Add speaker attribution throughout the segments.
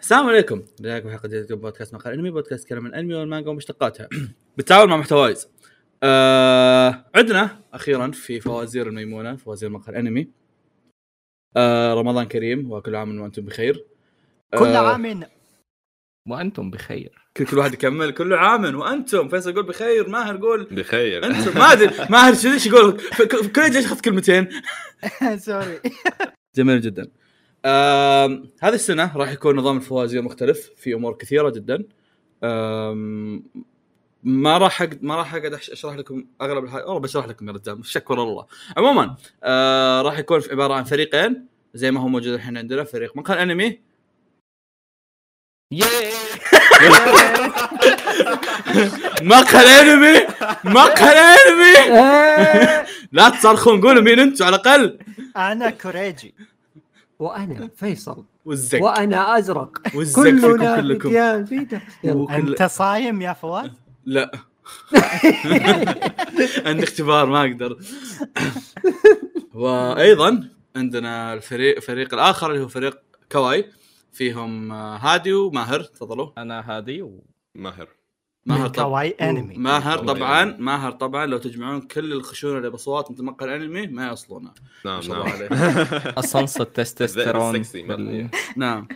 Speaker 1: السلام عليكم بداية حلقة جديدة من بودكاست مقال انمي بودكاست كلام من الانمي والمانجا ومشتقاتها بالتعاون مع محتوايز آه عدنا اخيرا في فوازير الميمونة فوازير مقال انمي آه رمضان كريم وكل عام وانتم بخير آه،
Speaker 2: كل عام
Speaker 3: وانتم بخير
Speaker 1: كل كل واحد يكمل كل عام وانتم فيصل يقول بخير ماهر يقول
Speaker 4: بخير
Speaker 1: انتم ما ادري ماهر شو ايش يقول ف- ك- كل جيش يحط كلمتين
Speaker 2: سوري
Speaker 1: جميل جدا آم، هذه السنة راح يكون نظام الفوازير مختلف في أمور كثيرة جدا آم، ما راح أقد... ما راح اقعد أش- اشرح لكم اغلب الحاجات والله بشرح لكم يا رجال شكر الله عموما آه راح يكون في عباره عن فريقين زي ما هو موجود الحين عندنا فريق مقهى الانمي مقهى الانمي مقهى الانمي لا تصرخون قولوا مين انتم على الاقل
Speaker 2: انا كوريجي
Speaker 3: وانا فيصل
Speaker 1: والزق
Speaker 3: وانا ازرق
Speaker 1: والزق فيكم
Speaker 3: كلنا
Speaker 1: كلكم
Speaker 2: آه،
Speaker 3: رجال فيدا يلا
Speaker 1: وكل...
Speaker 2: انت صايم يا فواز
Speaker 1: لا عندي اختبار ما اقدر وايضا عندنا الفريق الفريق الاخر اللي هو فريق كواي فيهم آه، هادي وماهر تفضلوا
Speaker 5: انا هادي و...
Speaker 4: ماهر
Speaker 1: ماهر
Speaker 2: من
Speaker 1: طبعا
Speaker 2: كواي انمي
Speaker 1: ماهر
Speaker 4: كواي.
Speaker 1: طبعا ماهر طبعا لو تجمعون كل الخشونه اللي باصوات انت مقهى الانمي ما يوصلونه ما
Speaker 4: نعم
Speaker 1: شاء الله
Speaker 4: نعم
Speaker 1: عليه
Speaker 5: اصنص التستوستيرون
Speaker 4: Very sexy,
Speaker 5: بال...
Speaker 1: نعم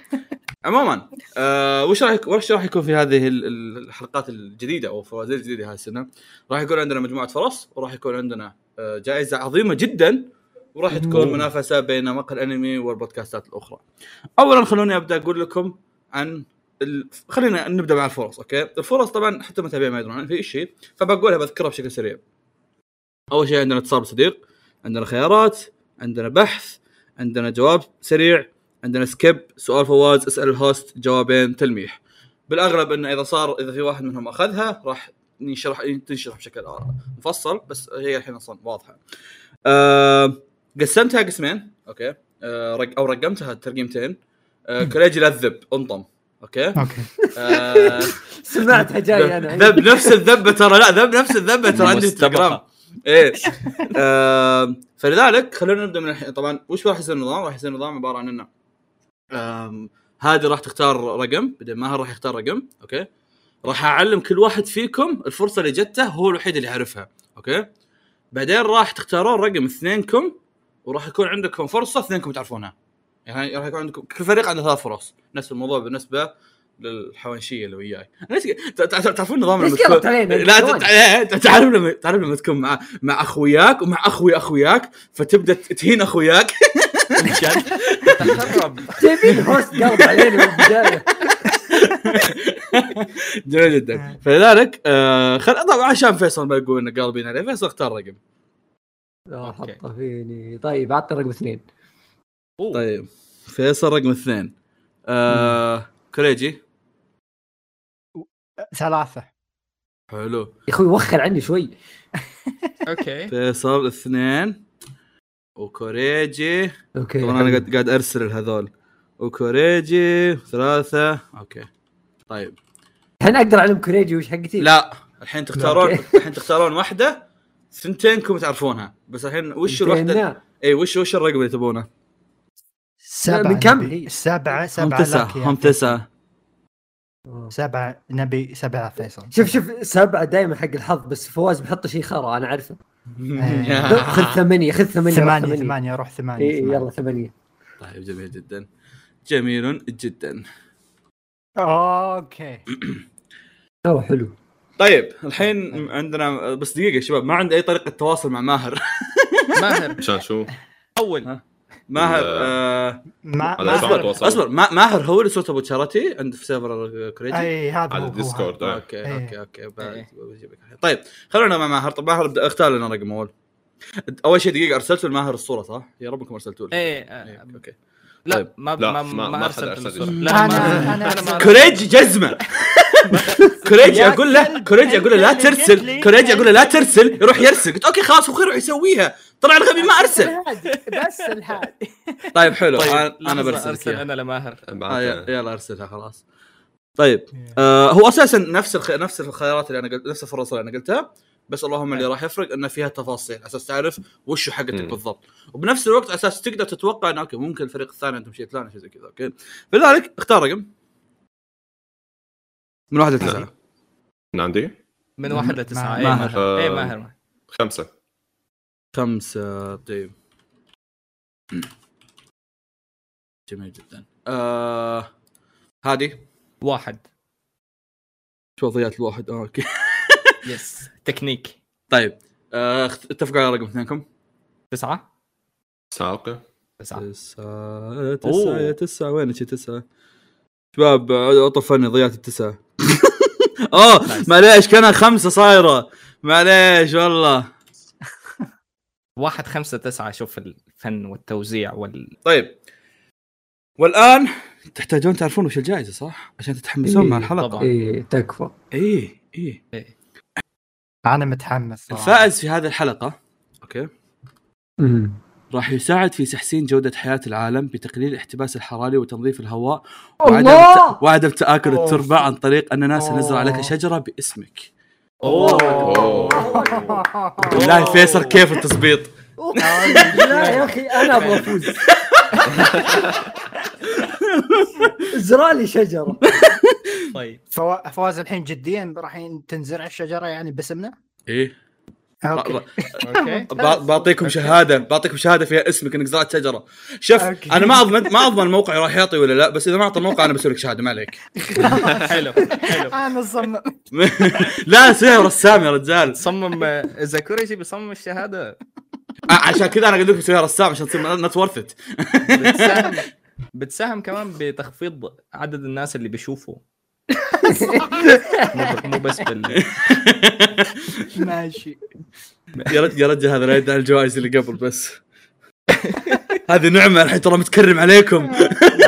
Speaker 1: عموما آه وش راح يك- وش راح يكون في هذه ال- ال- الحلقات الجديده او الفوازير الجديده هذه السنه راح يكون عندنا مجموعه فرص وراح يكون عندنا آه جائزه عظيمه جدا وراح تكون
Speaker 3: مم.
Speaker 1: منافسه بين مقهى الانمي والبودكاستات الاخرى اولا خلوني ابدا اقول لكم عن ال... خلينا نبدا مع الفرص اوكي الفرص طبعا حتى المتابعين ما يدرون عن في شيء فبقولها بذكرها بشكل سريع اول شيء عندنا اتصال بصديق عندنا خيارات عندنا بحث عندنا جواب سريع عندنا سكيب سؤال فواز اسال الهوست جوابين تلميح بالاغلب انه اذا صار اذا في واحد منهم اخذها راح ينشرح تنشرح بشكل مفصل بس هي الحين اصلا واضحه. أه قسمتها قسمين اوكي أه رق- او رقمتها ترقيمتين أه كوليجي للذب انطم اوكي
Speaker 2: اوكي
Speaker 1: أه
Speaker 5: آه،
Speaker 3: سمعتها جاي انا
Speaker 1: ذب نفس الذبه ترى لا ذب نفس الذبه ترى عندي
Speaker 5: مستبقة.
Speaker 1: انستغرام ايه آم، فلذلك خلونا نبدا من الحين طبعا وش راح يصير النظام؟ راح يصير النظام عباره عن انه آم، هادي راح تختار رقم بعدين ماهر راح يختار رقم اوكي راح اعلم كل واحد فيكم الفرصه اللي جته هو الوحيد اللي يعرفها اوكي بعدين راح تختارون رقم اثنينكم وراح يكون عندكم فرصه اثنينكم تعرفونها يعني راح يكون عندكم كل فريق عنده ثلاث فرص نفس الموضوع بالنسبه للحوانشيه اللي وياي أنا ليش ت- ت- تعرفون النظام
Speaker 3: ليش
Speaker 1: لما تكون-
Speaker 3: قلبت علينا؟
Speaker 1: لا
Speaker 3: جوال.
Speaker 1: ت- إيه، إيه، تعرف لما تعرف لما تكون مع مع اخوياك ومع اخوي اخوياك فتبدا تهين اخوياك
Speaker 5: تخرب
Speaker 3: جايبين هوست قلب علينا من البدايه
Speaker 1: جميل جدا فلذلك آه خل... طبعا عشان فيصل ما يقول انه قالبين عليه فيصل اختار رقم
Speaker 3: لا
Speaker 5: أوكي.
Speaker 3: حطه فيني طيب عطني رقم اثنين
Speaker 5: أوه.
Speaker 1: طيب فيصل رقم اثنين آه كريجي
Speaker 2: ثلاثة
Speaker 1: حلو
Speaker 3: يا اخوي وخر عني شوي
Speaker 5: اوكي
Speaker 1: فيصل اثنين وكوريجي
Speaker 3: اوكي
Speaker 1: طبعا انا قاعد قاعد ارسل الهذول وكوريجي ثلاثة اوكي طيب
Speaker 3: الحين اقدر اعلم كوريجي وش حقتي
Speaker 1: لا الحين تختارون
Speaker 3: أوكي.
Speaker 1: الحين تختارون واحدة ثنتينكم تعرفونها بس الحين وش الوحدة
Speaker 3: انتهينا.
Speaker 1: اي وش وش الرقم اللي تبونه؟
Speaker 2: سبعة
Speaker 3: من كم
Speaker 2: نبي.
Speaker 3: هي؟
Speaker 2: سبعة
Speaker 1: هم
Speaker 2: سبعة
Speaker 1: تسعة
Speaker 2: لك يا
Speaker 1: هم تسعة
Speaker 3: أوه.
Speaker 2: سبعة نبي سبعة فيصل
Speaker 3: شوف شوف سبعه دائما حق الحظ بس فواز بيحط شيء خرا انا عارفه
Speaker 2: إيه.
Speaker 3: خذ ثمانيه خذ ثمانيه روح
Speaker 2: ثمانية ثمانية روح ثمانية
Speaker 3: اي
Speaker 2: ثمانية.
Speaker 3: إيه، يلا ثمانيه
Speaker 1: طيب جميل جدا جميل جدا
Speaker 2: اوكي
Speaker 3: اوه حلو
Speaker 1: طيب الحين عندنا بس دقيقة يا شباب ما عندي أي طريقة تواصل مع ماهر
Speaker 5: ماهر
Speaker 4: عشان شو؟
Speaker 5: اول
Speaker 1: ماهر
Speaker 4: لا.
Speaker 1: آه
Speaker 2: ما
Speaker 4: هذا
Speaker 2: ما
Speaker 4: صعب تواصل
Speaker 1: أصبر ما ماهر هو اللي صورته أبو شارتي عند في سيرفر كريجي
Speaker 2: اي هذا
Speaker 4: على
Speaker 2: هو- هو
Speaker 4: الديسكورد
Speaker 1: اوكي
Speaker 4: آه.
Speaker 1: اوكي اوكي,
Speaker 2: إيه.
Speaker 1: أوكي.
Speaker 5: إيه.
Speaker 1: بعد- بجيب لك الحين. طيب خلونا مع ماهر طب ماهر بدأ اختار لنا رقم اول اول شيء دقيقه ارسلتوا لماهر الصوره صح؟ يا رب انكم ارسلتوا لي
Speaker 5: ايه
Speaker 1: إيه،
Speaker 5: آه،
Speaker 1: اوكي طيب.
Speaker 5: لا ما
Speaker 4: لا،
Speaker 5: ما
Speaker 4: ما-
Speaker 5: ما
Speaker 4: ما
Speaker 5: ارسلت
Speaker 4: أحد أرسل
Speaker 5: الصورة.
Speaker 4: لي.
Speaker 5: لا
Speaker 2: أنا-
Speaker 5: ما-
Speaker 2: أنا
Speaker 5: ما-
Speaker 2: أرسلت.
Speaker 1: كوريجي جزمه كوريجي اقول له كوريجي اقول له لا ترسل كوريجي اقول له لا ترسل يروح يرسل قلت اوكي خلاص اخوي يروح يسويها طلع الغبي ما ارسل
Speaker 6: بس الحال
Speaker 1: طيب حلو
Speaker 5: طيب،
Speaker 1: انا أنا
Speaker 5: لحظة،
Speaker 1: برسلك
Speaker 5: ارسل
Speaker 1: إياها.
Speaker 5: انا لماهر
Speaker 1: آه،
Speaker 4: بعد-
Speaker 1: ي- يلا ارسلها خلاص طيب آه هو اساسا نفس الخ... نفس الخيارات اللي انا قلت نفس الفرص اللي انا قلتها بس اللهم اللي راح يفرق انه فيها تفاصيل على اساس تعرف وشو حقتك
Speaker 4: مم.
Speaker 1: بالضبط وبنفس الوقت على اساس تقدر تتوقع انه اوكي ممكن الفريق الثاني عندهم شيء ثاني شيء زي كذا اوكي فلذلك اختار رقم من واحد لتسعه
Speaker 4: من عندي
Speaker 5: من واحد إيه، لتسعه
Speaker 2: مع-
Speaker 5: اي
Speaker 1: ماهر.
Speaker 5: ماهر اي
Speaker 4: آه.
Speaker 5: ماهر ماهر.
Speaker 4: خمسه
Speaker 1: خمسه طيب جميل جدا آه هذه
Speaker 5: واحد
Speaker 1: شو وضعيات الواحد آه اوكي
Speaker 5: يس تكنيك
Speaker 1: طيب آه اخت- اتفقوا على رقم اثنينكم
Speaker 5: تسعه
Speaker 4: ساقه
Speaker 5: تسعه
Speaker 1: تسعة
Speaker 5: أوه.
Speaker 1: تسعة يا تسعة وينك يا تسعة؟ شباب عطوا فني ضيعت التسعة اوه
Speaker 5: Nice.
Speaker 1: معليش كانها خمسة صايرة معليش والله
Speaker 5: واحد خمسه تسعه شوف الفن والتوزيع وال
Speaker 1: طيب والان تحتاجون تعرفون وش الجائزة صح؟ عشان تتحمسون
Speaker 3: إيه،
Speaker 1: مع الحلقة إيه،
Speaker 5: طبعاً.
Speaker 3: اي تكفى
Speaker 1: اي اي
Speaker 2: انا متحمس صراحة.
Speaker 1: الفائز في هذه الحلقة اوكي
Speaker 3: أمم.
Speaker 1: راح يساعد في تحسين جودة حياة العالم بتقليل الاحتباس الحراري وتنظيف الهواء
Speaker 3: الله
Speaker 1: وعدم تآكل
Speaker 2: أوف.
Speaker 1: التربة عن طريق أننا سنزرع
Speaker 2: أوه.
Speaker 1: لك شجرة باسمك
Speaker 4: أوه.
Speaker 1: والله فيصل كيف التظبيط
Speaker 3: لا يا اخي انا ابغى افوز ازرع لي شجره
Speaker 5: طيب
Speaker 2: فوا- فواز الحين جديا راح تنزرع الشجره يعني باسمنا؟
Speaker 1: ايه
Speaker 2: اوكي
Speaker 5: اوكي
Speaker 1: ب- بعطيكم شهاده بعطيكم شهاده فيها اسمك انك زرعت شجره شوف
Speaker 2: أوكي.
Speaker 1: انا ما اضمن ما اضمن موقعي راح يعطي ولا لا بس اذا ما اعطى الموقع انا بسوي لك شهاده ما عليك
Speaker 5: حلو حلو
Speaker 2: انا صمم
Speaker 1: لا سير رسام يا رجال
Speaker 5: صمم آه، زاكوريجي بيصمم الشهاده
Speaker 1: ع- عشان كذا انا قلت لكم سويها رسام عشان تصير نت ورث ات
Speaker 5: بتساهم بتساهم كمان بتخفيض عدد الناس اللي بيشوفوا مو مو بس بال
Speaker 2: ماشي
Speaker 1: يا رجل يا رجل هذا لا يدعي الجوائز اللي قبل بس هذه نعمه الحين ترى متكرم عليكم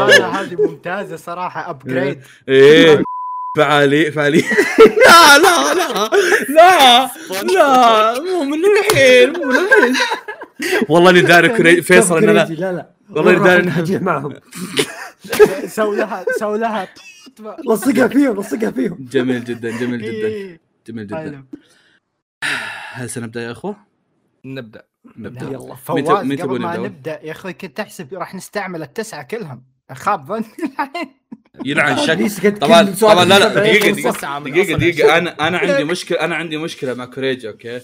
Speaker 2: والله هذه ممتازه صراحه ابجريد
Speaker 1: ايه فعالي فعالي لا لا لا لا لا مو من الحين مو من الحين والله اني داري كري- فيصل ان انا
Speaker 3: لا لا
Speaker 1: والله إني داري إنها-
Speaker 3: نحجي معهم
Speaker 2: سوي لها سوي لها
Speaker 3: لصقها فيهم لصقها فيهم
Speaker 1: جميل جدا جميل جدا
Speaker 2: إيه.
Speaker 1: جميل جدا
Speaker 2: حلو.
Speaker 1: هل سنبدا يا اخوه؟
Speaker 5: نبدا
Speaker 1: نبدا
Speaker 2: يلا
Speaker 1: متى-
Speaker 2: فواز
Speaker 1: متى
Speaker 2: قبل ما
Speaker 1: بنبدأ؟
Speaker 2: نبدا يا اخوي كنت احسب راح نستعمل التسعه كلهم خاب ظني الحين
Speaker 1: يلعن شك
Speaker 3: ليش قد
Speaker 1: طبعا
Speaker 3: كل سؤال
Speaker 1: طبعا لا لا
Speaker 3: يسأل
Speaker 1: دقيقه
Speaker 3: يخلص؟
Speaker 1: دقيقه دقيقه دقيقه انا انا عندي مشكله انا عندي مشكله مع كوريجي اوكي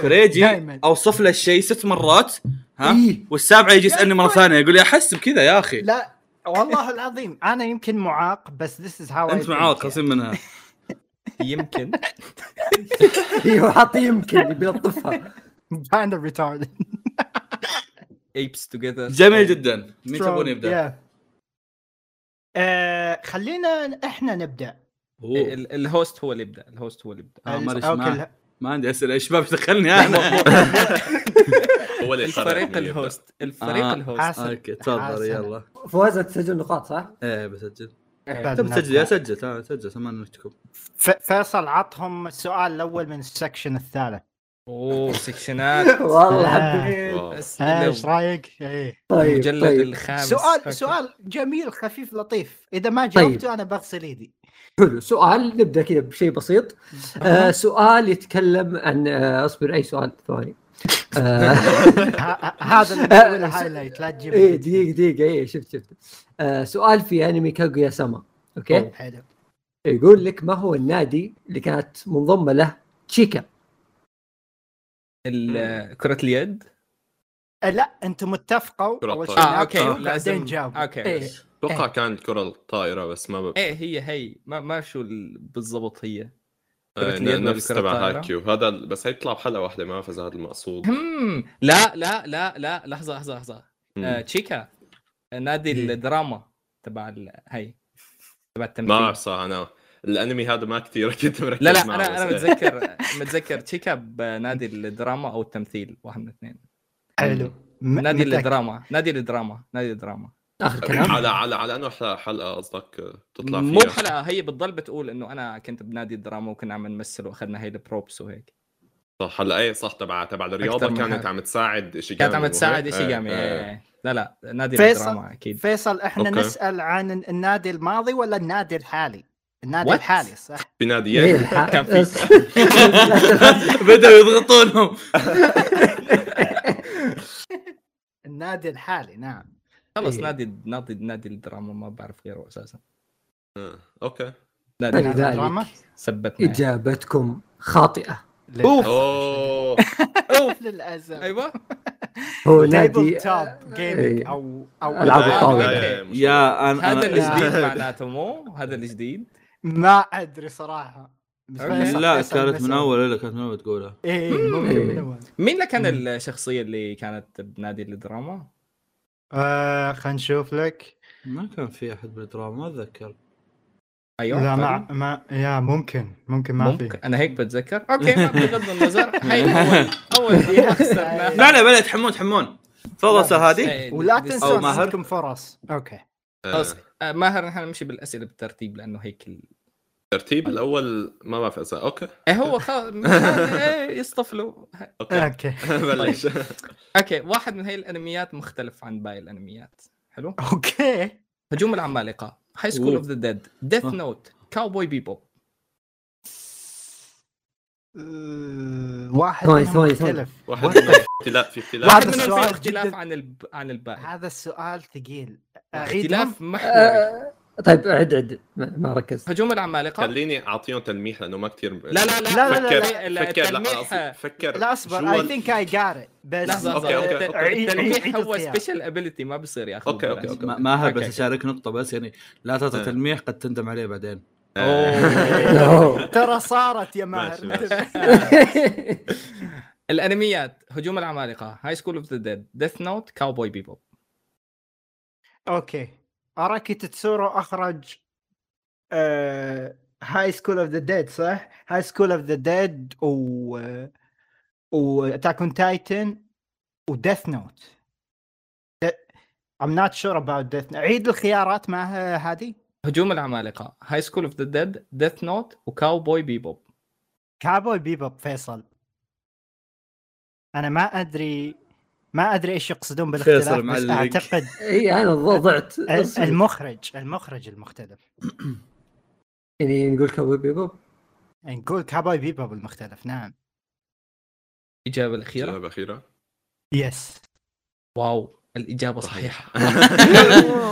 Speaker 1: كوريجي
Speaker 2: دايماً.
Speaker 1: اوصف له الشيء ست مرات ها
Speaker 2: إيه.
Speaker 1: والسابعه يجي يسالني مره ثانيه يقول لي احس بكذا يا اخي
Speaker 2: لا والله العظيم انا يمكن معاق بس ذس از هاو
Speaker 1: انت معاق خصم منها
Speaker 5: يمكن
Speaker 3: ايوه حاط يمكن يبي يلطفها
Speaker 2: كايند اوف ريتارد
Speaker 5: ايبس توجذر
Speaker 1: جميل جدا مين تبون يبدا؟
Speaker 2: آه، خلينا احنا نبدا
Speaker 1: أوه.
Speaker 5: الهوست هو اللي يبدا الهوست هو اللي يبدا
Speaker 1: آه، معلش،
Speaker 2: أوكي،
Speaker 1: ما-
Speaker 2: لا.
Speaker 1: ما عندي اسئله يا شباب دخلني انا
Speaker 4: هو اللي يقرر
Speaker 5: الفريق
Speaker 4: مين يبدأ.
Speaker 5: الهوست الفريق
Speaker 1: آه.
Speaker 5: الهوست
Speaker 2: حاس-
Speaker 1: اوكي تفضل
Speaker 2: حسنا.
Speaker 1: يلا
Speaker 3: فواز تسجل نقاط صح؟
Speaker 1: ايه بسجل
Speaker 2: بعد
Speaker 1: طب
Speaker 2: ما
Speaker 1: سجل يا
Speaker 2: نبدأ.
Speaker 1: سجل تعال سجل سمان نكتكم
Speaker 2: ف- فيصل عطهم السؤال الاول من السكشن الثالث
Speaker 5: اوه سكشنات
Speaker 3: والله
Speaker 2: آه.
Speaker 3: حبيت
Speaker 4: واو.
Speaker 2: آه،
Speaker 5: أسئلة.
Speaker 2: ايش رايك؟ إيه.
Speaker 3: طيب
Speaker 5: المجلد
Speaker 3: طيب
Speaker 5: الخامس آه، أوكي.
Speaker 2: سؤال سؤال جميل خفيف لطيف اذا ما
Speaker 3: طيب.
Speaker 2: جاوبته انا بغسل ايدي
Speaker 3: حلو سؤال نبدا كذا بشيء بسيط آه سؤال يتكلم عن آه اصبر اي سؤال ثواني آه
Speaker 2: ه- ه- هذا اللي نسوي له هايلايت لا تجيب
Speaker 3: اي دقيقه دقيقه اي إيه، شفت شفت آه سؤال في انمي كاغويا سما اوكي
Speaker 2: حلو
Speaker 3: يقول لك ما هو النادي اللي كانت منضمه له تشيكا
Speaker 5: ال- كرة اليد
Speaker 2: أه، لا انتم متفقوا
Speaker 4: كرة
Speaker 2: اول شيء
Speaker 4: الطائرة.
Speaker 5: اه
Speaker 2: ناكل،
Speaker 5: اوكي
Speaker 2: بعدين
Speaker 5: لازم آه،
Speaker 2: جاوب
Speaker 5: اوكي
Speaker 2: إيه.
Speaker 4: اتوقع كانت كره الطائره بس ما ب...
Speaker 5: ايه هي هي ما ما شو ال- بالضبط هي كرة
Speaker 4: آه،
Speaker 5: اليد ولا
Speaker 4: نفس
Speaker 5: كرة
Speaker 4: تبع
Speaker 5: الطائرة؟
Speaker 4: هاكيو هذا ال- بس هيطلع بحلقه واحده ما فاز هذا المقصود
Speaker 5: هم لا لا لا لا لحظة لحظة لحظة آه تشيكا نادي الدراما تبع ال- هي تبع
Speaker 4: إيه. ما
Speaker 5: التمثيل
Speaker 4: اعرف صراحه انا الانمي هذا ما كثير كنت مركز
Speaker 5: لا لا
Speaker 4: معه،
Speaker 5: انا
Speaker 4: بس
Speaker 5: انا
Speaker 4: إيه.
Speaker 5: متذكر متذكر تشيكا بنادي الدراما او التمثيل واحد من الاثنين
Speaker 2: حلو م-
Speaker 5: نادي
Speaker 2: متأكد.
Speaker 5: الدراما نادي الدراما نادي الدراما
Speaker 3: اخر كلام
Speaker 4: على على على انه حلقه حلقه قصدك آه، تطلع فيها
Speaker 5: مو بحلقه هي بتضل بتقول انه انا كنت بنادي الدراما وكنا عم نمثل واخذنا هي البروبس وهيك
Speaker 4: صح هلا اي صح تبع تبع
Speaker 5: أكثر
Speaker 4: الرياضه
Speaker 5: من
Speaker 4: كانت
Speaker 5: حلقة.
Speaker 4: عم تساعد شيء
Speaker 5: كانت عم تساعد إيه. شيء جامي
Speaker 4: آه،
Speaker 5: لا لا نادي
Speaker 2: فيصل.
Speaker 5: الدراما اكيد
Speaker 2: فيصل احنا
Speaker 4: أوكي.
Speaker 2: أوكي. نسال عن النادي الماضي ولا النادي الحالي؟ النادي
Speaker 5: What؟
Speaker 2: الحالي صح؟
Speaker 4: في
Speaker 3: إيه،
Speaker 4: ناديين
Speaker 3: الح-
Speaker 5: كان في.
Speaker 1: بدأوا يضغطونهم
Speaker 2: النادي الحالي نعم
Speaker 5: خلص
Speaker 3: إيه.
Speaker 5: نادي نادي نادي الدراما ما بعرف غيره اساسا
Speaker 4: آه، اوكي
Speaker 5: لا
Speaker 3: ما
Speaker 5: دي
Speaker 3: لي داعي
Speaker 2: دراما؟
Speaker 3: لك.
Speaker 5: سبتنا
Speaker 3: اجابتكم خاطئه
Speaker 2: للأسف.
Speaker 4: اوه
Speaker 2: للاسف
Speaker 5: ايوه
Speaker 3: هو
Speaker 2: تايبل
Speaker 3: نادي
Speaker 2: توب جيمنج
Speaker 3: إيه.
Speaker 2: او او
Speaker 3: ألعاب
Speaker 2: ألعاب.
Speaker 3: الطاولة.
Speaker 4: آه، مش-
Speaker 1: يا انا
Speaker 5: هذا
Speaker 1: انا
Speaker 5: الجديد معناته مو هذا الجديد
Speaker 2: ما ادري صراحه بس
Speaker 5: أوكي.
Speaker 2: فيصل-
Speaker 1: لا
Speaker 2: فيصل
Speaker 1: كانت
Speaker 2: مثلاً.
Speaker 1: من اول لا كانت من اول تقولها
Speaker 2: ايه ممكن
Speaker 3: إيه.
Speaker 2: من اول
Speaker 5: مين لك كان الشخصيه اللي كانت بنادي الدراما؟
Speaker 2: آه خلينا نشوف لك
Speaker 1: ما كان في احد بالدراما ما اتذكر
Speaker 5: ايوه
Speaker 2: لا ما
Speaker 5: فاضي؟
Speaker 2: ما يا ممكن ممكن ما
Speaker 5: ممكن
Speaker 2: في
Speaker 5: انا هيك بتذكر اوكي ما بغض النظر هي اول اول دقيقه خسرناها
Speaker 1: لا لا بلا تحمون تحمون تفضل
Speaker 2: لا،
Speaker 1: استاذ هادي
Speaker 2: ولا
Speaker 1: أو
Speaker 2: تنسون
Speaker 1: ماهر.
Speaker 2: عندكم فرص اوكي
Speaker 5: خلاص آه، ماهر نحن نمشي بالاسئله بالترتيب لانه هيك ال...
Speaker 4: الترتيب الاول ما بعرف اسال اوكي
Speaker 5: إيه هو خ... إيه يصطفلوا
Speaker 4: اوكي
Speaker 2: اوكي
Speaker 4: بلش
Speaker 5: اوكي واحد من هي الانميات مختلف عن باقي الانميات حلو
Speaker 2: اوكي
Speaker 5: هجوم العمالقه هاي سكول
Speaker 1: أوه.
Speaker 5: اوف ذا ديد ديث
Speaker 1: آه.
Speaker 5: نوت كاوبوي بيبو
Speaker 2: آه، واحد
Speaker 3: ثواني،
Speaker 2: منهم
Speaker 3: ثواني، ثواني.
Speaker 2: اختلف.
Speaker 4: واحد منهم في اختلاف
Speaker 2: واحد
Speaker 4: في اختلاف
Speaker 5: واحد منهم في
Speaker 2: السؤال
Speaker 5: اختلاف
Speaker 2: جداً-
Speaker 5: عن الب... عن الباقي
Speaker 2: هذا السؤال ثقيل اعيدهم
Speaker 5: اختلاف محوري
Speaker 3: آه، طيب عد عد ما ما ركزت
Speaker 5: هجوم العمالقه
Speaker 4: خليني اعطيهم تلميح لانه ما كثير
Speaker 5: لا لا لا
Speaker 2: لا، لا، لا،
Speaker 5: فكر-
Speaker 4: فكر فكر لا،
Speaker 5: التلميح-
Speaker 4: أنا أص- فكر
Speaker 2: لا اصبر
Speaker 4: شو
Speaker 2: اي
Speaker 4: ال-
Speaker 2: ثينك اي جات ات بس
Speaker 5: لحظه
Speaker 4: أوكي، أوكي،
Speaker 5: لحظه
Speaker 4: أوكي.
Speaker 2: عيد-
Speaker 5: التلميح
Speaker 2: عيد
Speaker 5: هو
Speaker 2: الخيار.
Speaker 5: سبيشل ابيلتي ما بصير ياخذ
Speaker 4: أوكي، أوكي، أوكي.
Speaker 1: ما- ماهر بس
Speaker 5: أوكي.
Speaker 1: اشارك نقطه بس يعني لا تعطي
Speaker 4: آه.
Speaker 1: تلميح قد تندم عليه بعدين
Speaker 3: أوه.
Speaker 2: ترى صارت يا ماهر
Speaker 4: ماشي، ماشي.
Speaker 5: الانميات هجوم العمالقه هاي سكول اوف ذا ديد ديث نوت كاوبوي بيبوب
Speaker 2: اوكي اراكي تتسورو آه، اخرج هاي سكول اوف ذا ديد صح؟ هاي سكول اوف ذا ديد و و اتاك اون تايتن وديث نوت I'm not sure about death عيد الخيارات مع هذه
Speaker 5: هجوم العمالقه هاي سكول اوف ذا ديد ديث نوت وكاوبوي بيبوب
Speaker 2: كابوي بيبوب فيصل انا ما ادري ما ادري ايش يقصدون بالاختلاف
Speaker 1: فيصل
Speaker 2: بس
Speaker 1: معلق.
Speaker 2: اعتقد
Speaker 3: اي انا إيه، ضعت
Speaker 2: ال- المخرج المخرج المختلف
Speaker 3: يعني نقول كابوي بيبو
Speaker 2: نقول كابوي بيبوب المختلف نعم
Speaker 5: الاجابه الاخيره
Speaker 4: الاجابه الاخيره
Speaker 2: يس
Speaker 5: واو الاجابه صحيحه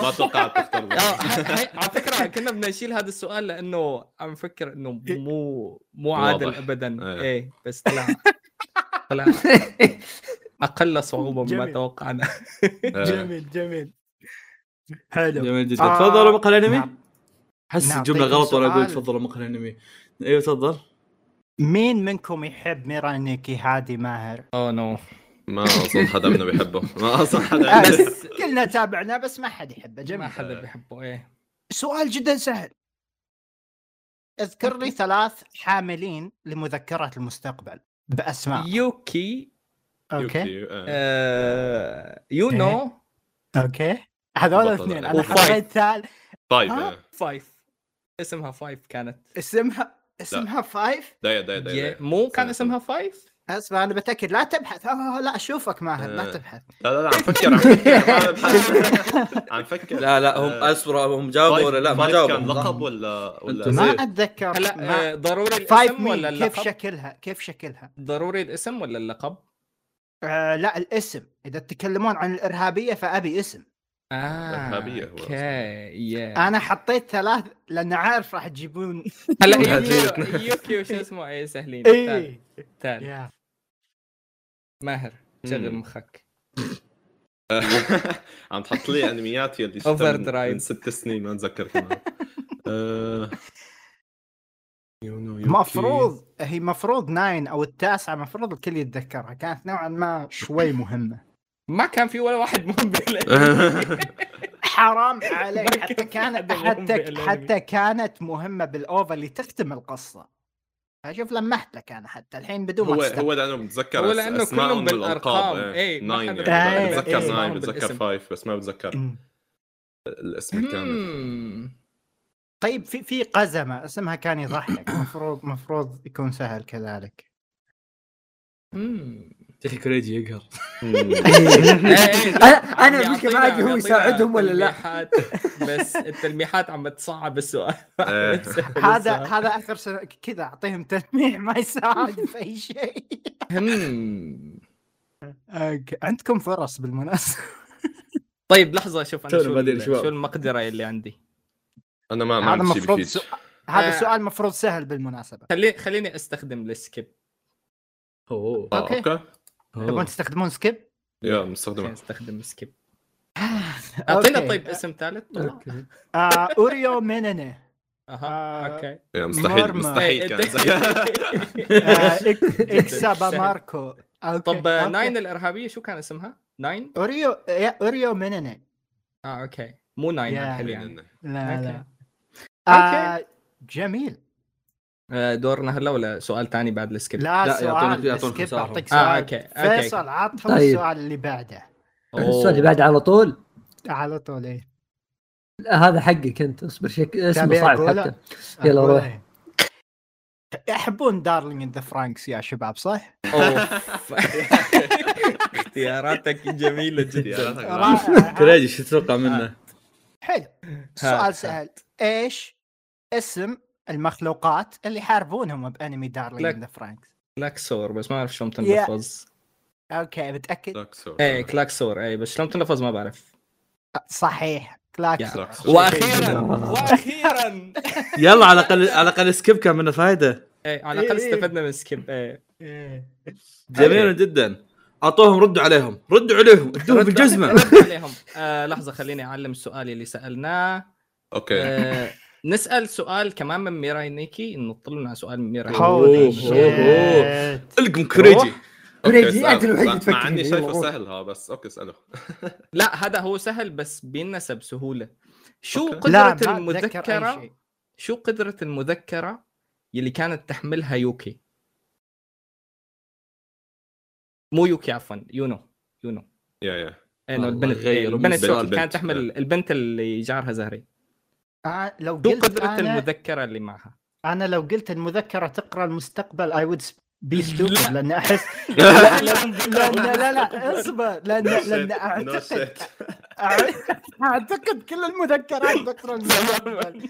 Speaker 4: ما توقعت
Speaker 5: آه،
Speaker 4: تختار
Speaker 5: هاي- هاي- على فكره كنا بدنا نشيل هذا السؤال لانه عم نفكر انه مو مو
Speaker 4: واضح.
Speaker 5: عادل ابدا
Speaker 4: إيه.
Speaker 5: ايه بس طلع طلع اقل صعوبه مما
Speaker 2: جميل.
Speaker 5: توقعنا
Speaker 2: جميل جميل حلو
Speaker 1: جميل جدا
Speaker 2: آه.
Speaker 1: تفضلوا مقهى الانمي
Speaker 2: نعم.
Speaker 1: احس
Speaker 2: نعم،
Speaker 1: الجمله
Speaker 2: طيب،
Speaker 1: غلط وانا اقول
Speaker 2: سؤال.
Speaker 1: تفضلوا مقهى الانمي ايوه تفضل
Speaker 2: مين منكم يحب ميرانيكي هادي ماهر؟
Speaker 5: اوه نو
Speaker 4: ما اظن حدا منه بيحبه ما اظن حدا
Speaker 2: آه،
Speaker 4: عنده.
Speaker 2: بس كلنا تابعنا بس ما حد يحبه
Speaker 5: ما
Speaker 2: جميل
Speaker 5: حدا بيحبه ايه
Speaker 2: سؤال جدا سهل اذكر لي ثلاث حاملين لمذكرة المستقبل بأسماء
Speaker 5: يوكي
Speaker 2: اوكي
Speaker 4: يوكي، آه.
Speaker 5: آه،
Speaker 2: إيه.
Speaker 5: يونو
Speaker 2: اوكي هذول
Speaker 4: بطل.
Speaker 2: الاثنين انا
Speaker 4: وفايف.
Speaker 2: حطيت ثالث
Speaker 4: طيب
Speaker 2: ها؟
Speaker 4: آه.
Speaker 5: فايف اسمها فايف كانت
Speaker 2: اسمها اسمها فايف
Speaker 4: دايا دايا دايا
Speaker 5: يه-
Speaker 4: دايا.
Speaker 5: مو كان
Speaker 4: استنى،
Speaker 5: اسمها فايف
Speaker 2: اسمع انا بتاكد لا تبحث آه، لا اشوفك ماهر لا
Speaker 4: آه.
Speaker 2: تبحث
Speaker 4: لا لا لا عم فكر عم فكر عم فكر
Speaker 1: لا لا هم
Speaker 4: آه،
Speaker 1: اصبروا هم جاوبوا ولا لا ما
Speaker 4: فايف كان
Speaker 1: جاوبوا
Speaker 4: لقب ولا
Speaker 1: أنت
Speaker 4: ولا
Speaker 1: زي-
Speaker 2: ما
Speaker 1: زين.
Speaker 2: اتذكر ما-
Speaker 5: هلا آه، ضروري
Speaker 2: فايف
Speaker 5: الاسم ولا
Speaker 2: مين كيف
Speaker 5: اللقب
Speaker 2: شكلها كيف شكلها
Speaker 5: ضروري الاسم ولا اللقب
Speaker 2: آه لا الاسم اذا تتكلمون عن الارهابيه فابي اسم
Speaker 5: اه
Speaker 4: إرهابية هو
Speaker 5: اوكي
Speaker 4: أصلاً.
Speaker 5: يا
Speaker 2: انا حطيت ثلاث لان عارف راح تجيبون
Speaker 5: هلا
Speaker 4: هجيت.
Speaker 5: يوكي- يوكي وش اسمه ايه سهلين
Speaker 3: إيه.
Speaker 5: تعال
Speaker 2: اي
Speaker 5: تعال
Speaker 2: إيه، يا
Speaker 5: ماهر شغل
Speaker 4: مم.
Speaker 5: مخك
Speaker 4: عم تحط لي انميات يلي شفتها
Speaker 5: Overdrive.
Speaker 4: من- من ست سنين ما اتذكر كمان آه، يونو يوكي.
Speaker 2: المفروض هي مفروض ناين او التاسعه مفروض الكل يتذكرها كانت نوعا ما شوي مهمه
Speaker 5: ما كان في ولا واحد مهم بالأسم.
Speaker 2: حرام
Speaker 5: ما
Speaker 2: عليك
Speaker 5: كان
Speaker 2: حتى
Speaker 5: في
Speaker 2: كانت
Speaker 5: حدا مهم
Speaker 2: حتى
Speaker 5: بالأنمي.
Speaker 2: حتى كانت مهمه بالاوفا اللي تختم القصه شوف لمحت لك انا حتى الحين بدون ما
Speaker 4: هو
Speaker 2: أستبعد.
Speaker 4: هو لانه بتذكر
Speaker 5: هو
Speaker 4: أس-
Speaker 5: لأنه
Speaker 4: أسمائهم
Speaker 5: كلهم بالأرقام.
Speaker 4: والألقاب،
Speaker 5: إيه، ما
Speaker 4: ناين
Speaker 5: حدا
Speaker 4: يعني
Speaker 2: بيعرف إيه،
Speaker 4: بتذكر- بتذكر ناين
Speaker 5: أسمائهم
Speaker 4: بتذكر
Speaker 5: بالاسم.
Speaker 4: فايف بس ما بتذكر
Speaker 2: أمم.
Speaker 4: الاسم كامل
Speaker 5: مم.
Speaker 2: طيب في في قزمه اسمها كان يضحك مفروض مفروض يكون سهل كذلك
Speaker 5: مم.
Speaker 1: يا اخي كوريجي يقهر
Speaker 5: إيه، إيه، لا،
Speaker 3: أنا-
Speaker 5: عم
Speaker 3: أنا المشكلة ما
Speaker 5: يعطينا-
Speaker 3: أدري
Speaker 5: عم
Speaker 3: هو
Speaker 5: يعطينا
Speaker 3: يساعدهم ولا
Speaker 5: طيب.
Speaker 3: لا.
Speaker 5: تلميحات، بس التلميحات عم بتصعب السؤال
Speaker 4: إيه.
Speaker 2: هذا هذا اخر سنه كذا اعطيهم تلميح ما يساعد في اي شيء
Speaker 5: هم.
Speaker 2: أوكي، عندكم فرص بالمناسبه
Speaker 5: طيب لحظه شوف انا
Speaker 1: تونا
Speaker 5: شو
Speaker 1: بادئين
Speaker 5: ال-
Speaker 1: شباب.
Speaker 5: شو المقدره اللي عندي
Speaker 4: انا ما ما
Speaker 2: هذا
Speaker 4: عندي شيء
Speaker 2: مفروض
Speaker 4: بفيد
Speaker 2: سؤال. هذا
Speaker 5: آه.
Speaker 2: سؤال مفروض سهل بالمناسبه
Speaker 5: خلي خليني استخدم السكيب
Speaker 1: اوه
Speaker 4: آه،
Speaker 2: أوكي.
Speaker 4: اوكي
Speaker 2: تبغون تستخدمون سكيب
Speaker 4: يا
Speaker 5: خليني
Speaker 4: نستخدمه
Speaker 5: استخدم سكيب اعطينا
Speaker 3: آه،
Speaker 2: أوكي.
Speaker 5: طيب اسم ثالث طلع.
Speaker 3: اوكي
Speaker 2: آه، اوريو مينيني
Speaker 5: اها
Speaker 3: آه.
Speaker 5: اوكي
Speaker 4: يا مستحيل
Speaker 2: مرمى.
Speaker 5: إيه،
Speaker 4: مستحيل
Speaker 5: يعني.
Speaker 4: كان إيه،
Speaker 2: آه، إك- اكسابا ماركو أوكي.
Speaker 5: طب آه،
Speaker 2: أوكي. إيه،
Speaker 5: ناين الارهابيه شو كان اسمها؟ ناين؟
Speaker 2: اوريو يا اوريو مينيني
Speaker 5: اه اوكي مو ناين
Speaker 2: يا.
Speaker 5: الحلو يعني
Speaker 2: لا لا
Speaker 5: أوكي.
Speaker 2: آه، جميل
Speaker 5: آه، دورنا هلا ولا سؤال ثاني بعد السكيب؟
Speaker 2: لا,
Speaker 1: لا، يعطونك-
Speaker 2: سؤال
Speaker 1: يعطونك
Speaker 2: سكيب
Speaker 1: خسارة.
Speaker 2: اعطيك
Speaker 5: آه،
Speaker 2: سؤال
Speaker 5: أوكي، أوكي.
Speaker 2: فيصل عطهم
Speaker 3: طيب.
Speaker 2: السؤال اللي بعده
Speaker 3: السؤال اللي بعد على طول
Speaker 2: على طول ايه
Speaker 3: لا، هذا حقك انت اصبر شك اسمه
Speaker 2: تبي
Speaker 3: صعب
Speaker 2: أقوله؟
Speaker 3: حتى يلا
Speaker 2: أقول
Speaker 3: روح.
Speaker 2: إيه. يحبون دارلينج ان ذا فرانكس يا شباب صح؟
Speaker 5: أوف. اختياراتك جميله جدا
Speaker 2: رائع.
Speaker 1: كريجي شو تتوقع
Speaker 2: آه.
Speaker 1: منه؟
Speaker 2: حلو
Speaker 5: ها.
Speaker 2: سؤال سهل ايش اسم المخلوقات اللي يحاربونهم بانمي دارلينج
Speaker 5: لك.
Speaker 2: ان ذا فرانكس؟
Speaker 5: كلاكسور بس ما اعرف شلون
Speaker 2: يا.
Speaker 5: تنلفظ
Speaker 2: اوكي متاكد؟
Speaker 5: ايه كلاكسور ايه بس شلون تنلفظ ما بعرف
Speaker 2: صحيح كلاكس
Speaker 4: يا.
Speaker 5: واخيرا واخيرا
Speaker 1: يلا على الاقل على الاقل سكيب كان منه فائده
Speaker 5: ايه على الاقل
Speaker 2: إيه، إيه.
Speaker 5: استفدنا من سكيب ايه
Speaker 1: جميل جدا اعطوهم ردوا عليهم ردوا عليهم ادوهم بالجزمه
Speaker 5: رد عليهم آه لحظه خليني اعلم السؤال اللي سالناه
Speaker 4: اوكي
Speaker 5: آه نسال سؤال كمان من ميراي نيكي نطلب لنا سؤال من ميراي
Speaker 1: حاول.
Speaker 2: هولي
Speaker 1: أوه، أوه،
Speaker 2: شيت
Speaker 1: القم كريجي
Speaker 3: ريجي،
Speaker 4: أوكي،
Speaker 3: أنت الوحيد
Speaker 4: سأل.
Speaker 3: تفكر
Speaker 4: مع اني
Speaker 3: فيه،
Speaker 4: شايفه
Speaker 3: يلا،
Speaker 4: سهل ها بس اوكي اساله
Speaker 5: لا هذا هو سهل بس بينسى بسهوله شو
Speaker 4: أوكي.
Speaker 2: لا
Speaker 5: قدره
Speaker 2: ما أتذكر أي
Speaker 5: المذكره
Speaker 2: شيء.
Speaker 5: شو قدرة المذكرة يلي كانت تحملها يوكي؟ مو يوكي عفوا يونو يونو
Speaker 4: يا يا
Speaker 5: انه
Speaker 1: والله
Speaker 5: إيه، البنت
Speaker 1: غيروا
Speaker 5: البنت شو
Speaker 4: آه، البنت،
Speaker 5: اللي
Speaker 4: البنت. آه.
Speaker 5: كانت تحمل البنت اللي جعرها زهري
Speaker 2: آه، لو
Speaker 5: شو
Speaker 2: قلت
Speaker 5: قدرة
Speaker 2: انا
Speaker 5: المذكرة اللي معها؟
Speaker 2: انا لو قلت المذكره تقرا المستقبل اي وود بي ستوبد لان احس
Speaker 5: لا، لا،
Speaker 2: لان لا لا اصبر لان لان
Speaker 4: No
Speaker 2: اعتقد
Speaker 4: shit.
Speaker 2: أع- اعتقد كل المذكرات تقرا المستقبل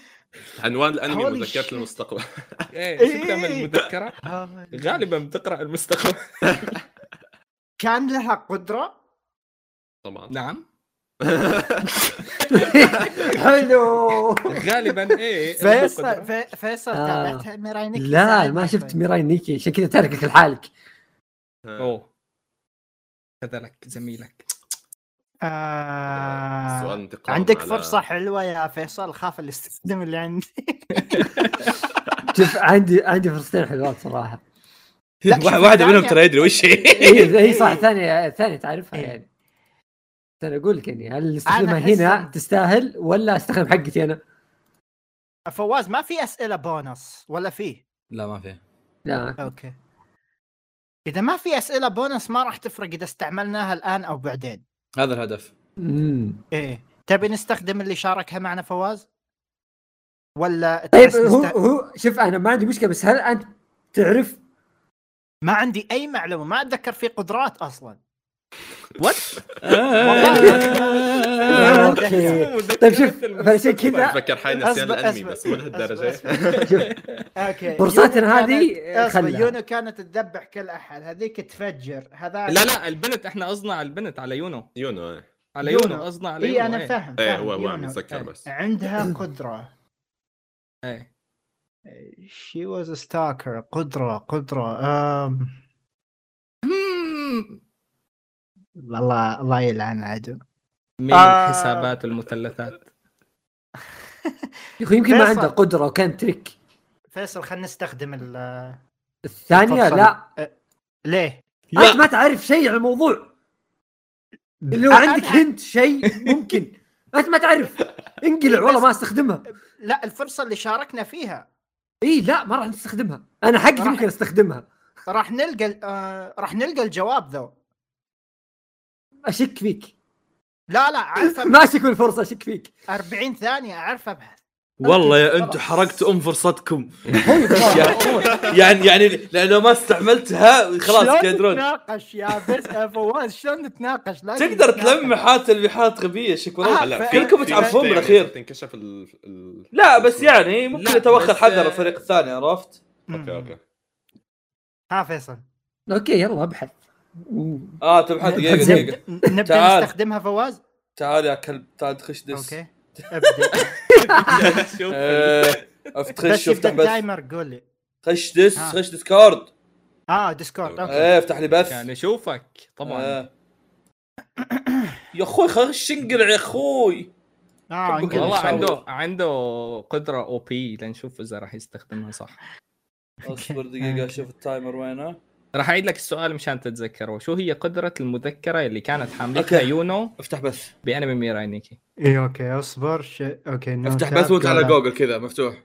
Speaker 4: عنوان الانمي
Speaker 2: Holy
Speaker 4: مذكرة
Speaker 2: shit.
Speaker 4: المستقبل
Speaker 5: ايه شو
Speaker 2: إيه.
Speaker 5: بتعمل المذكرة؟
Speaker 2: آه.
Speaker 5: غالبا بتقرا المستقبل
Speaker 2: كان لها قدره
Speaker 4: طبعا
Speaker 5: نعم
Speaker 3: حلو
Speaker 5: غالبا ايه إنه
Speaker 2: فيصل
Speaker 5: قدرة.
Speaker 2: في- فيصل
Speaker 3: آه.
Speaker 2: تابعتها ميراي نيكي
Speaker 3: لا
Speaker 2: ساعدني
Speaker 3: ما شفت
Speaker 2: شوي.
Speaker 3: ميراي نيكي عشان كذا تاركك لحالك
Speaker 5: اوه خذلك زميلك
Speaker 2: آه،
Speaker 4: سؤال انتقام
Speaker 2: عندك
Speaker 4: على-
Speaker 2: فرصه حلوه يا فيصل خاف الاستخدام اللي عندي
Speaker 3: شوف عندي عندي فرصتين حلوات صراحه
Speaker 2: لا، شوف
Speaker 1: واحده منهم
Speaker 2: الثانية-
Speaker 1: ترى يدري وش هي
Speaker 3: اي اي إيه، صح ثانيه ثانيه تعرفها
Speaker 2: إيه.
Speaker 3: يعني انا اقول لك يعني هل استخدمها
Speaker 2: أحس
Speaker 3: هنا
Speaker 2: إن-
Speaker 3: تستاهل ولا استخدم حقتي انا؟
Speaker 2: فواز ما في اسئله بونص ولا فيه
Speaker 1: لا ما في
Speaker 3: لا
Speaker 2: اوكي اذا ما في اسئله بونص ما راح تفرق اذا استعملناها الان او بعدين
Speaker 1: هذا الهدف
Speaker 3: أمم.
Speaker 2: ايه تبي نستخدم اللي شاركها معنا فواز ولا
Speaker 3: طيب
Speaker 2: تحس
Speaker 3: هو
Speaker 2: نست-
Speaker 3: هو شوف انا ما عندي مشكله بس هل انت تعرف
Speaker 2: ما عندي اي معلومه ما اتذكر في قدرات اصلا
Speaker 5: وات؟
Speaker 3: اوكي طيب شوف فعشان كذا
Speaker 4: افكر حالي نسيان
Speaker 2: أصبر،
Speaker 4: الانمي
Speaker 2: أصبر.
Speaker 4: بس مو لهالدرجه
Speaker 2: أصبر، أصبر.
Speaker 3: شوف
Speaker 2: اوكي
Speaker 3: فرصتنا
Speaker 2: يونو كانت-
Speaker 3: هذه
Speaker 2: أصبر،
Speaker 3: خلها.
Speaker 2: يونو كانت تذبح كل احد هذيك تفجر هذا
Speaker 5: لا لا البنت احنا قصدنا على البنت على يونو
Speaker 4: يونو إيه.
Speaker 5: على
Speaker 2: يونو.
Speaker 5: يونو قصدنا على
Speaker 2: اي
Speaker 5: يونو
Speaker 2: انا فاهم
Speaker 4: ايه
Speaker 2: فاهم،
Speaker 4: هو هو عم
Speaker 2: يونو.
Speaker 4: يتذكر
Speaker 5: أيوة، إيه.
Speaker 4: بس
Speaker 2: عندها قدره
Speaker 5: ايه
Speaker 2: شي واز ستاكر قدره قدره أم...
Speaker 5: مم.
Speaker 2: الله الله يلعن العدو
Speaker 5: من
Speaker 2: آه.
Speaker 5: الحسابات المثلثات
Speaker 3: يا اخي يمكن ما
Speaker 2: فيصل.
Speaker 3: عنده قدره وكان تريك
Speaker 2: فيصل خلينا نستخدم ال
Speaker 3: الثانيه
Speaker 2: طب
Speaker 3: لا
Speaker 2: ليه؟
Speaker 3: انت ما تعرف شيء عن الموضوع لو
Speaker 2: أنا-
Speaker 3: عندك هنت شيء ممكن انت ما تعرف انقلع والله ما استخدمها
Speaker 2: لا الفرصه اللي شاركنا فيها
Speaker 3: اي لا ما راح نستخدمها انا حقي
Speaker 2: راح-
Speaker 3: ممكن استخدمها
Speaker 2: راح نلقى ال- آه، راح نلقى الجواب ذو
Speaker 3: اشك فيك
Speaker 2: لا لا اعرف أبحث.
Speaker 3: ما اشك بالفرصه اشك فيك
Speaker 2: 40 ثانيه اعرف ابحث
Speaker 1: والله يا
Speaker 3: خلاص.
Speaker 1: انتم حرقتوا ام فرصتكم
Speaker 3: هو يبغاها.
Speaker 1: يعني يعني لأن لو ما استعملتها خلاص
Speaker 2: شلون
Speaker 1: يدرون
Speaker 2: نتناقش يا بس يا فواز شلون نتناقش لازم
Speaker 1: تقدر
Speaker 2: نتناقش.
Speaker 1: تلمح تلميحات غبيه شكرا
Speaker 2: آه.
Speaker 4: هلا
Speaker 2: ف-
Speaker 4: في-
Speaker 1: كلكم
Speaker 4: في
Speaker 1: تعرفون
Speaker 4: شيء
Speaker 1: بالأخير.
Speaker 4: تنكشف ال ال-
Speaker 1: لا بس يعني ممكن
Speaker 5: لا،
Speaker 1: يتوخى
Speaker 5: بس- آه،
Speaker 1: الحذر الفريق الثاني عرفت؟
Speaker 4: اوكي اوكي
Speaker 2: ها فيصل
Speaker 3: اوكي يلا ابحث
Speaker 1: اه تبحث دقيقه
Speaker 3: نبدأ-
Speaker 1: دقيقه
Speaker 2: نبدا
Speaker 1: تعال.
Speaker 2: نستخدمها فواز
Speaker 1: تعال يا كلب تعال خش دس
Speaker 2: اوكي ابدا
Speaker 5: شوف
Speaker 1: آه،
Speaker 2: بس
Speaker 6: افتح
Speaker 2: يبدا
Speaker 6: افتح بث
Speaker 2: التايمر قول لي
Speaker 6: خش ديس
Speaker 2: آه.
Speaker 6: خش ديسكورد
Speaker 2: اه ديسكورد اوكي
Speaker 1: آه.
Speaker 6: ايه افتح لي بث
Speaker 1: يعني
Speaker 5: عشان اشوفك طبعا
Speaker 6: آه. يا اخوي خش انقلع يا اخوي
Speaker 2: اه
Speaker 6: أوكي.
Speaker 2: انقل
Speaker 5: والله
Speaker 2: إن شاء الله.
Speaker 5: عنده عنده قدره او بي لنشوف اذا راح يستخدمها صح
Speaker 6: اصبر
Speaker 1: آه،
Speaker 6: دقيقه اشوف التايمر وينه
Speaker 5: راح اعيد لك السؤال مشان تتذكره شو هي قدره المذكره اللي كانت حاملتها
Speaker 6: أوكي.
Speaker 5: يونو
Speaker 6: افتح بث
Speaker 5: بانمي ميراينيكي
Speaker 2: اي اوكي اصبر ش... اوكي نو
Speaker 1: افتح
Speaker 2: تاب،
Speaker 1: بث وانت على
Speaker 2: قول-
Speaker 1: جوجل كذا مفتوح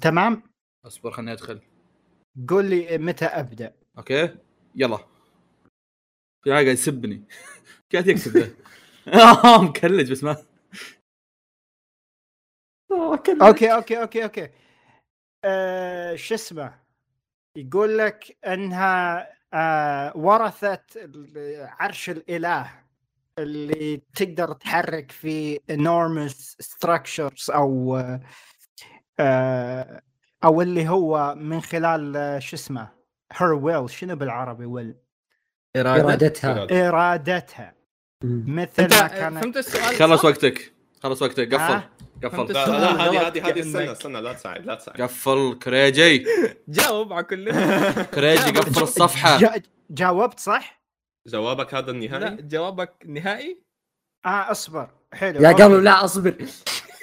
Speaker 2: تمام
Speaker 1: اصبر خليني ادخل
Speaker 2: قول لي متى ابدا
Speaker 1: اوكي يلا في عاد قاعد يسبني قاعد يكتب ذا مكلج بس ما
Speaker 2: اوكي اوكي اوكي اوكي آه، شو اسمه يقول لك انها آه، ورثت ال- عرش الاله اللي تقدر تحرك فيه enormous structures او آه، آه، او اللي هو من خلال آه، شو اسمه her will شنو بالعربي will
Speaker 5: اراده
Speaker 3: ارادتها
Speaker 2: إيه، ارادتها
Speaker 3: مم.
Speaker 2: مثل
Speaker 5: انت
Speaker 2: ما كانت
Speaker 5: آه،
Speaker 2: آه،
Speaker 5: فهمت السؤال
Speaker 1: خلص
Speaker 5: صح؟ آه،
Speaker 1: وقتك خلص وقتك
Speaker 2: ها؟
Speaker 1: قفل
Speaker 5: فهمت
Speaker 1: قفل
Speaker 4: لا لا هذه هذه هذه
Speaker 5: كأنك-
Speaker 4: استنى استنى لا تساعد لا تساعد
Speaker 1: قفل كريجي
Speaker 5: جاوب على كلنا
Speaker 1: كريجي قفل الصفحه
Speaker 2: جا- جاوبت صح؟
Speaker 4: جوابك
Speaker 5: لا
Speaker 4: هذا النهائي
Speaker 5: جوابك نهائي
Speaker 2: اه اصبر حلو
Speaker 3: يا
Speaker 2: أوكي.
Speaker 3: قبل لا اصبر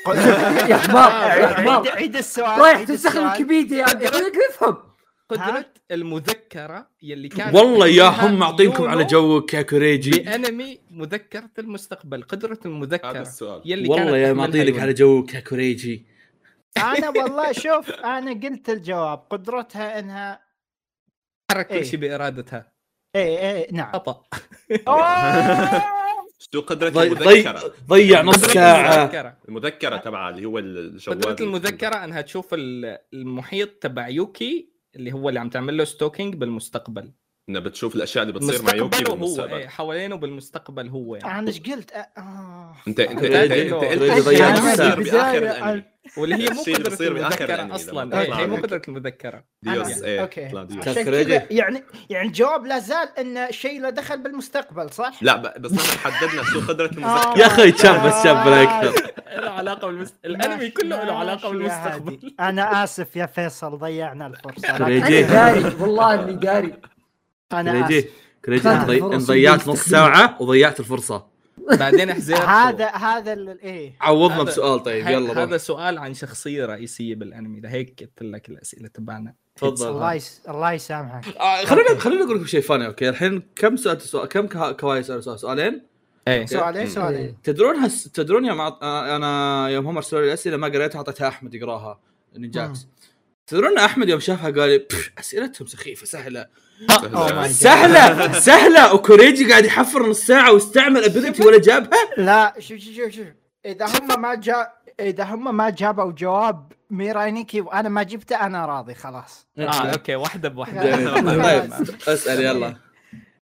Speaker 3: يا حمار يا
Speaker 2: عيد
Speaker 3: حمار
Speaker 2: عيد السؤال
Speaker 3: رايح
Speaker 2: عيد
Speaker 3: تستخدم
Speaker 2: السؤال.
Speaker 3: الكبيديا يا اخوي افهم
Speaker 5: قدره المذكره اللي كانت
Speaker 1: والله يا
Speaker 5: تحملها
Speaker 1: هم معطينكم على
Speaker 5: يونو
Speaker 1: جوك يا كريجي
Speaker 5: بانمي مذكره المستقبل قدره
Speaker 4: هذا
Speaker 5: المذكره
Speaker 4: السؤال
Speaker 5: يلي كانت
Speaker 1: والله يا
Speaker 5: تحملها
Speaker 1: معطينك
Speaker 5: يونو.
Speaker 1: على جوك يا كريجي
Speaker 2: انا والله شوف انا قلت الجواب قدرتها انها
Speaker 5: حرك
Speaker 2: إيه.
Speaker 5: كل شيء بارادتها
Speaker 2: اي اي نعم
Speaker 5: خطا
Speaker 4: شو قدرة
Speaker 1: ضي-
Speaker 4: المذكرة
Speaker 1: ضي- ضيع نص
Speaker 5: قدرة
Speaker 1: ساعه
Speaker 5: المذكرة.
Speaker 4: المذكرة تبع اللي هو الجوال
Speaker 5: قدره المذكره انها تشوف ال- المحيط تبع يوكي اللي هو اللي عم تعمل له ستوكينج بالمستقبل
Speaker 4: انها بتشوف الاشياء اللي بتصير مع يوكي
Speaker 5: مستقبله هو إيه،
Speaker 4: بالمستقبل
Speaker 5: حوالينه بالمستقبل هو يعني.
Speaker 2: انا ايش قلت آه.
Speaker 4: انت انت
Speaker 5: أنا
Speaker 4: انت
Speaker 5: قلت
Speaker 4: انت
Speaker 5: إنه-
Speaker 4: قلت
Speaker 1: ضيعت
Speaker 4: ضيعت
Speaker 1: الساعة.
Speaker 4: الساعة باخر
Speaker 2: بالبداية
Speaker 4: الانمي
Speaker 5: واللي هي مو
Speaker 4: الشيء اللي
Speaker 5: قدره
Speaker 4: بيصير بآخر الأنمي
Speaker 5: المذكره
Speaker 4: لما
Speaker 5: اصلا
Speaker 4: تطلع
Speaker 5: إيه، هي مو
Speaker 4: منك.
Speaker 5: قدره المذكره
Speaker 4: ديوز
Speaker 2: أنا-
Speaker 4: ايه
Speaker 2: اوكي
Speaker 4: لا ديوز.
Speaker 2: عشان كذا
Speaker 1: كريجي.
Speaker 2: يعني يعني الجواب لا زال ان شيء له دخل بالمستقبل صح؟
Speaker 4: لا ب- بس نحن حددنا شو قدرة
Speaker 2: آه.
Speaker 4: المذكرة
Speaker 1: يا اخي شاف بس شاف
Speaker 5: آه،
Speaker 1: بلا اكثر
Speaker 5: له علاقه بالمست... الانمي
Speaker 2: ماشي-
Speaker 5: كله له علاقه
Speaker 2: ماشي يا هادي.
Speaker 5: بالمستقبل
Speaker 2: انا اسف يا فيصل ضيعنا الفرصه لكن
Speaker 1: كريجي.
Speaker 3: انا قاري والله اني قاري
Speaker 2: انا
Speaker 1: كريجي
Speaker 2: اسف
Speaker 1: كريجي
Speaker 3: كانت
Speaker 1: إن ضي-
Speaker 3: الفرص
Speaker 1: إن ضيعت
Speaker 3: اللي
Speaker 1: نص ساعه وضيعت الفرصه
Speaker 5: بعدين حزيرتو
Speaker 2: هذا هذا ال- ايه
Speaker 1: عوضنا
Speaker 5: هذا-
Speaker 1: بسؤال طيب
Speaker 5: هاي-
Speaker 1: يلا
Speaker 5: هذا
Speaker 1: روح.
Speaker 5: سؤال عن شخصيه رئيسيه بالانمي لهيك قلت لك الاسئله تبعنا
Speaker 2: الله
Speaker 1: تفضل
Speaker 2: يس... الله يسامحك
Speaker 1: آه، خليني خليني اقول لكم شيء فاني اوكي الحين كم سالت سؤال كم كها- كواي سال سؤال سؤالين
Speaker 5: ايه
Speaker 2: سؤالين سؤالين
Speaker 1: تدرون هس... تدرون يوم عط... آه، انا يوم هم ارسلوا لي الاسئله ما قريتها اعطيتها احمد يقراها نجاكس تدرون احمد يوم شافها قال لي "بش، اسئلتهم سخيفه سهله
Speaker 2: Oh my God.
Speaker 1: سهله سهله وكوريجي قاعد يحفر نص ساعه واستعمل ابيلتي ولا جابها
Speaker 2: لا شوف شوف شوف شوف اذا هم ما جا اذا هم ما جابوا جواب ميرانيكي وانا ما جبته انا راضي خلاص
Speaker 5: اه اوكي واحده بواحده
Speaker 1: طيب اسال يلا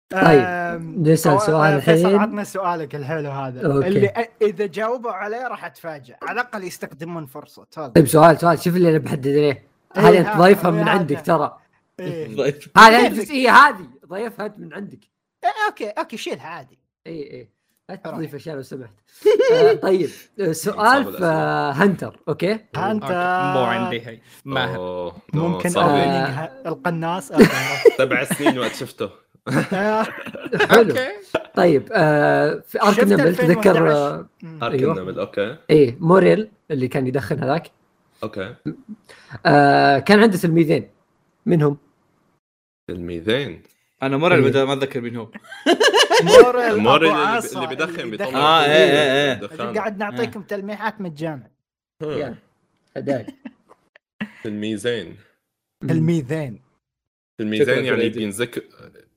Speaker 3: طيب،
Speaker 2: أم،
Speaker 3: نسأل
Speaker 2: أو-
Speaker 3: سؤال
Speaker 2: أه، فيصل،
Speaker 3: الحين.
Speaker 2: عطنا سؤالك الحلو هذا
Speaker 3: أوكي.
Speaker 2: اللي أ- اذا جاوبوا عليه راح اتفاجئ على الاقل يستخدمون فرصه تفضل
Speaker 3: طيب سؤال سؤال شوف اللي انا بحدد ليه
Speaker 2: إيه،
Speaker 3: هذه
Speaker 2: ها-
Speaker 3: انت ضايفها من
Speaker 2: هذه-
Speaker 3: عندك ترى
Speaker 2: إيه.
Speaker 1: طيب
Speaker 3: هذه هذه الجزئيه إيه، هذه ضايفها انت من عندك
Speaker 2: إيه، اوكي اوكي شيلها عادي
Speaker 3: اي اي لا
Speaker 2: راح.
Speaker 3: تضيف اشياء لو سمحت آه، طيب آه، سؤال في آه، هنتر اوكي
Speaker 2: انت
Speaker 5: مو عندي هي ما
Speaker 4: أوه، أوه،
Speaker 2: ممكن
Speaker 4: صار لي
Speaker 3: آه.
Speaker 2: opening ه- القناص أوكي.
Speaker 4: سبع سنين وقت شفته
Speaker 2: آه،
Speaker 3: حلو
Speaker 5: اوكي
Speaker 3: طيب آه، في ارك
Speaker 2: شفت
Speaker 3: النمل تذكر
Speaker 2: 2011.
Speaker 3: آه،
Speaker 2: مم.
Speaker 4: ارك
Speaker 3: أيوة.
Speaker 4: النمل اوكي
Speaker 3: ايه موريل اللي كان يدخن هذاك
Speaker 4: اوكي
Speaker 3: آه، كان عنده تلميذين منهم
Speaker 4: تلميذين
Speaker 1: انا مره بدأ ما اتذكر مين هو
Speaker 2: موريل
Speaker 4: موريل
Speaker 2: أبو
Speaker 4: اللي,
Speaker 2: عصا
Speaker 4: اللي بدخن
Speaker 2: اللي
Speaker 4: بيطلع
Speaker 2: يدخن.
Speaker 1: آه، إيه، إيه، إيه.
Speaker 4: دخان.
Speaker 2: قاعد نعطيكم
Speaker 3: آه.
Speaker 2: تلميحات مجانا
Speaker 4: هم،
Speaker 3: يلا. هذاك
Speaker 4: تلميذين
Speaker 2: تلميذين
Speaker 1: شكراً
Speaker 4: تلميذين يعني
Speaker 1: كريدي.
Speaker 4: بينذك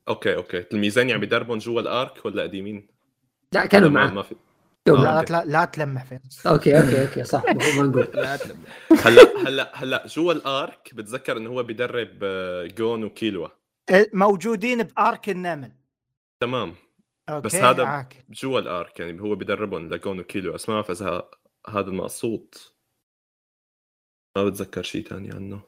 Speaker 4: اوكي اوكي تلميذين يعني بيدربون جوا الارك ولا قديمين؟
Speaker 3: لا كانوا
Speaker 4: لا، ما-
Speaker 3: معاه
Speaker 4: ما في
Speaker 3: كانوا
Speaker 4: آه.
Speaker 3: معاه.
Speaker 2: لا لا لا تلمح فيصل
Speaker 3: اوكي اوكي اوكي صح المفروض ما نقول
Speaker 5: لا تلم.
Speaker 4: هلا هلا هلا جوا الارك بتذكر انه هو بيدرب آه، جون وكيلوا
Speaker 2: إيه، موجودين بارك النمل
Speaker 4: تمام
Speaker 2: اوكي
Speaker 4: بس هذا-
Speaker 2: معاك.
Speaker 4: جوا الارك يعني هو بيدربهم لجون وكيلوا بس ما بعرف اذا ه- هذا المقصود ما بتذكر شيء ثاني عنه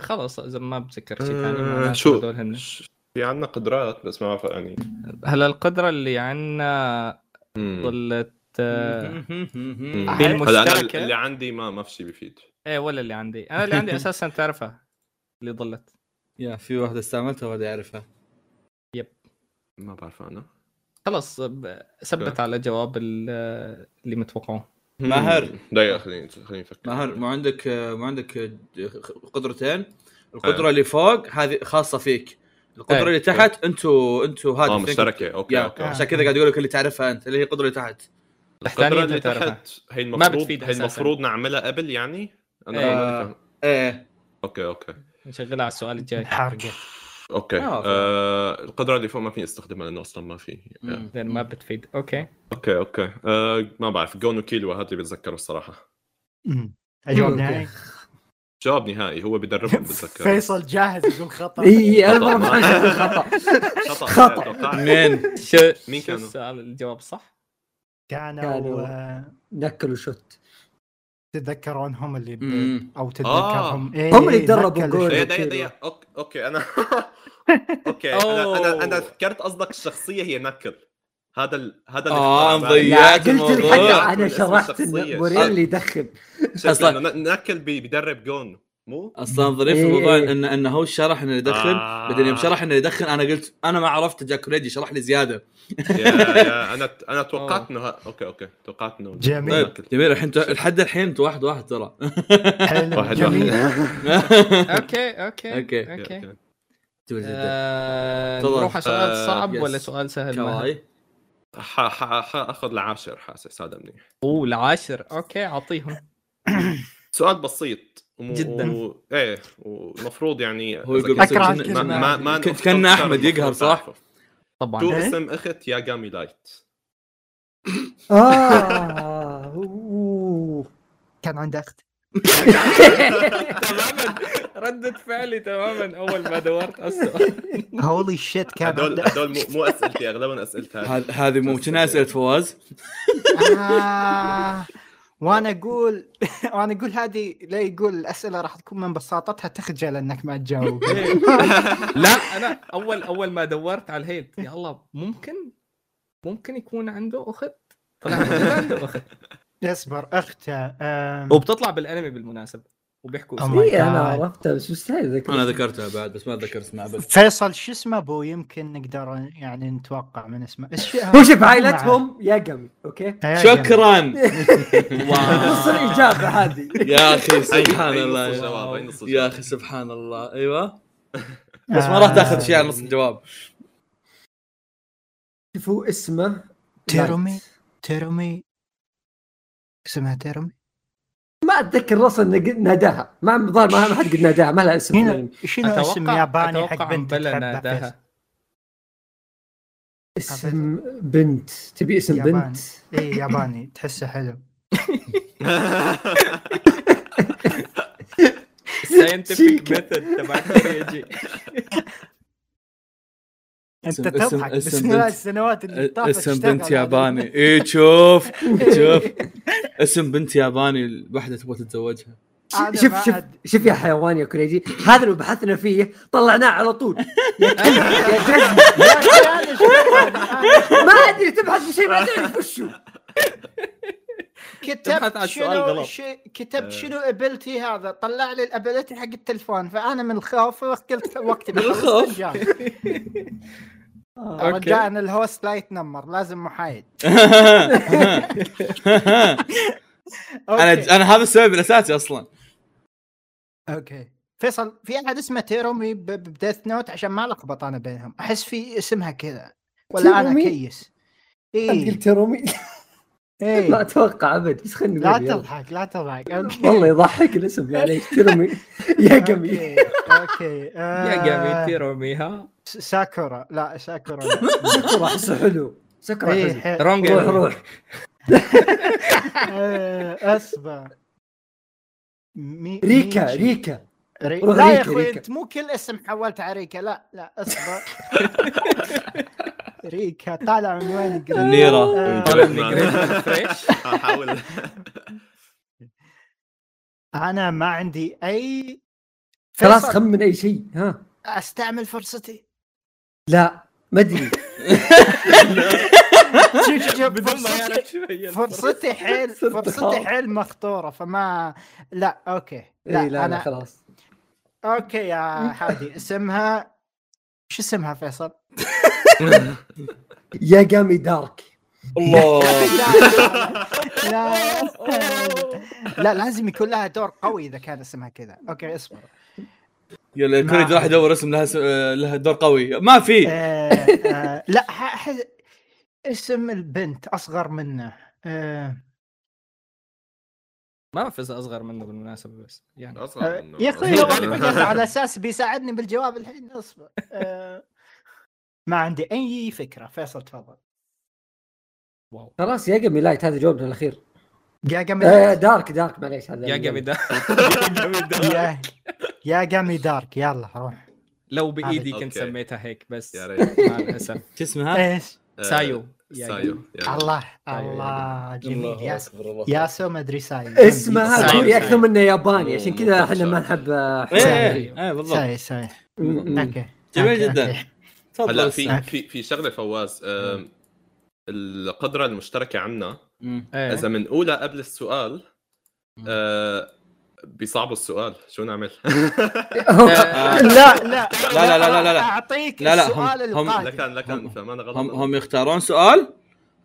Speaker 5: خلاص اذا ما بتذكر شيء ثاني
Speaker 4: آه،
Speaker 5: معناته
Speaker 4: شو
Speaker 5: هدول هن.
Speaker 4: ش- في عنا قدرات بس ما بعرف يعني
Speaker 5: هلا القدره اللي عنا
Speaker 4: مم.
Speaker 5: ظلت آه،
Speaker 4: مم.
Speaker 5: بالمشتركة.
Speaker 4: هلا انا اللي عندي ما ما في شيء بيفيد
Speaker 5: ايه ولا اللي عندي انا اللي عندي اساسا تعرفها اللي ضلت
Speaker 1: يا في واحده استعملتها وهذا يعرفها
Speaker 4: ما بعرف انا
Speaker 5: خلاص ب- ثبت على جواب ال- اللي متوقعه
Speaker 1: ماهر.
Speaker 4: مم. دقيقه خليني خليني افكر
Speaker 1: ماهر ما عندك ما عندك قدرتين القدره اللي فوق هذه خاصه فيك القدره
Speaker 5: إيه.
Speaker 1: اللي تحت انتوا انتوا هذا
Speaker 4: اه
Speaker 1: think-
Speaker 4: مشتركه اوكي
Speaker 1: يا
Speaker 4: اوكي
Speaker 1: عشان كذا قاعد يقول لك اللي تعرفها انت اللي هي القدره اللي تحت
Speaker 5: تحتانية
Speaker 4: القدرة اللي
Speaker 5: أنت تعرفها.
Speaker 4: تحت هي المفروض
Speaker 5: بتفيد
Speaker 4: هي
Speaker 5: أساساً.
Speaker 4: المفروض نعملها قبل يعني؟ انا
Speaker 1: آه،
Speaker 5: إيه.
Speaker 4: ما فاهم.
Speaker 1: ايه
Speaker 4: اوكي اوكي
Speaker 5: نشغلها على السؤال الجاي
Speaker 2: حرق.
Speaker 4: اوكي
Speaker 1: آه،
Speaker 4: آه القدره اللي فوق ما فيني استخدمها لانه اصلا ما في آه.
Speaker 5: لأن ما بتفيد اوكي
Speaker 4: اوكي اوكي آه ما بعرف جونو كيلو هذا اللي بتذكره الصراحه
Speaker 2: اجوب
Speaker 3: أوكي.
Speaker 2: نهائي
Speaker 4: جواب نهائي هو بيدربهم بتذكر
Speaker 2: فيصل جاهز يقول خطا
Speaker 3: اي انا
Speaker 4: خطأ.
Speaker 3: ما ما عندي خطا
Speaker 4: خطا
Speaker 3: خطأ.
Speaker 4: خطا
Speaker 1: منين
Speaker 5: شو
Speaker 4: مين
Speaker 5: شو
Speaker 4: كانوا؟
Speaker 5: السؤال الجواب صح؟
Speaker 2: كانوا
Speaker 3: كانوا-
Speaker 2: آه،
Speaker 3: نكلوا شوت
Speaker 2: تتذكرون هم اللي
Speaker 1: مم.
Speaker 2: او
Speaker 4: آه.
Speaker 2: تتذكرهم إيه،
Speaker 3: هم اللي تدربوا
Speaker 2: نكل
Speaker 3: جول.
Speaker 4: دقيقة
Speaker 2: الشيء.
Speaker 4: دقيقة دقيقة أوك- اوكي انا اوكي انا انا انا فكرت قصدك الشخصية هي نكل هذا ال... هذا اللي
Speaker 1: آه،
Speaker 4: اخترع بعد.
Speaker 1: مضيع.
Speaker 3: قلت الحق
Speaker 1: الموضوع.
Speaker 3: انا
Speaker 4: اسم
Speaker 3: شرحت
Speaker 4: الشخصية.
Speaker 3: ان موريلي يدخن
Speaker 4: شكله
Speaker 1: أصلاً.
Speaker 4: إنه ن- نكل بي- بيدرب جون مو
Speaker 1: اصلا ظريف
Speaker 3: إيه.
Speaker 1: الموضوع ان انه هو شرح انه يدخن
Speaker 4: آه.
Speaker 1: بعدين يوم شرح انه يدخن انا قلت انا ما عرفت جاك ريدي شرح لي زياده
Speaker 4: يا يا انا انا توقعت انه ه- اوكي اوكي توقعت انه
Speaker 2: جميل.
Speaker 1: آه. طيب
Speaker 4: نكل.
Speaker 1: جميل الحين تو- لحد الحين انت واحد واحد ترى
Speaker 2: حلو
Speaker 4: واحد
Speaker 2: جميل
Speaker 5: اوكي اوكي
Speaker 1: أوكي.
Speaker 5: اوكي
Speaker 4: اوكي
Speaker 5: آه،
Speaker 1: تفضل.
Speaker 5: نروح على سؤال
Speaker 4: آه،
Speaker 5: صعب
Speaker 1: يس.
Speaker 5: ولا سؤال سهل؟ ماهر؟
Speaker 1: كواي
Speaker 4: ح- ح- حاخذ العاشر حاسس هذا منيح
Speaker 5: اوه العاشر اوكي اعطيهم
Speaker 4: سؤال بسيط وم-
Speaker 5: جداً.
Speaker 4: و... ايه ومفروض يعني
Speaker 1: هو يقول
Speaker 4: إذا
Speaker 1: بس
Speaker 4: كنت-
Speaker 2: أكره
Speaker 1: كنا-
Speaker 2: الكلمة.
Speaker 4: ما ما, ما
Speaker 1: كنت-
Speaker 4: نقصد
Speaker 1: كان
Speaker 4: أكثر
Speaker 1: أحمد
Speaker 4: المفروض
Speaker 1: يقهر، صح؟
Speaker 4: تعرفه.
Speaker 5: طبعا
Speaker 4: شو
Speaker 2: إيه؟
Speaker 4: اسم اخت ياغامي لايت؟
Speaker 3: اه أوه.
Speaker 2: كان عندي اخت
Speaker 5: ردة فعلي تماما اول ما دورت على السؤال
Speaker 2: هولي شيت كان
Speaker 4: هدول
Speaker 2: عندي
Speaker 4: هدول مو- مو اسئلتي اغلبهم اسئلتها
Speaker 1: هذ- هذه مو كنا اسئله فواز
Speaker 2: آه، وانا اقول وانا اقول هذه لا يقول الاسئله راح تكون من بساطتها تخجل انك ما تجاوب
Speaker 5: لا انا اول اول ما دورت على الهيد يا الله ممكن ممكن يكون عنده اخت طلع ما عنده اخت
Speaker 2: اصبر اختها آم،
Speaker 5: وبتطلع بالانمي بالمناسبه وبيحكوا
Speaker 2: Oh my
Speaker 5: اسمه
Speaker 2: God.
Speaker 3: اي انا عرفتها بس مستحيل اذكر
Speaker 1: انا ذكرتها بعد بس ما ذكرت اسمها بس
Speaker 2: فيصل شو اسمه ابو يمكن نقدر يعني نتوقع من اسمه إيش-
Speaker 3: هو شوف
Speaker 2: Oh
Speaker 3: عائلتهم يا قمي اوكي
Speaker 2: يا جماعة.
Speaker 1: شكرا
Speaker 3: نص الاجابه هذه
Speaker 1: يا اخي
Speaker 4: أي- أي
Speaker 1: سبحان
Speaker 4: نص
Speaker 1: الله يا-
Speaker 4: الجواب، أي نص
Speaker 1: يا
Speaker 4: الجواب.
Speaker 1: اخي سبحان الله
Speaker 2: آه.
Speaker 1: ايوه بس ما راح تاخذ شيء على نص الجواب
Speaker 3: شوفوا اسمه
Speaker 2: تيرومي.
Speaker 3: لايت.
Speaker 2: تيرمي اسمها تيرمي
Speaker 3: ما اتذكر اصلا إنه قد ناداها ما الظاهر ما ما حد قد ناداها ما لها اسم
Speaker 2: هنا
Speaker 3: يعني
Speaker 2: شنو اسم
Speaker 5: اتوقع
Speaker 2: ياباني
Speaker 5: اتوقع
Speaker 2: يعني حق بنت
Speaker 5: بلا
Speaker 2: تحبها فيصل؟
Speaker 5: ناداها
Speaker 3: اسم بنت تبي اسم
Speaker 2: ياباني.
Speaker 3: بنت
Speaker 2: اي إيه، ياباني تحسه حلو
Speaker 5: الساينتفك
Speaker 3: شيك.
Speaker 5: ميثود تبع كوريجي
Speaker 2: انت
Speaker 1: اسم-
Speaker 2: تضحك
Speaker 1: اسم- اسم
Speaker 2: بس من
Speaker 1: بنت- آه،
Speaker 2: السنوات اللي طافت
Speaker 1: اسم
Speaker 2: اشتغل
Speaker 1: بنت
Speaker 2: عليه.
Speaker 1: ياباني اي شوف شوف اسم بنت ياباني الوحده تبغى تتزوجها
Speaker 2: أنا
Speaker 3: شوف
Speaker 2: ما
Speaker 3: شوف
Speaker 2: أد-
Speaker 3: شوف يا حيوان يا كريجي هذا لو بحثنا فيه طلعناه على طول يا كلب يا جزم
Speaker 2: يا أخي أنا شو-
Speaker 3: ما ادري تبحث في شيء ما تعرف وشو
Speaker 5: تبحث عن
Speaker 2: كتبت
Speaker 5: السؤال
Speaker 2: شنو
Speaker 5: غلط.
Speaker 2: شي- كتبت شنو ابلتي هذا طلع لي الابلتي حق التلفون فانا من الخوف قلت وقتي
Speaker 1: من
Speaker 2: بخلص
Speaker 1: الخوف.
Speaker 2: رجال. رجاء الهوست لا يتنمر لازم محايد
Speaker 1: انا
Speaker 2: أوكي.
Speaker 1: انا هذا السبب الاساسي اصلا
Speaker 2: اوكي فيصل في احد اسمه تيرومي ب- ب- بديث نوت عشان ما لخبط انا بينهم احس في اسمها كذا ولا انا
Speaker 3: تيرومي؟
Speaker 2: كيس إيه. اي
Speaker 3: قلت رومي ما
Speaker 2: اي
Speaker 3: اتوقع ابد بس خلينا
Speaker 2: إيه. لا
Speaker 3: نقول يلا.
Speaker 2: تضحك لا تضحك أوكي.
Speaker 3: والله يضحك الاسم معليش ترمي يا قمي
Speaker 2: اوكي اوكي
Speaker 5: يا
Speaker 2: آه،
Speaker 5: جامي تيروميها
Speaker 2: س- ساكورا لا إيه، ساكورا
Speaker 3: سكر احسه حلو سكر
Speaker 2: اي
Speaker 3: حلو
Speaker 2: ح-
Speaker 5: رونج
Speaker 3: روح روح
Speaker 2: آه، اصبر مي-
Speaker 3: ريكا
Speaker 2: ميشي.
Speaker 3: ريكا
Speaker 2: ري...
Speaker 3: روح
Speaker 2: لا يا
Speaker 3: ريكا،
Speaker 2: اخوي
Speaker 3: ريكا.
Speaker 2: انت مو كل اسم حولت على ريكا لا لا اصبر ريكا طالع من وين قريب.
Speaker 1: النيرة.
Speaker 2: آه،
Speaker 5: طالع من جريد فريش
Speaker 4: احاول
Speaker 2: انا ما عندي اي
Speaker 3: خلاص
Speaker 2: فيصل،
Speaker 3: خمن اي شيء ها
Speaker 2: استعمل فرصتي
Speaker 3: لا ما ادري
Speaker 2: شوف شوف شوف
Speaker 5: بدون ما
Speaker 2: فرصتي-
Speaker 5: يعرف شو هي
Speaker 2: فرصتي حيل
Speaker 3: صرت
Speaker 2: فرصتي
Speaker 3: أخاف.
Speaker 2: حيل مخطوره فما لا اوكي لا,
Speaker 3: اي لا لا
Speaker 2: انا
Speaker 3: خلاص
Speaker 2: اوكي يا حادي اسمها شو اسمها فيصل؟
Speaker 3: يا جامي دارك
Speaker 6: الله
Speaker 2: لا لا لازم يكون لها دور قوي اذا كان اسمها كذا اوكي اصبر
Speaker 1: يا ليت
Speaker 2: ما-
Speaker 1: كوريج راح يدور اسم لها س... آه، لها دور قوي ما في
Speaker 2: آه، آه، لا ح- ح- اسم البنت اصغر منه آه،
Speaker 5: ما اعرف اذا اصغر منه بالمناسبه بس يعني
Speaker 4: اصلا إنه-
Speaker 2: آه، يا اخوي هو اللي فكرت على اساس بيساعدني بالجواب الحين اصبر آه، ما عندي اي فكره فيصل تفضل
Speaker 5: واو
Speaker 3: خلاص يا جامي لايت هذا جوابنا الاخير
Speaker 2: يا
Speaker 3: آه،
Speaker 2: جامي
Speaker 3: دارك دارك معليش هذا
Speaker 5: يا جامي ده
Speaker 2: يا يا جامي دارك يلا روح
Speaker 5: لو بايدي
Speaker 4: أوكي.
Speaker 5: كنت سميتها هيك بس
Speaker 4: يا ريت
Speaker 5: مع الاسف
Speaker 1: شو اسمها؟
Speaker 2: ايش
Speaker 4: آه،
Speaker 5: سايو يا
Speaker 4: سايو يا ريت.
Speaker 2: الله
Speaker 5: أيوة،
Speaker 2: الله جميل
Speaker 1: الله
Speaker 2: يا
Speaker 1: أكبر، الله أكبر.
Speaker 2: ياسو ما ادري ساي
Speaker 3: اسمها
Speaker 5: سعيد،
Speaker 3: كوري
Speaker 5: سعيد.
Speaker 3: اكثر منه ياباني عشان كذا
Speaker 4: أوه،
Speaker 3: احنا ما
Speaker 4: صح.
Speaker 3: نحب
Speaker 1: ايه
Speaker 3: حوار.
Speaker 1: إيه، إيه، بالضبط
Speaker 2: ساي ساي
Speaker 3: م- م.
Speaker 2: اوكي
Speaker 1: جميل
Speaker 2: أوكي، آه،
Speaker 1: جداً.
Speaker 2: أوكي.
Speaker 1: تفضل نعم.
Speaker 4: هلا
Speaker 1: في
Speaker 4: في في في شغله فواز آم، القدره المشتركه عنا
Speaker 5: إيه.
Speaker 4: اذا بنقولها قبل السؤال آه، بيصعبوا السؤال شو نعمل؟
Speaker 2: لا لا
Speaker 1: لا، لا، لا، لا، لا.
Speaker 2: اعطيك
Speaker 1: لا، لا، هم-
Speaker 2: السؤال
Speaker 1: هم-
Speaker 2: القادم.
Speaker 4: لكن لكن
Speaker 1: طيب. هم-
Speaker 4: فما غلط
Speaker 1: هم هم يختارون سؤال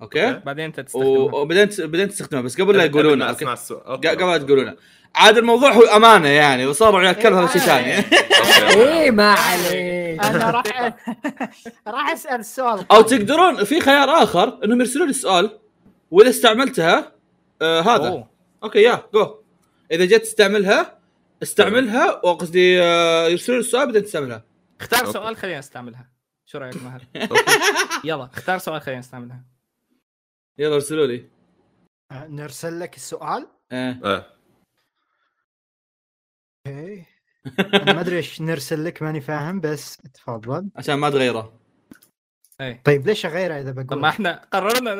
Speaker 1: اوكي
Speaker 5: إيه. بعدين انت تستخدمها
Speaker 1: و- وبعدين تس- بعدين تستخدمه بس قبل لا
Speaker 4: قبل
Speaker 1: يقولونه
Speaker 4: ما
Speaker 1: اوكي
Speaker 4: اسمع السؤال
Speaker 1: ق- قبل لا تقولونه عاد الموضوع هو امانه يعني وصاروا على الكلب هذا شيء
Speaker 2: إيه.
Speaker 1: ثاني
Speaker 3: ايه ما عليك
Speaker 2: انا راح راح اسال السؤال
Speaker 1: او
Speaker 2: القادم.
Speaker 1: تقدرون في خيار اخر انهم يرسلوا لي السؤال واذا استعملتها آه هذا
Speaker 5: أوه.
Speaker 1: اوكي يا جو اذا جيت تستعملها استعملها وقصدي آه، يرسلوا لي السؤال بعدين تستعملها
Speaker 5: اختار
Speaker 4: أوكي.
Speaker 5: سؤال خلينا نستعملها شو رايك مهر
Speaker 4: أوكي.
Speaker 5: يلا اختار سؤال خلينا نستعملها
Speaker 1: يلا ارسلوا لي
Speaker 2: نرسل لك السؤال
Speaker 1: آه.
Speaker 4: آه،
Speaker 2: اوكي أنا ما ادري ايش نرسل لك ماني فاهم بس تفضل
Speaker 1: عشان ما تغيره
Speaker 5: ايه
Speaker 2: طيب ليش اغيره اذا
Speaker 5: طب ما
Speaker 2: بقول
Speaker 5: احنا قررنا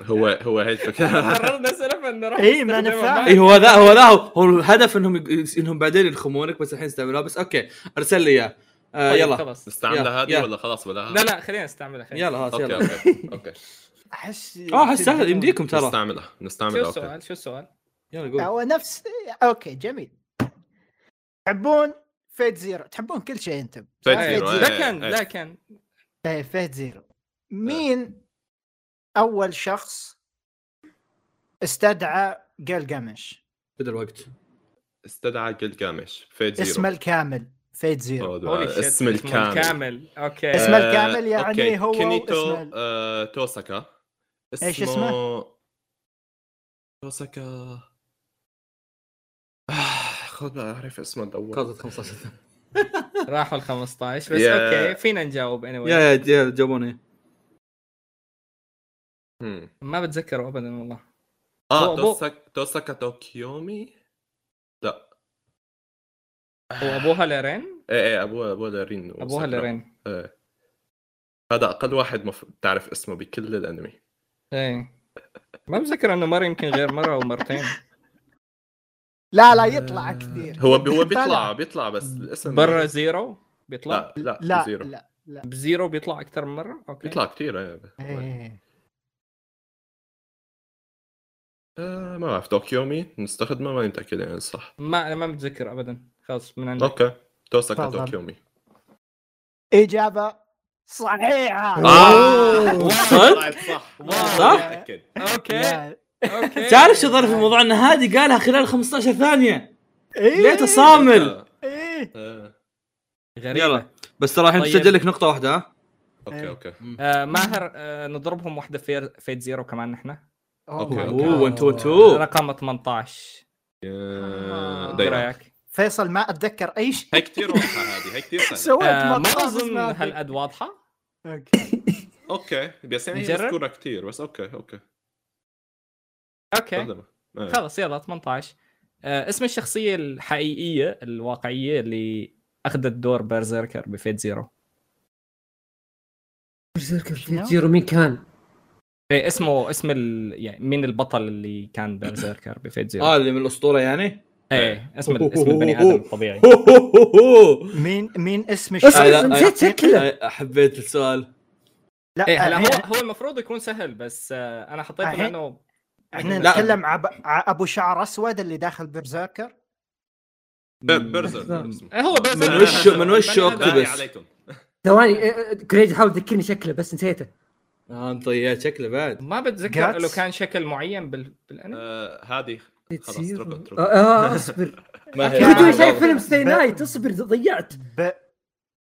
Speaker 4: هو هو هي الفكره
Speaker 5: قررنا سلفا انه راح
Speaker 2: إيه، ما أنا
Speaker 5: نستخدمها
Speaker 2: فاهم.
Speaker 1: اي هو ذا هو ذا هو هو الهدف انهم يق- انهم بعدين يلخمونك بس الحين استعملوها بس اوكي ارسل لي اياه آه
Speaker 5: طيب،
Speaker 1: يلا
Speaker 5: خلاص
Speaker 1: يا-
Speaker 4: نستعملها
Speaker 1: يا.
Speaker 4: هذه ولا خلاص ولا
Speaker 5: لا لا خلينا نستعملها خلينا
Speaker 1: يلا هات
Speaker 4: اوكي
Speaker 1: يلا
Speaker 4: اوكي اوكي
Speaker 2: احس
Speaker 4: آه،
Speaker 1: اه احس سهل يمديكم ترى
Speaker 4: نستعملها
Speaker 5: شو
Speaker 4: نستعملها اوكي
Speaker 5: السؤال شو السؤال
Speaker 1: يلا قول
Speaker 2: هو نفس اوكي جميل تحبون فيت زيرو تحبون كل شيء انتم
Speaker 4: فيت
Speaker 2: آه،
Speaker 4: زيرو، إيه.
Speaker 5: لكن
Speaker 4: إيه.
Speaker 5: لكن
Speaker 2: إيه، فيت زيرو مين اول شخص استدعى جلجامش
Speaker 1: بدا الوقت
Speaker 4: استدعى جلجامش فيت زيرو
Speaker 2: اسمه الكامل فيت زيرو
Speaker 4: هو ده،
Speaker 5: Holy shit،
Speaker 4: اسم الكامل
Speaker 5: الكامل اوكي
Speaker 2: اسم
Speaker 4: آه،
Speaker 2: الكامل يعني
Speaker 4: أوكي.
Speaker 2: هو
Speaker 4: كينيتو
Speaker 2: واسم ال-
Speaker 4: آه، توساكا اسمه
Speaker 2: إيش اسمه؟
Speaker 4: توساكا آه، خذ بقى اعرف اسمه الاول
Speaker 1: قصد 15 ثانية.
Speaker 5: راحوا ال 15 بس
Speaker 4: يا-
Speaker 5: اوكي فينا نجاوب اني
Speaker 1: يا يا يا جابوني
Speaker 4: مم.
Speaker 5: ما بتذكره ابدا والله
Speaker 4: اه
Speaker 5: بو- بو.
Speaker 4: توساكا توساكا توكيومي
Speaker 5: هو ابوها لرين
Speaker 4: ايه ايه ابوها ابوها لارين
Speaker 5: ابوها
Speaker 4: وساكورا.
Speaker 5: لرين
Speaker 4: إيه. هذا اقل واحد مف... تعرف اسمه بكل الانمي
Speaker 5: ايه ما بتذكر انه مر يمكن غير مره او مرتين
Speaker 2: لا لا يطلع كثير
Speaker 4: هو هو بيطلع
Speaker 2: طلع.
Speaker 4: بيطلع بس الاسم
Speaker 5: برا زيرو بيطلع
Speaker 4: لا لا
Speaker 2: لا
Speaker 4: زيرو.
Speaker 2: لا
Speaker 5: بزيرو بيطلع اكثر من مره اوكي
Speaker 4: بيطلع كثير ايه
Speaker 2: إيه.
Speaker 4: آه، ما بعرف توكيومي نستخدمه ماني متاكد يعني صح
Speaker 5: ما انا ما متذكر ابدا خلاص من عندك
Speaker 4: اوكي توساكا
Speaker 2: تفضل.
Speaker 4: توكيومي
Speaker 2: اجابه صحيحه
Speaker 4: آه.
Speaker 1: صدق؟
Speaker 4: صح
Speaker 1: صح؟
Speaker 4: متاكد
Speaker 5: اوكي
Speaker 2: يا-
Speaker 5: اوكي
Speaker 1: تعرف شو ظرف الموضوع ان هذه قالها خلال 15 ثانيه
Speaker 2: إيه.
Speaker 1: ليه تصامل
Speaker 4: آه،
Speaker 2: إيه.
Speaker 4: آه،
Speaker 5: غريبه
Speaker 1: يلا بس ترى الحين
Speaker 5: طيب.
Speaker 1: تسجل لك نقطه واحده ها
Speaker 2: إيه.
Speaker 4: اوكي اوكي
Speaker 5: آه ماهر آه نضربهم واحده في فيت زيرو كمان نحن
Speaker 4: أوكي،
Speaker 2: أوه.
Speaker 4: أوكي.
Speaker 1: اوه 1 2 2
Speaker 5: رقم 18
Speaker 4: آه،
Speaker 5: ايه
Speaker 4: دايرة.
Speaker 5: رايك؟
Speaker 2: فيصل ما اتذكر اي شيء
Speaker 4: هي كثير واضحه هذه هي كثير سهله
Speaker 2: سويت
Speaker 5: آه ما
Speaker 2: مقطع بس
Speaker 5: اظن
Speaker 2: ما أدري.
Speaker 5: هالقد واضحه
Speaker 2: أوكي.
Speaker 4: اوكي بس يعني هي
Speaker 5: نجرب؟
Speaker 4: مذكوره كثير بس اوكي اوكي
Speaker 5: اوكي
Speaker 4: استخدمها. آه.
Speaker 5: خلص يلا 18 آه اسم الشخصيه الحقيقيه الواقعيه اللي اخذت دور بيرزيركر بفيت زيرو
Speaker 3: زيرو مين كان؟
Speaker 5: إيه اسمه اسم ال... يعني مين البطل اللي كان بيرزيركر بفيت زيرو
Speaker 1: آه، اه اللي من الاسطوره يعني
Speaker 5: ايه اسم اسم البني ادم الطبيعي
Speaker 2: مين مين اسم
Speaker 3: بس
Speaker 2: الشخص؟
Speaker 3: أنا- نسيت شكله.
Speaker 1: حبيت السؤال
Speaker 2: لا
Speaker 5: ايه هلا هو
Speaker 2: احنا,
Speaker 5: هو المفروض يكون سهل بس آه، انا حطيته يعني
Speaker 2: الحين-
Speaker 5: لانه
Speaker 2: احنا
Speaker 1: لا.
Speaker 2: نتكلم عن ابو شعر اسود اللي داخل برزيركر
Speaker 4: برزر
Speaker 5: إيه هو بس
Speaker 1: من وش- من وش أوكتوبس؟
Speaker 3: ثواني آه، آه، كريج حاول تذكرني شكله بس نسيته
Speaker 1: آه، انت يا شكله بعد
Speaker 5: ما بتذكر
Speaker 2: Guts.
Speaker 5: له كان شكل معين بال... بالانمي
Speaker 4: آه، هذه خلاص اتركه
Speaker 3: آه،
Speaker 4: اتركه
Speaker 3: آه، اصبر
Speaker 1: ما
Speaker 3: كل شوي
Speaker 2: أوكي.
Speaker 3: شايف فيلم ستي نايت اصبر ضيعت
Speaker 2: ب...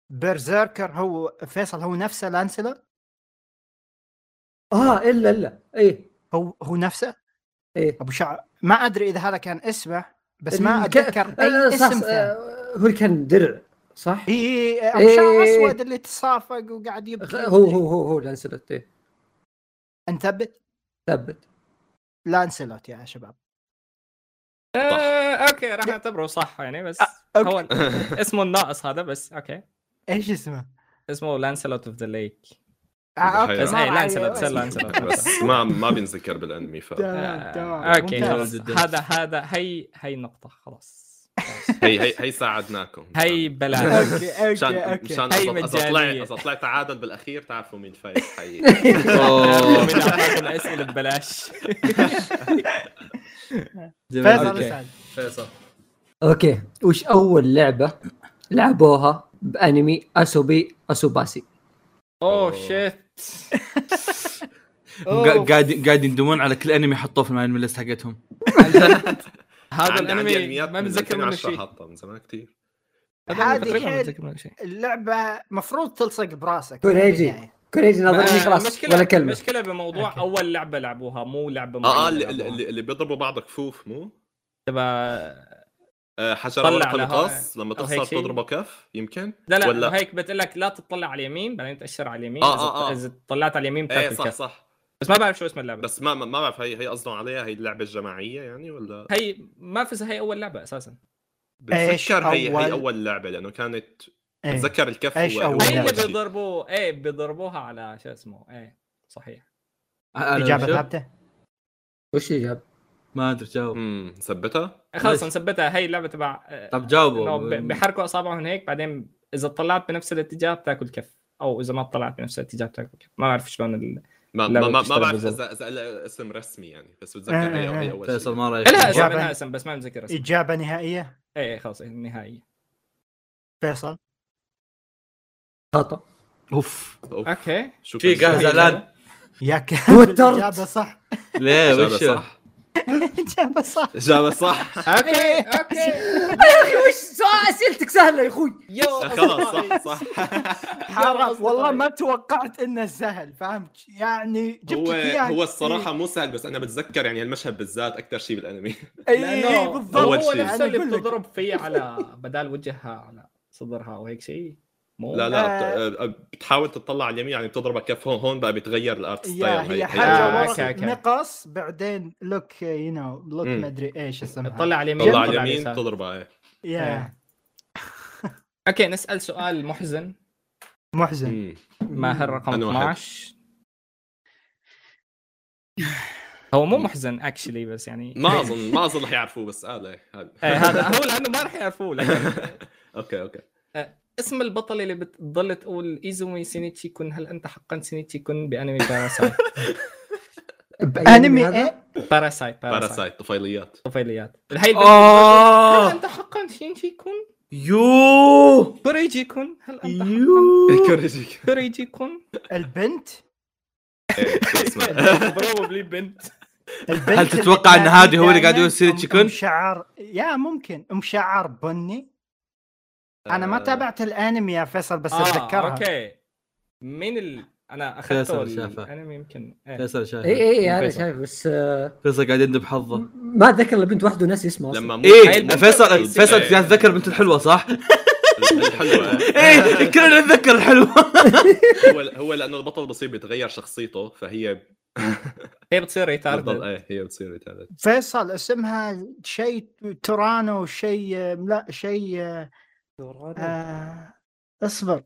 Speaker 2: برزيركر هو فيصل هو نفسه لانسلر
Speaker 3: اه الا الا اي
Speaker 2: هو هو نفسه
Speaker 3: ايه
Speaker 2: ابو شعر ما ادري اذا هذا كان اسمه بس ما
Speaker 3: الك-
Speaker 2: اتذكر
Speaker 3: آه،
Speaker 2: اي
Speaker 3: صح
Speaker 2: اسم ثاني
Speaker 3: آه، هو اللي كان درع صح؟
Speaker 2: اي إي، ابو
Speaker 3: إيه.
Speaker 2: شعر اسود اللي تصافق وقاعد يبكي
Speaker 3: هو هو هو هو لانسلوت إيه،
Speaker 2: انثبت
Speaker 3: ثبت
Speaker 2: لانسلوت يا شباب
Speaker 5: آه، اوكي راح اعتبره صح يعني بس
Speaker 2: آه، أوكي.
Speaker 5: هو اسمه الناقص هذا بس اوكي
Speaker 2: ايش اسمه؟
Speaker 5: اسمه لانسلوت اوف ذا ليك
Speaker 2: آه، اوكي،
Speaker 4: بس
Speaker 5: بس
Speaker 2: ما
Speaker 5: ايه
Speaker 2: عليه.
Speaker 5: لانسلوت سير لانسلوت بس
Speaker 4: بس ما ما بينذكر بالانمي ف
Speaker 2: تمام، تمام.
Speaker 5: آه، اوكي
Speaker 2: ممتاز.
Speaker 5: خلاص هذا هذا هي هي نقطة خلاص
Speaker 4: هي هي هي ساعدناكم
Speaker 5: هي بلاش
Speaker 2: اوكي اوكي
Speaker 4: مشان
Speaker 2: اوكي
Speaker 4: مشان
Speaker 5: هي
Speaker 4: إذا طلع
Speaker 5: مجانية.
Speaker 4: اذا طلع تعادل بالاخير تعرفوا مين فايز حقيقي
Speaker 1: أوه.
Speaker 5: من أعطاكم الاسئله ببلاش
Speaker 1: جميل.
Speaker 2: فيصل
Speaker 1: أوكي.
Speaker 2: اسأل.
Speaker 1: فيصل
Speaker 3: اوكي وش اول لعبه لعبوها بانمي اسوبي اسوباسي
Speaker 5: اوه شيت
Speaker 1: قا- قاعد قاعد يندمون على كل انمي حطوه في الماين ليست حقتهم
Speaker 5: هذا
Speaker 4: عندي- عندي
Speaker 5: الانمي
Speaker 4: أنميات
Speaker 5: ما
Speaker 4: من
Speaker 5: متذكر منه
Speaker 4: 2010
Speaker 5: شيء
Speaker 4: حاطه من زمان كثير
Speaker 5: هذا الأنمي
Speaker 2: هذه
Speaker 5: تقريباً ما
Speaker 2: حيل.
Speaker 5: متذكر منه شيء
Speaker 2: اللعبه مفروض تلصق براسك
Speaker 3: كوريجي.
Speaker 2: يعني.
Speaker 3: كريج ناظرني
Speaker 5: آه،
Speaker 3: خلاص
Speaker 5: المشكلة-
Speaker 3: ولا كلمه
Speaker 5: المشكله بموضوع
Speaker 3: أوكي.
Speaker 5: اول لعبه لعبوها مو لعبه
Speaker 4: اه
Speaker 5: معينه
Speaker 4: اه اللي,
Speaker 5: لعبوها.
Speaker 4: اللي, اللي بيضربوا بعض كفوف مو
Speaker 5: تبع
Speaker 4: آه، حجر
Speaker 5: طلع
Speaker 4: ورقه
Speaker 5: لها-
Speaker 4: مقص لما
Speaker 5: أو هيك
Speaker 4: تخسر
Speaker 5: شيء.
Speaker 4: تضربه كف يمكن
Speaker 5: لا لا
Speaker 4: ولا-
Speaker 5: ولا... هيك بتقول لك لا تطلع على اليمين بعدين تاشر على اليمين
Speaker 4: آه،
Speaker 5: إذا-
Speaker 4: آه، آه.
Speaker 5: اذا طلعت على اليمين
Speaker 4: ايه
Speaker 5: بتاكل
Speaker 4: صح
Speaker 5: كف
Speaker 4: صح
Speaker 5: بس ما بعرف شو اسم اللعبه
Speaker 4: بس ما ما ما بعرف هي هي قصدهم عليها هي اللعبه الجماعيه يعني ولا
Speaker 5: هي ما فيها هي اول لعبه اساسا
Speaker 2: إيش
Speaker 4: بتذكر هي هي
Speaker 2: أول-
Speaker 4: اول لعبه لانه كانت
Speaker 2: إيه.
Speaker 4: اتذكر الكف
Speaker 2: إيش
Speaker 4: هو-
Speaker 2: أول
Speaker 4: هو
Speaker 5: هي اللي
Speaker 2: لعبة؟
Speaker 4: الشيء.
Speaker 5: بيضربوه ايه بيضربوها على شو اسمه ايه صحيح
Speaker 2: اجابه ثابته
Speaker 3: وش الاجابه؟
Speaker 1: ما ادري جاوب
Speaker 4: امم ثبتها
Speaker 5: خلص
Speaker 1: ماشي.
Speaker 5: نثبتها هي اللعبه تبع آه،
Speaker 1: طب
Speaker 5: إنه
Speaker 1: جاوبوا
Speaker 5: ب- بيحركوا اصابعهم هيك بعدين اذا طلعت بنفس الاتجاه بتاكل كف او اذا ما طلعت بنفس الاتجاه بتاكل كف ما بعرف شلون ال...
Speaker 4: ما
Speaker 5: لا،
Speaker 4: ما ما, ما
Speaker 5: بتشتغل
Speaker 4: بعرف
Speaker 5: بالضبط.
Speaker 4: اذا اذا لها اسم رسمي يعني بس بتذكر
Speaker 2: إيه،
Speaker 4: هي
Speaker 2: إيه،
Speaker 4: هي
Speaker 2: إيه.
Speaker 4: اول
Speaker 1: فيصل
Speaker 4: شيء
Speaker 1: ما رايك
Speaker 5: لها اسم
Speaker 2: إجابة.
Speaker 5: لها اسم بس ما متذكر اسمها
Speaker 2: اجابه نهائيه
Speaker 5: ايه خلص النهائيه
Speaker 2: فيصل
Speaker 3: خطا
Speaker 1: اوف
Speaker 4: أوف، إيه،
Speaker 5: اوكي
Speaker 4: شو
Speaker 1: في
Speaker 4: كان
Speaker 1: قاعد
Speaker 4: اسمه؟
Speaker 1: زعلان
Speaker 2: يا كلب
Speaker 3: توترت.
Speaker 2: الاجابه صح
Speaker 1: ليه
Speaker 4: إجابة
Speaker 1: وش
Speaker 4: صح
Speaker 2: الاجابه صح
Speaker 4: اجابه صح
Speaker 5: اوكي اوكي
Speaker 3: وش سؤال اسئلتك سهله يا اخوي
Speaker 5: يو
Speaker 4: خلاص صح صح
Speaker 2: حرام والله ما توقعت انه سهل فهمت يعني جبت
Speaker 4: هو
Speaker 2: لك إياها.
Speaker 4: هو الصراحه مو سهل بس انا بتذكر يعني المشهد بالذات اكثر شيء بالانمي
Speaker 2: اي اي إي، بالضبط
Speaker 4: أول
Speaker 5: هو
Speaker 4: شيء.
Speaker 5: نفسه اللي
Speaker 2: أنا أقول لك.
Speaker 5: بتضرب فيه على بدال وجهها على صدرها او هيك شيء مو
Speaker 4: لا لا بت- آه، بتحاول تطلع على اليمين يعني بتضربها كف هون هون بقى بيتغير الارت
Speaker 2: يا
Speaker 4: ستايل
Speaker 2: طيب، هي
Speaker 5: آه،
Speaker 2: حاجه
Speaker 5: أوكي،
Speaker 2: ورا-
Speaker 5: أوكي.
Speaker 2: نقص بعدين لوك يو نو لوك
Speaker 4: مم.
Speaker 2: ما ادري ايش اسمها
Speaker 5: طلع إيه. على اليمين
Speaker 4: طلع على
Speaker 5: طلع على
Speaker 4: اليمين
Speaker 5: اليسار.
Speaker 4: تضربها ايه
Speaker 2: يا
Speaker 5: اوكي نسال سؤال محزن
Speaker 2: محزن
Speaker 4: مم.
Speaker 5: ماهر رقم
Speaker 4: أنا واحد.
Speaker 5: 12 هو مو محزن اكشلي بس يعني
Speaker 4: ما اظن ما اظن رح يعرفوه بس قال ايه هذا.
Speaker 5: إيه، هذا هو لانه ما راح يعرفوه لكن
Speaker 4: اوكي اوكي
Speaker 5: اسم البطل اللي بتضل تقول ايزومي سينيتشي كن هل انت حقا سينيتشي كن بانمي باراسايت
Speaker 2: انمي
Speaker 3: هذا؟
Speaker 2: ايه
Speaker 5: باراسايت باراسايت
Speaker 4: باراسايت طفيليات
Speaker 5: طفيليات هي البنت
Speaker 1: آه.
Speaker 5: بتقول، هل انت حقا سينيتشي كن
Speaker 1: يوه
Speaker 5: كوريجي كن هل انت حقا
Speaker 1: يوه
Speaker 4: كوريجيك
Speaker 5: كوريجي كن
Speaker 2: البنت
Speaker 4: إيه،
Speaker 5: بروبلي بنت
Speaker 2: البنت
Speaker 1: هل
Speaker 2: اللي
Speaker 1: تتوقع ان
Speaker 2: كانت
Speaker 1: هذه هو اللي
Speaker 2: دايماً
Speaker 1: قاعد يقول سيري
Speaker 2: أم-
Speaker 1: تشيكون؟
Speaker 2: مشعر يا ممكن مشعر بني انا ما تابعت الانمي يا فيصل
Speaker 5: آه،
Speaker 2: بس اتذكرها
Speaker 5: اوكي مين ال... انا
Speaker 1: فيصل
Speaker 5: اخذته
Speaker 1: شافه.
Speaker 5: الانمي يمكن إيه.
Speaker 1: فيصل شايف
Speaker 3: اي اي انا
Speaker 5: فيصل.
Speaker 3: شايف بس آه،
Speaker 1: فيصل قاعد يندب حظه
Speaker 3: ما اتذكر الا بنت واحده وناسي اسمها أصلاً.
Speaker 4: لما مو
Speaker 5: هاي
Speaker 1: ايه
Speaker 5: البنت
Speaker 1: فيصل
Speaker 5: الرئيسية.
Speaker 1: فيصل قاعد تذكر بنت الحلوه صح؟
Speaker 4: الحلوه
Speaker 6: إيه.
Speaker 1: ايه كلنا نتذكر الحلوه
Speaker 4: هو هو لانه البطل بصير بيتغير شخصيته فهي
Speaker 5: هي بتصير
Speaker 4: بتضل
Speaker 5: ريتاردد
Speaker 4: ايه هي بتصير ريتاردد
Speaker 2: فيصل اسمها شيء تورانو شيء لا شيء آه، اصبر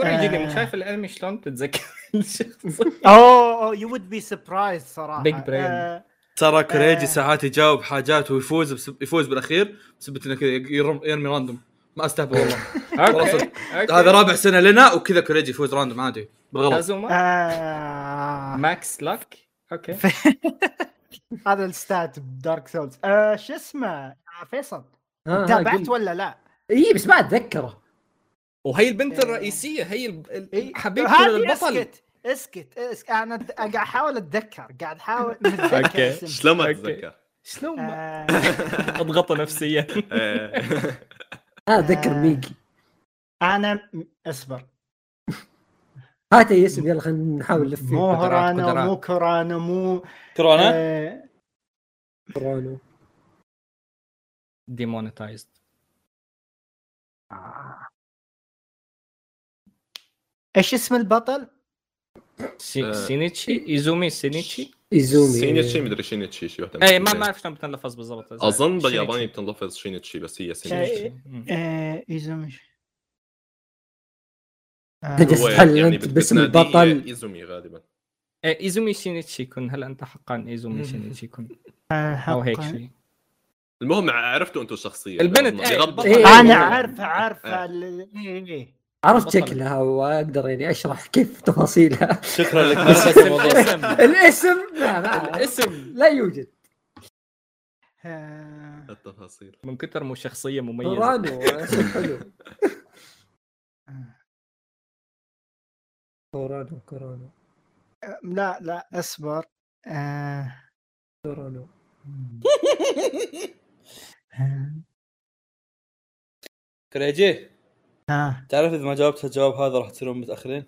Speaker 5: كوريجي اللي
Speaker 2: آه.
Speaker 5: مش شايف الانمي شلون بتتذكر الشخص
Speaker 2: اوه يو وود بي سبرايز صراحه
Speaker 5: Big brain.
Speaker 2: آه،
Speaker 6: إيه.
Speaker 1: ترى كريجي
Speaker 2: آه.
Speaker 1: ساعات يجاوب حاجات ويفوز بسب... يفوز بالاخير بسبب انه كذا يرم- يرمي راندوم ما استهبل والله
Speaker 5: اوكي أوكي.
Speaker 1: هذا رابع سنه لنا وكذا كريجي يفوز راندوم عادي بالغلط
Speaker 5: كازوما
Speaker 2: آه
Speaker 5: ماكس لك اوكي
Speaker 2: هذا الستات بدارك سولز آه شو اسمه يا فيصل
Speaker 5: آه،
Speaker 3: ها، ها،
Speaker 2: تابعت
Speaker 3: قل.
Speaker 2: ولا لا؟
Speaker 3: اي بس ما اتذكره
Speaker 5: وهي البنت الرئيسيه هي ال- ال-
Speaker 2: إي.
Speaker 5: حبيبتي
Speaker 2: آه. إيه؟ هذه
Speaker 5: البطل
Speaker 2: اسكت اسكت اسكت انا د- قاعد احاول اتذكر قاعد احاول متذكر
Speaker 5: أوكي.
Speaker 2: اسمه.
Speaker 4: شلون ما
Speaker 5: أوكي.
Speaker 4: تتذكر؟
Speaker 5: شلون ما-
Speaker 2: آه،
Speaker 5: اضغطه نفسيا
Speaker 4: إيه.
Speaker 3: انا اتذكر
Speaker 2: آه.
Speaker 3: ميجي
Speaker 2: انا م- اصبر
Speaker 3: هات اي اسم يلا خلينا نحاول نلف فيه.
Speaker 2: مو
Speaker 1: قدرات،
Speaker 2: هرانا
Speaker 1: قدرات.
Speaker 2: مو كورانا مو
Speaker 6: كورونا
Speaker 2: آه،
Speaker 3: برونو.
Speaker 5: ديمونتايزد
Speaker 2: ايش اسم البطل؟
Speaker 4: آه.
Speaker 5: سينيتشي ايزومي سينيتشي
Speaker 3: ايزومي
Speaker 4: سينيتشي مدري شينيتشي شي واحدة من
Speaker 5: اي إيه، ما ما
Speaker 4: الاثنين.
Speaker 5: اعرف شلون بتنلفظ بالضبط
Speaker 4: اظن بالياباني
Speaker 5: شينيتشي.
Speaker 4: بتنلفظ شينيتشي بس
Speaker 2: شيء.
Speaker 4: هي سينيتشي
Speaker 5: مم.
Speaker 2: آه، ايزومي آه،
Speaker 3: تجس- بس
Speaker 4: هو يعني
Speaker 3: هل أنت
Speaker 4: بت-
Speaker 3: باسم
Speaker 4: بتناديه
Speaker 3: البطل؟
Speaker 4: ايزومي غالبا
Speaker 5: إيه، ايزومي شينيتشي كن هل انت حقا ايزومي
Speaker 1: مم.
Speaker 5: شينيتشي كن او
Speaker 2: آه،
Speaker 5: هيك
Speaker 2: حقاً.
Speaker 5: شيء
Speaker 4: المهم عرفتوا انتم الشخصيه
Speaker 5: البنت،
Speaker 4: بغض-
Speaker 5: إيه،
Speaker 4: بغض
Speaker 5: البطل.
Speaker 4: النظر-
Speaker 2: انا
Speaker 3: إيه.
Speaker 2: عارفه عارفه
Speaker 4: آه.
Speaker 2: ال- إيه، إيه.
Speaker 3: عرفت
Speaker 5: بطل.
Speaker 3: شكلها واقدر يعني اشرح كيف تفاصيلها
Speaker 6: شكرا لك
Speaker 5: بس
Speaker 6: بس الموضوع
Speaker 5: الاسم
Speaker 3: الاسم لا لا
Speaker 5: الاسم
Speaker 3: لا يوجد
Speaker 2: آه،
Speaker 4: التفاصيل
Speaker 5: من كثر مو شخصيه مميزه
Speaker 3: رانو اسم حلو كورانو كورانو
Speaker 2: لا لا اصبر آه،
Speaker 3: كورانو
Speaker 2: آه،
Speaker 6: كريجي
Speaker 2: آه.
Speaker 6: تعرف اذا ما جاوبت الجواب هذا راح تصيرون متاخرين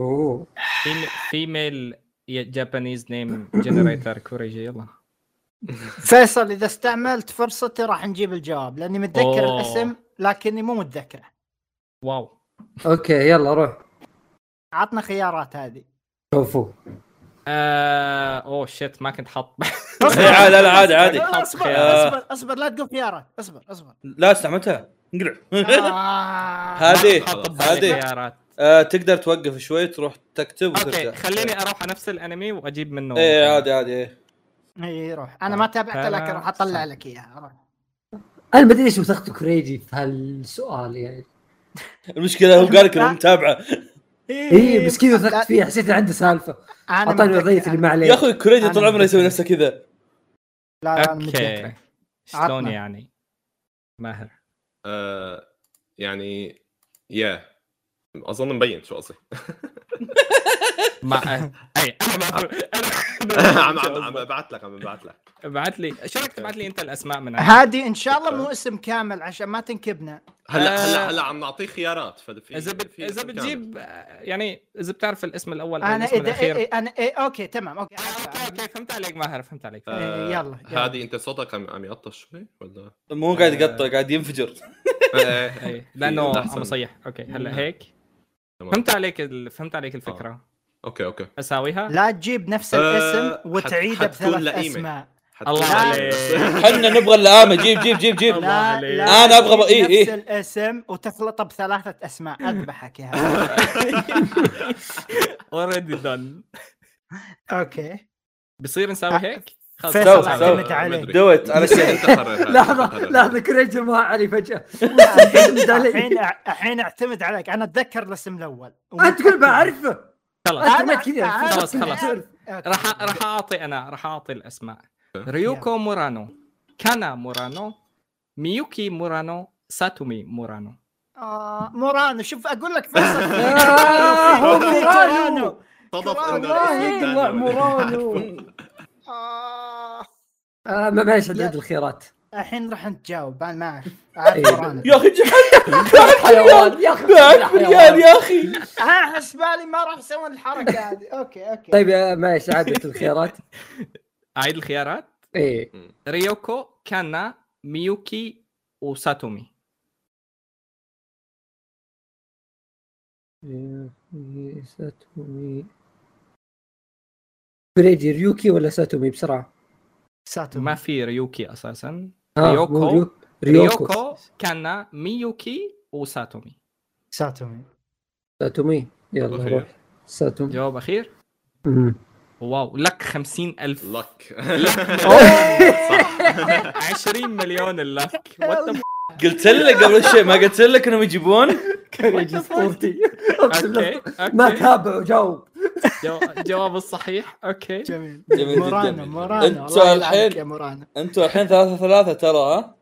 Speaker 3: اوه
Speaker 5: فيميل جابانيز نيم جنريتر كوريجي يلا
Speaker 2: فيصل اذا استعملت فرصتي راح نجيب الجواب لاني متذكر
Speaker 5: أوه.
Speaker 2: الاسم لكني مو متذكره
Speaker 5: واو
Speaker 3: اوكي يلا روح
Speaker 2: عطنا خيارات هذه
Speaker 3: شوفوا
Speaker 5: آه، اوه شيت ما كنت حاط
Speaker 6: لا لا لا عادي عادي
Speaker 2: اصبر
Speaker 6: خيار.
Speaker 2: اصبر اصبر لا تقول خيارات اصبر اصبر
Speaker 6: لا استعملتها انقلع
Speaker 2: آه.
Speaker 6: هذه
Speaker 4: خلاص.
Speaker 6: هذه
Speaker 5: خيارات
Speaker 6: آه، تقدر توقف شوي تروح تكتب وترجع
Speaker 5: اوكي خليني اروح على نفس الانمي واجيب منه آه،
Speaker 6: ايه عادي عادي إيه.
Speaker 2: اي روح انا
Speaker 6: آه.
Speaker 2: ما تابعته لكن راح اطلع
Speaker 5: خلاص.
Speaker 2: لك اياها روح.
Speaker 3: انا ما ادري ليش وثقت كريجي في هالسؤال يعني
Speaker 6: المشكله هو قال لك انه متابعه
Speaker 3: اي بس كذا
Speaker 2: إيه، لا،
Speaker 3: وثقت فيه حسيت إن عنده سالفه
Speaker 2: انا
Speaker 3: اعطاني
Speaker 2: متذكر-
Speaker 3: وضعيتي اللي ما عليه
Speaker 6: يا اخوي كريجي طول
Speaker 2: أنا
Speaker 6: عمره يسوي نفسه كذا
Speaker 2: لا لا أنا
Speaker 5: اوكي
Speaker 2: متذكره.
Speaker 5: شلون
Speaker 2: عطنا.
Speaker 5: يعني ماهر
Speaker 4: آه يعني يا اظن مبين شو قصدي
Speaker 5: ما اي انا ما أنا-
Speaker 4: عم عم عم ببعث لك عم ببعث لك
Speaker 5: ابعت لي شو رايك تبعت لي انت الاسماء من عندك؟
Speaker 2: هادي ان شاء الله مو اسم كامل عشان ما تنكبنا
Speaker 4: هلا
Speaker 5: آه.
Speaker 4: هلا هلا عم نعطيه خيارات ففي
Speaker 5: اذا بت...
Speaker 4: في
Speaker 5: اذا
Speaker 4: كامل.
Speaker 5: بتجيب آه، يعني اذا بتعرف الاسم الاول او
Speaker 2: انا
Speaker 5: الاسم
Speaker 2: اذا إيه
Speaker 5: الاخير
Speaker 2: إيه انا إيه اوكي تمام اوكي
Speaker 5: آه، اوكي اوكي فهمت عليك ماهر فهمت عليك
Speaker 4: آه،
Speaker 2: إيه، يلا يلا.
Speaker 4: هادي انت صوتك عم عم يعطش شوي ولا
Speaker 6: مو قاعد يقطع قاعد ينفجر
Speaker 4: آه،
Speaker 5: إيه،
Speaker 4: في-
Speaker 5: لانه
Speaker 4: أحسن.
Speaker 5: عم صيح اوكي هلا
Speaker 4: مم.
Speaker 5: هيك
Speaker 4: تمام. آه.
Speaker 5: فهمت عليك ال... فهمت عليك الفكره
Speaker 4: اوكي اوكي
Speaker 5: اساويها
Speaker 2: لا تجيب نفس
Speaker 4: آه،
Speaker 2: الاسم
Speaker 4: حت-
Speaker 2: وتعيده
Speaker 4: حتكون
Speaker 2: بثلاث
Speaker 4: لئيمة.
Speaker 2: اسماء
Speaker 4: حتكون
Speaker 5: الله
Speaker 4: مبين.
Speaker 5: عليك.
Speaker 6: احنا نبغى اللئامه جيب جيب جيب جيب
Speaker 5: الله
Speaker 2: لا
Speaker 5: عليك.
Speaker 2: لا
Speaker 6: أنا أبغى-
Speaker 2: تجيب
Speaker 6: إيه، إيه.
Speaker 2: نفس الاسم وتخلطه بثلاثه اسماء اذبحك يا هذا.
Speaker 5: اوريدي دن
Speaker 2: اوكي
Speaker 5: بصير نساوي هيك؟ خلص
Speaker 2: فيصل
Speaker 5: نسوي.
Speaker 6: سو.
Speaker 2: اعتمد عليك
Speaker 4: مدري.
Speaker 6: دوت انا سعيد
Speaker 4: انت قرر هذا، أنت
Speaker 3: لحظه
Speaker 4: قرر.
Speaker 3: لحظه كريجي ما علي فجاه
Speaker 2: الحين الحين اعتمد عليك انا اتذكر الاسم الاول
Speaker 3: انت تقول بعرفه
Speaker 5: خلاص
Speaker 2: أنا-
Speaker 3: اعتمد كذا
Speaker 2: أنا-
Speaker 5: خلاص، خلاص.
Speaker 2: أوكي.
Speaker 5: راح راح اعطي انا راح اعطي الاسماء
Speaker 4: أوكي.
Speaker 5: ريوكو مورانو كانا مورانو ميوكي مورانو ساتومي مورانو
Speaker 2: آه، مورانو شوف اقول لك فيصل
Speaker 3: آه،
Speaker 4: هو
Speaker 2: في
Speaker 3: مورانو.
Speaker 4: صدف
Speaker 2: والله
Speaker 4: انه الاسم
Speaker 3: يطلع
Speaker 4: الثاني ولا-
Speaker 3: مورانو
Speaker 2: آه،
Speaker 3: آه، ما معيش عدد الخيارات
Speaker 2: الحين راح نتجاوب انا ما اعرف اعرف
Speaker 3: إيه.
Speaker 2: مورانو
Speaker 6: يا اخي جحد
Speaker 3: حيوان يا اخي
Speaker 6: معك بريال يا اخي
Speaker 2: انا احس بالي ما راح يسوون الحركه هذه اوكي اوكي
Speaker 3: طيب آه، معليش عادة الخيارات
Speaker 5: اعيد الخيارات
Speaker 3: ايه
Speaker 5: ريوكو كانا ميوكي وساتومي
Speaker 3: ساتومي كريجي ريوكي ولا ساتومي بسرعه
Speaker 2: ساتو
Speaker 5: ما في ريوكي اساسا
Speaker 3: ها،
Speaker 5: ريوكو.
Speaker 3: مو ريو- ريوكو
Speaker 5: ريوكو كانا ميوكي وساتومي
Speaker 2: ساتومي
Speaker 3: ساتومي يلا
Speaker 4: أخير.
Speaker 3: روح ساتومي
Speaker 5: جواب اخير
Speaker 3: مم.
Speaker 5: واو لك خمسين ألف
Speaker 4: لك
Speaker 5: 20 مليون اللك What the
Speaker 6: قلت لك قبل شيء ما قلت لك انهم يجيبون
Speaker 3: كان يجي اسطورتي
Speaker 5: fuck؟
Speaker 3: اقسم
Speaker 5: اوكي
Speaker 3: لك ما
Speaker 5: اوكي
Speaker 3: تابع وجاوب
Speaker 5: جو- جواب الصحيح اوكي
Speaker 2: جميل
Speaker 6: جميل
Speaker 2: مورانا
Speaker 6: جداً.
Speaker 2: مورانا
Speaker 6: أنت
Speaker 2: الله يلعنك
Speaker 6: الحين-
Speaker 2: يا مورانا
Speaker 6: انتوا الحين ثلاثة ثلاثة ترى ها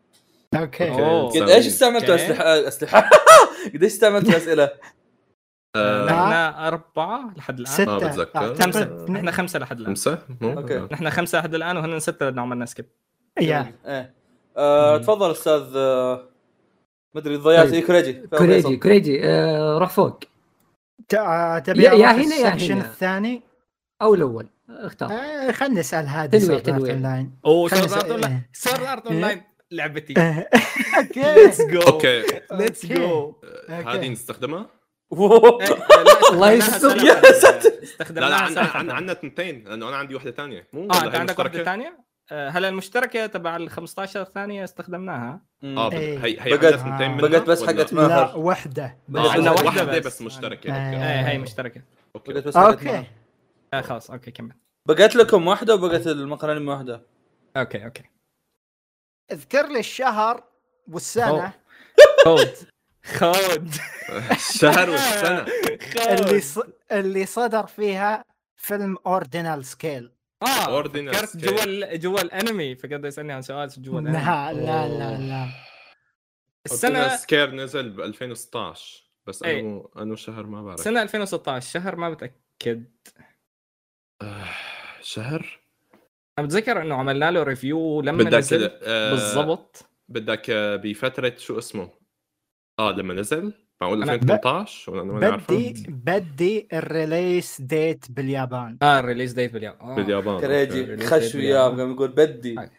Speaker 2: اوكي
Speaker 5: أوه.
Speaker 6: قد ايش استعملتوا
Speaker 5: أوكي.
Speaker 6: اسلحة اسلحة قد ايش استعملتوا اسئلة؟
Speaker 5: احنا أربعة لحد الآن
Speaker 4: ما
Speaker 2: ستة آه،
Speaker 4: بتذكر.
Speaker 2: أعتقد.
Speaker 5: خمسة احنا خمسة لحد الآن
Speaker 4: خمسة؟ مو؟
Speaker 6: أوكي.
Speaker 4: آه.
Speaker 5: نحن خمسة لحد الآن وهن ستة لأنه عملنا سكيب
Speaker 2: يا
Speaker 6: ايه آه،
Speaker 5: مم.
Speaker 6: تفضل استاذ آه، مدري ضيعت
Speaker 3: طيب.
Speaker 6: إيه، كوريجي
Speaker 3: كريجي كريجي آه راح فوق
Speaker 2: تع- آه، تبي
Speaker 3: يا- يا
Speaker 2: أروح
Speaker 3: هنا يا
Speaker 2: السكشن
Speaker 3: هنا.
Speaker 2: الثاني
Speaker 3: او الاول اختار
Speaker 2: آه، خلنا نسال هذا
Speaker 3: تنويع،
Speaker 2: سورد آرت
Speaker 3: تنويع.
Speaker 2: أونلاين.
Speaker 5: أوه
Speaker 2: خمسة،
Speaker 5: سورد أرت أونلاين
Speaker 2: إيه.
Speaker 5: سورد أرت أونلاين لعبتي
Speaker 2: آه،
Speaker 5: ليتس
Speaker 2: اوكي
Speaker 5: جو
Speaker 4: اوكي
Speaker 5: ليتس
Speaker 2: أوكي.
Speaker 5: جو
Speaker 4: هذه نستخدمها؟
Speaker 5: إيه،
Speaker 3: الله يستر.
Speaker 6: يا ساتر.
Speaker 4: لا لا عن-
Speaker 5: استخدمناها
Speaker 4: عن- عندنا تنتين لانه انا عندي واحدة ثانية مو
Speaker 5: اه
Speaker 4: ولا
Speaker 5: انت
Speaker 4: هي
Speaker 5: عندك
Speaker 4: مشتركة؟
Speaker 5: واحده ثانيه آه، هلا المشتركه تبع ال 15 ثانيه استخدمناها
Speaker 4: اه
Speaker 6: مم.
Speaker 4: بد-
Speaker 2: إيه.
Speaker 4: هي هي
Speaker 6: بقت-
Speaker 4: عندنا ثنتين منها
Speaker 6: بقت بس
Speaker 4: ولا-
Speaker 6: حقت ما-
Speaker 2: لا
Speaker 6: ماهر.
Speaker 2: وحده
Speaker 4: آه،
Speaker 5: عندنا
Speaker 4: عندنا
Speaker 5: واحدة
Speaker 4: واحدة
Speaker 5: بس.
Speaker 4: بس
Speaker 2: آه.
Speaker 4: مشتركة
Speaker 5: ايه هي مشتركه
Speaker 4: اوكي
Speaker 6: بقت
Speaker 4: اوكي
Speaker 6: بس حقت
Speaker 2: اوكي
Speaker 6: ماهر.
Speaker 5: آه خلاص اوكي كمل
Speaker 6: بقت لكم واحدة وبقت المقرنة واحدة
Speaker 5: اوكي اوكي
Speaker 2: اذكر لي الشهر والسنه
Speaker 5: خود خود
Speaker 4: الشهر والسنة
Speaker 2: اللي ص... اللي صدر فيها فيلم اوردينال سكيل
Speaker 5: اه
Speaker 4: Ordinal
Speaker 5: فكرت
Speaker 4: scale.
Speaker 5: جوا ال- جوا الانمي فقد يسالني عن سؤال جوا الانمي
Speaker 2: لا لا لا لا
Speaker 4: السنة
Speaker 5: السنه
Speaker 4: سكير نزل ب 2016 بس
Speaker 5: إيه.
Speaker 4: انه انه شهر ما بعرف
Speaker 5: سنه 2016 شهر ما بتاكد
Speaker 4: آه، شهر
Speaker 5: انا بتذكر انه عملنا له ريفيو لما نزل
Speaker 4: بدك آه،
Speaker 5: بالضبط
Speaker 4: بدك آه، بفترة شو اسمه اه لما نزل معقول
Speaker 5: أنا-
Speaker 4: 2018 ولا انا ما
Speaker 2: بدي بدي الريليس ديت باليابان
Speaker 5: اه الريليز ديت باليوم آه.
Speaker 4: باليابان أوكي.
Speaker 6: كريجي
Speaker 5: أوكي.
Speaker 6: خش وياه قام يقول بدي
Speaker 5: آه.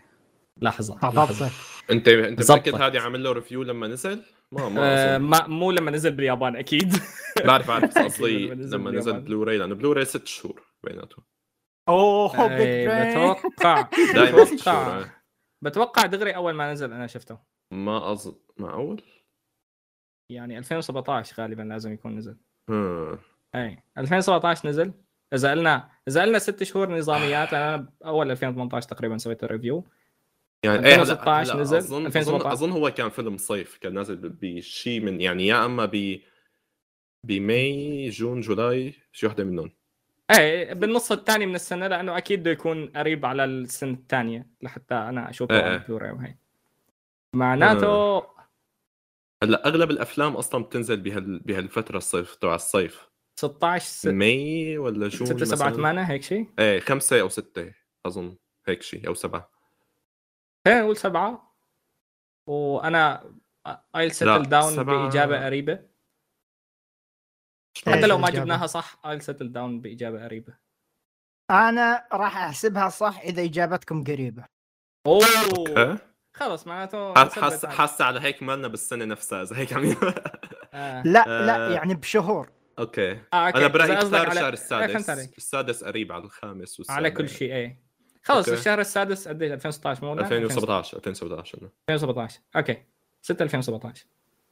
Speaker 5: لحظه لحظة.
Speaker 2: اضبطك
Speaker 4: انت انت
Speaker 5: زبطت.
Speaker 4: متاكد هذه عامل له ريفيو لما نزل؟ ما ما
Speaker 5: آه،
Speaker 4: أظن.
Speaker 5: ما مو لما نزل باليابان اكيد
Speaker 4: Oh, بعرف بعرف بس قصدي
Speaker 5: لما نزل
Speaker 4: لما
Speaker 5: باليابان.
Speaker 4: نزل بلوراي لانه بلوراي ست شهور بيناتهم
Speaker 2: اوه بيج
Speaker 5: أي،
Speaker 2: برين
Speaker 5: آه، بتوقع
Speaker 4: دائما ست شهور
Speaker 5: بتوقع
Speaker 4: آه.
Speaker 5: بتوقع دغري اول ما نزل انا شفته
Speaker 4: ما اظن معقول؟
Speaker 5: يعني 2017 غالبا لازم يكون نزل
Speaker 4: آه.
Speaker 5: اي 2017 نزل اذا قلنا اذا قلنا ست شهور نظاميات انا اول 2018 تقريبا سويت الريفيو
Speaker 4: يعني إيه، هلا-
Speaker 5: 2016
Speaker 4: هلا
Speaker 5: نزل،
Speaker 4: اظن
Speaker 5: 2017.
Speaker 4: اظن اظن هو كان فيلم صيف كان نازل بشيء من يعني يا اما ب بماي جون جولاي شي وحده منهم
Speaker 5: اي بالنص الثاني من السنه لانه اكيد بده يكون قريب على السنه الثانيه لحتى انا اشوفه
Speaker 4: إيه.
Speaker 5: على البلوراي وهي معناته
Speaker 4: هلا اغلب الافلام اصلا بتنزل بهال بهالفتره الصيف تبع الصيف
Speaker 5: 16 6
Speaker 4: ماي ولا جون
Speaker 5: 6 7
Speaker 4: مثلاً.
Speaker 5: 8 هيك شيء
Speaker 4: ايه خمسه او سته اظن هيك شيء او سبعه
Speaker 5: خلينا نقول ايه، سبعة وانا I'll
Speaker 4: لا،
Speaker 5: settle down
Speaker 4: سبعة.
Speaker 5: بإجابة قريبة
Speaker 4: مش
Speaker 2: إيه.
Speaker 5: حتى
Speaker 4: بعرف.
Speaker 5: لو ما
Speaker 2: الإجابة.
Speaker 5: جبناها صح I'll settle down بإجابة قريبة
Speaker 2: انا راح احسبها صح اذا اجابتكم قريبة
Speaker 5: اوه
Speaker 4: إيه؟
Speaker 5: خلص معناته
Speaker 4: حاس
Speaker 5: نثبت
Speaker 4: حاس
Speaker 5: على-
Speaker 4: حاسة على هيك مالنا بالسنه نفسها اذا هيك عم ي-
Speaker 5: آه.
Speaker 2: لا لا
Speaker 4: آه.
Speaker 2: يعني بشهور
Speaker 4: اوكي
Speaker 5: آه، أوكي.
Speaker 4: انا
Speaker 5: إذا
Speaker 4: برايي
Speaker 5: قصدك
Speaker 4: اختار
Speaker 5: على-
Speaker 4: الشهر
Speaker 5: إيه، فهمت
Speaker 4: السادس
Speaker 5: عليك.
Speaker 4: السادس قريب على الخامس والسابع
Speaker 5: على كل شيء ايه خلص
Speaker 4: أوكي.
Speaker 5: الشهر السادس قد ايش 2016 مو قلنا؟
Speaker 4: 2017 2017 إنه.
Speaker 5: 2017 اوكي 6 2017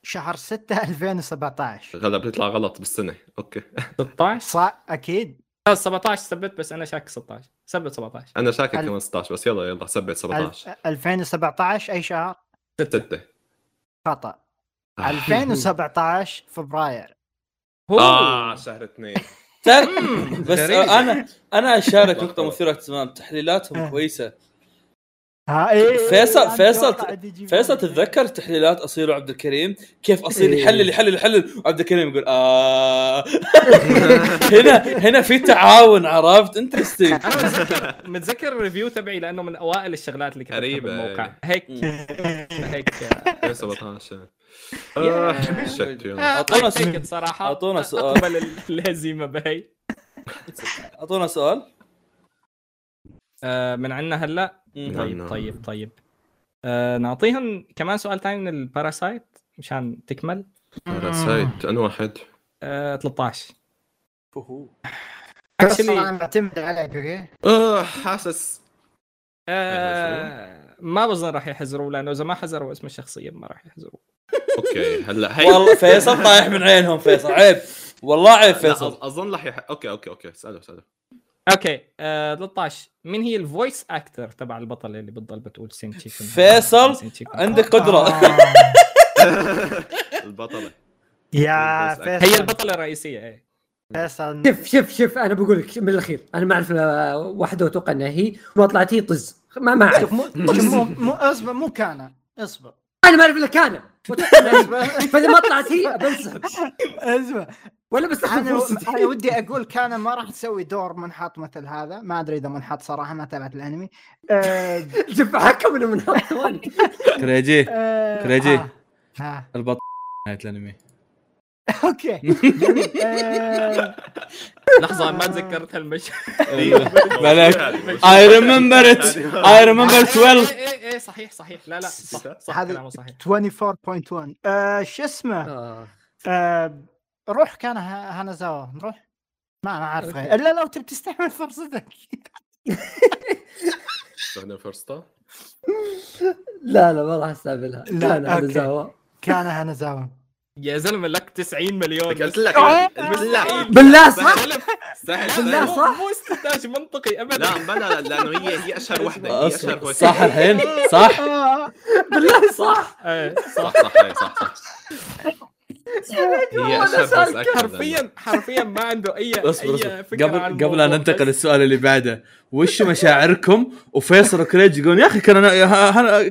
Speaker 2: شهر 6 2017
Speaker 4: هلا بتطلع غلط بالسنه اوكي
Speaker 5: 16
Speaker 2: صح اكيد
Speaker 5: خلص 17 ثبت بس انا شاك 16 ثبت 17
Speaker 4: انا شاكك
Speaker 2: ألف.
Speaker 4: كمان 16 بس يلا يلا ثبت 17
Speaker 2: ألف- 2017 اي شهر
Speaker 5: 6
Speaker 4: سته
Speaker 2: خطا
Speaker 6: آه.
Speaker 2: 2017 فبراير
Speaker 4: اه شهر اثنين
Speaker 6: ترى بس
Speaker 5: غريب.
Speaker 6: انا انا اشارك نقطة مثيرة اهتمام تحليلاتهم
Speaker 2: آه.
Speaker 6: كويسة
Speaker 2: ها إيه
Speaker 6: فيصل-
Speaker 2: أنا
Speaker 6: فيصل-
Speaker 2: أتوقع عاد يجيب-
Speaker 6: فيصل تتذكر تحليلات اصيل وعبد الكريم كيف اصيل
Speaker 3: إيه.
Speaker 6: يحلل يحلل يحلل وعبد الكريم يقول اه هنا هنا في تعاون عرفت انترستنج
Speaker 5: انا متذكر متذكر الريفيو تبعي لانه من اوائل الشغلات اللي كتبتها
Speaker 4: قريبة،
Speaker 5: بالموقع
Speaker 4: إيه.
Speaker 5: هيك هيك آه،
Speaker 4: 2017 آه، شت يلا
Speaker 6: أعطونا
Speaker 5: هيك
Speaker 6: سؤال.
Speaker 5: صراحه
Speaker 6: أعطونا سؤال.
Speaker 5: اقبل ال- الهزيمه بهي
Speaker 6: اعطونا سؤال
Speaker 5: آه، من عندنا هلا
Speaker 6: مم.
Speaker 4: نعم.
Speaker 5: طيب طيب طيب آه، نعطيهم كمان سؤال ثاني من الباراسايت مشان تكمل
Speaker 4: باراسايت انه واحد
Speaker 5: آه، 13
Speaker 6: فهو.
Speaker 2: فيصل
Speaker 5: Actually-
Speaker 2: انا معتمد عليك اوكي
Speaker 4: اه حاسس
Speaker 5: آه، ما بظن راح يحزروه لانه اذا ما حزروا اسم الشخصيه ما راح يحزروه
Speaker 4: اوكي هلا هي
Speaker 6: والله فيصل طايح من عينهم فيصل عيب والله عيب
Speaker 4: لا،
Speaker 6: فيصل
Speaker 4: أظ- اظن رح يح... اوكي اوكي اوكي اساله اساله
Speaker 5: اوكي آه 13 من هي الفويس اكتر تبع البطله اللي بتضل بتقول سينشي كون؟
Speaker 6: فيصل،
Speaker 5: سينشي كون.
Speaker 6: عندك
Speaker 3: آه.
Speaker 6: قدره
Speaker 2: آه.
Speaker 4: البطله
Speaker 2: يا
Speaker 5: هي
Speaker 2: فيصل
Speaker 5: البطله الرئيسيه ايه
Speaker 2: فيصل
Speaker 3: شوف شوف شوف انا بقول لك من الاخير انا ما آه، اعرف إلا واحده واتوقع انها هي ما طلعت هي طز ما ما اعرف
Speaker 2: شوف مو شوف مو- مو اصبر مو كان اصبر
Speaker 3: انا ما اعرف الا كان وأتوقع إنها هي. فاذا ما طلعت هي بنسحب
Speaker 2: اصبر
Speaker 3: ولا بستخدم
Speaker 2: انا انا
Speaker 3: فرصتي
Speaker 2: ودي اقول كان ما راح تسوي دور منحط مثل هذا ما ادري اذا منحط صراحه ما تابعت الانمي آه،
Speaker 3: شوف حكم انه من ثواني
Speaker 6: كريجي
Speaker 2: آه،
Speaker 6: كريجي.
Speaker 2: آه، آه،
Speaker 6: البطل نهايه الانمي
Speaker 2: اوكي جميل. آه،
Speaker 5: لحظه ما تذكرت هالمشهد
Speaker 6: إيه. عليك. I remember it. I remember 12
Speaker 5: ايه ايه ايه صحيح صحيح لا لا صح صح
Speaker 2: هذا-
Speaker 5: كلامه صحيح
Speaker 2: 24.1 آه، شو اسمه
Speaker 3: آه.
Speaker 2: آه، روح كان ه- هانازاوا نروح ما ما اعرف غير الا لو تبي تستحمل فرصتك
Speaker 4: استخدم فرصته
Speaker 3: لا لا ما راح استقبلها
Speaker 2: لا،
Speaker 3: لا لا
Speaker 2: أوكي.
Speaker 3: هذا
Speaker 2: كان هانازاوا
Speaker 5: يا زلمه لك 90 مليون
Speaker 4: قلت لك
Speaker 2: آه.
Speaker 4: بالله
Speaker 3: بالله صح
Speaker 5: سهل
Speaker 4: سهل
Speaker 3: لا،
Speaker 4: سهل
Speaker 5: مو-
Speaker 3: صح.
Speaker 5: مو استنتاج منطقي ابدا
Speaker 4: لا بلا لا، لانه هي هي اشهر وحده هي اشهر وحده
Speaker 6: صح الحين صح
Speaker 3: بالله صح
Speaker 5: إيه، صح
Speaker 4: صح صح إيه، صح صح هي اشهر
Speaker 3: سهل
Speaker 4: بس أكثر
Speaker 5: حرفيا حرفيا ما عنده اي
Speaker 6: اصبر
Speaker 5: أي
Speaker 6: اصبر
Speaker 5: فكرة
Speaker 6: قبل
Speaker 5: عن
Speaker 6: قبل
Speaker 5: الموضوع،
Speaker 6: ان ننتقل
Speaker 5: بس
Speaker 6: للسؤال اللي بعده وش مشاعركم وفيصل وكريج يقولون يا اخي كان أنا- ها- ها-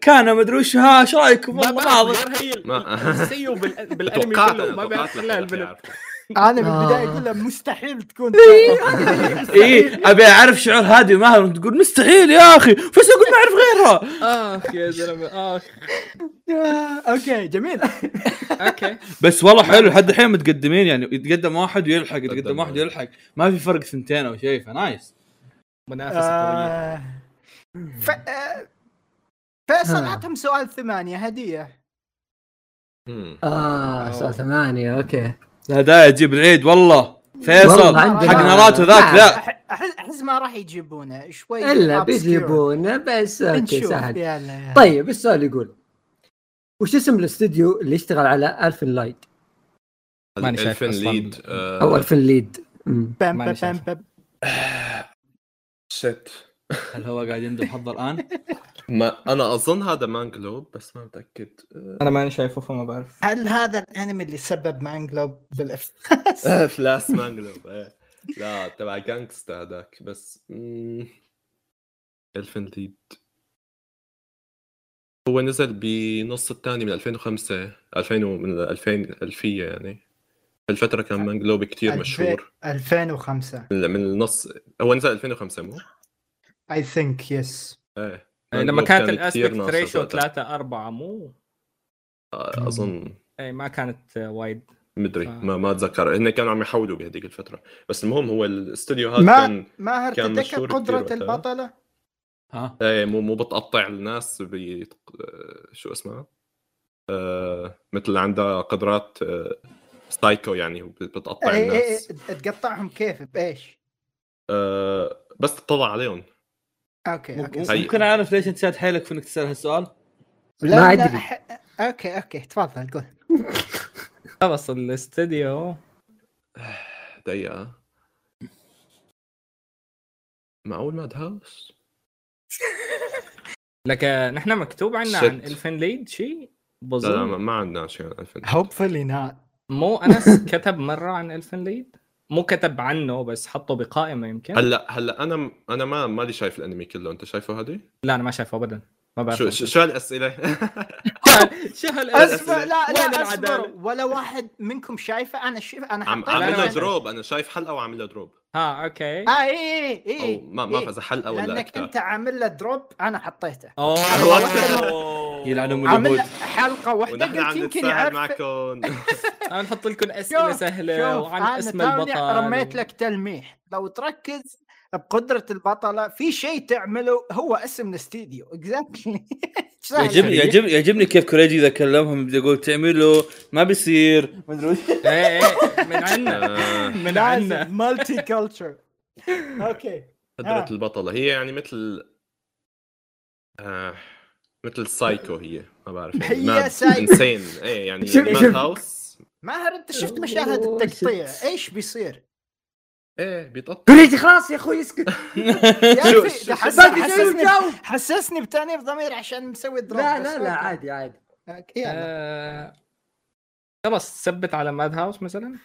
Speaker 6: كان ما ادري وش ها ايش رايكم
Speaker 5: ما
Speaker 6: والله ما
Speaker 5: بعرف
Speaker 6: أعرف.
Speaker 5: غير هي
Speaker 4: ما-
Speaker 5: السيو بال- بالانمي
Speaker 4: توقعت
Speaker 5: كله
Speaker 4: أنا،
Speaker 5: ما
Speaker 4: توقعت
Speaker 5: بيعرف
Speaker 4: لك
Speaker 5: الا
Speaker 4: إنك
Speaker 5: البنت
Speaker 4: يعرف.
Speaker 2: انا من البدايه
Speaker 3: آه.
Speaker 2: اقول له مستحيل تكون
Speaker 6: ايه ابي اعرف شعور هادي وماهر تقول مستحيل يا اخي فيصل يقول ما اعرف غيرها
Speaker 5: اخ يا زلمه اخ
Speaker 2: آه، اوكي جميل
Speaker 5: اوكي
Speaker 6: بس والله حلو لحد الحين متقدمين يعني يتقدم واحد ويلحق يتقدم
Speaker 4: قدم
Speaker 6: واحد
Speaker 4: واحد.
Speaker 6: ويلحق ما في فرق ثنتين او شيء فنايس
Speaker 5: منافسه قويه
Speaker 2: آه، ف... آه، فيصل
Speaker 3: آه.
Speaker 2: اعطهم سؤال ثمانية هدية
Speaker 4: مم.
Speaker 3: اه سؤال ثمانية اوكي
Speaker 6: الهدايا تجيب العيد والله فيصل
Speaker 3: والله
Speaker 2: عندنا-
Speaker 6: حق ناراته ذاك لا
Speaker 2: أح- أح- احس ما راح يجيبونه شوي
Speaker 3: الا
Speaker 2: obscure.
Speaker 3: بيجيبونه بس اوكي
Speaker 2: بنشوف
Speaker 3: سهل
Speaker 2: يلا يلا.
Speaker 3: طيب السؤال يقول وش اسم الاستديو اللي اشتغل على الفن لايت
Speaker 5: ماني شايف
Speaker 4: الفن
Speaker 5: أصلاً.
Speaker 4: ليد آه،
Speaker 5: Oh,
Speaker 3: او الفن ليد مم.
Speaker 2: بام
Speaker 5: ماني
Speaker 2: بام بام
Speaker 5: شايفه.
Speaker 2: بام
Speaker 4: شت
Speaker 6: هل هو قاعد يندب حظه الان؟
Speaker 4: ما انا اظن هذا مانجلوب بس ما متاكد
Speaker 5: انا ماني شايفه فما بعرف
Speaker 2: هل هذا الانمي اللي سبب مانجلوب بالاف
Speaker 4: آه، فلاس مانجلوب إيه. لا تبع جانكستا هذاك بس مم. الفن ليد هو نزل بنص الثاني من 2005 2000 و- من 2000 الفيه يعني الفترة كان مانجلوب كتير
Speaker 2: ألفين-
Speaker 4: مشهور
Speaker 2: 2005
Speaker 4: من من النص هو نزل 2005 مو؟
Speaker 2: اي ثينك يس
Speaker 4: ايه
Speaker 5: لما
Speaker 4: مانجلوب
Speaker 5: كانت
Speaker 4: كتير
Speaker 5: الاسبكت
Speaker 4: ناصر
Speaker 5: ريشو
Speaker 4: وقتها.
Speaker 5: 3 4 مو
Speaker 4: آه، اظن
Speaker 5: اي ما كانت آه، وايد
Speaker 4: مدري
Speaker 5: ف-
Speaker 4: ما ما اتذكر هن كانوا عم يحولوا بهذيك الفتره بس المهم هو الاستوديو هذا
Speaker 2: ما
Speaker 4: كان
Speaker 2: ماهر
Speaker 4: كان
Speaker 2: تتذكر
Speaker 4: مشهور كثير
Speaker 2: قدرة
Speaker 4: وقتها.
Speaker 2: البطلة؟
Speaker 6: ها
Speaker 4: ايه مو مو بتقطع الناس بي... آه، شو اسمها آه... مثل عندها قدرات آه... سايكو يعني بتقطع
Speaker 5: إيه،
Speaker 2: اي اي اي
Speaker 4: الناس
Speaker 2: إيه، تقطعهم كيف بايش؟
Speaker 4: آه... بس تطلع عليهم
Speaker 2: اوكي اوكي
Speaker 4: هي-
Speaker 6: ممكن اعرف ليش انت ساد حيلك في انك تسال هالسؤال؟
Speaker 2: لا
Speaker 3: ما
Speaker 2: لا،
Speaker 3: أدري.
Speaker 2: أح- اوكي اوكي تفضل قول
Speaker 5: خلص الاستديو
Speaker 4: دقيقه معقول ماد هاوس
Speaker 5: لك آه، نحن مكتوب عنا
Speaker 4: Shit.
Speaker 5: عن الفن ليد شيء
Speaker 4: لا
Speaker 5: بظن
Speaker 4: لا ما- ما عندنا شيء عن الفن
Speaker 2: هوبفلي نات
Speaker 5: مو انس كتب مره عن الفن ليد مو كتب عنه بس حطه بقائمه يمكن
Speaker 4: هلا هلا انا انا ما مالي شايف الانمي كله انت شايفه هذه
Speaker 5: لا انا ما شايفه ابدا ما بعرف
Speaker 4: شو شو هالاسئله
Speaker 5: شو
Speaker 2: اسمع
Speaker 5: هالأسئلة؟
Speaker 2: لا
Speaker 5: وين
Speaker 2: لا
Speaker 5: العدالة؟
Speaker 2: اصبر ولا واحد منكم شايفه انا شايف انا
Speaker 4: عم
Speaker 2: حطيت
Speaker 4: عم
Speaker 5: لا، لا.
Speaker 4: لها دروب انا شايف حلقه وعامل لها دروب
Speaker 5: ها اوكي
Speaker 2: اه اي اي اي
Speaker 4: او ما ما
Speaker 2: إي.
Speaker 4: إيه؟ اذا حلقه ولا
Speaker 2: لانك
Speaker 4: اكثر
Speaker 2: انت عامل له دروب انا حطيته
Speaker 5: اوه
Speaker 6: يلعن ام
Speaker 2: عامل له
Speaker 6: اليهود
Speaker 2: حلقه واحده
Speaker 4: ونحن
Speaker 2: قلت
Speaker 4: عم
Speaker 2: يمكن
Speaker 4: نتساهل
Speaker 2: يعرف
Speaker 4: معكم
Speaker 5: انا نحط لكم اسئله
Speaker 2: شوف،
Speaker 5: سهله
Speaker 2: شوف
Speaker 5: وعن
Speaker 2: انا
Speaker 5: اسم
Speaker 2: توني
Speaker 5: البطل
Speaker 2: رميت لك تلميح لو تركز بقدره البطله في شيء تعمله هو اسم الاستديو اكزاكتلي
Speaker 6: يعجبني يعجبني يعجبني كيف كوريجي اذا كلمهم يبدا يقول تعملوا ما بيصير ما ادري وش.
Speaker 5: ايه ايه من عنا
Speaker 4: آه،
Speaker 5: من عنا
Speaker 2: مالتي كلتشر اوكي
Speaker 4: قدرة البطلة هي يعني مثل آه، مثل السايكو هي ما بعرف يعني
Speaker 2: هي
Speaker 4: ماد-
Speaker 2: سايكو.
Speaker 4: انسين ايه يعني
Speaker 3: شوف-
Speaker 4: ماد
Speaker 3: شوف.
Speaker 4: هاوس
Speaker 2: ماهر انت شفت مشاهد
Speaker 3: أوه،
Speaker 2: التقطيع
Speaker 3: شت.
Speaker 2: ايش بيصير؟
Speaker 4: ايه بيطق
Speaker 3: كوريجي خلاص يا اخوي اسكت
Speaker 2: يا
Speaker 4: شو-
Speaker 2: أخي،
Speaker 4: شو-
Speaker 2: ده حس-
Speaker 3: باقي شيء
Speaker 2: حسسني
Speaker 3: الجو
Speaker 2: حسسني بتانيب ضمير عشان مسوي دروب
Speaker 3: لا
Speaker 2: بس
Speaker 3: لا لا
Speaker 2: أوكي.
Speaker 3: عادي عادي
Speaker 2: أوكي، يلا.
Speaker 5: آه، خلاص ثبت على ماد هاوس مثلا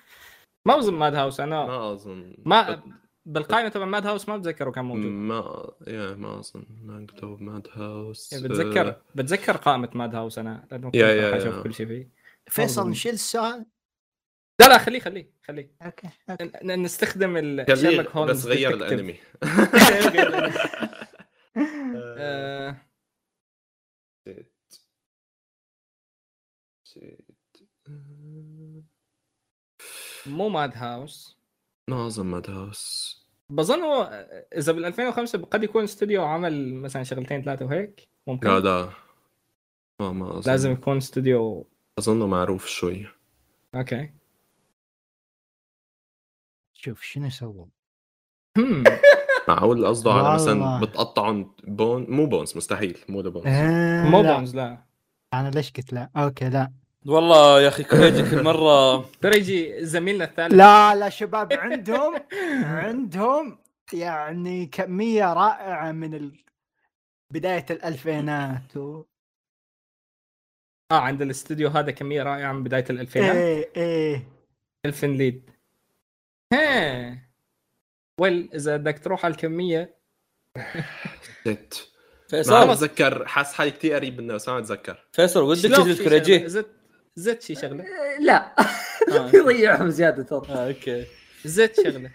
Speaker 5: ما اظن ماد هاوس انا
Speaker 4: ما اظن
Speaker 5: ما بالقائمه تبع ماد هاوس ما اتذكره كان موجود
Speaker 4: ما يا ما اظن ما كتب ماد هاوس
Speaker 5: يعني
Speaker 4: آه،
Speaker 5: بتذكر بتذكر قائمه ماد هاوس انا لانه كنت
Speaker 4: يا- يا-
Speaker 5: راح
Speaker 4: يا.
Speaker 5: اشوف كل شيء فيه
Speaker 2: فيصل
Speaker 5: أظن.
Speaker 2: نشيل السؤال
Speaker 5: لا لا خليه خليه خليه
Speaker 2: اوكي اوكي
Speaker 5: ن- ن- نستخدم
Speaker 4: آه،
Speaker 5: ال-
Speaker 4: خليه
Speaker 5: Sherlock Holmes
Speaker 4: بس غير
Speaker 5: Detective.
Speaker 4: الانمي
Speaker 5: آه،
Speaker 4: شيت. شيت.
Speaker 5: مو ماد هاوس
Speaker 4: ما اظن ماد هاوس
Speaker 5: بظن هو آه، اذا بال 2005 قد يكون استوديو عمل مثلا شغلتين ثلاثه وهيك ممكن
Speaker 4: لا لا ما ما اظن
Speaker 5: لازم يكون استوديو
Speaker 4: اظنه معروف شوي
Speaker 5: اوكي
Speaker 2: شوف شنو سووا
Speaker 5: هم.
Speaker 4: معقول قصده على مثلا
Speaker 2: والله.
Speaker 4: بتقطعهم بون مو بونز مستحيل مو بونز
Speaker 5: إيه.
Speaker 2: آه،
Speaker 5: مو
Speaker 2: لا،
Speaker 5: بونز لا
Speaker 2: انا ليش قلت لا اوكي لا
Speaker 6: والله يا اخي كوريجي كل مره
Speaker 5: ترى يجي زميلنا الثالث
Speaker 2: لا لا شباب عندهم عندهم يعني كميه رائعه من ال... بدايه الالفينات و...
Speaker 5: اه عند الاستوديو هذا كميه رائعه من بدايه الالفينات
Speaker 2: ايه ايه
Speaker 5: الفين ليد ها ويل اذا بدك تروح على الكميه
Speaker 4: ست ما
Speaker 6: فيصل
Speaker 4: بتذكر حاسس حالي كثير قريب منه بس ما بتذكر
Speaker 6: فيصل ودك
Speaker 5: شلون
Speaker 6: تجلد
Speaker 5: في شغلة؟
Speaker 6: كوريجي
Speaker 5: زدت زدت شي شغله
Speaker 3: لا
Speaker 6: آه،
Speaker 3: يضيعهم زياده ترى
Speaker 6: آه، اوكي
Speaker 5: زدت شغله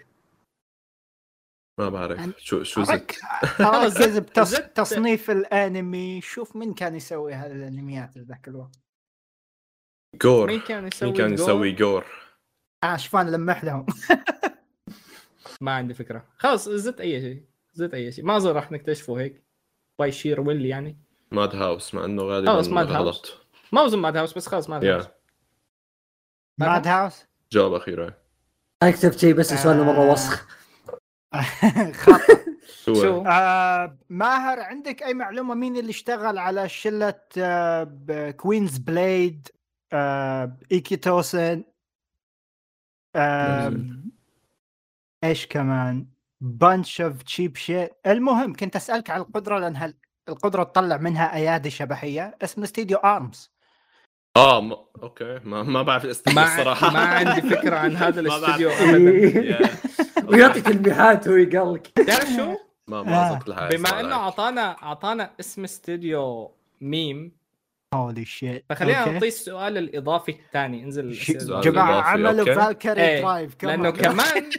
Speaker 4: ما بعرف شو شو زت
Speaker 2: رك- ركز بتص...
Speaker 5: زدت-
Speaker 2: تصنيف الانمي شوف من كان يسوي هالانميات ذاك الوقت
Speaker 5: مين
Speaker 4: جور
Speaker 5: كان يسوي
Speaker 4: مين كان
Speaker 5: الجول؟
Speaker 4: يسوي جور
Speaker 2: آه، شوفان لمح لهم
Speaker 5: ما عندي فكره خلاص زدت اي شيء زدت اي شيء ما اظن راح نكتشفه هيك باي شير ويل يعني
Speaker 4: ماد هاوس مع انه غالبا
Speaker 5: خلص، Mad House.
Speaker 4: غلط
Speaker 5: ما اظن ماد هاوس بس خلاص ماد هاوس
Speaker 4: يا
Speaker 2: ماد هاوس
Speaker 4: جواب اخيرا
Speaker 3: اكتب شيء بس سؤال
Speaker 2: آه.
Speaker 3: مره وسخ
Speaker 2: خط
Speaker 5: شو
Speaker 4: شو
Speaker 2: آه ماهر عندك اي معلومه مين اللي اشتغل على شله آه ب- كوينز بليد آه ايكيتوسن آه ايش كمان بانش اوف تشيب شيت المهم كنت اسالك على القدره لان هل القدره تطلع منها ايادي شبحيه اسم الاستديو ارمز
Speaker 4: اه ما... اوكي ما ما بعرف الاستثناء
Speaker 5: ما
Speaker 4: الصراحه
Speaker 5: ما عندي فكره عن هذا
Speaker 4: ما بعرف.
Speaker 5: الاستوديو ابدا
Speaker 4: يا.
Speaker 3: ويعطي تلميحات هو يقلك
Speaker 5: تعرف شو
Speaker 4: ما ما
Speaker 5: آه.
Speaker 4: اظن كل حاجه
Speaker 5: بما انه اعطانا اعطانا اسم استوديو ميم
Speaker 2: هولي شيت
Speaker 5: فخلينا نعطيه السؤال الاضافي الثاني انزل
Speaker 2: شي-
Speaker 5: الأسئلة.
Speaker 4: جماعة.
Speaker 2: جماعه
Speaker 4: إضافي،
Speaker 2: عملوا
Speaker 4: أوكي.
Speaker 2: فالكري
Speaker 5: إيه،
Speaker 2: درايف
Speaker 5: لانه كمان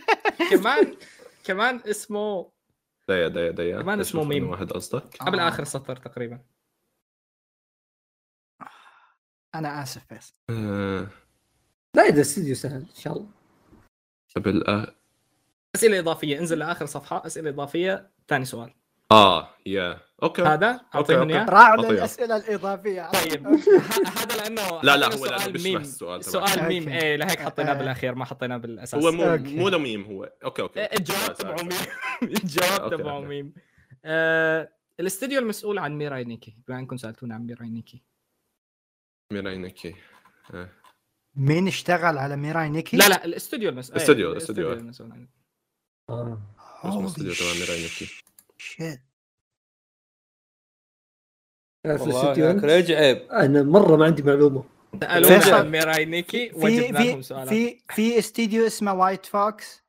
Speaker 5: كمان كمان اسمه
Speaker 4: ديا ديا ديا
Speaker 5: كمان اسمه
Speaker 4: أشوف
Speaker 5: ميم.
Speaker 4: إنه واحد قصدك
Speaker 5: قبل
Speaker 2: آه.
Speaker 5: اخر سطر تقريبا
Speaker 2: انا اسف بس
Speaker 4: آه،
Speaker 3: لا اذا استديو سهل ان شاء الله
Speaker 4: قبل آه. آ-
Speaker 5: اسئله اضافيه انزل لاخر صفحه اسئله اضافيه ثاني سؤال
Speaker 4: اه يا اوكي
Speaker 5: هذا اعطيهم
Speaker 4: أوكي.
Speaker 5: اياه
Speaker 2: راعوا
Speaker 4: أعطيه.
Speaker 2: للاسئله الاضافيه
Speaker 5: طيب ه- هذا لانه
Speaker 4: لا، لا،
Speaker 5: هذا
Speaker 4: هو لأنه
Speaker 5: سؤال
Speaker 4: بيشبه
Speaker 5: ميم
Speaker 4: السؤال تبعك.
Speaker 5: سؤال ميم
Speaker 2: أوكي.
Speaker 5: ايه لهيك حطيناه
Speaker 2: آه.
Speaker 5: بالاخير ما حطيناه بالاساس
Speaker 4: هو مو
Speaker 2: أوكي.
Speaker 4: مو لميم هو اوكي اوكي
Speaker 5: إيه، الجواب تبعه ميم الجواب
Speaker 4: أوكي،
Speaker 5: تبعه
Speaker 4: أوكي.
Speaker 5: ميم آه، الاستديو المسؤول عن ميراي نيكي بما انكم سالتونا عن ميراي نيكي
Speaker 4: ميراينكي
Speaker 2: مين اشتغل على ميراي نيكي؟
Speaker 5: لا لا الاستوديو المسؤول
Speaker 4: الاستوديو، الاستوديو.
Speaker 5: المسؤول عن
Speaker 3: آه.
Speaker 4: اسمه استوديو تبع ميراينكي
Speaker 2: شيت
Speaker 3: تعرف
Speaker 6: والله
Speaker 3: الاستديو
Speaker 6: يا
Speaker 3: أنت؟
Speaker 6: كوريجي عيب
Speaker 3: انا مره ما عندي معلومه
Speaker 5: سالونا
Speaker 2: فيصل.
Speaker 5: عن ميراي نيكي
Speaker 2: في
Speaker 5: وجبنا لهم
Speaker 2: في
Speaker 5: سؤالات
Speaker 2: في في استديو اسمه وايت فوكس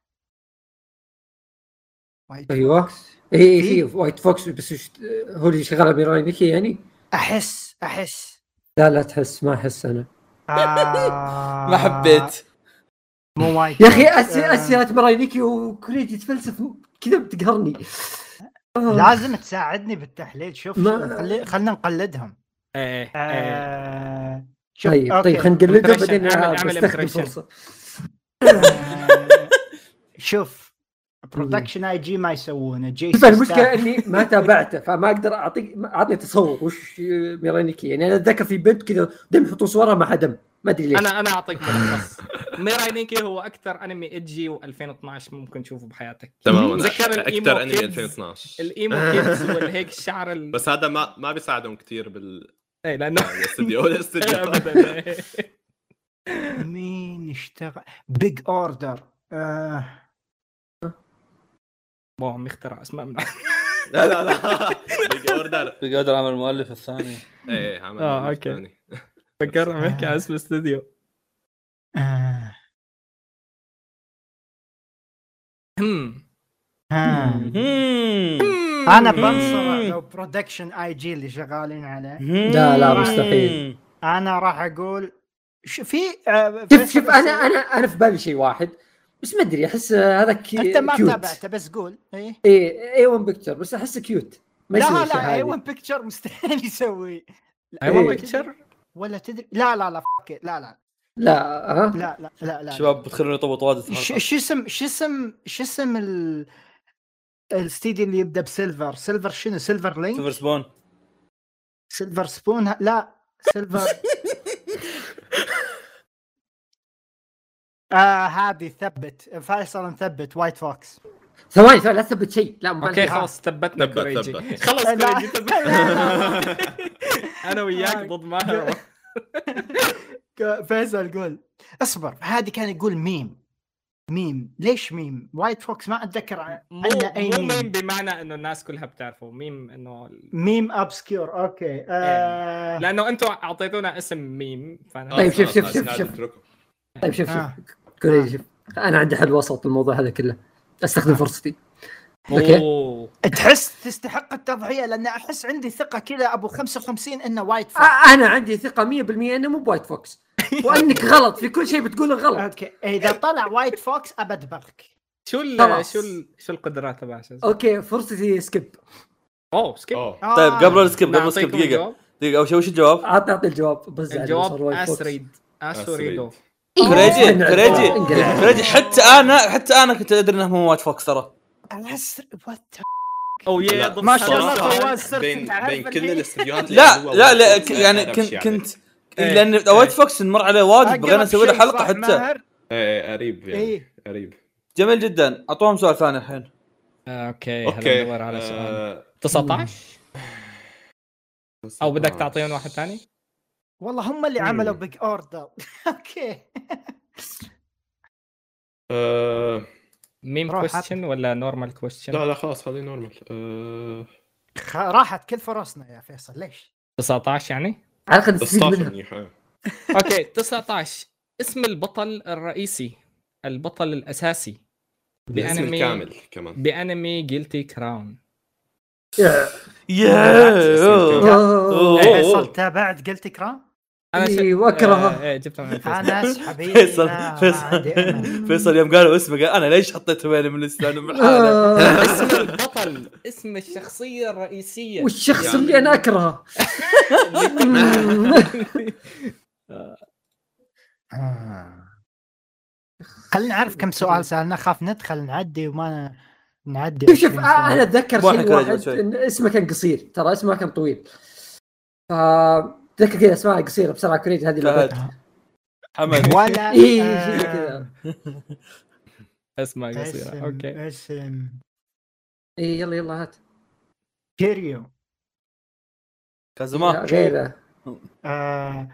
Speaker 2: وايت
Speaker 3: أيوة.
Speaker 2: فوكس.
Speaker 3: اي
Speaker 6: إيه؟
Speaker 3: اي في وايت إيه، فوكس بس وش- هو اللي شغال على ميراي نيكي يعني
Speaker 2: احس احس
Speaker 3: لا لا تحس ما احس انا
Speaker 2: آه
Speaker 6: ما حبيت
Speaker 2: مو وايت
Speaker 3: يا اخي
Speaker 2: فوكس.
Speaker 3: أسي-
Speaker 2: آه،
Speaker 3: اسئله ميراي نيكي وكوريجي تفلسف كذا بتقهرني آه.
Speaker 2: لازم تساعدني بالتحليل شوف
Speaker 3: ما-
Speaker 2: خلي- خلينا نقلدهم
Speaker 5: ايه ايه
Speaker 2: آه شوف
Speaker 3: طيب
Speaker 2: أوكي.
Speaker 3: طيب خلينا نقلده
Speaker 5: Impression.
Speaker 3: بعدين
Speaker 5: اعمل- اعمل
Speaker 3: بستخدم
Speaker 5: impression.
Speaker 3: فرصه
Speaker 2: آه، شوف برودكشن اي جي ما يسوونه جي
Speaker 3: شوف المشكله اني ما تابعته فما اقدر اعطيك ما- اعطني تصور وش ميرانيكي يعني انا اتذكر في بنت كذا دم يحطون صورها مع دم ما ادري ليش
Speaker 5: انا انا اعطيك ملخص ميراي نيكي هو اكثر انمي اتجي و2012 ممكن تشوفه بحياتك
Speaker 4: تماما
Speaker 5: تذكر الإيمو
Speaker 4: اكثر انمي
Speaker 5: كيدز.
Speaker 4: 2012
Speaker 5: الايمو كيدز والهيك الشعر ال...
Speaker 4: بس هذا ما ما بيساعدهم كثير بال
Speaker 5: ايه لانه
Speaker 4: الاستديو الاستديو
Speaker 5: ابدا
Speaker 2: مين اشتغل بيج اوردر آه.
Speaker 5: مو عم يخترع اسماء من
Speaker 4: لا لا لا بيجي اوردر
Speaker 6: بقدر عمل المؤلف الثاني
Speaker 4: ايه عمل
Speaker 5: آه،
Speaker 4: مش
Speaker 5: أوكي.
Speaker 4: ثاني.
Speaker 5: فكر عم يحكي على اسم الاستوديو
Speaker 2: آه.
Speaker 5: هم.
Speaker 2: آه. انا بنصر لو برودكشن اي جي اللي شغالين عليه
Speaker 3: لا، لا، مستحيل.
Speaker 2: انا راح اقول ش- في آه،
Speaker 3: شوف
Speaker 2: فيصل
Speaker 3: شوف انا
Speaker 2: يسوي-
Speaker 3: انا انا في بالي شيء واحد بس ما ادري احس آه، هذا إيه، كي...
Speaker 2: انت ما
Speaker 3: كيوت.
Speaker 2: تابعته بس قول اي
Speaker 3: اي اي 1 بيكتشر بس احسه كيوت ما
Speaker 2: لا إيه،
Speaker 3: يسوي شيء
Speaker 2: لا اي ون
Speaker 3: هذا
Speaker 2: بيكتشر مستحيل يسوي
Speaker 5: اي
Speaker 3: إيه.
Speaker 5: والله بيكتشر
Speaker 2: ولا تدري لا لا لا fuck it. لا لا
Speaker 3: لا أه؟ ها
Speaker 2: لا لا لا لا
Speaker 6: شباب بتخلوني اطبط واجد
Speaker 2: ش-
Speaker 6: في
Speaker 2: شو اسم شو اسم شو اسم ال الاستديو اللي يبدا بسيلفر سيلفر شنو سيلفر لينك
Speaker 6: سيلفر سبون
Speaker 2: سيلفر سبون ه- لا سيلفر آه هذه ثبت فيصل مثبت وايت فوكس
Speaker 3: ثواني ثواني لا تثبت شيء لا مو
Speaker 5: اوكي
Speaker 3: بالي.
Speaker 5: خلاص ثبتنا
Speaker 4: ثبت،
Speaker 5: كوريجي
Speaker 4: ثبت.
Speaker 5: خلاص
Speaker 2: لا.
Speaker 5: كوريجي ثبت انا وياك ضد ماهر
Speaker 2: ك- فيصل قول اصبر هذه كان يقول ميم ميم ليش ميم وايت فوكس ما اتذكر عن-
Speaker 5: مو
Speaker 2: عنا اي
Speaker 5: مو ميم
Speaker 2: ميم
Speaker 5: بمعنى انه الناس كلها بتعرفه ميم انه ال-
Speaker 2: ميم ابسكيور
Speaker 5: إيه.
Speaker 2: اوكي آه
Speaker 5: لانه انتم اعطيتونا اسم ميم فانا
Speaker 3: طيب، شوف،
Speaker 4: خلاص، خلاص،
Speaker 3: شوف، شوف،
Speaker 4: لا
Speaker 3: شوف.
Speaker 4: تتركه.
Speaker 3: طيب شوف شوف
Speaker 2: آه.
Speaker 3: كوريجي شوف انا عندي حل وسط الموضوع هذا كله
Speaker 2: آه.
Speaker 3: استخدم فرصتي أوكي.
Speaker 5: اوه
Speaker 2: تحس تستحق التضحيه لان احس عندي ثقه كذا ابو 55 انه وايت
Speaker 3: أ-
Speaker 2: فوكس
Speaker 3: انا عندي ثقه 100% انه مو بوايت فوكس وانك غلط في كل شيء بتقوله غلط
Speaker 2: اوكي اذا طلع وايت فوكس ابدبغك
Speaker 5: شو ال
Speaker 3: خلاص.
Speaker 5: شو ال شو القدرات تبع شو اسمه؟
Speaker 3: اوكي فرصتي سكيب
Speaker 5: اوه سكيب
Speaker 4: اوه
Speaker 2: آه.
Speaker 6: طيب قبل السكيب قبل السكيب
Speaker 5: نعطيكم
Speaker 6: دقيقه
Speaker 5: الجواب.
Speaker 6: دقيقه اول شيء وش الجواب؟
Speaker 3: اعطي اعطي الجواب بس زعل صار
Speaker 5: الجواب
Speaker 3: وايت فوكس.
Speaker 5: اسريد اسريدو
Speaker 4: أسريد.
Speaker 6: كريجي
Speaker 3: إنقلع.
Speaker 6: كريجي
Speaker 3: إنقلع.
Speaker 6: كريجي حتى انا حتى انا كنت ادري انه مو وايت فوكس ترى
Speaker 2: العسر وات
Speaker 5: او
Speaker 4: لا.
Speaker 5: يا
Speaker 2: ما شاء الله
Speaker 4: صراحة،
Speaker 2: فواز صرت
Speaker 4: بين
Speaker 2: تعرف
Speaker 4: بين كل
Speaker 2: الحين.
Speaker 4: الاستديوهات اللي
Speaker 6: لا
Speaker 4: عملوها
Speaker 6: لا لا
Speaker 4: وايد
Speaker 6: ك-
Speaker 4: فوكس ما
Speaker 6: يعني
Speaker 4: تعرف شي
Speaker 6: كنت
Speaker 4: عليه.
Speaker 6: كنت
Speaker 5: إيه.
Speaker 6: لان وايت فوكس نمر عليه واجد طيب، بغينا نسوي له حلقه حتى
Speaker 4: ايه إيه، قريب يعني
Speaker 2: اي
Speaker 4: قريب
Speaker 6: جميل جدا اعطوهم سؤال ثاني الحين
Speaker 5: اوكي هلا
Speaker 4: اوكي
Speaker 5: ندور على سؤال
Speaker 4: آه،
Speaker 5: 19 او بدك تعطيهم واحد ثاني؟
Speaker 2: والله هم اللي عملوا بيج اوردر اوكي
Speaker 4: آه،
Speaker 5: ميم
Speaker 2: روح هات.
Speaker 5: كويستشن ولا نورمال كويستشن؟
Speaker 4: لا لا خلاص خليه نورمال آه،
Speaker 2: خ- راحت كل فرصنا يا فيصل ليش؟
Speaker 5: 19 يعني؟
Speaker 3: على الاقل نستفيد
Speaker 4: 16
Speaker 3: منها
Speaker 4: منيح آه.
Speaker 5: اوكي 19 اسم البطل الرئيسي البطل الاساسي
Speaker 4: الاسم
Speaker 5: بأنمي-
Speaker 4: الكامل كمان
Speaker 5: بانمي جيلتي كراون
Speaker 6: ياه
Speaker 3: أوه.
Speaker 5: إيه،
Speaker 6: أوه.
Speaker 2: فيصل تابعت قلت اكرام؟
Speaker 3: إيه، وأكرهها.
Speaker 5: آه، إيه، جبتها من الفيسبوك.
Speaker 2: انا أس- حبيبي
Speaker 6: فيصل
Speaker 2: إيه، لا، ما
Speaker 6: فيصل
Speaker 2: عندي أمل.
Speaker 6: فيصل يوم قالوا اسمه قال انا ليش حطيت وين من لسانه من حاله
Speaker 3: آه.
Speaker 5: اسم البطل اسم الشخصيه الرئيسيه
Speaker 3: والشخص اللي انا اكرهه
Speaker 2: آه. خلينا نعرف كم سؤال سالنا خاف ندخل نعدي وما نعدي
Speaker 3: شوف شوف
Speaker 2: 20
Speaker 3: آه،
Speaker 2: سؤال.
Speaker 3: انا اتذكر
Speaker 6: واحد
Speaker 3: شيء
Speaker 6: كذا
Speaker 3: واحد
Speaker 6: شوي.
Speaker 3: إن اسمه كان قصير ترى اسمه كان طويل فتذكر كذا اسماء قصيره بسرعه كريج هذه اللي
Speaker 6: فهد حمد
Speaker 2: ولا
Speaker 3: اي
Speaker 2: آه،
Speaker 3: إيه، شيء كذا
Speaker 5: اسمها
Speaker 2: اسم
Speaker 5: قصيره اوكي
Speaker 2: اسم
Speaker 3: اي إيه، يلا يلا هات
Speaker 2: كيريو
Speaker 6: كازوما
Speaker 3: غيره
Speaker 2: آه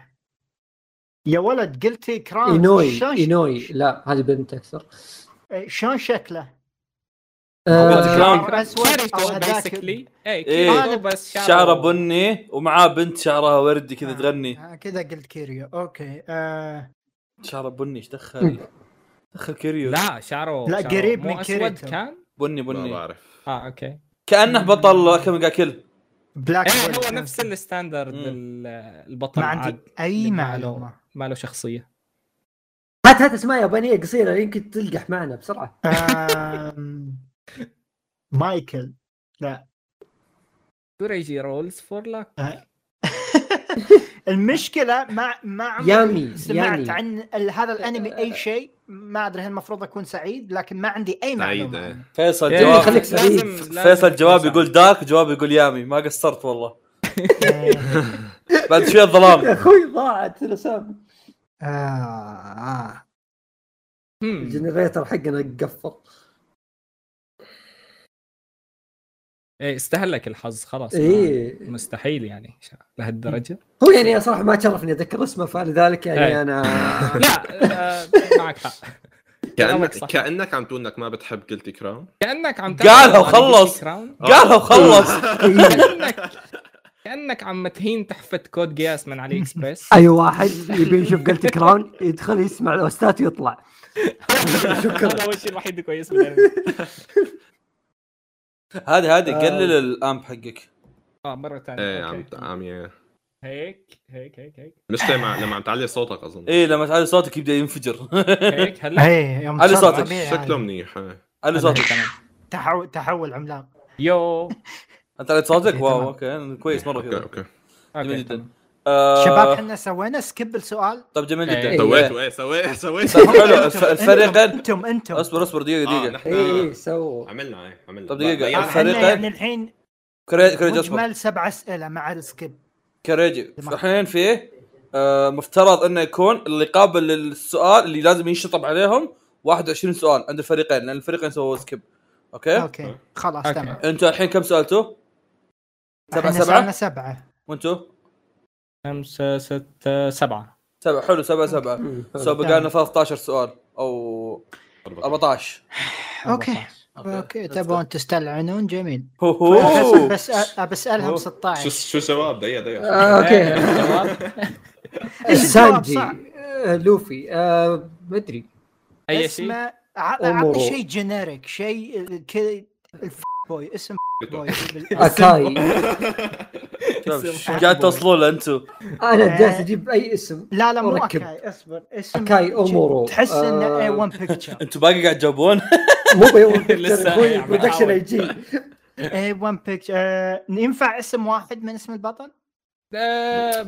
Speaker 2: يا ولد قلت كرام
Speaker 3: اينوي
Speaker 2: شلون-
Speaker 3: اينوي لا هذه بنت اكثر
Speaker 2: آه، شلون شكله؟
Speaker 3: آه،
Speaker 6: كراون.
Speaker 2: شعر أسود أو
Speaker 5: كيريتو
Speaker 2: هذاك-
Speaker 5: بيسكلي اي
Speaker 6: إيه.
Speaker 5: كيريتو بس شعره
Speaker 6: شعره بني ومعاه بنت شعرها وردي كذا تغني
Speaker 2: آه، كذا قلت كيريو اوكي آه
Speaker 6: شعره بني ايش دخل دخل كيريو
Speaker 5: لا شعره
Speaker 2: لا،
Speaker 5: شعره
Speaker 2: قريب
Speaker 5: مو
Speaker 2: من
Speaker 5: أسود
Speaker 2: كيريتو.
Speaker 5: كان
Speaker 6: بني
Speaker 4: ما
Speaker 6: بني
Speaker 4: بعرف
Speaker 5: اه اوكي
Speaker 6: كانه بطل كم قال كل
Speaker 2: بلاك
Speaker 5: ايه
Speaker 2: ويدو.
Speaker 5: هو نفس الستاندرد
Speaker 6: مم.
Speaker 5: ال- البطل
Speaker 2: ما عندي
Speaker 5: العادي
Speaker 2: اي
Speaker 5: اللي ما له-
Speaker 2: معلومه
Speaker 5: ما له شخصيه
Speaker 3: هات هات اسماء يابانيه قصيره يمكن تلقح معنا بسرعه
Speaker 2: آم، مايكل
Speaker 5: كوريجي رولز فور لاك
Speaker 2: المشكله ما ما عمري
Speaker 3: يامي،
Speaker 2: سمعت
Speaker 3: يامي.
Speaker 2: عن ال- هذا الانمي
Speaker 6: أه.
Speaker 2: اي شيء ما ادري هل المفروض اكون سعيد لكن ما عندي اي
Speaker 4: سعيد
Speaker 2: معلومه
Speaker 4: إيه.
Speaker 2: عنه.
Speaker 6: فيصل
Speaker 5: إيه،
Speaker 6: جواب
Speaker 3: خليك سعيد.
Speaker 6: فيصل جواب يقول دارك
Speaker 1: آه.
Speaker 6: جواب يقول يامي ما قصرت والله
Speaker 2: آه،
Speaker 6: بعد شويه
Speaker 3: يا
Speaker 6: الظلام
Speaker 3: اخوي ضاعت الاسامي
Speaker 2: آه، آه.
Speaker 5: مم.
Speaker 3: الجنريتر حقنا قفل
Speaker 5: ايه استهلك الحظ خلاص
Speaker 3: إيه.
Speaker 5: ما- مستحيل يعني ش- لهالدرجه
Speaker 3: هو يعني صراحه ما شرفني اذكر اسمه فلذلك
Speaker 5: أي.
Speaker 3: يعني انا
Speaker 5: لا آه، معك حق
Speaker 4: كأنك
Speaker 5: كلامك صح
Speaker 4: كأنك عم تقول انك ما بتحب قلت كراون
Speaker 5: كانك عم
Speaker 6: قالها
Speaker 5: تعرف عن
Speaker 6: وخلص.
Speaker 5: Guilty Crown.
Speaker 6: قالها وخلص
Speaker 5: كانك كانك عم تهين تحفه كود جياس من علي اكسبرس
Speaker 3: اي واحد يبي يشوف قلت كراون يدخل يسمع الاوستات ويطلع
Speaker 5: هذا
Speaker 3: شكرا
Speaker 5: هو الشيء الوحيد الكويس بالأنمي.
Speaker 1: آه.
Speaker 6: هذه هذه قلل الامب حقك
Speaker 5: اه مره ثانيه
Speaker 4: ايه عم عم ي-
Speaker 5: هيك هيك هيك هيك
Speaker 4: مشكلة مع... لما عم تعلي صوتك اظن
Speaker 6: اي إيه، لما تعلي صوتك يبدا ينفجر
Speaker 5: هيك هلا
Speaker 2: اي إيه، يوم
Speaker 6: علي
Speaker 2: صار
Speaker 6: صوتك.
Speaker 2: طبيعي
Speaker 4: شكله
Speaker 2: عادي.
Speaker 4: منيح إيه.
Speaker 6: علي صوتك
Speaker 2: تحول تحول عملاق
Speaker 5: يو
Speaker 6: انت عليت صوتك
Speaker 2: إيه،
Speaker 6: واو
Speaker 2: تمام.
Speaker 6: اوكي كويس مره
Speaker 4: اوكي
Speaker 6: كذا
Speaker 4: اوكي
Speaker 6: جميل
Speaker 5: أوكي.
Speaker 6: جدا آه،
Speaker 2: شباب احنا سوينا سكيب السؤال
Speaker 6: طب جميل
Speaker 5: إيه.
Speaker 6: جدا
Speaker 4: سويته ايه سويته سويته
Speaker 6: طيب، حلو الف- الفريقين
Speaker 2: انتم انتم
Speaker 6: اصبر اصبر دقيقه
Speaker 4: آه،
Speaker 2: نعم.
Speaker 6: دقيقه
Speaker 4: نحن
Speaker 3: اي اي سووا
Speaker 4: عملنا ايه عملنا
Speaker 6: طب دقيقة،
Speaker 4: بقينا-
Speaker 6: الفريق-
Speaker 2: الفريقين
Speaker 6: الفريقين.
Speaker 2: يعني الحين
Speaker 6: كري- كريج اصبر
Speaker 2: مجمل سبع اسئله مع السكيب
Speaker 6: كريجي
Speaker 2: تمام.
Speaker 6: الحين في آه، مفترض انه يكون اللي قابل للسؤال اللي لازم ينشطب عليهم 21 سؤال عند الفريقين لان الفريقين سووا سكيب اوكي
Speaker 2: اوكي خلاص
Speaker 5: أوكي.
Speaker 2: تمام
Speaker 6: انتوا الحين كم سالتوا؟ سبعة
Speaker 2: احنا
Speaker 6: سبعة
Speaker 2: سألنا سبعه
Speaker 6: وانتوا؟
Speaker 5: خمسة ستة سبعة
Speaker 6: سبعة حلو سبعة سبعة
Speaker 1: طيب،
Speaker 6: سو بقى لنا 13 سؤال او 14
Speaker 2: اوكي اوكي تبون تستلعنون جميل
Speaker 6: هو
Speaker 2: بس-
Speaker 6: هو
Speaker 2: بس بسالها ب 16
Speaker 4: شو شو الجواب دقيقة دقيقة
Speaker 3: آه، اوكي
Speaker 5: جواب.
Speaker 3: سانجي
Speaker 2: صعب.
Speaker 3: آه، لوفي آه، مدري
Speaker 5: اي شيء
Speaker 2: اسمه ع-
Speaker 3: أمورو.
Speaker 2: عطني شيء جينيريك شيء آه، كذا الف بوي اسم بوي
Speaker 3: اكاي
Speaker 6: قاعد توصلون له انتم
Speaker 3: انا جالس اجيب اي اسم
Speaker 2: لا لا مو
Speaker 3: أركب.
Speaker 2: اكاي اصبر اسم
Speaker 3: أكاي أمورو.
Speaker 2: تحس انه
Speaker 3: آه.
Speaker 2: اي 1 بيكتشر
Speaker 6: انتم باقي قاعد تجاوبون
Speaker 3: مو بيوم
Speaker 5: لسه
Speaker 3: اخوي
Speaker 5: يعني
Speaker 3: برودكشن
Speaker 5: بحاول.
Speaker 3: اي جي
Speaker 2: اي 1 بيكتشر آه، ينفع اسم واحد من اسم البطل؟
Speaker 5: آه،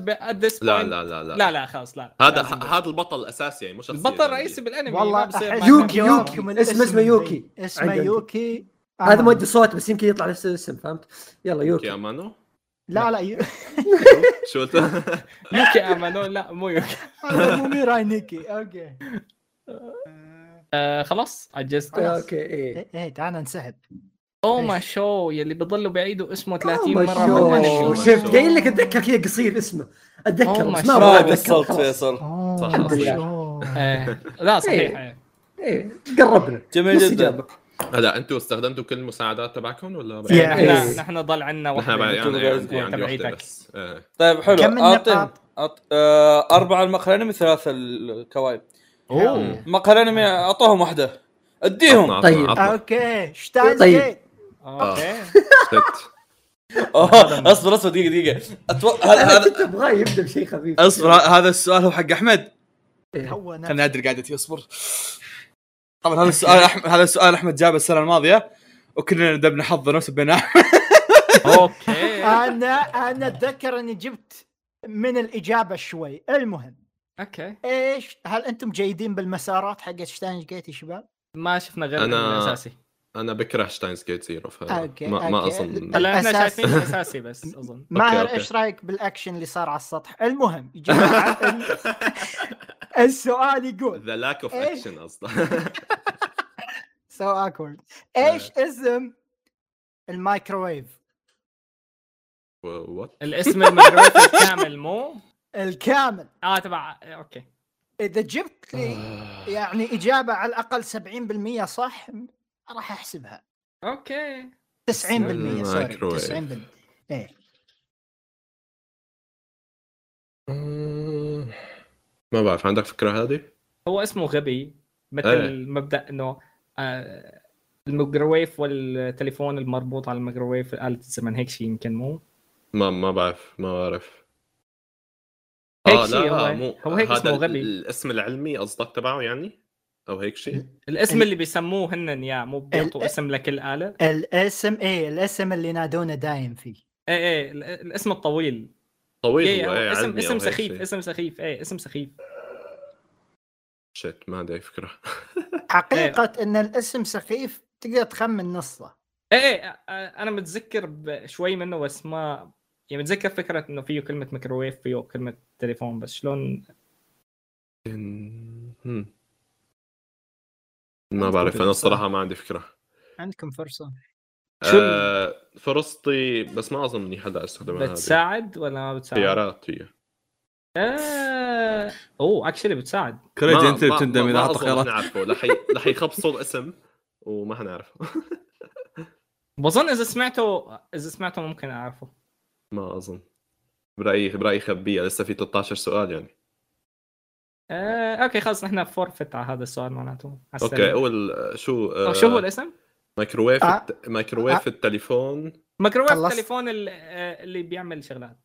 Speaker 4: لا لا لا لا
Speaker 5: لا لا خلاص لا
Speaker 4: هذا
Speaker 5: لازم-
Speaker 4: هذا البطل الاساسي يعني مو شخصية
Speaker 5: البطل الرئيسي بالانمي إيه، ما
Speaker 2: والله
Speaker 5: بصير
Speaker 2: أحس
Speaker 5: ما-
Speaker 3: يوكي،
Speaker 5: ما-
Speaker 3: يوكي.
Speaker 2: جوابكم
Speaker 3: اسمه-
Speaker 2: الاسم
Speaker 3: اسمه يوكي.
Speaker 2: ذي. اسمه
Speaker 3: عندي- عندي.
Speaker 2: يوكي آه.
Speaker 3: هذا
Speaker 2: أمان.
Speaker 3: مودي صوت بس يمكن يطلع نفس الاسم فهمت؟ يلا
Speaker 4: يوكي
Speaker 3: يوكي
Speaker 4: امانو
Speaker 2: لا لا يو-
Speaker 4: شو قلت؟
Speaker 5: يوكي امانو لا مو يوكي
Speaker 2: هذا مو ميراي نيكي اوكي
Speaker 5: آه، خلاص عجزت
Speaker 3: آه، اوكي ايه
Speaker 2: ايه إيه، تعال ننسحب
Speaker 5: اوما شو ياللي بيضلوا بعيدوا اسمه 30
Speaker 3: أوه،
Speaker 5: مره
Speaker 3: شو.
Speaker 5: من الأنمي.
Speaker 3: شفت قايل لك اتذكر كذا قصير اسمه اتذكر
Speaker 2: Oh
Speaker 5: أوه،
Speaker 3: بس
Speaker 5: ما شاء
Speaker 3: ما
Speaker 6: ما
Speaker 3: أبغى
Speaker 5: الله.
Speaker 3: أتذكر،
Speaker 6: قصرت
Speaker 3: خلاص.
Speaker 6: فيصل
Speaker 2: اوه
Speaker 4: صح،
Speaker 3: الحمد لله.
Speaker 2: شو.
Speaker 5: إيه. لا صحيح إيه.
Speaker 3: ايه قربنا
Speaker 6: جميل
Speaker 3: نص
Speaker 6: جداً.
Speaker 3: إجابة.
Speaker 4: هلا انتم استخدمتوا كل المساعدات تبعكم ولا
Speaker 2: يا.
Speaker 4: بعد؟
Speaker 5: نحن
Speaker 3: إيه.
Speaker 5: نحن ضل عنا
Speaker 4: نحن بعد
Speaker 5: واحده
Speaker 4: يعني عندي
Speaker 6: انتوا
Speaker 4: عندي
Speaker 5: تبعيتك.
Speaker 4: وحدة بس إيه.
Speaker 6: طيب حلو
Speaker 2: كم
Speaker 6: اعطيني
Speaker 2: النقاط؟
Speaker 6: أعط... آه... اربع المقهى الانمي ثلاثة الكوايب
Speaker 5: أوه.
Speaker 6: مقهى الانمي اعطوهم واحدة
Speaker 5: إيه،
Speaker 6: اديهم
Speaker 4: عطنا- عطنا-
Speaker 3: طيب.
Speaker 4: عطنا.
Speaker 2: اوكي شتاين
Speaker 3: طيب.
Speaker 2: زين.
Speaker 5: اوكي
Speaker 4: ست.
Speaker 6: أوه، اصبر اصبر دقيقة دقيقة أتو... هذا
Speaker 3: انا
Speaker 6: هذا
Speaker 3: كنت ابغاه يبدا بشيء خفيف
Speaker 6: اصبر ه- هذا السؤال هو حق احمد
Speaker 3: إيه.
Speaker 2: هو نفسه
Speaker 6: خليني ادري قعدتي اصبر طبعا هذا السؤال احمد هذا السؤال احمد جابه السنة الماضية وكلنا ندبنا حظ نفس بينا
Speaker 4: آه.
Speaker 5: اوكي
Speaker 2: انا انا اتذكر اني جبت من الاجابه شوي المهم
Speaker 5: اوكي
Speaker 2: ايش هل انتم جيدين بالمسارات حقت شتاين جيت يا شباب؟
Speaker 5: ما شفنا غير
Speaker 4: أنا-
Speaker 5: الأنمي الاساسي
Speaker 4: انا بكره شتاينز جيت زيرو ف
Speaker 2: أوكي،
Speaker 4: ما, ما
Speaker 2: أوكي.
Speaker 4: اظن
Speaker 5: هلا احنا
Speaker 2: الأساس-
Speaker 5: شايفين الاساسي بس اظن
Speaker 2: ماهر
Speaker 4: أوكي.
Speaker 2: ايش رايك بالاكشن اللي صار على السطح؟ المهم يا جماعه السؤال يقول
Speaker 4: ذا لاك اوف
Speaker 2: إيه.
Speaker 4: اكشن اصلا
Speaker 2: سو اكورد ايش
Speaker 4: آه.
Speaker 2: اسم المايكرويف؟
Speaker 4: وات
Speaker 5: الاسم المدرسي الكامل مو
Speaker 2: الكامل
Speaker 5: اه تبع اوكي
Speaker 2: اذا جبت
Speaker 4: آه.
Speaker 2: لي يعني اجابه على الاقل 70% صح راح احسبها
Speaker 5: اوكي
Speaker 2: 90% سوري
Speaker 4: المايكرويف.
Speaker 2: 90% ايه
Speaker 4: ما بعرف عندك فكره هذه؟
Speaker 5: هو اسمه غبي
Speaker 4: إيه.
Speaker 5: مثل مبدا انه آه، الميكروويف والتليفون المربوط على الميكروويف آلة الزمن هيك شيء يمكن مو
Speaker 4: ما ما بعرف ما بعرف
Speaker 5: هيك
Speaker 4: آه،
Speaker 5: شيء هو- هو هيك
Speaker 4: هذا
Speaker 5: اسمه
Speaker 4: ال-
Speaker 5: غبي.
Speaker 4: الاسم العلمي قصدك تبعه يعني؟ او هيك شيء؟
Speaker 5: الاسم
Speaker 2: ال-
Speaker 5: اللي بيسموه هن يا مو بيعطوا اسم لكل آلة
Speaker 2: الاسم ايه الاسم اللي نادونا دايم فيه
Speaker 5: ايه ايه ال- الاسم الطويل
Speaker 4: طويل
Speaker 5: ايه
Speaker 4: هو
Speaker 5: هو
Speaker 4: ايه
Speaker 5: اسم
Speaker 4: علمي
Speaker 5: اسم
Speaker 4: أو هيك
Speaker 5: سخيف
Speaker 4: شيء.
Speaker 5: اسم سخيف ايه اسم سخيف
Speaker 4: شت ما عندي أي فكره
Speaker 2: حقيقة ان الاسم سخيف تقدر تخمن نصه
Speaker 5: ايه ايه آه، انا متذكر ب- شوي منه بس ما يعني متذكر فكرة انه فيه كلمة ميكروويف فيه كلمة تليفون بس شلون
Speaker 4: هم. ما بعرف انا الصراحه ما عندي فكره
Speaker 2: عندكم فرصة
Speaker 5: شو ال-
Speaker 4: آه فرصتي بس ما اظن اني حدا استخدمها هذه
Speaker 5: بتساعد ولا ما بتساعد؟
Speaker 4: خيارات هي
Speaker 5: آه، اوه اكشلي بتساعد
Speaker 1: كريج
Speaker 4: ما-
Speaker 1: انت
Speaker 4: ما-
Speaker 1: بتندم
Speaker 4: ما-
Speaker 1: اذا
Speaker 4: ما
Speaker 1: حط
Speaker 4: أظن
Speaker 1: خيارات
Speaker 4: نعرفه رح ي- رح يخبصوا الاسم وما حنعرفه
Speaker 5: بظن اذا سمعته اذا سمعته ممكن اعرفه
Speaker 4: ما اظن برايي برايي خبيها لسه في 13 سؤال يعني
Speaker 5: آه، اوكي خلص نحن فورفت على هذا السؤال معناته على
Speaker 4: اوكي
Speaker 5: السريع.
Speaker 4: اول آه، شو آه،
Speaker 5: طب شو هو الاسم؟
Speaker 4: مايكروويف
Speaker 2: آه.
Speaker 4: الت- مايكروويف التليفون
Speaker 5: ميكروويف
Speaker 2: خلصت.
Speaker 5: التليفون ال- آه، اللي بيعمل شغلات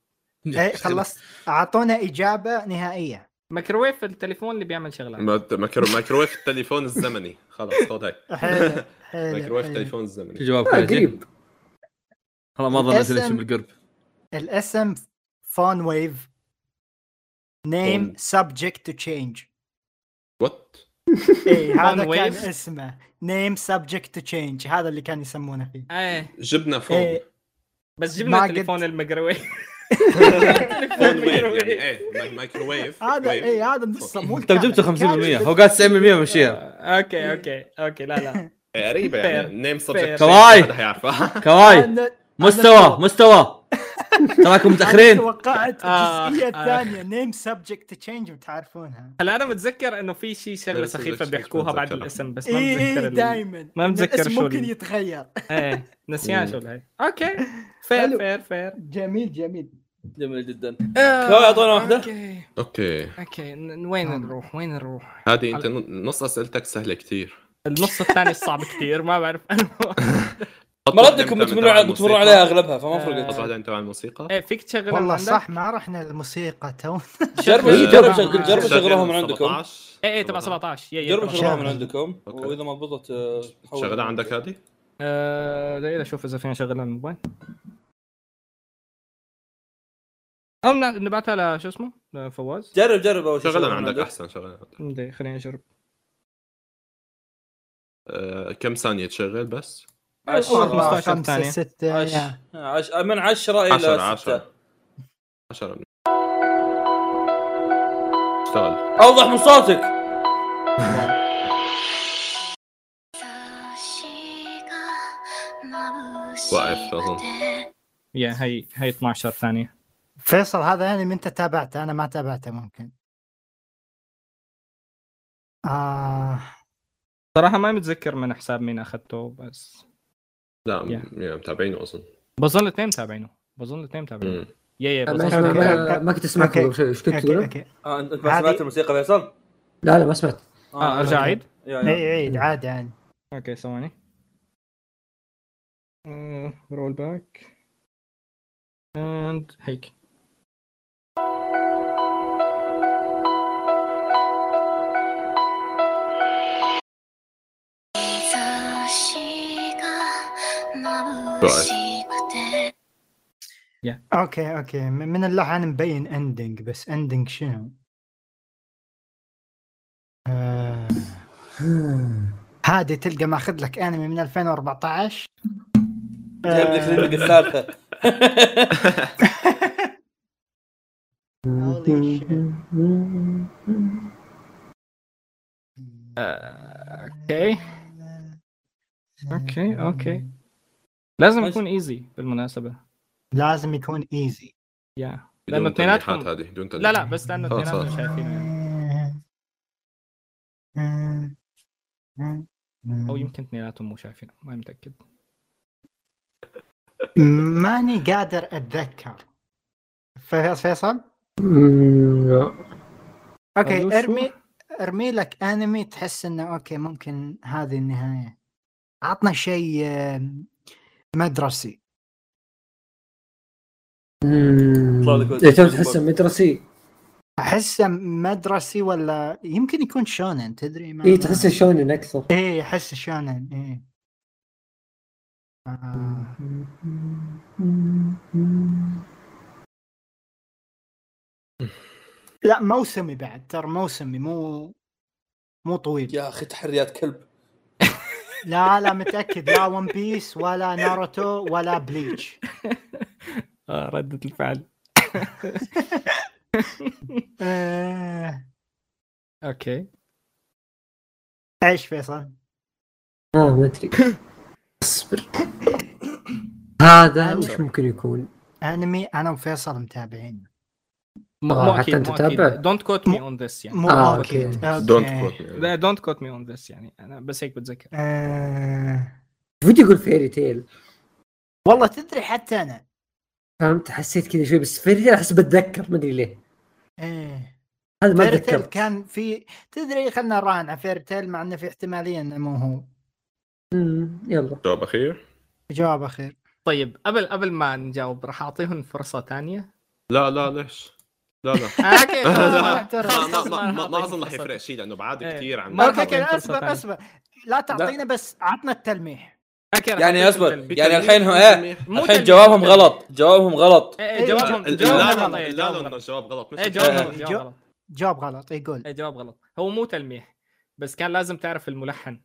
Speaker 4: نعم.
Speaker 2: إيه، خلصت اعطونا اجابه نهائيه
Speaker 5: ميكروويف التليفون اللي بيعمل شغلات
Speaker 4: ما- مايكرو مايكروويف التليفون الزمني خلاص خذ هيك
Speaker 2: حلو حلو،
Speaker 4: مايكروويف
Speaker 5: أيوة.
Speaker 2: حلو.
Speaker 4: التليفون
Speaker 1: في
Speaker 4: الزمني
Speaker 1: جواب
Speaker 3: آه،
Speaker 1: خارجي
Speaker 3: قريب
Speaker 1: والله ما ظنيت ليش
Speaker 2: اسم-
Speaker 1: بالقرب
Speaker 2: الاسم فون ويف نيم سبجكت تو تشينج
Speaker 4: وات
Speaker 2: اي هذا
Speaker 5: Phone
Speaker 2: كان
Speaker 5: wave.
Speaker 2: اسمه نيم سبجكت تو تشينج هذا اللي كانوا يسمونه فيه
Speaker 5: ايه
Speaker 4: جبنا فون
Speaker 2: إيه،
Speaker 5: بس
Speaker 2: ما
Speaker 5: جبنا
Speaker 2: قد-
Speaker 5: تليفون الميكروويف
Speaker 4: فون ويف يعني ايه ماي- مايكروويف
Speaker 2: هذا
Speaker 4: ويف.
Speaker 5: إيه.
Speaker 2: اي هذا نص مو
Speaker 1: طب
Speaker 6: نعم.
Speaker 1: جبته 50% هو قال 90% مشيها
Speaker 5: اوكي اوكي اوكي لا لا
Speaker 4: إيه، قريبه يعني نيم سبجكت
Speaker 1: كواي.
Speaker 4: حدا حيعرفها
Speaker 1: كواي مستوى مستوى تراكم متاخرين
Speaker 2: توقعت
Speaker 5: آه،
Speaker 2: الجزئيه
Speaker 5: آه.
Speaker 2: الثانيه نيم سبجكت تو تشينج بتعرفونها
Speaker 5: هلا انا متذكر انه في شيء شغله سخيفه بيحكوها بعد الاسم بس ما
Speaker 2: اي
Speaker 5: متذكر
Speaker 2: اي
Speaker 5: ال-
Speaker 2: دائما
Speaker 5: ما متذكر شو ال-
Speaker 2: ممكن يتغير
Speaker 5: ايه نسيان شو هاي اوكي
Speaker 2: حلو.
Speaker 5: فير فير فير
Speaker 2: جميل جميل
Speaker 6: جميل جدا كواي أعطونا واحدة.
Speaker 5: اوكي
Speaker 4: اوكي
Speaker 5: اوكي ن- وين
Speaker 2: نعم.
Speaker 5: نروح وين نروح
Speaker 4: هذه انت نص اسئلتك سهله كثير
Speaker 5: النص الثاني صعب كثير ما بعرف
Speaker 4: حط
Speaker 6: مراتكم
Speaker 4: واحدة أنت
Speaker 6: بتمرون
Speaker 4: مع
Speaker 6: على- بتمرون
Speaker 4: الموسيقى.
Speaker 6: عليها اغلبها فما
Speaker 4: حط
Speaker 6: فرقت
Speaker 4: واحدة انت مع الموسيقى
Speaker 6: إيه،
Speaker 5: ايه فيك تشغل من
Speaker 2: والله
Speaker 5: عندك؟
Speaker 2: صح ما رحنا الموسيقى تو
Speaker 6: جربوا
Speaker 3: إيه،
Speaker 6: جربوا
Speaker 3: طبعاً.
Speaker 6: شغل- جربوا
Speaker 4: شغل
Speaker 6: شغلها من عندكم
Speaker 4: 17.
Speaker 5: ايه ايه تبع 17 يا
Speaker 6: جربوا
Speaker 5: جرب
Speaker 6: شغلها من عندكم
Speaker 4: أوكي.
Speaker 6: واذا ما آه، ضبطت
Speaker 4: شغلها عندك هذه؟
Speaker 5: آه دقيقة اشوف اذا فينا نشغل الموبايل او ن- نبعتها لشو اسمه لفواز
Speaker 6: جرب جرب اول شيء
Speaker 4: شغلها من عندك احسن شغلها عندك.
Speaker 5: دقيقة، خليني اجرب
Speaker 4: آه، كم ثانيه تشغل بس؟
Speaker 5: 14
Speaker 6: 10
Speaker 5: ثانية.
Speaker 2: 15 6 يا.
Speaker 6: آه، من 10 الى
Speaker 4: 10
Speaker 6: 6
Speaker 4: 10 10 اشتغل
Speaker 6: اوضح من صوتك
Speaker 7: واقف اظن
Speaker 5: يا هي هي 12 ثانية
Speaker 2: فيصل هذا انمي انت تابعته انا ما تابعته ممكن آه
Speaker 5: صراحة ما متذكر من حساب مين اخذته بس
Speaker 4: لا
Speaker 5: يا.
Speaker 4: م- يا متابعينه اصلا
Speaker 5: بظن الاثنين متابعينه بظن الاثنين متابعينه
Speaker 4: مم.
Speaker 5: يا يا
Speaker 3: ما-
Speaker 5: بظن
Speaker 3: ما- ما- ما كنت اسمعك
Speaker 2: أوكي.
Speaker 3: قبل شوي ايش كنت
Speaker 2: اوكي
Speaker 3: تقول؟
Speaker 2: اوكي
Speaker 6: آه، انت ما
Speaker 2: هذه-
Speaker 6: سمعت الموسيقى فيصل؟
Speaker 3: لا لا ما سمعت
Speaker 5: اه ارجع اعيد
Speaker 6: يا- يا.
Speaker 2: اي عيد عادي يعني
Speaker 5: اوكي ثواني Uh, رول باك اند هيك
Speaker 2: اوكي اوكي م- من اللحن مبين اندنج بس اندنج شنو؟ آه. هادي تلقى ماخذ لك انمي من آه. 2014
Speaker 6: جايب لك ريدنج الثالثة
Speaker 2: Holy
Speaker 5: اوكي اوكي اوكي لازم يكون ايزي بالمناسبة
Speaker 2: لازم يكون ايزي
Speaker 5: يا لأنه
Speaker 4: بدون
Speaker 5: اثنيناتهم-
Speaker 4: تلميحات هذه بدون
Speaker 5: لا
Speaker 4: تلميحات
Speaker 5: لا بس لانه
Speaker 4: خلاص،
Speaker 5: اثنيناتنا
Speaker 4: خلاص.
Speaker 5: شايفينه او يمكن اثنيناتهم مو شايفينه ما متاكد
Speaker 2: ماني قادر اتذكر فيصل فيصل
Speaker 3: مم، لا.
Speaker 5: ألو،
Speaker 2: اوكي
Speaker 5: شو؟
Speaker 2: ارمي ارمي لك انمي تحس انه اوكي ممكن هذه النهايه عطنا شيء آم، مدرسي
Speaker 3: مم.
Speaker 6: طلع لك وجه.
Speaker 3: إيه، تو تحسه مدرسي
Speaker 2: احسه مدرسي ولا يمكن يكون شونن تدري ما
Speaker 3: اي إيه، تحسه شونن اكثر
Speaker 2: اي احسه شونن اي يعني، إيه. آه. لا موسمي بعد ترى موسمي مو مو طويل
Speaker 6: يا اخي تحريات كلب
Speaker 2: لا لا متاكد لا ون بيس ولا ناروتو ولا بليتش
Speaker 5: آه ردة الفعل
Speaker 2: آه.
Speaker 3: آه،
Speaker 5: اوكي
Speaker 2: ايش فيصل؟
Speaker 3: اه ما ادري اصبر هذا وش ممكن يكون؟
Speaker 2: انمي انا وفيصل متابعين
Speaker 5: مو
Speaker 3: آه، حتى
Speaker 5: اكيد
Speaker 3: أنت
Speaker 5: مو اكيد
Speaker 3: تتابع؟
Speaker 5: دونت كوت مي اون ذس يعني
Speaker 2: مو
Speaker 3: آه،
Speaker 2: أوكي.
Speaker 3: أوكي.
Speaker 2: أوكي.
Speaker 4: دونت كوت
Speaker 5: لا دونت كوت مي اون ذس يعني انا بس هيك بتذكر
Speaker 2: آه،
Speaker 3: فيديو يقول فيري تيل
Speaker 2: والله تدري حتى انا
Speaker 3: فهمت حسيت كذا شوي بس فيري تيل احس بتذكر ما ادري ليه
Speaker 2: ايه
Speaker 3: هذا ما
Speaker 2: فيرتيل
Speaker 3: اتذكر
Speaker 2: كان في تدري خلنا نراهن على فيرتيل مع انه في احتماليه انه مو هو
Speaker 3: أمم، يلا
Speaker 4: جواب اخير
Speaker 2: جواب اخير
Speaker 5: طيب قبل قبل ما نجاوب راح اعطيهم فرصه ثانيه
Speaker 4: لا لا ليش؟ لا لا
Speaker 5: آه، اوكي
Speaker 4: لا،
Speaker 5: خلاص،
Speaker 4: لا،
Speaker 5: خلاص،
Speaker 4: ما-
Speaker 5: خلاص،
Speaker 4: ما- ما- ما- ما
Speaker 5: أعطيهم
Speaker 4: اظن راح
Speaker 5: فرصة.
Speaker 4: يفرق شيء لانه بعاد
Speaker 5: إيه.
Speaker 4: كثير عن
Speaker 5: ما
Speaker 2: اوكي
Speaker 5: راح
Speaker 2: اوكي
Speaker 5: أعطيهم فرصة
Speaker 2: اصبر
Speaker 5: ثانية.
Speaker 2: اصبر لا تعطينا بس عطنا التلميح
Speaker 5: أوكي، راح
Speaker 6: يعني
Speaker 5: أعطيهم
Speaker 6: اصبر
Speaker 5: تلميح.
Speaker 6: يعني الحين هم ايه
Speaker 4: إيه.
Speaker 5: مو
Speaker 6: الحين
Speaker 5: تلميح،
Speaker 6: جوابهم
Speaker 5: تلميح.
Speaker 6: غلط جوابهم غلط
Speaker 5: إيه،
Speaker 2: إيه،
Speaker 5: جوابهم
Speaker 4: لا
Speaker 5: جوابهم
Speaker 4: لا
Speaker 5: غلط، إيه،
Speaker 4: لا
Speaker 5: جوابهم
Speaker 4: لا
Speaker 5: غلط.
Speaker 4: إنه جواب غلط مش يعني.
Speaker 5: ايه جواب
Speaker 6: إيه.
Speaker 5: غلط جواب غلط
Speaker 2: جواب غلط إيه، يقول
Speaker 5: ايه جواب غلط هو مو تلميح بس كان لازم تعرف الملحن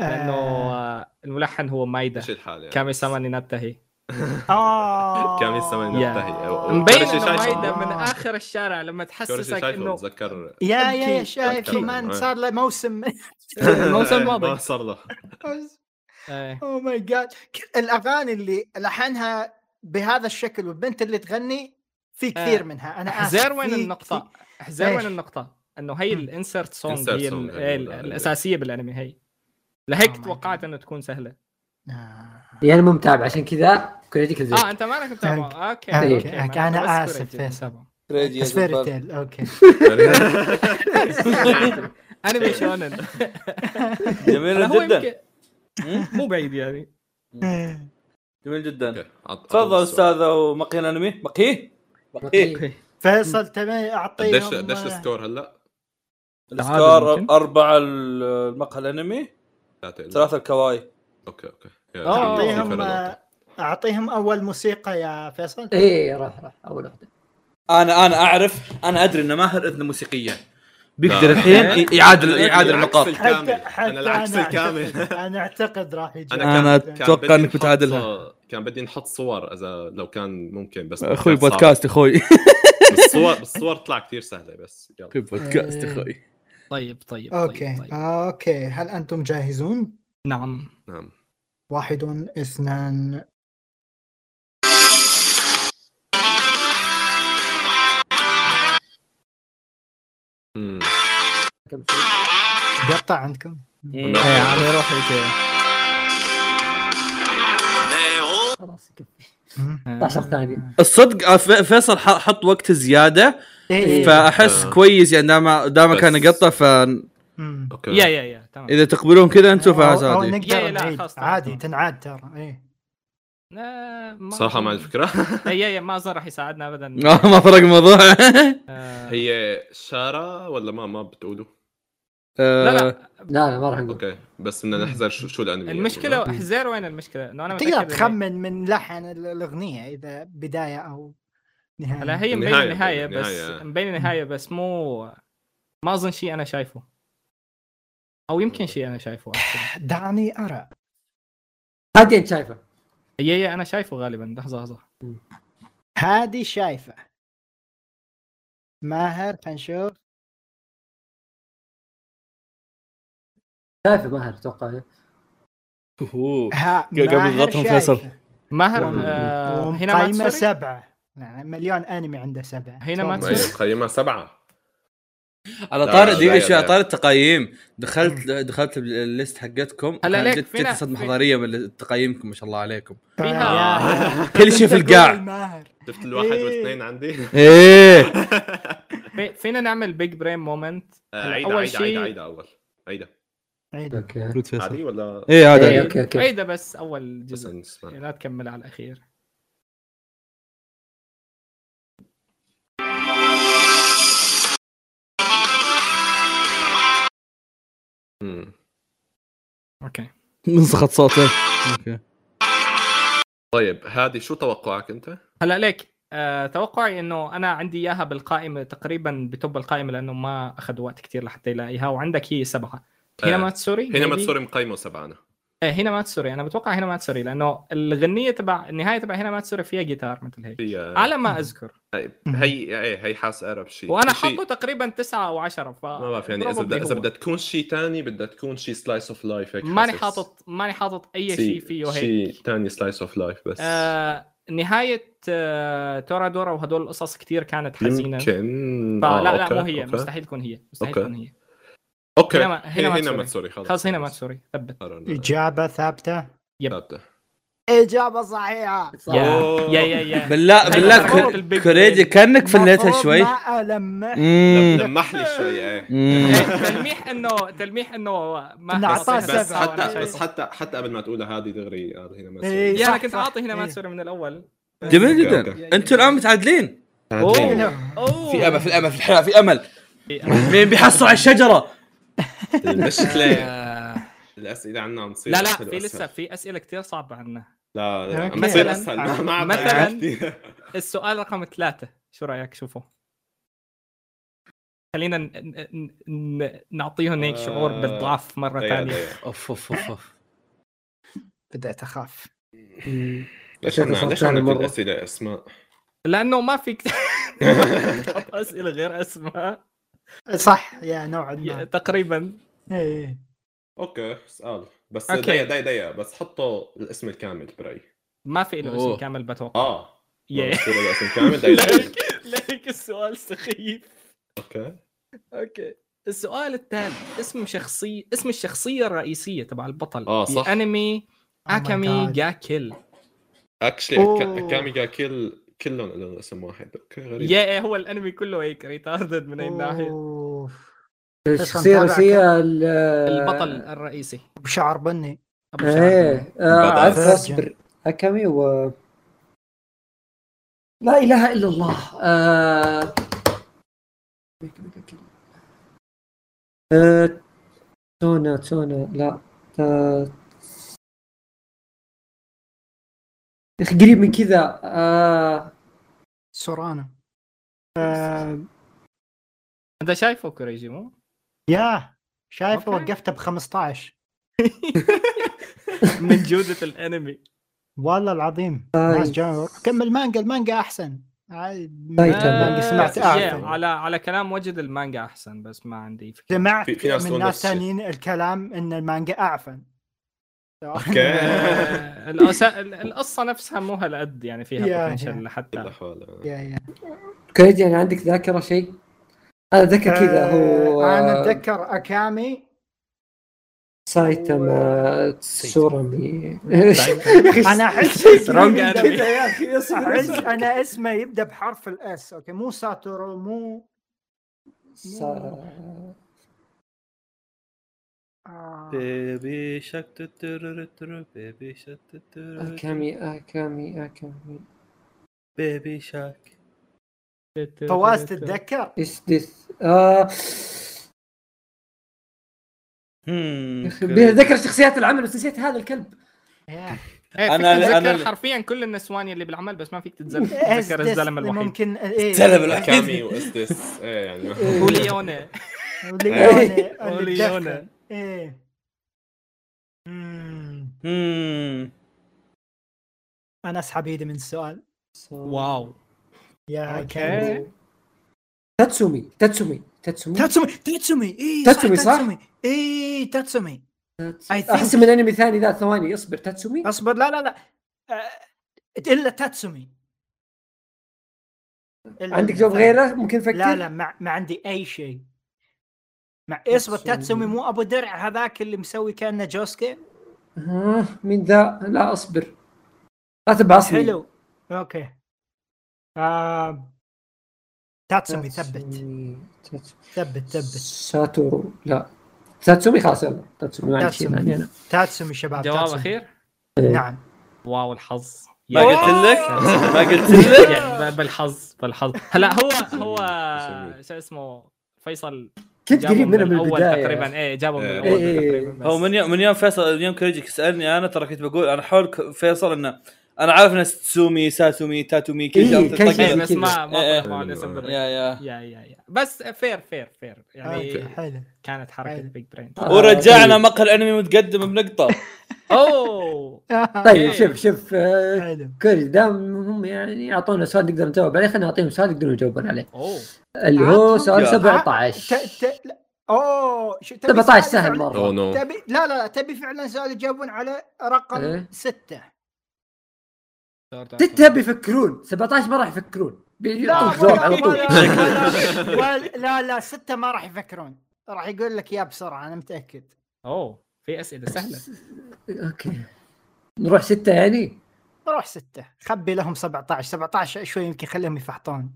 Speaker 5: لانه آه، الملحن هو مايدا
Speaker 4: مش الحال يعني
Speaker 5: كامي ساماني ناتاهي
Speaker 2: آه
Speaker 4: كان يسمى إنه انتهي.
Speaker 6: آه.
Speaker 5: مبين
Speaker 4: كوريشي
Speaker 5: انه
Speaker 4: شايفه.
Speaker 5: مايدا من اخر الشارع لما تحسسك
Speaker 4: كوريشي
Speaker 5: انه
Speaker 4: شايفه متذكر
Speaker 2: يا يا يا
Speaker 5: أبكي.
Speaker 2: شايف
Speaker 4: أتكلم.
Speaker 2: كمان
Speaker 4: إيه.
Speaker 2: صار له موسم
Speaker 5: الموسم الماضي.
Speaker 4: ما صار له آه.
Speaker 5: إيه.
Speaker 2: او ماي جاد الاغاني اللي لحنها بهذا الشكل والبنت اللي تغني في كثير
Speaker 5: آه.
Speaker 2: منها انا اسف
Speaker 5: احزار وين
Speaker 2: في
Speaker 5: النقطة؟ احزار
Speaker 2: إيش؟
Speaker 5: وين النقطة؟ انه هي
Speaker 2: مم.
Speaker 5: الانسرت سونج
Speaker 4: Insert
Speaker 5: هي
Speaker 4: song،
Speaker 5: ال-
Speaker 4: أيوة،
Speaker 5: ال-
Speaker 4: لا،
Speaker 5: الاساسية بالانمي هي
Speaker 6: آه،
Speaker 2: Oh
Speaker 5: لهيك
Speaker 2: my
Speaker 5: توقعت
Speaker 2: God.
Speaker 5: انه تكون سهلة
Speaker 2: كثير. آه.
Speaker 3: يعني مو متابع عشان كذا كريتيكال زي
Speaker 5: اه انت مالك متابعة اوكي
Speaker 2: أوكي،
Speaker 5: أوكي،
Speaker 2: أوكي،
Speaker 5: معناته
Speaker 2: أنا
Speaker 5: بس
Speaker 2: آسف، فيصل.
Speaker 5: كوريجي متابعة.
Speaker 6: كريدي يا
Speaker 2: بس فيري
Speaker 6: زبال.
Speaker 2: تيل اوكي
Speaker 4: يعني،
Speaker 5: انمي شونن
Speaker 6: جميل
Speaker 5: هو
Speaker 6: جدا
Speaker 5: يمكن مو بعيد يعني
Speaker 6: جميل جدا
Speaker 4: أوكي. عط-
Speaker 6: تفضل
Speaker 4: عطنا السؤال.
Speaker 6: استاذ ومقهي الانمي مقهي
Speaker 5: آه،
Speaker 6: مقهي
Speaker 5: أوكي.
Speaker 2: فيصل تمام آه. اعطيهم
Speaker 4: قديش قديش السكور هلا؟
Speaker 5: تعادل
Speaker 6: السكور
Speaker 5: يمكن.
Speaker 6: أربعة المقهى الأنمي
Speaker 4: ثلاثة إلا.
Speaker 6: ثلاثة الكواي
Speaker 4: اوكي اوكي
Speaker 5: آه.
Speaker 2: اعطيهم اعطيهم اول موسيقى يا فيصل
Speaker 3: ايه راح راح اول واحده
Speaker 6: أنا أنا أعرف أنا أدري إن ماهر إذن موسيقية بيقدر
Speaker 4: لا.
Speaker 6: الحين ي- يعادل يعادل النقاط
Speaker 4: العكس الكامل انا العكس الكامل
Speaker 2: أعتقد- انا اعتقد راح يجي
Speaker 4: انا
Speaker 6: أنا
Speaker 4: كان
Speaker 6: أتوقع
Speaker 4: بدي
Speaker 6: إنك
Speaker 4: نحط-
Speaker 6: بتعادلها.
Speaker 4: كان بدي نحط صور اذا لو كان ممكن بس
Speaker 1: اخوي
Speaker 4: كان صعب.
Speaker 1: بودكاست اخوي
Speaker 4: بالصور بالصور طلع كثير سهله بس يلا
Speaker 6: إيه.
Speaker 1: اخوي بودكاست اخوي
Speaker 5: طيب طيب
Speaker 2: اوكي
Speaker 5: طيب، طيب.
Speaker 2: اوكي هل انتم جاهزون؟
Speaker 5: نعم
Speaker 4: نعم
Speaker 2: واحد اثنان
Speaker 4: مم.
Speaker 3: كم شيء.
Speaker 2: قطع عندكم
Speaker 5: ايه علي روحي كده
Speaker 3: خلاص يكفي
Speaker 2: مم.
Speaker 3: 12
Speaker 5: إيه.
Speaker 3: ثانية
Speaker 1: الصدق آه، ف- فيصل ح- حط وقت زياده
Speaker 2: إيه.
Speaker 1: فاحس
Speaker 4: آه.
Speaker 1: كويس يعني دام دام
Speaker 4: بس-
Speaker 1: كان يقطع فاذا
Speaker 2: مم.
Speaker 4: اوكي
Speaker 5: يا يا يا تمام
Speaker 1: تقبلون كذا انتم
Speaker 2: أو-
Speaker 1: فحس
Speaker 2: أو
Speaker 1: عادي
Speaker 2: نقدر
Speaker 5: يا- إيه، لا،
Speaker 2: نعيد.
Speaker 5: خلاص، طيب. تمام،
Speaker 2: عادي
Speaker 5: تمام.
Speaker 2: تنعاد ترى ايه
Speaker 5: لا، ما
Speaker 4: صراحه ما عندي فكره
Speaker 5: اي اي ما اظن راح يساعدنا ابدا
Speaker 1: آه، ما فرق الموضوع
Speaker 5: آه،
Speaker 4: هي شارة ولا ما ما بتقولوا
Speaker 5: لا
Speaker 1: آه،
Speaker 5: لا
Speaker 3: لا لا ما راح نقول
Speaker 4: اوكي بس بدنا نحذر شو شو الانمي
Speaker 5: المشكله
Speaker 4: يعني.
Speaker 5: احزير وين المشكله؟ انه انا متأكد
Speaker 2: تقدر
Speaker 5: إن-
Speaker 2: تخمن من لحن ال- الاغنيه اذا بدايه او نهايه
Speaker 5: لا هي مبين
Speaker 4: النهاية،
Speaker 5: النهايه
Speaker 4: النهاية.
Speaker 5: بس مبين النهايه بس مو ما اظن شيء انا شايفه او يمكن شيء انا شايفه actually.
Speaker 2: دعني ارى
Speaker 3: هادي انت شايفه
Speaker 5: اي اي انا شايفه غالبا لحظه لحظه
Speaker 2: هادي شايفه ماهر حنشوف
Speaker 3: شايفه ماهر اتوقع
Speaker 1: هو.
Speaker 2: ها
Speaker 1: قبل
Speaker 2: ماهر
Speaker 1: يضغطهم
Speaker 2: شايفة.
Speaker 1: فيصل.
Speaker 5: ماهر
Speaker 4: وم-
Speaker 5: آه، هنا ما
Speaker 2: ومقيمة
Speaker 5: تسري؟
Speaker 2: سبعة نعم مليون انمي عنده سبعة
Speaker 5: هنا ما
Speaker 2: تفضل.
Speaker 5: تسري؟
Speaker 4: هي قيمها سبعة
Speaker 1: على
Speaker 4: لا،
Speaker 1: طاري
Speaker 4: لا،
Speaker 1: دقيقه
Speaker 4: لا،
Speaker 1: شوي على
Speaker 4: لا.
Speaker 1: طاري التقييم دخلت دخلت الليست حقتكم
Speaker 5: هلا
Speaker 1: كان
Speaker 5: ليك،
Speaker 1: جت-
Speaker 5: في ناس-
Speaker 1: جت صدمه
Speaker 5: في-
Speaker 1: حضاريه من تقييمكم ما شاء الله عليكم
Speaker 5: فيها-
Speaker 2: طيب. يا-
Speaker 1: كل شيء في
Speaker 2: أنت
Speaker 1: القاع.
Speaker 2: قول ماهر
Speaker 4: شفت الواحد
Speaker 2: إيه.
Speaker 4: والاثنين عندي
Speaker 1: ايه
Speaker 5: في- فينا نعمل بيج برين مومنت
Speaker 4: آه، عيدة
Speaker 5: أول
Speaker 4: عيدة
Speaker 5: شيء-
Speaker 4: عيدة عيدة اول عيدة
Speaker 2: عيد.
Speaker 3: اوكي
Speaker 4: عادي ولا
Speaker 1: ايه
Speaker 3: إيه،
Speaker 1: هذا
Speaker 3: اوكي اوكي
Speaker 5: عيدة بس اول
Speaker 4: بس
Speaker 5: جزء إيه،
Speaker 4: نسمع
Speaker 5: لا تكمل على الاخير
Speaker 4: مم.
Speaker 5: اوكي
Speaker 1: انسخت صوته اوكي
Speaker 4: طيب هذه شو توقعك انت؟
Speaker 5: هلا ليك آه، توقعي انه انا عندي اياها بالقائمه تقريبا بتوب القائمه لانه ما اخذ وقت كثير لحتى يلاقيها وعندك هي سبعه هنا
Speaker 4: آه،
Speaker 5: ما تسوري
Speaker 4: هنا ما تصير مقيمه سبعة انا
Speaker 5: إيه، هنا ما تسوري انا بتوقع هنا ما تسوري لانه الغنيه تبع النهايه تبع هنا ما تسوري فيها جيتار مثل هيك
Speaker 4: هي
Speaker 5: على ما اذكر
Speaker 4: هي إيه، هي- هي حاس اقرب شيء
Speaker 5: وانا
Speaker 4: شيء-
Speaker 5: حاطه تقريبا تسعة او عشرة ف
Speaker 4: ما بعرف يعني اذا بدها اذا بدها تكون شيء ثاني بدها تكون شيء سلايس اوف لايف هيك
Speaker 5: ماني
Speaker 4: حاسس.
Speaker 5: حاطط ماني حاطط اي شيء فيه هيك
Speaker 4: شيء ثاني سلايس اوف لايف بس
Speaker 5: آه نهايه آه، تورادورا وهدول القصص كثير كانت حزينه
Speaker 4: يمكن
Speaker 5: فلا
Speaker 4: آه،
Speaker 5: لا
Speaker 4: أوكي،
Speaker 5: مو هي
Speaker 4: أوكي.
Speaker 5: مستحيل تكون هي مستحيل
Speaker 4: أوكي.
Speaker 5: تكون هي
Speaker 4: اوكي
Speaker 5: هنا ما- هنا
Speaker 4: هنا
Speaker 5: ما
Speaker 4: هنا
Speaker 5: تسوري.
Speaker 4: ما تسوري خلاص
Speaker 5: خلاص هنا ما سوري ثبت
Speaker 2: اجابه ثابته
Speaker 4: ثابتة.
Speaker 2: اجابه صحيحه
Speaker 5: يا يا يا يا
Speaker 7: بالله بالله
Speaker 5: مفروض
Speaker 7: كو-
Speaker 5: البيج
Speaker 7: كوريجي
Speaker 5: بين.
Speaker 7: كانك فليتها
Speaker 2: مفروض
Speaker 7: شوي
Speaker 2: ما ألمح.
Speaker 7: مم.
Speaker 4: لمح لي شوي ايه
Speaker 7: مم.
Speaker 5: إيه، تلميح انه تلميح انه ما
Speaker 2: نعطاه
Speaker 5: حصل.
Speaker 2: سبعة
Speaker 4: بس
Speaker 2: سبعة ولا
Speaker 4: حتى
Speaker 2: شيء.
Speaker 5: إيه.
Speaker 4: بس حتى حتى قبل ما تقولها هذه دغري هذه هنا ما
Speaker 2: إيه.
Speaker 4: تسوري
Speaker 5: يا انا
Speaker 2: صح،
Speaker 5: كنت
Speaker 2: صح.
Speaker 5: عاطي هنا ما
Speaker 2: إيه.
Speaker 5: تسوري من الاول
Speaker 7: جميل
Speaker 4: أوكي،
Speaker 7: جدا
Speaker 4: أوكي.
Speaker 7: انتوا الان متعادلين
Speaker 5: أوه.
Speaker 7: في امل في الامل في الحياه في امل مين بيحصل على الشجره
Speaker 4: المشكلة
Speaker 5: آه،
Speaker 4: الاسئلة عنا عم تصير
Speaker 5: لا لا
Speaker 4: أسهل
Speaker 5: في
Speaker 4: وأسهل.
Speaker 5: لسه في اسئله كثير صعبه عنها
Speaker 4: لا لا عم
Speaker 2: أوكي.
Speaker 4: تصير
Speaker 5: مثلاً-
Speaker 4: اسهل ما- ما عم
Speaker 5: مثلاً-
Speaker 4: بعرف كتير.
Speaker 5: السؤال رقم ثلاثه شو رايك شوفه خلينا ن- ن- ن- نعطيهم هيك شعور
Speaker 4: آه، طيب.
Speaker 5: بالضعف مره
Speaker 4: يا
Speaker 5: ثانيه
Speaker 4: دايا.
Speaker 7: اوف اوف اوف اوف
Speaker 2: بدأت اخاف
Speaker 4: ليش
Speaker 3: شكله
Speaker 4: عنا
Speaker 3: صعب
Speaker 4: ليش عنا
Speaker 3: مرة.
Speaker 4: كل اسئلة اسماء
Speaker 5: لانه ما في كت- حط اسئله غير اسماء
Speaker 2: صح يا نوعا ما
Speaker 5: تقريبا
Speaker 2: إيه.
Speaker 4: اوكي سؤال بس
Speaker 5: أوكي.
Speaker 4: دقيقة دقيقة دقيقة بس حطوا الاسم الكامل برأيي
Speaker 5: ما في له اسم
Speaker 7: أوه.
Speaker 5: كامل بتوقع
Speaker 4: اه
Speaker 5: يا.
Speaker 4: بصير الاسم كامل دقيقة
Speaker 5: ليك ليك السؤال سخيف
Speaker 4: اوكي
Speaker 5: اوكي السؤال التالي اسم شخصي اسم الشخصيه الرئيسيه تبع البطل
Speaker 4: آه، صح.
Speaker 5: في انمي
Speaker 2: Oh my
Speaker 5: اكامي
Speaker 2: God.
Speaker 5: جا كيل
Speaker 4: اكشلي
Speaker 2: أوه.
Speaker 4: كاميجا كل كلهم لهم اسم واحد اوكي غريب
Speaker 5: يا إيه، هو الانمي كله هيك ريتاردد
Speaker 2: Oh.
Speaker 5: من اي ناحيه
Speaker 2: أوف.
Speaker 3: الشخصيه الرئيسيه ال-
Speaker 5: البطل
Speaker 2: آه.
Speaker 5: الرئيسي
Speaker 2: بشعر بني
Speaker 5: ابو شعر
Speaker 3: ايه آه،
Speaker 4: بدأ.
Speaker 3: عارف
Speaker 2: فرجة.
Speaker 3: اصبر اكامي و لا اله الا الله آه... آه... تونا تونا لا آه... يا اخي قريب من كذا آه...
Speaker 2: سورانا آه،
Speaker 5: انت شايفه كوريجي مو؟
Speaker 2: يا شايفه
Speaker 5: أوكي.
Speaker 2: وقفته ب 15
Speaker 5: من جوده الانمي
Speaker 2: إيه، والله العظيم
Speaker 3: طيب.
Speaker 2: ناس جاوا كمل مانجا المانجا احسن هاي
Speaker 3: طيب.
Speaker 2: المانجا سمعت
Speaker 5: آه،
Speaker 2: اعرف
Speaker 5: yeah، على على كلام وجد المانجا احسن بس ما عندي فكره
Speaker 2: سمعت
Speaker 4: في- في ناس
Speaker 2: من
Speaker 4: تقول
Speaker 2: ناس
Speaker 4: نفس الشيء.
Speaker 2: ثانيين الكلام ان المانجا اعفن
Speaker 4: اوكي
Speaker 5: آه، الأس- القصه نفسها مو هالقد يعني فيها
Speaker 2: يا-
Speaker 5: بوتنشل
Speaker 4: كل
Speaker 5: لحتى
Speaker 4: حوالة.
Speaker 2: يا يا
Speaker 3: كريدي يعني عندك ذاكره شيء انا اتذكر كذا هو
Speaker 2: آه، انا اتذكر اكامي
Speaker 3: سايتاما تسورامي
Speaker 2: انا احس اسمي
Speaker 5: Wrong
Speaker 2: يبدأ-
Speaker 5: anime.
Speaker 3: يا اخي اصبر
Speaker 2: أحس انا اسمه يبدا بحرف الاس اوكي مو ساتورو مو
Speaker 3: سا-
Speaker 2: آه،
Speaker 7: بيبي شك تتر تتر بيبي شك تتر
Speaker 3: اكامي اكامي اكامي
Speaker 7: بيبي شك
Speaker 2: فواز تتذكر
Speaker 3: ايش ذس آه
Speaker 7: هم
Speaker 3: ذكر شخصيات العمل بس نسيت هذا الكلب
Speaker 2: يا.
Speaker 5: انا
Speaker 7: أنا-
Speaker 5: انا
Speaker 7: أنا-
Speaker 5: إيه، تتذكر حرفيا كل النسوان اللي بالعمل بس ما فيك تتذل- تتذكر
Speaker 2: إس-
Speaker 5: الزلمه
Speaker 2: إس-
Speaker 5: الوحيد
Speaker 2: ممكن إيه.
Speaker 7: الزلمة
Speaker 4: كامي واستس ايه
Speaker 5: إيه
Speaker 4: يعني
Speaker 5: وليونا
Speaker 2: وليونة
Speaker 5: وليونا
Speaker 2: وليونة ايه مم.
Speaker 7: هم
Speaker 2: انا اسحب ايدي من السؤال
Speaker 5: واو
Speaker 2: يا
Speaker 5: أوكي.
Speaker 2: كان
Speaker 3: تاتسومي تاتسومي تاتسومي
Speaker 2: تاتسومي تاتسومي إيه، اي
Speaker 3: تاتسومي، صح؟
Speaker 2: اي إيه، تاتسومي I think-
Speaker 3: احس من انمي ثاني ذا ثواني اصبر تاتسومي
Speaker 2: اصبر لا لا لا آه، الا تاتسومي إلا-
Speaker 3: عندك جواب غيره ممكن نفكر
Speaker 2: لا لا ما, ما عندي اي شيء مع اصبر
Speaker 3: تاتسومي.
Speaker 2: تاتسومي مو ابو درع هذاك اللي مسوي كانه جوسكي
Speaker 3: آه مين ذا لا اصبر لا تبعصني
Speaker 2: حلو اوكي آه... تاتسومي ثبت
Speaker 3: تاتسومي، تاتسومي.
Speaker 2: ثبت ثبت
Speaker 3: ساتورو لا تاتسومي خلاص يلا تاتسومي ما عندي شيء
Speaker 2: تاتسومي.
Speaker 3: ثاني انا
Speaker 2: تاتسومي شباب
Speaker 5: جواب
Speaker 2: تاتسومي.
Speaker 5: اخير
Speaker 2: نعم
Speaker 5: واو الحظ
Speaker 7: ما
Speaker 5: يا-
Speaker 7: قلت لك ما قلت لك
Speaker 5: يا- ب- بالحظ بالحظ هلا هو هو شو اسمه فيصل
Speaker 3: كنت
Speaker 5: جابه
Speaker 3: قريب منه
Speaker 5: من
Speaker 3: من
Speaker 5: الاول
Speaker 3: البدايه
Speaker 5: تقريبا ايه جابه من
Speaker 4: إيه.
Speaker 5: الاول
Speaker 3: إيه.
Speaker 5: تقريبا بس-
Speaker 7: هو من يوم من يوم فيصل من يوم كريجيك سالني انا ترى كنت بقول انا حول ك- فيصل انه انا عارف ناس تسومي ساتومي تاتومي كذا
Speaker 3: إيه، كل
Speaker 5: إيه،
Speaker 3: شيء.
Speaker 7: طقم.
Speaker 5: بس ما ما
Speaker 7: إيه.
Speaker 5: طلع الاسم بالرقم.
Speaker 7: يا يا
Speaker 5: يا يا يا بس فير فير فير
Speaker 2: أوكي،
Speaker 5: يعني
Speaker 2: حلو
Speaker 5: كانت حركه
Speaker 2: حلو.
Speaker 5: بيج برين
Speaker 3: آه،
Speaker 7: ورجعنا
Speaker 3: طيب.
Speaker 7: مقهى الانمي متقدم بنقطه
Speaker 5: اوه
Speaker 3: طيب شوف شوف آه،
Speaker 2: حلو
Speaker 3: كوري دام هم يعني اعطونا سؤال نقدر نجاوب عليه خلينا نعطيهم سؤال يقدرون يجاوبون عليه
Speaker 5: اوه
Speaker 3: اللي هو
Speaker 2: أعطهم
Speaker 3: سؤال
Speaker 7: يا.
Speaker 2: ت...
Speaker 3: 17
Speaker 2: ت... لا. اوه شو- تبي
Speaker 3: 17
Speaker 2: سؤال
Speaker 3: سهل
Speaker 2: فعلاً-
Speaker 4: اوه
Speaker 3: مره
Speaker 4: نو
Speaker 2: تبي لا لا لا، تبي فعلا سؤال يجاوبون على رقم
Speaker 3: إيه.
Speaker 2: ستة
Speaker 3: ستة بيفكرون 17 ما راح يفكرون
Speaker 2: لا
Speaker 3: بيعطوك جواب
Speaker 2: ولا-
Speaker 3: على طول
Speaker 2: ولا- ولا- لا لا ستة ما راح يفكرون راح يقول لك يا بسرعة أنا متأكد
Speaker 5: اوه في اسئله سهله
Speaker 3: اوكي نروح ستة يعني
Speaker 2: روح ستة خبي لهم 17 17 شوي يمكن خليهم يفحطون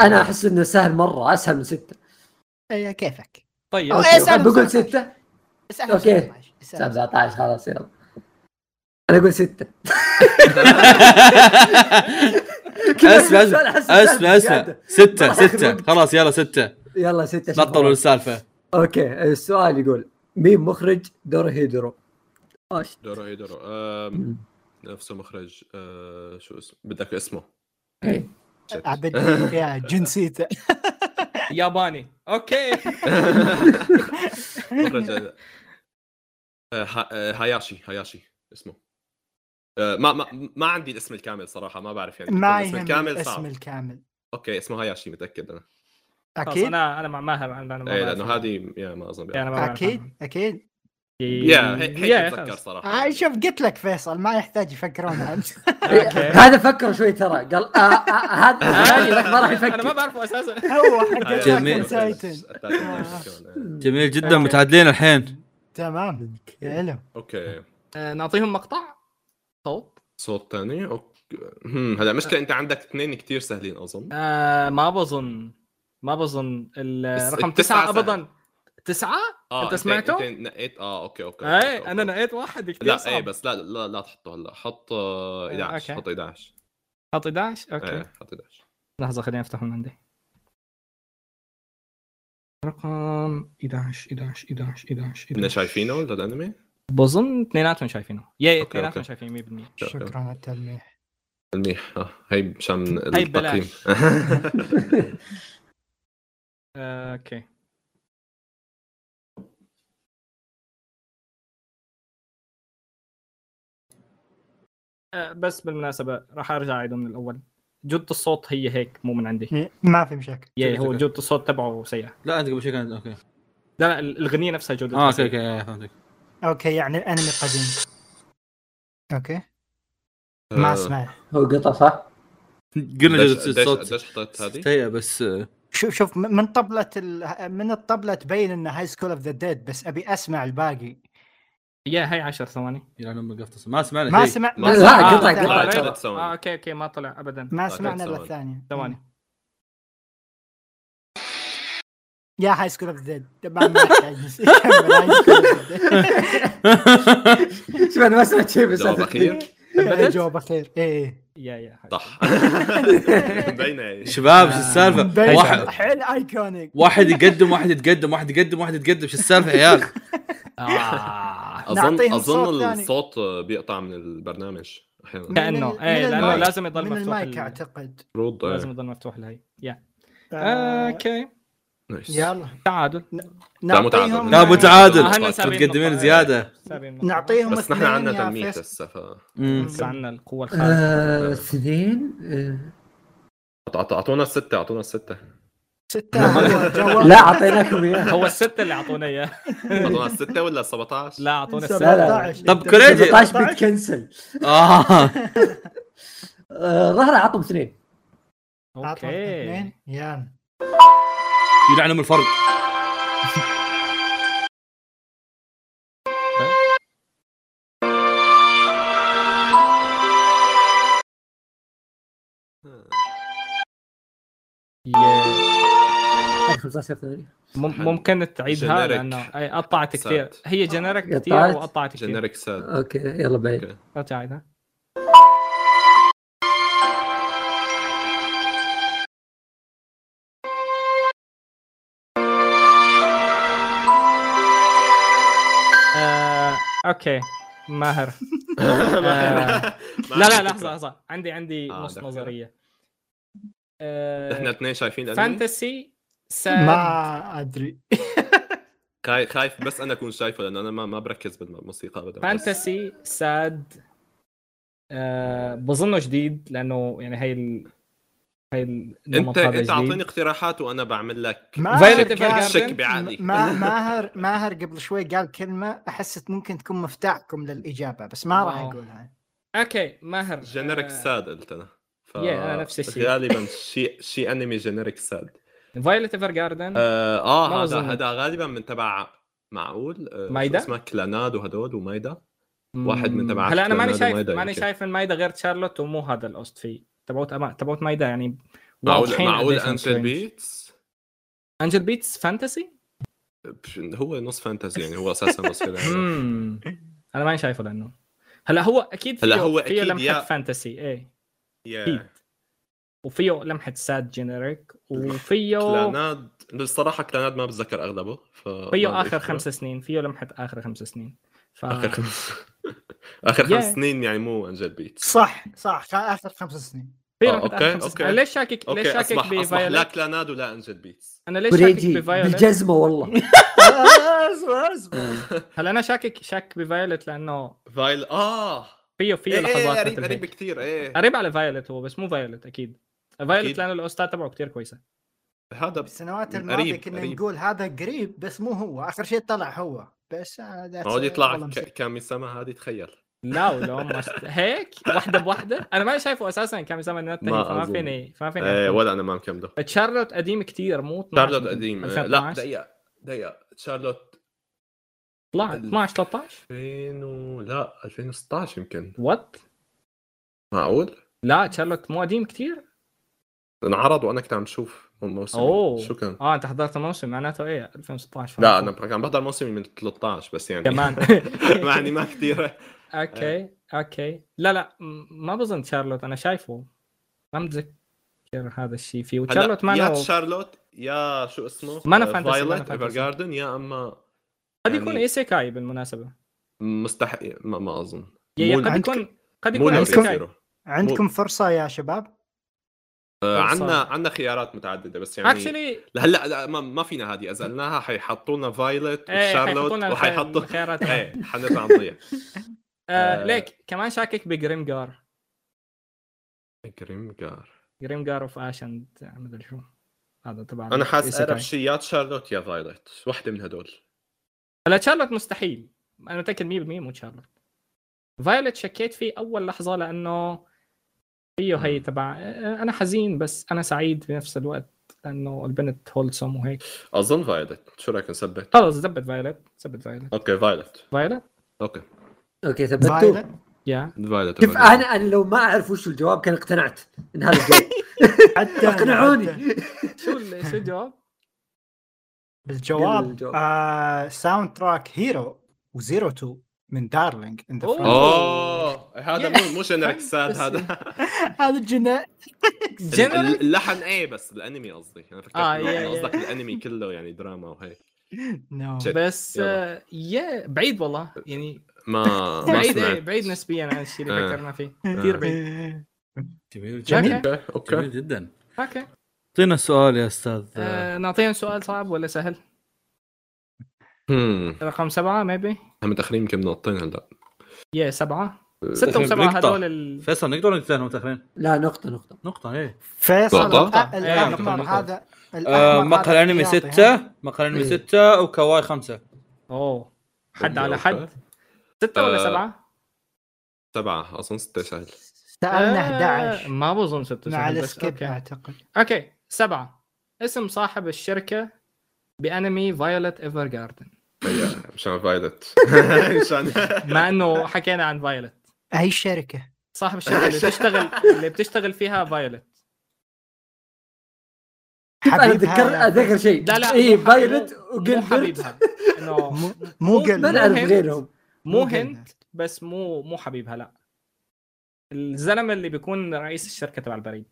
Speaker 5: آه.
Speaker 3: انا احس انه سهل مرة اسهل من ستة
Speaker 2: أي إيه، كيفك
Speaker 5: طيب
Speaker 2: أو
Speaker 3: اوكي
Speaker 2: اسأل
Speaker 3: بقول
Speaker 2: 17.
Speaker 3: ستة
Speaker 2: اسأل
Speaker 3: أوكي.
Speaker 2: 17. اسأل
Speaker 3: 17 خلاص يلا انا اقول ستة
Speaker 7: اسمع
Speaker 3: أنا
Speaker 7: اسمع
Speaker 3: أحس
Speaker 7: اسمع
Speaker 3: سهل
Speaker 7: اسمع
Speaker 3: زيادة.
Speaker 7: ستة
Speaker 3: راح ياخذ
Speaker 7: ستة
Speaker 3: وقت.
Speaker 7: خلاص يلا ستة
Speaker 3: يلا ستة
Speaker 7: لا
Speaker 3: شكراً.
Speaker 7: تطولوا السالفة
Speaker 3: اوكي السؤال يقول مين مخرج دور هيدرو؟ أوش.
Speaker 4: دورو هي دورو إيه آم، نفس المخرج آه، شو اسمه بدك اسمه
Speaker 3: إيه.
Speaker 4: شت.
Speaker 2: عبد يا جنسيته
Speaker 5: ياباني اوكي
Speaker 4: مخرج آه، آه، ح- آه، هاياشي هاياشي اسمه آه، ما ما ما عندي الاسم الكامل صراحه ما بعرف يعني
Speaker 2: ما
Speaker 4: الاسم
Speaker 2: يهم
Speaker 4: الكامل
Speaker 2: الاسم
Speaker 4: صعب
Speaker 2: الكامل
Speaker 4: اوكي اسمه هاياشي متاكد انا
Speaker 5: خلاص
Speaker 2: أكيد
Speaker 5: انا انا مع ماهر انا ما
Speaker 7: إيه،
Speaker 4: ايه
Speaker 5: بعرف. يعني.
Speaker 4: لانه هذه يا ما اظن
Speaker 5: يا
Speaker 4: بيعرف.
Speaker 5: أنا ما بعرف.
Speaker 2: أكيد أكيد
Speaker 4: يا هي- هي
Speaker 5: يا،
Speaker 4: اتذكر
Speaker 5: خلاص.
Speaker 4: صراحه
Speaker 2: هاي آه، شوف قلت لك فيصل ما يحتاج يفكرون عاد.
Speaker 5: اوكي
Speaker 3: هذا فكر شوي ترى قال آه، آه، هذا الثاني لا، ما راح
Speaker 5: انا ما
Speaker 3: يفكر
Speaker 5: بعرفه اساسا
Speaker 2: هو حق
Speaker 4: هاي-
Speaker 2: أتاك
Speaker 7: جميل.
Speaker 2: أون تايتن.
Speaker 5: آه.
Speaker 7: جميل جدا متعادلين الحين
Speaker 2: تمام يا علم
Speaker 4: اوكي
Speaker 5: آه، نعطيهم مقطع صوت
Speaker 4: صوت ثاني اوكي هم، هلا مشكله انت عندك اثنين كثير سهلين اظن
Speaker 5: آه، ما بظن ما بظن ال-
Speaker 4: بس
Speaker 5: رقم
Speaker 4: التسعة
Speaker 5: تسعة
Speaker 4: سهل.
Speaker 5: ابدا تسعة
Speaker 4: اه
Speaker 5: آه، أنت سمعته؟
Speaker 4: انت نقيت اه اوكي اوكي أوكي،
Speaker 5: ايه
Speaker 4: أوكي،
Speaker 5: انا
Speaker 4: أوكي.
Speaker 5: نقيت واحد كثير
Speaker 4: لا
Speaker 5: صعب.
Speaker 4: ايه بس لا لا لا تحطه هلا حط آه، 11
Speaker 5: أوكي.
Speaker 4: حط 11
Speaker 5: حط 11 اوكي
Speaker 4: ايه حط 11
Speaker 5: لحظه خليني افتح من عندي رقم 11 11 11 11
Speaker 4: كنا شايفينه ولا الانمي؟
Speaker 5: بظن اثنيناتهم شايفينه يا
Speaker 4: أوكي،
Speaker 5: اثنيناتهم
Speaker 4: أوكي.
Speaker 5: شايفين 100%
Speaker 2: شكرا على التلميح
Speaker 4: منيح آه، هي مشان
Speaker 5: هي
Speaker 4: التقييم
Speaker 5: ببلاش. آه، اوكي آه، بس بالمناسبة راح ارجع اعيده من الاول جودة الصوت هي هيك مو من عندي
Speaker 2: ما في مشاكل
Speaker 5: يا هو
Speaker 7: أوكي.
Speaker 5: جودة الصوت تبعه سيئة
Speaker 7: لا انت قبل شوي كانت اوكي
Speaker 5: لا لا الأغنية نفسها جودة
Speaker 7: اه اوكي اوكي آه، فهمتك
Speaker 2: اوكي يعني الانمي قديم اوكي ما اسمع
Speaker 3: هو قطع صح؟
Speaker 7: قلنا جودة الصوت
Speaker 4: آه، ليش حطيت هذه؟
Speaker 7: سيئة بس آه،
Speaker 2: شوف شوف م- من طبلة ال... من الطبلة تبين انه هاي سكول اوف ذا ديد بس ابي اسمع الباقي
Speaker 5: يا هاي 10 ثواني
Speaker 7: يلعن امك قفطس ما سمعنا
Speaker 2: ما
Speaker 1: إيه.
Speaker 7: شيء.
Speaker 2: سمع
Speaker 4: ما
Speaker 2: ما
Speaker 3: لا،
Speaker 2: سمعنا
Speaker 3: قطع،
Speaker 5: آه،
Speaker 2: إلا الثانية.
Speaker 3: قطع.
Speaker 4: آه، لا، ثلاث ثواني.
Speaker 5: اه اوكي اوكي ما طلع ابدا
Speaker 2: ما
Speaker 4: قطع،
Speaker 2: سمعنا الا
Speaker 4: ثواني.
Speaker 2: الثانية
Speaker 5: ثواني
Speaker 2: يا هاي سكول اوف ذا ديد ما ما يحتاج. كمل، هاي School of the Dead.
Speaker 3: شوف انا ما سمعت شيء بس آه،
Speaker 4: جواب اخير
Speaker 2: إيه، جواب اخير ايه
Speaker 5: يا يا هاي.
Speaker 4: صح مبينه يعني
Speaker 7: شباب
Speaker 3: آه،
Speaker 7: شو السالفة؟
Speaker 2: بين-
Speaker 7: واحد
Speaker 2: حيل ايكونيك
Speaker 7: واحد يقدم واحد يتقدم واحد يقدم واحد يتقدم شو السالفة يا عيال؟
Speaker 5: آه.
Speaker 4: اظن
Speaker 2: نعطيهم صوت
Speaker 4: اظن
Speaker 2: ثاني.
Speaker 4: الصوت بيقطع من البرنامج احيانا
Speaker 5: كأنه، إيه، لأنه
Speaker 2: المايك-
Speaker 5: لازم يضل
Speaker 2: من
Speaker 5: مفتوح
Speaker 2: المايك
Speaker 5: ال-
Speaker 2: اعتقد
Speaker 4: المفروض
Speaker 5: لازم
Speaker 4: آه،
Speaker 5: يضل مفتوح لهي يا
Speaker 2: آه،
Speaker 5: اوكي
Speaker 4: نايس.
Speaker 2: يلا
Speaker 5: تعادل
Speaker 4: لا، مو تعادل.
Speaker 2: نعطيهم-
Speaker 7: لا ابو تعادل
Speaker 5: آه، هن سابقين
Speaker 7: متقدمين
Speaker 5: نقطة.
Speaker 7: زيادة
Speaker 5: سابين نقطة.
Speaker 2: نعطيهم
Speaker 4: بس نحن عندنا
Speaker 2: اثنين يا
Speaker 4: تلميح
Speaker 2: فيصل.
Speaker 4: هسه ف
Speaker 7: أمم.
Speaker 5: بس عندنا القوة الخارقة
Speaker 3: آه، اثنين آه.
Speaker 4: اعطونا الستة اعطونا الستة
Speaker 2: ستة هو جواب
Speaker 3: لا اعطيناكم اياه
Speaker 5: هو الستة اللي اعطونا اياه
Speaker 4: اعطونا الستة ولا 17
Speaker 5: لا اعطونا الستة
Speaker 3: لا، لا.
Speaker 2: 17.
Speaker 7: طب كريجي
Speaker 3: 17 بيتكنسل
Speaker 7: اه
Speaker 3: آه، ظهر اعطهم اثنين
Speaker 2: أعطوا
Speaker 5: اوكي
Speaker 2: اثنين. يلا
Speaker 7: يلعنهم الفرق
Speaker 5: يا.
Speaker 3: آه، 15 ثانية
Speaker 5: مم- ممكن تعيدها
Speaker 4: Generic.
Speaker 5: لانه أي، قطعت كثير
Speaker 4: سات.
Speaker 5: هي جنرك كثير
Speaker 3: آه. قطعت.
Speaker 5: وقطعت كثير
Speaker 4: جنريك ساد
Speaker 3: اوكي يلا بعيد
Speaker 5: ارجع عيدها آه، اوكي ماهر آه، لا لا لحظه لحظه عندي عندي
Speaker 4: آه،
Speaker 5: نص
Speaker 4: دكتور.
Speaker 5: نظريه آه،
Speaker 4: احنا اثنين شايفين الانمي
Speaker 5: فانتسي ساد
Speaker 2: ما ادري
Speaker 4: خاي- خايف بس انا اكون شايفه لانه انا ما ما بركز بالموسيقى ابدا
Speaker 5: فانتسي ساد آه بظنه جديد لانه يعني هي ال... هي
Speaker 4: بس-
Speaker 5: النمط
Speaker 4: انت
Speaker 5: هذا
Speaker 4: انت
Speaker 5: جديد.
Speaker 4: اعطيني اقتراحات وانا بعمل لك
Speaker 2: ما
Speaker 5: Violet
Speaker 2: كان-
Speaker 5: Evergarden.
Speaker 4: شك بعقلي
Speaker 2: ما ماهر ماهر قبل شوي قال كلمه احس ممكن تكون مفتاحكم للاجابه بس ما راح
Speaker 5: واو.
Speaker 2: اقولها
Speaker 5: اوكي ماهر آه،
Speaker 4: جنريك ساد قلت انا ف...
Speaker 5: يا، آه، نفس الشيء.
Speaker 4: غالبا شيء شيء انمي جنريك ساد
Speaker 5: فايلت ايفر جاردن
Speaker 4: اه, آه
Speaker 5: ما
Speaker 4: هذا
Speaker 5: أظن.
Speaker 4: هذا غالبا من تبع معقول آه، شو
Speaker 5: مايدا؟
Speaker 4: اسمها كلاناد وهدول ومايدا واحد من تبعات
Speaker 5: هلا انا ماني
Speaker 4: ليوناردو
Speaker 5: شايف
Speaker 4: مايدا
Speaker 5: ماني
Speaker 4: يمكن.
Speaker 5: شايف ان مايدا غير تشارلوت ومو هذا الاوست في تبعوت أما... تبعوت مايدا يعني
Speaker 4: معقول
Speaker 5: واضحين
Speaker 4: معقول
Speaker 5: قديش هم
Speaker 4: انجل
Speaker 5: strange.
Speaker 4: بيتس
Speaker 5: انجل بيتس فانتسي؟
Speaker 4: بش- هو نص فانتزي يعني هو اساسا نص كده يعني.
Speaker 5: امم انا ماني شايفه لانه هلا هو اكيد
Speaker 4: هلا
Speaker 5: فيه-
Speaker 4: هو
Speaker 5: فيه
Speaker 4: أكيد يا-
Speaker 5: لمحه فانتسي ايه
Speaker 4: يا.
Speaker 5: وفيه لمحه ساد جينيريك وفيه
Speaker 4: كلاناد الصراحه كلاناد ما بتذكر اغلبه ف
Speaker 5: فيه اخر خمس سنين فيه لمحه اخر خمس سنين ف...
Speaker 4: اخر خمس اخر
Speaker 5: يا.
Speaker 4: خمس سنين يعني مو انجل بيتس
Speaker 2: صح صح خ- اخر خمس سنين
Speaker 5: فيه
Speaker 4: آه،
Speaker 5: لمحه
Speaker 4: أوكي،
Speaker 5: اخر خمس سنين
Speaker 4: أوكي.
Speaker 5: أنا ليش شاكك ليش
Speaker 4: اوكي
Speaker 5: شاكك
Speaker 4: اصبح اصبح لا
Speaker 5: بفايولت
Speaker 4: كلاناد ولا انجل بيتس
Speaker 5: انا ليش شاكك
Speaker 3: بريدي
Speaker 5: بفايولت
Speaker 3: بالجزمه والله
Speaker 2: آه، اصبر اصبر
Speaker 5: هلا انا شاكك شاك بفايولت لانه
Speaker 4: فايل اه
Speaker 5: فيه فيه
Speaker 4: إيه، إيه،
Speaker 5: لحظات آه.
Speaker 4: قريب
Speaker 5: مثل
Speaker 4: قريب
Speaker 5: هيك.
Speaker 4: كثير ايه
Speaker 5: قريب على فايولت هو بس مو فايولت اكيد فايولت
Speaker 4: أكيد.
Speaker 5: لانه الاوستاذ تبعه كثير كويسه
Speaker 4: هذا
Speaker 2: السنوات
Speaker 4: قريب،
Speaker 2: الماضيه كنا
Speaker 4: قريب.
Speaker 2: نقول هذا قريب بس مو هو اخر شيء طلع هو بس آه، that's-
Speaker 4: ما هو
Speaker 2: والله
Speaker 4: يطلع
Speaker 2: مسك-
Speaker 4: كامي سما هذه تخيل
Speaker 5: لا ولا مست... هيك واحده بواحده انا ما شايفه اساسا كان بيسمى نتهي
Speaker 4: ما
Speaker 5: فما
Speaker 4: أظن.
Speaker 5: فيني فما فيني
Speaker 4: ايه
Speaker 5: أحكم.
Speaker 4: ولا انا ما مكمله
Speaker 5: تشارلوت قديم كتير مو 12
Speaker 4: شارلوت
Speaker 5: يمكن
Speaker 4: قديم آه، لا
Speaker 5: 2012.
Speaker 4: دقيقه دقيقه شارلوت
Speaker 5: طلع 12 13
Speaker 4: 2000 و... لا 2016 يمكن
Speaker 5: وات
Speaker 4: معقول؟
Speaker 5: لا تشارلوت مو قديم كتير
Speaker 4: انعرض وانا كنت عم شوف موسم
Speaker 5: أوه.
Speaker 4: شو كان؟
Speaker 5: اه انت حضرت الموسم معناته ايه 2016
Speaker 4: لا انا كان بحضر موسمي من 13 بس يعني
Speaker 5: كمان
Speaker 4: يعني ما كثير
Speaker 5: اوكي اوكي لا لا م- ما بظن تشارلوت انا شايفه ما متذكر هذا الشيء فيه وتشارلوت ما
Speaker 4: يا
Speaker 5: أنا-
Speaker 4: شارلوت يا شو اسمه آه،
Speaker 5: ما أنا فانتسي، ما أنا
Speaker 4: فايلت
Speaker 5: فانتسي.
Speaker 4: ايفر جاردن يا اما
Speaker 5: قد
Speaker 4: يعني-
Speaker 5: يكون إيه ايسيكاي بالمناسبه
Speaker 4: مستحيل ما, ما اظن
Speaker 5: يا- يا
Speaker 4: مو-
Speaker 5: قد
Speaker 2: عندك-
Speaker 5: يكون قد
Speaker 4: مو
Speaker 5: يكون
Speaker 2: عندكم-
Speaker 5: ايسيكاي
Speaker 4: لو
Speaker 2: عندكم فرصه يا شباب
Speaker 5: Oh،
Speaker 4: عندنا عندنا خيارات متعدده بس يعني
Speaker 5: اكشلي
Speaker 4: هلا لا ما, ما فينا هذه اذا قلناها حيحطوا لنا فايلت
Speaker 5: ايه
Speaker 4: وشارلوت
Speaker 5: حيحطوا لنا
Speaker 4: وحيحطوا
Speaker 5: الخيارات
Speaker 4: ايه حنرجع نضيع
Speaker 5: آه،
Speaker 4: آه.
Speaker 5: ليك كمان شاكك بجريمجار
Speaker 4: جريمجار
Speaker 5: جريمجار اوف اشن مدري شو هذا تبع
Speaker 4: انا حاسس
Speaker 5: الإيسيكاي.
Speaker 4: اقرب شيء يا شارلوت يا فايلت واحده من هدول
Speaker 5: هلا تشارلوت مستحيل انا متاكد 100% مو تشارلوت فايولت شكيت فيه اول لحظه لانه فيه هي تبع انا حزين بس انا سعيد بنفس الوقت لانه البنت هولسوم وهيك
Speaker 4: اظن فايلت شو رايك نثبت؟
Speaker 5: خلص زبد فايولت زبد فايولت
Speaker 4: اوكي فايلت
Speaker 5: فايولت
Speaker 4: اوكي
Speaker 3: اوكي ثبتوه
Speaker 2: فايلة.
Speaker 5: يا
Speaker 4: فايلت
Speaker 3: شوف انا انا لو ما اعرف وش الجواب كان اقتنعت ان هذا الجواب
Speaker 2: حتى حتى
Speaker 3: اقنعوني
Speaker 5: شو ال- شو الجواب؟
Speaker 3: قل
Speaker 2: الجواب
Speaker 3: الجواب.
Speaker 2: آه ساوند تراك هيرو وزيرو تو من دارلينج in the
Speaker 5: أوه.
Speaker 2: front.
Speaker 4: اوه آه، هذا مو مو جنريك ساد
Speaker 5: بس-
Speaker 4: هذا
Speaker 2: هذا الجناء
Speaker 5: جنرال
Speaker 4: اللحن ايه بس الانمي قصدي انا فكرت
Speaker 5: آه،
Speaker 4: إنه
Speaker 5: يا- يا.
Speaker 4: قصدك الانمي كله يعني دراما وهيك
Speaker 2: نو
Speaker 4: جد.
Speaker 5: بس
Speaker 4: يلا.
Speaker 5: آه، يا بعيد والله يعني
Speaker 4: ما ما
Speaker 5: بعيد ايه
Speaker 4: سمعت
Speaker 5: بعيد نسبيا عن الشيء اللي
Speaker 4: آه.
Speaker 5: فكرنا فيه كثير بعيد
Speaker 1: جميل
Speaker 5: جميل.
Speaker 1: جدا
Speaker 4: اوكي اوكي
Speaker 1: جميل جدا
Speaker 4: آه.
Speaker 5: اوكي
Speaker 1: اعطينا السؤال يا استاذ
Speaker 5: آه، نعطيهم سؤال صعب ولا سهل؟
Speaker 4: هم
Speaker 5: رقم سبعه ميبي
Speaker 4: متاخرين Hmm، كم نقطتين هلا
Speaker 5: يا سبعه
Speaker 4: آه.
Speaker 5: سته وسبعه
Speaker 1: نقطة.
Speaker 5: هدول ال...
Speaker 1: فيصل نقدر ننتهي احنا متاخرين
Speaker 3: لا نقطه نقطه
Speaker 1: نقطه ايه
Speaker 2: فيصل
Speaker 4: نقطة.
Speaker 2: الأ-
Speaker 5: إيه، نقطة،
Speaker 2: الاحمر
Speaker 1: نقطة.
Speaker 2: هذا
Speaker 1: آه،
Speaker 2: الأحمر
Speaker 1: مقهى طيب.
Speaker 2: هذا
Speaker 1: الانمي
Speaker 2: الرياضي هذا.
Speaker 1: سته مقهى الانمي
Speaker 3: إيه.
Speaker 1: سته وكواي خمسه
Speaker 5: اوه حد
Speaker 4: أوكي،
Speaker 5: على حد
Speaker 4: أوكي.
Speaker 5: ستة ولا
Speaker 4: آه،
Speaker 5: سبعة؟
Speaker 4: سبعه اظن سته سهل
Speaker 2: سالنا
Speaker 5: آه،
Speaker 2: 11
Speaker 5: ما بظن ستة
Speaker 2: مع
Speaker 5: سهل بس
Speaker 2: السكيب
Speaker 5: اوكي
Speaker 2: اعتقد
Speaker 5: اوكي سبعة اسم صاحب الشركة بانمي فايولت ايفر جاردن
Speaker 4: هيا، مشان فايلت مشان
Speaker 5: مع انه حكينا عن فايولت
Speaker 2: اي شركه
Speaker 5: صاحب الشركة اللي بتشتغل اللي بتشتغل فيها فايولت
Speaker 3: انا
Speaker 2: حبيبها
Speaker 3: اتذكر
Speaker 2: لا.
Speaker 3: اتذكر شيء
Speaker 5: لا، لا،
Speaker 3: اي
Speaker 5: مو حبيب-
Speaker 3: فايلت
Speaker 5: مو
Speaker 3: وجلبرت
Speaker 5: حبيبها انه
Speaker 2: مو- مو
Speaker 3: ما
Speaker 2: قل
Speaker 3: نعرف
Speaker 5: مو هيك.
Speaker 3: غيرهم
Speaker 5: مو
Speaker 2: مو جنة.
Speaker 5: هنت بس مو مو حبيبها لا الزلمه اللي بيكون رئيس الشركه تبع البريد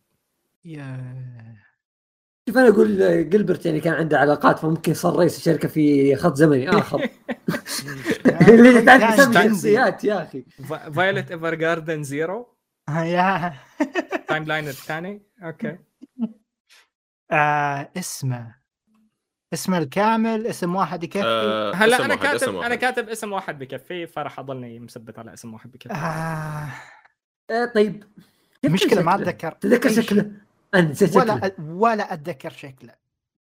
Speaker 2: يا-
Speaker 3: شوف انا اقول آه، جلبرت يعني كان عنده علاقات فممكن صار رئيس الشركه في خط زمني اخر اللي تعرف
Speaker 2: آه، كان
Speaker 3: اسمي
Speaker 2: جندي.
Speaker 3: شخصيات يا اخي
Speaker 5: فا- فايلت ايفر جاردن زيرو
Speaker 2: آه، يا-
Speaker 5: تايم لاين الثاني اوكي
Speaker 2: آه، اسمه اسمه الكامل اسم واحد يكفي
Speaker 4: آه،
Speaker 5: هلا
Speaker 4: اسم
Speaker 5: انا
Speaker 4: واحد،
Speaker 5: كاتب
Speaker 4: اسم
Speaker 5: انا
Speaker 4: واحد.
Speaker 5: كاتب اسم واحد بكفي فراح اضلني مثبت على اسم واحد بكفي
Speaker 2: آه،
Speaker 3: آه، طيب كيف
Speaker 2: مشكلة ما
Speaker 3: شكله؟
Speaker 2: اتذكر
Speaker 3: تذكر
Speaker 2: أي
Speaker 3: شكله انا نسيت شكله
Speaker 2: ولا ولا اتذكر شكله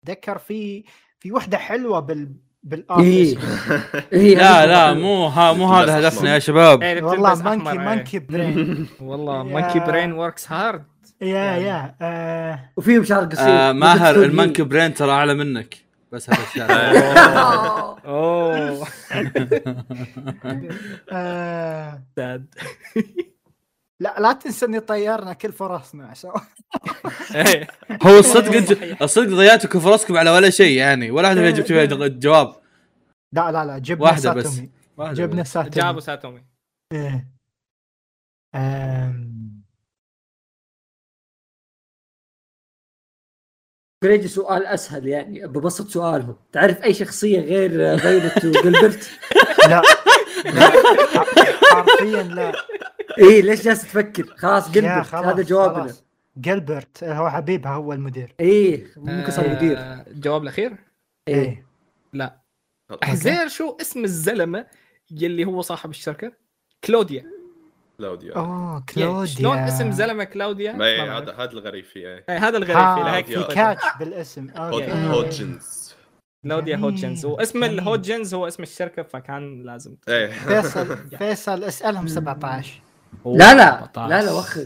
Speaker 2: اتذكر في في وحده حلوه بال
Speaker 3: إيه.
Speaker 2: بالارت
Speaker 3: إيه،
Speaker 7: لا لا مو ها مو هذا هدفنا يا شباب
Speaker 5: إيه، اللي
Speaker 2: والله
Speaker 5: بتلبس
Speaker 2: مانكي
Speaker 5: أحمر،
Speaker 7: آه.
Speaker 5: إيه.
Speaker 2: مانكي برين
Speaker 5: والله
Speaker 2: يا-
Speaker 5: مانكي برين وركس هارد
Speaker 7: يعني.
Speaker 2: يا يا آه،
Speaker 3: وفيهم شعر قصير
Speaker 7: آه ماهر
Speaker 3: ممكن
Speaker 7: المنكي
Speaker 3: تسوق
Speaker 7: برين ترى اعلى منك بس هذا الشعر
Speaker 3: آه.
Speaker 5: اوه
Speaker 2: آه،
Speaker 5: ساد
Speaker 2: لا لا تنسى اني طيرنا كل فرصنا عشان
Speaker 5: إيه.
Speaker 7: هو الصدق انت الصدق ضيعتوا كفرصكم على ولا شيء يعني ولا واحده فيها جبت
Speaker 2: إيه.
Speaker 7: فيها دق- جواب
Speaker 2: لا لا لا جبنا
Speaker 7: واحدة بس.
Speaker 2: ساتومي.
Speaker 7: واحدة
Speaker 2: جبنا
Speaker 7: بس.
Speaker 2: ساتومي
Speaker 5: جابوا ساتومي
Speaker 2: إيه. آم،
Speaker 3: بريدي سؤال اسهل يعني ببسط سؤالهم تعرف اي شخصيه غير آه، فايولت وجلبرت
Speaker 2: لا لا، حرفيا لا
Speaker 3: اي إيه، ليش جالس تفكر خلاص
Speaker 2: يا
Speaker 3: جلبرت
Speaker 2: خلاص،
Speaker 3: هذا جوابنا
Speaker 2: خلاص. جلبرت هو حبيبها هو المدير
Speaker 3: اي إيه، ممكن صار مدير
Speaker 5: آه، الجواب الاخير
Speaker 3: اي
Speaker 2: ايه
Speaker 5: حزير شو اسم الزلمه يلي هو صاحب الشركه كلوديا
Speaker 4: كلاوديا
Speaker 2: اوه
Speaker 5: يعني
Speaker 2: آه، كلوديا
Speaker 5: شلون اسم زلمه كلوديا
Speaker 4: ما
Speaker 5: ما
Speaker 4: هي-
Speaker 5: بعرف.
Speaker 4: هذا هذا الغريب فيه إيه.
Speaker 5: إيه، هذا الغريب
Speaker 2: آه،
Speaker 5: فيه لهيك
Speaker 2: في
Speaker 4: كلوديا.
Speaker 5: في كلوديا.
Speaker 2: كاتش بالاسم اوكي
Speaker 4: هود- هودجنز
Speaker 5: كلوديا
Speaker 2: جميل،
Speaker 5: هودجنز واسم
Speaker 2: جميل.
Speaker 5: الهودجنز هو اسم الشركه فكان لازم
Speaker 4: ايه
Speaker 2: فيصل فيصل اسالهم 17
Speaker 3: لا لا لا لا وخر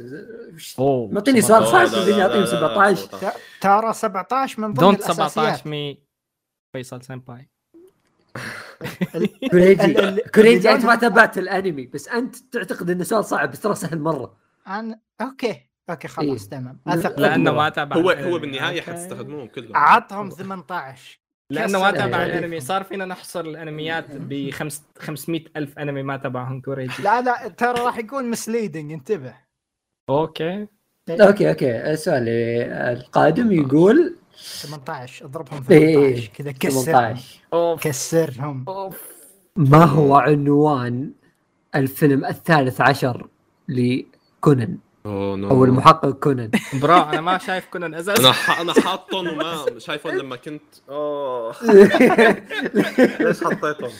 Speaker 3: معطيني سؤال
Speaker 4: لا،
Speaker 3: صعب
Speaker 4: لا، لا،
Speaker 3: صدقني
Speaker 4: لا،
Speaker 3: يعطيهم
Speaker 4: لا، لا،
Speaker 3: 17
Speaker 4: 17.
Speaker 2: ترى 17 من ضمن
Speaker 5: دونت
Speaker 2: الاساسيات
Speaker 5: 17 مي فيصل سامباي
Speaker 2: ال-
Speaker 3: كريجي
Speaker 2: ال-
Speaker 3: كريجي انت
Speaker 2: اللي دونها-
Speaker 3: ما تابعت الانمي بس انت تعتقد انه سؤال صعب بس ترى سهل مره
Speaker 2: عن اوكي اوكي خلاص تمام
Speaker 3: لا،
Speaker 2: اثق
Speaker 3: لا،
Speaker 5: لانه ما تابع
Speaker 4: هو
Speaker 5: الأنمي.
Speaker 4: هو بالنهايه
Speaker 5: أوكي.
Speaker 4: حتستخدموهم كلهم
Speaker 2: عطهم 18
Speaker 5: لانه ما
Speaker 2: كسر
Speaker 5: تابع
Speaker 3: الأنمي.
Speaker 5: الانمي صار فينا نحصر الانميات ب 500 الف انمي ما تابعهم كوريجي
Speaker 2: لا لا ترى راح يكون مسليدنج انتبه
Speaker 5: اوكي
Speaker 3: اوكي اوكي السؤال اللي- القادم يقول
Speaker 2: 18 اضربهم
Speaker 3: إيه، إيه.
Speaker 2: 18 كذا كسرهم
Speaker 3: 18
Speaker 5: اوف
Speaker 2: كسرهم
Speaker 3: ما هو عنوان الفيلم الثالث عشر لكونان او المحقق كونان
Speaker 5: برا انا ما شايف كونان
Speaker 4: انا
Speaker 5: اساسا
Speaker 4: ح- انا حاطهم وما شايفهم لما كنت اوه ليش حطيتهم؟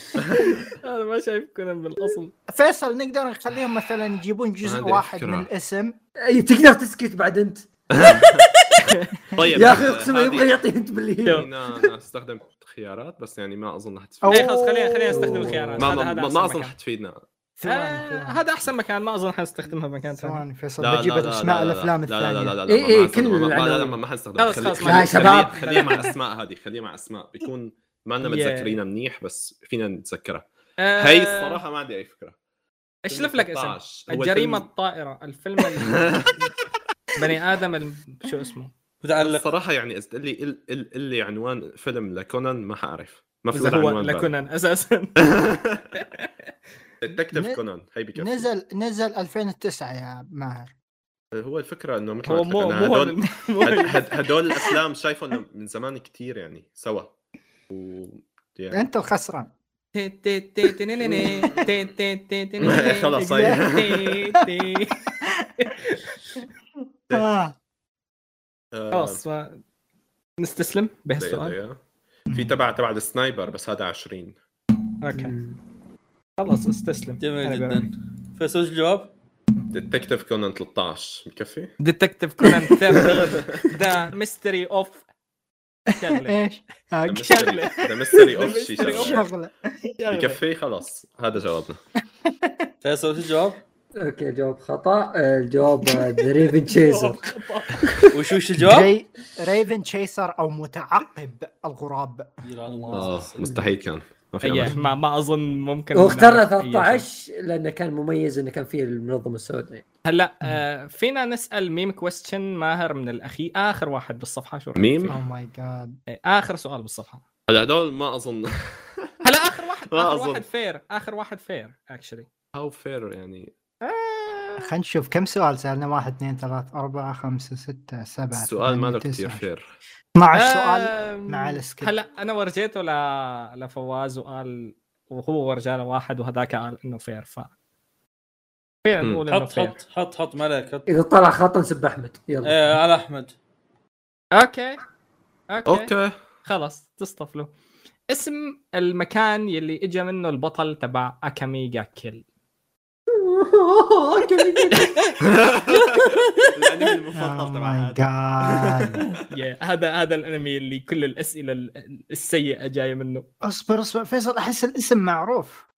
Speaker 5: انا ما شايف كونان بالاصل
Speaker 2: فيصل نقدر نخليهم مثلا يجيبون جزء
Speaker 4: عندي
Speaker 2: واحد
Speaker 4: فكرة.
Speaker 2: من الاسم
Speaker 3: أي، تقدر تسكت بعد انت
Speaker 4: طيب
Speaker 3: يا اخي اقسم
Speaker 4: هذه-
Speaker 3: يبغى يعطي انت باللي
Speaker 4: هنا انا استخدم خيارات بس يعني ما اظن
Speaker 2: أو-
Speaker 4: حتفيدنا
Speaker 5: ليه إيه، خلاص خلينا خلينا نستخدم الخيارات
Speaker 4: ما
Speaker 5: هذا
Speaker 4: ما,
Speaker 5: هذا
Speaker 4: ما,
Speaker 5: أحسن
Speaker 4: ما اظن
Speaker 5: مكان.
Speaker 4: حتفيدنا
Speaker 5: آه، هذا احسن مكان ما اظن حنستخدمها مكان ثاني
Speaker 2: ثواني فيصل بجيب اسماء الافلام
Speaker 4: لا لا لا
Speaker 2: الثانية
Speaker 4: لا لا
Speaker 3: إيه،
Speaker 4: ما
Speaker 3: إيه،
Speaker 4: حنستخدم-
Speaker 3: كل
Speaker 4: ما- ما-
Speaker 3: العناوين.
Speaker 4: لا لا ما- ما حنستخدم
Speaker 5: خلاص،
Speaker 4: خلي-
Speaker 5: خلاص،
Speaker 4: خلي-
Speaker 3: لا، شباب.
Speaker 4: خليه- خليه مع اسماء هذه خليه مع اسماء بيكون ما لنا
Speaker 5: Yeah.
Speaker 4: متذكرينها منيح بس فينا نتذكرها
Speaker 5: آه،
Speaker 4: هي الصراحه ما عندي اي فكره
Speaker 5: اشلف لك اسم
Speaker 4: 19. هو
Speaker 5: الجريمه
Speaker 4: الفيلم-
Speaker 5: الطائره الفيلم ال- بني ادم ال- شو اسمه
Speaker 7: متعلق
Speaker 4: الصراحه يعني إذا تقول لي ال- ال- اللي عنوان فيلم لكونان ما حاعرف ما في
Speaker 5: اذا
Speaker 4: ولا
Speaker 5: هو
Speaker 4: عنوان بالي.
Speaker 5: لكونان اساسا
Speaker 4: ديتكتيف
Speaker 2: ن-
Speaker 4: كونان هي بكفي
Speaker 2: نزل نزل 2009 يا ماهر
Speaker 4: هو الفكره انه مثل
Speaker 5: هو
Speaker 4: ما
Speaker 5: مو
Speaker 4: قلت لك
Speaker 5: مو
Speaker 4: أنا
Speaker 5: هذا- مو
Speaker 4: هدول هد-
Speaker 5: هذا.
Speaker 4: هد- هدول الافلام شايفهم من زمان كتير يعني سوا و... يعني
Speaker 2: انت الخسران
Speaker 4: خلاص، هي. إيه.
Speaker 2: آه.
Speaker 4: آه،
Speaker 5: خلاص ما- نستسلم
Speaker 4: دقيقة،
Speaker 5: بهالسؤال
Speaker 4: دقيقة. في تبع تبع السنايبر بس هذا 20
Speaker 5: اوكي خلاص استسلم
Speaker 7: جميل
Speaker 5: أنا
Speaker 7: جدا
Speaker 5: بعرف.
Speaker 7: فيصل وش الجواب؟
Speaker 4: ديتكتيف كونان 13 بكفي
Speaker 5: ديتكتيف كونان ذا ميستري اوف شغله
Speaker 2: ايش؟ آه،
Speaker 5: شغلة.
Speaker 4: ذا ميستري اوف شي
Speaker 5: The Mystery of-
Speaker 4: شغلة.
Speaker 2: شغلة
Speaker 4: بكفي خلاص هذا جوابنا
Speaker 7: فيصل وش الجواب؟
Speaker 3: اوكي جواب خطا آه، الجواب ذا ريفن تشيزر
Speaker 7: وش وش الجواب؟
Speaker 2: جاي ريفن تشيسر او متعقب الغراب
Speaker 7: يا الله.
Speaker 4: آه، مستحيل كان ما في
Speaker 5: أيه،
Speaker 4: أمل.
Speaker 5: ما ما اظن ممكن
Speaker 3: هو اخترنا
Speaker 5: نعرف أي شيء.
Speaker 3: 13 لانه كان مميز انه كان فيه المنظمه السوداء
Speaker 5: هلا آه، فينا نسال ميم كويستشن ماهر من الاخي اخر واحد بالصفحه شو رأيك
Speaker 4: ميم؟
Speaker 2: او
Speaker 5: فيه؟
Speaker 2: ماي جاد
Speaker 5: إيه، اخر سؤال بالصفحه
Speaker 4: هلا هدول ما اظن
Speaker 5: هلا اخر واحد
Speaker 4: ما
Speaker 5: اخر
Speaker 4: أظن.
Speaker 5: واحد فير اخر واحد فير اكشلي
Speaker 4: هاو فير يعني
Speaker 2: خلينا نشوف كم سؤال سالنا 1 2 3 4 5 6 7
Speaker 4: السؤال ما له كثير فير آه،
Speaker 2: 12 سؤال مع السكيب.
Speaker 5: هلا انا ورجيته ل... لفواز وقال وهو ورجاه لواحد وهذاك قال انه فير ف فير
Speaker 4: مم.
Speaker 5: نقول انه
Speaker 7: حط
Speaker 5: فير
Speaker 7: حط حط حط ملك حط
Speaker 3: اذا طلع خطا نسب احمد يلا
Speaker 5: آه.
Speaker 7: ايه على احمد
Speaker 5: اوكي اوكي, أوكي.
Speaker 4: اوكي
Speaker 5: خلاص تصطفلوا اسم المكان يلي اجى منه البطل تبع اكامي جاكيل
Speaker 4: الانمي
Speaker 2: Oh
Speaker 4: المفضل تبع هذا
Speaker 2: جاد
Speaker 5: يا هذا هذا الانمي اللي كل الاسئله ال- السيئه جايه منه
Speaker 2: اصبر اصبر فيصل احس الاسم معروف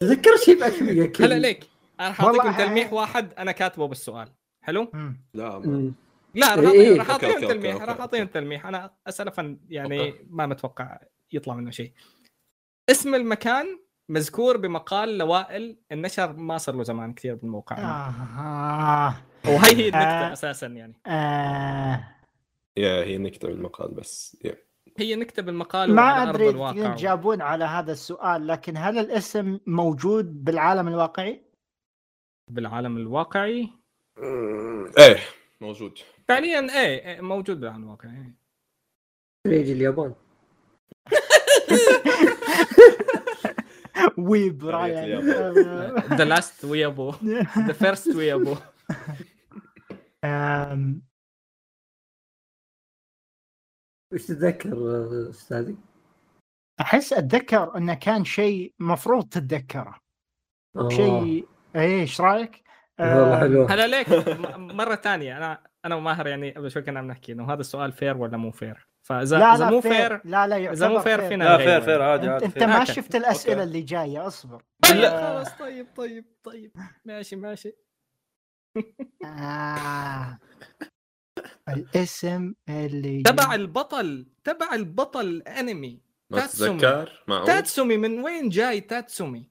Speaker 3: تذكر شيء باكميه كذا.
Speaker 5: هلا ليك انا
Speaker 2: والله
Speaker 5: حاعطيكم
Speaker 2: ح-
Speaker 5: تلميح واحد انا كاتبه بالسؤال حلو
Speaker 2: مم.
Speaker 4: لا ما-
Speaker 3: أمم.
Speaker 5: لا راح
Speaker 3: إيه،
Speaker 5: أعطي-
Speaker 3: إيه.
Speaker 5: راح
Speaker 4: أوكي،
Speaker 5: اعطيهم
Speaker 4: أوكي، أوكي،
Speaker 5: تلميح
Speaker 4: أوكي،
Speaker 5: راح
Speaker 4: أوكي.
Speaker 5: اعطيهم تلميح انا اسلفا يعني
Speaker 4: أوكي.
Speaker 5: ما متوقع يطلع منه شيء اسم المكان مذكور بمقال لوائل النشر ما صار له زمان كثير بالموقع آه.
Speaker 2: آه.
Speaker 5: وهي هي النكته
Speaker 2: آه.
Speaker 5: اساسا يعني
Speaker 2: آه.
Speaker 4: يا هي نكته بالمقال بس يا.
Speaker 5: هي نكته بالمقال
Speaker 2: ما
Speaker 5: وعلى أرض
Speaker 2: ادري
Speaker 5: الواقع.
Speaker 2: إذا جابون على هذا السؤال لكن هل الاسم موجود بالعالم الواقعي؟
Speaker 5: بالعالم الواقعي
Speaker 4: ايه موجود
Speaker 5: فعليا ايه إيه، موجود بالعالم الواقعي إيه.
Speaker 3: يجي اليابان
Speaker 2: ويب
Speaker 4: قرية
Speaker 2: رايان
Speaker 5: ذا لاست ويابو ذا فيرست ويابو
Speaker 2: آم،
Speaker 3: وش تتذكر آه، استاذي؟
Speaker 2: احس اتذكر انه كان شيء مفروض تتذكره
Speaker 3: آه.
Speaker 2: شيء ايه ايش رايك؟
Speaker 3: والله
Speaker 2: آم،
Speaker 3: حلوه
Speaker 5: هلا ليك م- مره ثانيه انا انا وماهر يعني قبل شوي كنا عم نحكي انه هذا السؤال فير ولا مو فير فاذا
Speaker 2: لا
Speaker 5: اذا
Speaker 2: لا
Speaker 5: مو
Speaker 2: فير
Speaker 5: فير
Speaker 2: لا لا
Speaker 5: اذا مو
Speaker 2: يعتبر
Speaker 5: فير
Speaker 2: fair.
Speaker 5: فينا
Speaker 7: لا
Speaker 5: نغيره
Speaker 7: فير فير
Speaker 5: يعني.
Speaker 7: عادي
Speaker 2: انت,
Speaker 7: عادي
Speaker 2: انت
Speaker 7: fair.
Speaker 2: ما
Speaker 5: أوكي.
Speaker 2: شفت الاسئله
Speaker 7: أوكي.
Speaker 2: اللي جايه اصبر
Speaker 5: لا خلاص طيب طيب طيب ماشي ماشي
Speaker 2: آه. الاسم اللي
Speaker 5: تبع البطل تبع البطل الانمي
Speaker 4: ما
Speaker 5: تاتسومي.
Speaker 4: تتذكر معقول
Speaker 5: تاتسومي من وين جاي تاتسومي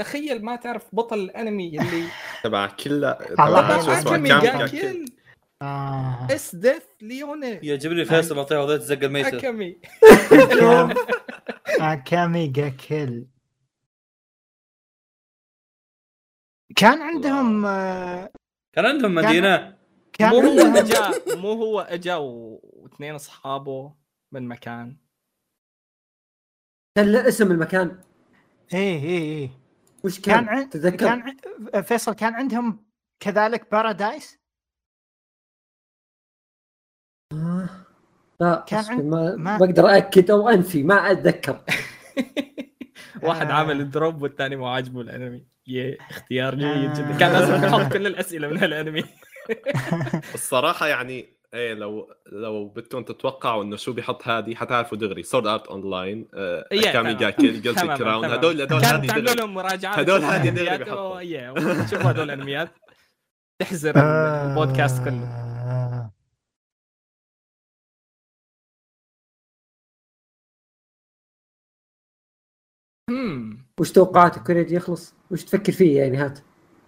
Speaker 5: تخيل ما تعرف بطل الانمي اللي
Speaker 4: تبع كل
Speaker 2: الله
Speaker 4: تبع شو
Speaker 5: تبع
Speaker 4: اسمه
Speaker 5: اكيمي
Speaker 2: أكيمي
Speaker 4: كام
Speaker 5: جاكيل
Speaker 2: آه.
Speaker 5: اس ديث ليونه
Speaker 7: يعجبني فيصل اعطيه وضعيه الزقه الميته
Speaker 5: اكامي
Speaker 2: اكامي جاكيل كان عندهم آه،
Speaker 7: كان عندهم مدينه
Speaker 2: كان
Speaker 5: مو هو
Speaker 2: عندهم
Speaker 5: اجا مو هو اجا و- واثنين اصحابه من مكان
Speaker 3: كان له اسم المكان
Speaker 2: ايه ايه ايه
Speaker 3: وش
Speaker 2: كان
Speaker 3: كان؟
Speaker 2: عن-
Speaker 3: تتذكر
Speaker 2: كان عن- فيصل كان عندهم كذلك بارادايس
Speaker 3: لا
Speaker 2: كان
Speaker 3: أصبر،
Speaker 2: عن-
Speaker 3: ما
Speaker 2: ما-
Speaker 3: ما اقدر اكد او انفي ما اتذكر
Speaker 5: واحد
Speaker 2: آه.
Speaker 5: عامل دروب والثاني مو عاجبه الانمي يا اختيار جيد
Speaker 2: آه.
Speaker 5: جدا كان لازم نحط كل الاسئله من هالانمي
Speaker 4: الصراحه يعني ايه لو لو بدكم تتوقعوا انه شو بيحط هادي حتعرفوا دغري سورد ارت اون لاين
Speaker 5: إيه،
Speaker 4: كامي
Speaker 5: تمام.
Speaker 4: جاكل جلتي
Speaker 5: تمام،
Speaker 4: كراون
Speaker 5: تمام.
Speaker 4: هدول هدول
Speaker 5: كان
Speaker 4: هادي
Speaker 5: تعملوا
Speaker 4: دغري
Speaker 5: لهم مراجعات
Speaker 4: هدول هذه دغري
Speaker 5: الأنميات،
Speaker 4: بحطهم.
Speaker 5: أو- يا، شوفوا هدول الانميات تحزر
Speaker 2: آه.
Speaker 5: آه. البودكاست كله
Speaker 2: كله
Speaker 5: هم.
Speaker 3: وش توقعاتك كوريجي يخلص؟ وش تفكر فيه يعني هات؟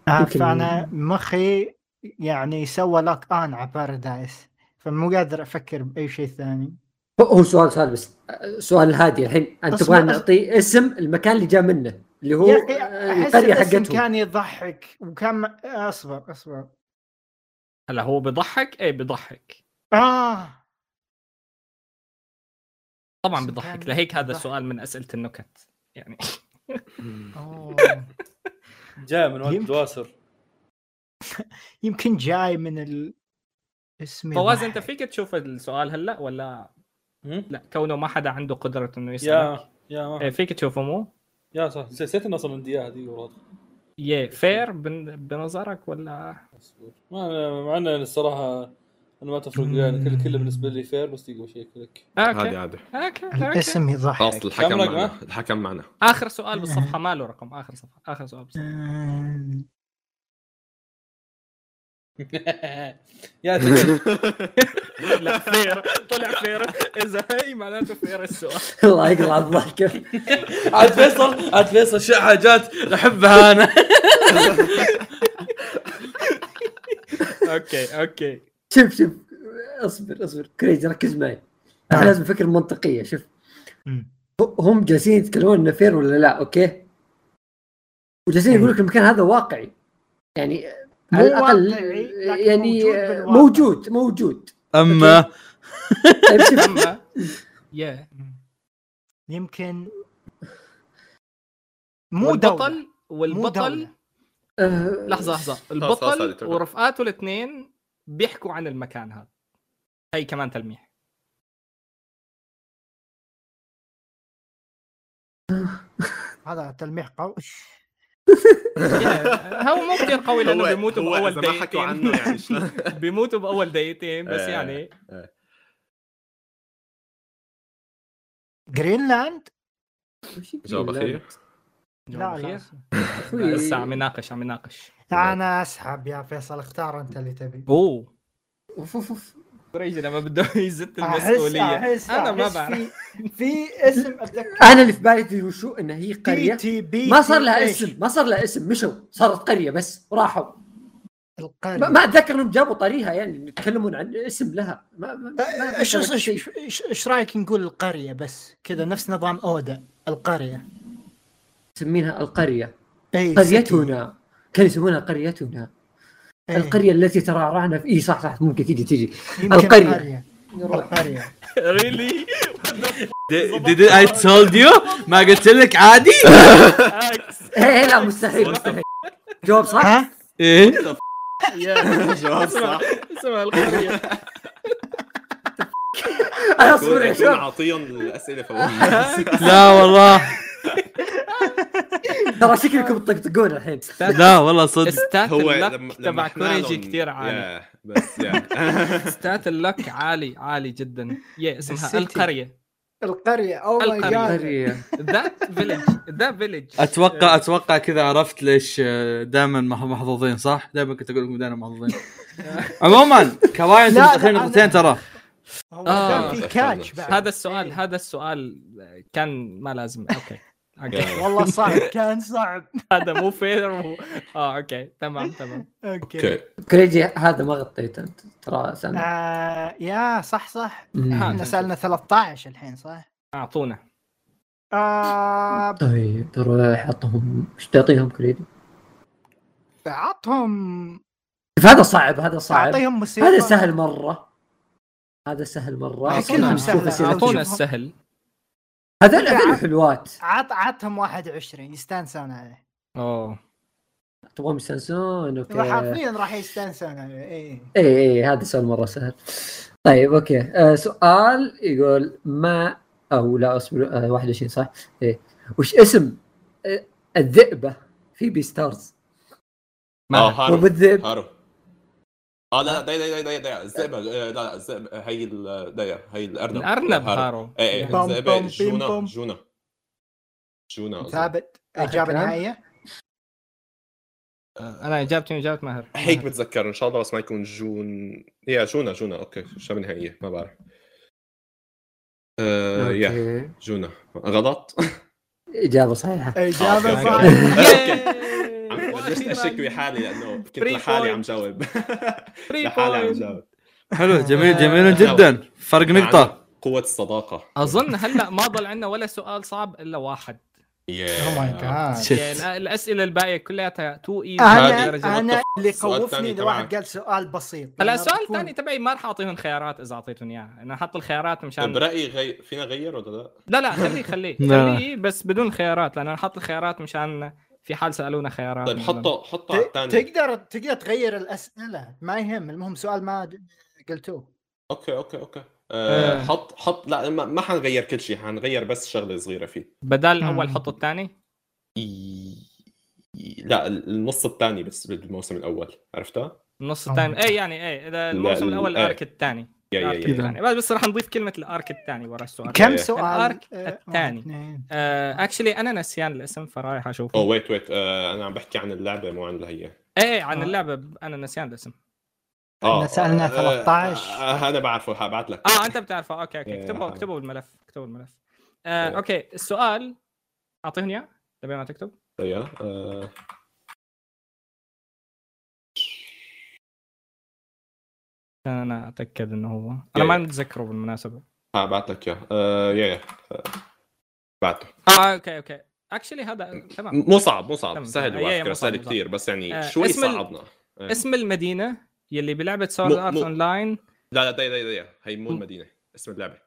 Speaker 2: آه،
Speaker 3: يمكن-
Speaker 2: فانا مخي يعني سوى لوك ان على بارادايس فمو قادر افكر باي شيء ثاني
Speaker 3: هو- هو سؤال سؤال بس أه، سؤال هادي الحين انت
Speaker 2: أصبر-
Speaker 3: تبغى نعطي اسم المكان اللي جاء منه اللي هو
Speaker 2: يا اخي
Speaker 3: آه،
Speaker 2: احس
Speaker 3: القريه
Speaker 2: الاسم
Speaker 3: حقتهم
Speaker 2: كان يضحك وكان م- اصبر اصبر
Speaker 5: هلا هو بضحك ايه بضحك
Speaker 2: اه
Speaker 5: طبعا
Speaker 2: بس
Speaker 5: بضحك
Speaker 2: كان
Speaker 5: لهيك هذا
Speaker 2: بضحك.
Speaker 5: السؤال من اسئله النكت يعني
Speaker 2: أوه.
Speaker 7: جاء من
Speaker 2: يمكن.
Speaker 7: ولد واسر
Speaker 2: يمكن جاي من ال... اسمي
Speaker 5: فواز
Speaker 2: ضحك.
Speaker 5: انت فيك تشوف السؤال هلا ولا
Speaker 7: هم؟
Speaker 5: لا كونه ما حدا عنده قدره انه يسال
Speaker 7: يا يا ما-
Speaker 5: إيه، فيك تشوفه مو؟
Speaker 7: يا صح نسيت انه اصلا عندي اياها هذيك والله.
Speaker 5: يا فير بن- بنظرك ولا آه،
Speaker 7: ما أنا- مع انه الصراحه انا ما تفرق يعني كل كله بالنسبه لي فير بس تقوى شيء كلك
Speaker 4: هادي
Speaker 5: اوكي
Speaker 4: عادي
Speaker 5: اوكي اوكي
Speaker 2: الاسم يضحك
Speaker 4: خلاص الحكم
Speaker 7: كم رقم؟
Speaker 4: معنا الحكم معنا
Speaker 5: اخر سؤال بالصفحه ما له رقم اخر صفحه اخر سؤال بالصفحه
Speaker 2: آه.
Speaker 7: يا تقوى.
Speaker 5: لا فير طلع فير اذا هي معناته فير السؤال
Speaker 3: الله يقلع الضحكه
Speaker 7: عاد فيصل عاد فيصل شو حاجات احبها انا
Speaker 5: اوكي اوكي
Speaker 3: شوف شوف اصبر اصبر كريجي ركز معي احنا
Speaker 2: آه.
Speaker 3: لازم نفكر منطقيه شوف
Speaker 2: مم.
Speaker 3: هم جالسين يتكلمون انه فير ولا لا اوكي وجالسين يقول لك المكان هذا واقعي يعني
Speaker 2: مو
Speaker 3: على الاقل
Speaker 2: واقعي، لكن
Speaker 3: يعني
Speaker 2: موجود بالواقع.
Speaker 3: موجود موجود
Speaker 7: اما
Speaker 3: طيب شوف
Speaker 5: اما يا
Speaker 2: يمكن مو دولة
Speaker 5: والبطل والبطل
Speaker 2: دولة.
Speaker 3: آه،
Speaker 5: لحظه لحظه
Speaker 4: خلاص، خلاص،
Speaker 5: البطل
Speaker 4: هذه
Speaker 5: ورفقاته الاثنين بيحكوا عن المكان هذا هي كمان تلميح
Speaker 2: هذا تلميح قوي
Speaker 5: هو مو كثير قوي لانه بيموتوا
Speaker 4: هو
Speaker 5: باول
Speaker 4: إذا ما حكوا
Speaker 5: دقيقتين
Speaker 4: عنه يعني شلون
Speaker 5: بيموتوا باول دقيقتين بس
Speaker 4: إيه.
Speaker 5: يعني
Speaker 2: جرينلاند
Speaker 4: جواب اخير
Speaker 5: جواب
Speaker 2: لا، لا.
Speaker 5: أخير؟ لسه عم يناقش عم يناقش
Speaker 2: انا اسحب يا فيصل اختار انت اللي تبي
Speaker 5: اوه
Speaker 3: اوف اوف اوف
Speaker 5: فريجي لما بده يزت
Speaker 2: احس
Speaker 5: المسؤوليه
Speaker 2: احس
Speaker 5: أنا ما
Speaker 2: أحس
Speaker 5: بعرف.
Speaker 2: في, في اسم اتذكر
Speaker 3: انا اللي في بالي تدري وشو ان هي
Speaker 2: تي
Speaker 3: قريه
Speaker 2: تي بي
Speaker 3: ما صار
Speaker 2: تي
Speaker 3: لها
Speaker 2: إيش؟
Speaker 3: اسم ما صار لها اسم مشوا صارت قريه بس راحوا ما,
Speaker 2: القرية
Speaker 3: ما اتذكر انهم جابوا طريقها يعني يتكلمون عن اسم لها ما ما- ما
Speaker 2: ايش
Speaker 3: أتذكر
Speaker 2: ايش
Speaker 3: شيء.
Speaker 2: ايش ايش رايك نقول القريه بس كذا نفس نظام اودا القريه
Speaker 3: يسمينها القريه
Speaker 2: اي
Speaker 3: قريتنا كانوا يسمونها قريتنا
Speaker 2: إيه.
Speaker 3: القريه التي ترعرعنا في اي صح صح ممكن تيجي تيجي
Speaker 2: يمكن
Speaker 3: القرية. نروح
Speaker 2: القريه
Speaker 5: ريلي
Speaker 1: Did I told you ما قلت لك عادي؟
Speaker 3: ايه لا مستحيل مستحيل جواب صح
Speaker 2: ها
Speaker 1: ايه
Speaker 4: جواب صح
Speaker 5: اسمها القريه
Speaker 3: انا اصبر يا
Speaker 4: كون كون
Speaker 3: شباب
Speaker 4: عاطيهم الاسئله فوق
Speaker 1: لا والله
Speaker 3: ترى شكلكم تطقطقون الحين
Speaker 1: لا والله صدق
Speaker 5: ستات
Speaker 4: هو
Speaker 5: اللك
Speaker 4: لما لما
Speaker 5: تبع
Speaker 4: إحنا
Speaker 5: كوريجي
Speaker 4: لهم-
Speaker 5: كثير عالي
Speaker 4: يا، بس يا
Speaker 5: ستات اللك عالي عالي جدا يا اسمها
Speaker 2: السيتي.
Speaker 5: القريه
Speaker 2: القريه او ماي
Speaker 5: القرية.
Speaker 2: جاد
Speaker 3: قريه
Speaker 5: ذات فيلج ذات فيلج
Speaker 1: اتوقع اتوقع كذا عرفت ليش دائما محظوظين صح؟ دائما كنت اقول لكم دائما محظوظين عموما كواين
Speaker 2: لا، لا،
Speaker 1: داخلين
Speaker 2: أنا-
Speaker 1: نقطتين ترى
Speaker 2: هو
Speaker 5: آه.
Speaker 2: كان في كاتش بعد
Speaker 5: هذا السؤال هذا السؤال كان ما لازم اوكي اوكي
Speaker 2: والله صعب كان صعب
Speaker 5: هذا مو فير و... اه اوكي تمام تمام
Speaker 2: اوكي
Speaker 4: اوكي
Speaker 3: كريجي هذا ما غطيته انت ترى سامع
Speaker 2: آه يا صح صح
Speaker 3: مم.
Speaker 2: احنا سالنا 13 الحين صح؟
Speaker 5: اعطونا
Speaker 2: آه
Speaker 3: طيب ترى حطهم ايش تعطيهم كريجي
Speaker 2: عطهم
Speaker 3: شوف هذا صعب هذا صعب
Speaker 2: اعطيهم موسيقى
Speaker 3: هذا سهل مره هذا سهل مره
Speaker 2: آه،
Speaker 5: أعطونا-
Speaker 3: كلهم
Speaker 2: سهلة.
Speaker 3: شوف أسئلة
Speaker 5: اعطونا
Speaker 3: تجي.
Speaker 5: السهل
Speaker 3: هذول هذول حلوات
Speaker 2: عط عطهم 21 يستانسون عليه
Speaker 4: آه،
Speaker 5: اوه
Speaker 3: تبغاهم يستانسون اوكي
Speaker 2: راح حرفيا راح يستانسون عليه إيه. اي
Speaker 3: اي اي إيه، هذا سؤال مره سهل طيب اوكي آه سؤال يقول ما او لا اصبر آه 21 صح؟ اي وش اسم آه الذئبه في بي ستارز
Speaker 5: ما
Speaker 4: اه
Speaker 5: أعرف.
Speaker 3: مو
Speaker 4: هارو
Speaker 3: بالذئب
Speaker 4: هارو اه لا داي داي داي داي داي الزئبه آه، لا لا الزئبه هي ال- داي هي الارنب
Speaker 5: الارنب هارو
Speaker 4: اي اي
Speaker 2: بام، بام،
Speaker 4: الزئبه
Speaker 2: بيم،
Speaker 4: إيه، جونا
Speaker 2: بام.
Speaker 4: جونا جونا أظن.
Speaker 2: ثابت
Speaker 3: آخر
Speaker 2: اجابه
Speaker 3: كلام؟
Speaker 2: نهائيه
Speaker 5: انا اجابتي اجابه ماهر
Speaker 4: هيك بتذكر ان شاء الله بس ما يكون جون يا جونا جونا اوكي شو نهائيه ما بعرف آه، يا
Speaker 3: أوكي.
Speaker 4: جونا غلط
Speaker 3: اجابه صحيحه
Speaker 2: إيه. اجابه
Speaker 4: أوكي،
Speaker 2: صحيحه
Speaker 4: عم- بلشت اشك بحالي لانه كنت
Speaker 5: Free
Speaker 4: لحالي
Speaker 5: point.
Speaker 4: عم جاوب
Speaker 5: Three
Speaker 4: لحالي عم
Speaker 5: point.
Speaker 4: جاوب يعني
Speaker 1: حلو جميل جميل جدا فرق نقطة
Speaker 4: قوة الصداقة
Speaker 5: اظن هلا ما ضل عندنا ولا سؤال صعب الا واحد
Speaker 2: اوه ماي جاد
Speaker 5: يعني
Speaker 1: شت
Speaker 5: الأ- الاسئله الباقيه كلياتها تو ايزي
Speaker 2: انا انا اللي
Speaker 4: سؤال
Speaker 2: خوفني
Speaker 4: ثاني
Speaker 2: اذا واحد
Speaker 4: تبعك.
Speaker 2: قال سؤال بسيط
Speaker 5: هلا
Speaker 2: أنا
Speaker 5: السؤال
Speaker 2: بكون-
Speaker 5: الثاني تبعي ما راح اعطيهم خيارات اذا اعطيتهم اياها انا حط الخيارات مشان
Speaker 4: طيب، برأيي غي... فينا نغير ولا لا؟
Speaker 5: لا لا خليه خليه
Speaker 1: لا.
Speaker 5: خليه بس بدون خيارات لان انا حاط الخيارات مشان في حال سالونا خيارات
Speaker 4: طيب حطه حطه على
Speaker 2: ت-
Speaker 4: الثاني
Speaker 2: تقدر تقدر تغير الاسئله ما يهم المهم سؤال ما د- قلتوه
Speaker 4: اوكي اوكي اوكي آه،
Speaker 5: آه.
Speaker 4: حط حط لا ما, ما حنغير كل شيء حنغير بس شغلة صغيرة فيه
Speaker 5: بدال الاول
Speaker 2: مم.
Speaker 5: حطوا الثاني
Speaker 4: إي- إي- لا النص الثاني بس بالموسم الأول عرفتها؟
Speaker 5: النص الثاني اي يعني اي إذا الموسم
Speaker 4: لا،
Speaker 5: الاول
Speaker 4: إيه.
Speaker 5: الارك الثاني
Speaker 4: يا يا
Speaker 5: الارك
Speaker 4: يا
Speaker 5: الثاني بس بس راح نضيف كلمه الارك الثاني ورا السؤال
Speaker 2: كم
Speaker 4: إيه.
Speaker 2: سؤال؟
Speaker 5: الأرك
Speaker 2: آه، واحد،
Speaker 5: الثاني.
Speaker 2: اثنين.
Speaker 5: اكشلي انا نسيان الاسم فرايح اشوفه
Speaker 4: اوه ويت ويت آه، انا عم بحكي عن اللعبة مو عن الهي
Speaker 5: ايه عن
Speaker 2: آه.
Speaker 5: اللعبه ب- انا نسيان الاسم
Speaker 4: اه
Speaker 2: إحنا سألنا
Speaker 4: آه،
Speaker 2: 13.
Speaker 4: آه، انا بعرفه هبعت لك
Speaker 5: اه انت بتعرفه اوكي اوكي
Speaker 4: إيه،
Speaker 5: اكتبوا
Speaker 4: آه.
Speaker 5: اكتبوا بالملف اكتبوا بالملف آه،
Speaker 4: إيه.
Speaker 5: اوكي السؤال اعطيهم اياه تبي ما تكتب
Speaker 4: يا آه.
Speaker 5: عشان انا اتاكد انه هو انا
Speaker 4: إيه.
Speaker 5: ما متذكره بالمناسبه
Speaker 4: اه بعت لك اياه آه، يا يا آه، بعته
Speaker 5: اه اوكي اوكي اكشلي هذا تمام
Speaker 4: مو صعب مو
Speaker 5: تمام،
Speaker 4: صعب سهل
Speaker 5: تمام. أي- أي، مو
Speaker 4: وعلى فكره
Speaker 5: صعب،
Speaker 4: سهل
Speaker 5: مو صعب.
Speaker 4: كثير بس
Speaker 5: آه،
Speaker 4: يعني شوي
Speaker 5: اسم ال-
Speaker 4: صعبنا إيه.
Speaker 5: اسم المدينه يلي بلعبه سورد
Speaker 4: مو-
Speaker 5: ارت
Speaker 4: مو-
Speaker 5: اون لاين
Speaker 4: لا لا دقيقة دقيقة دقيقة هي مو
Speaker 5: م.
Speaker 4: المدينة اسم اللعبة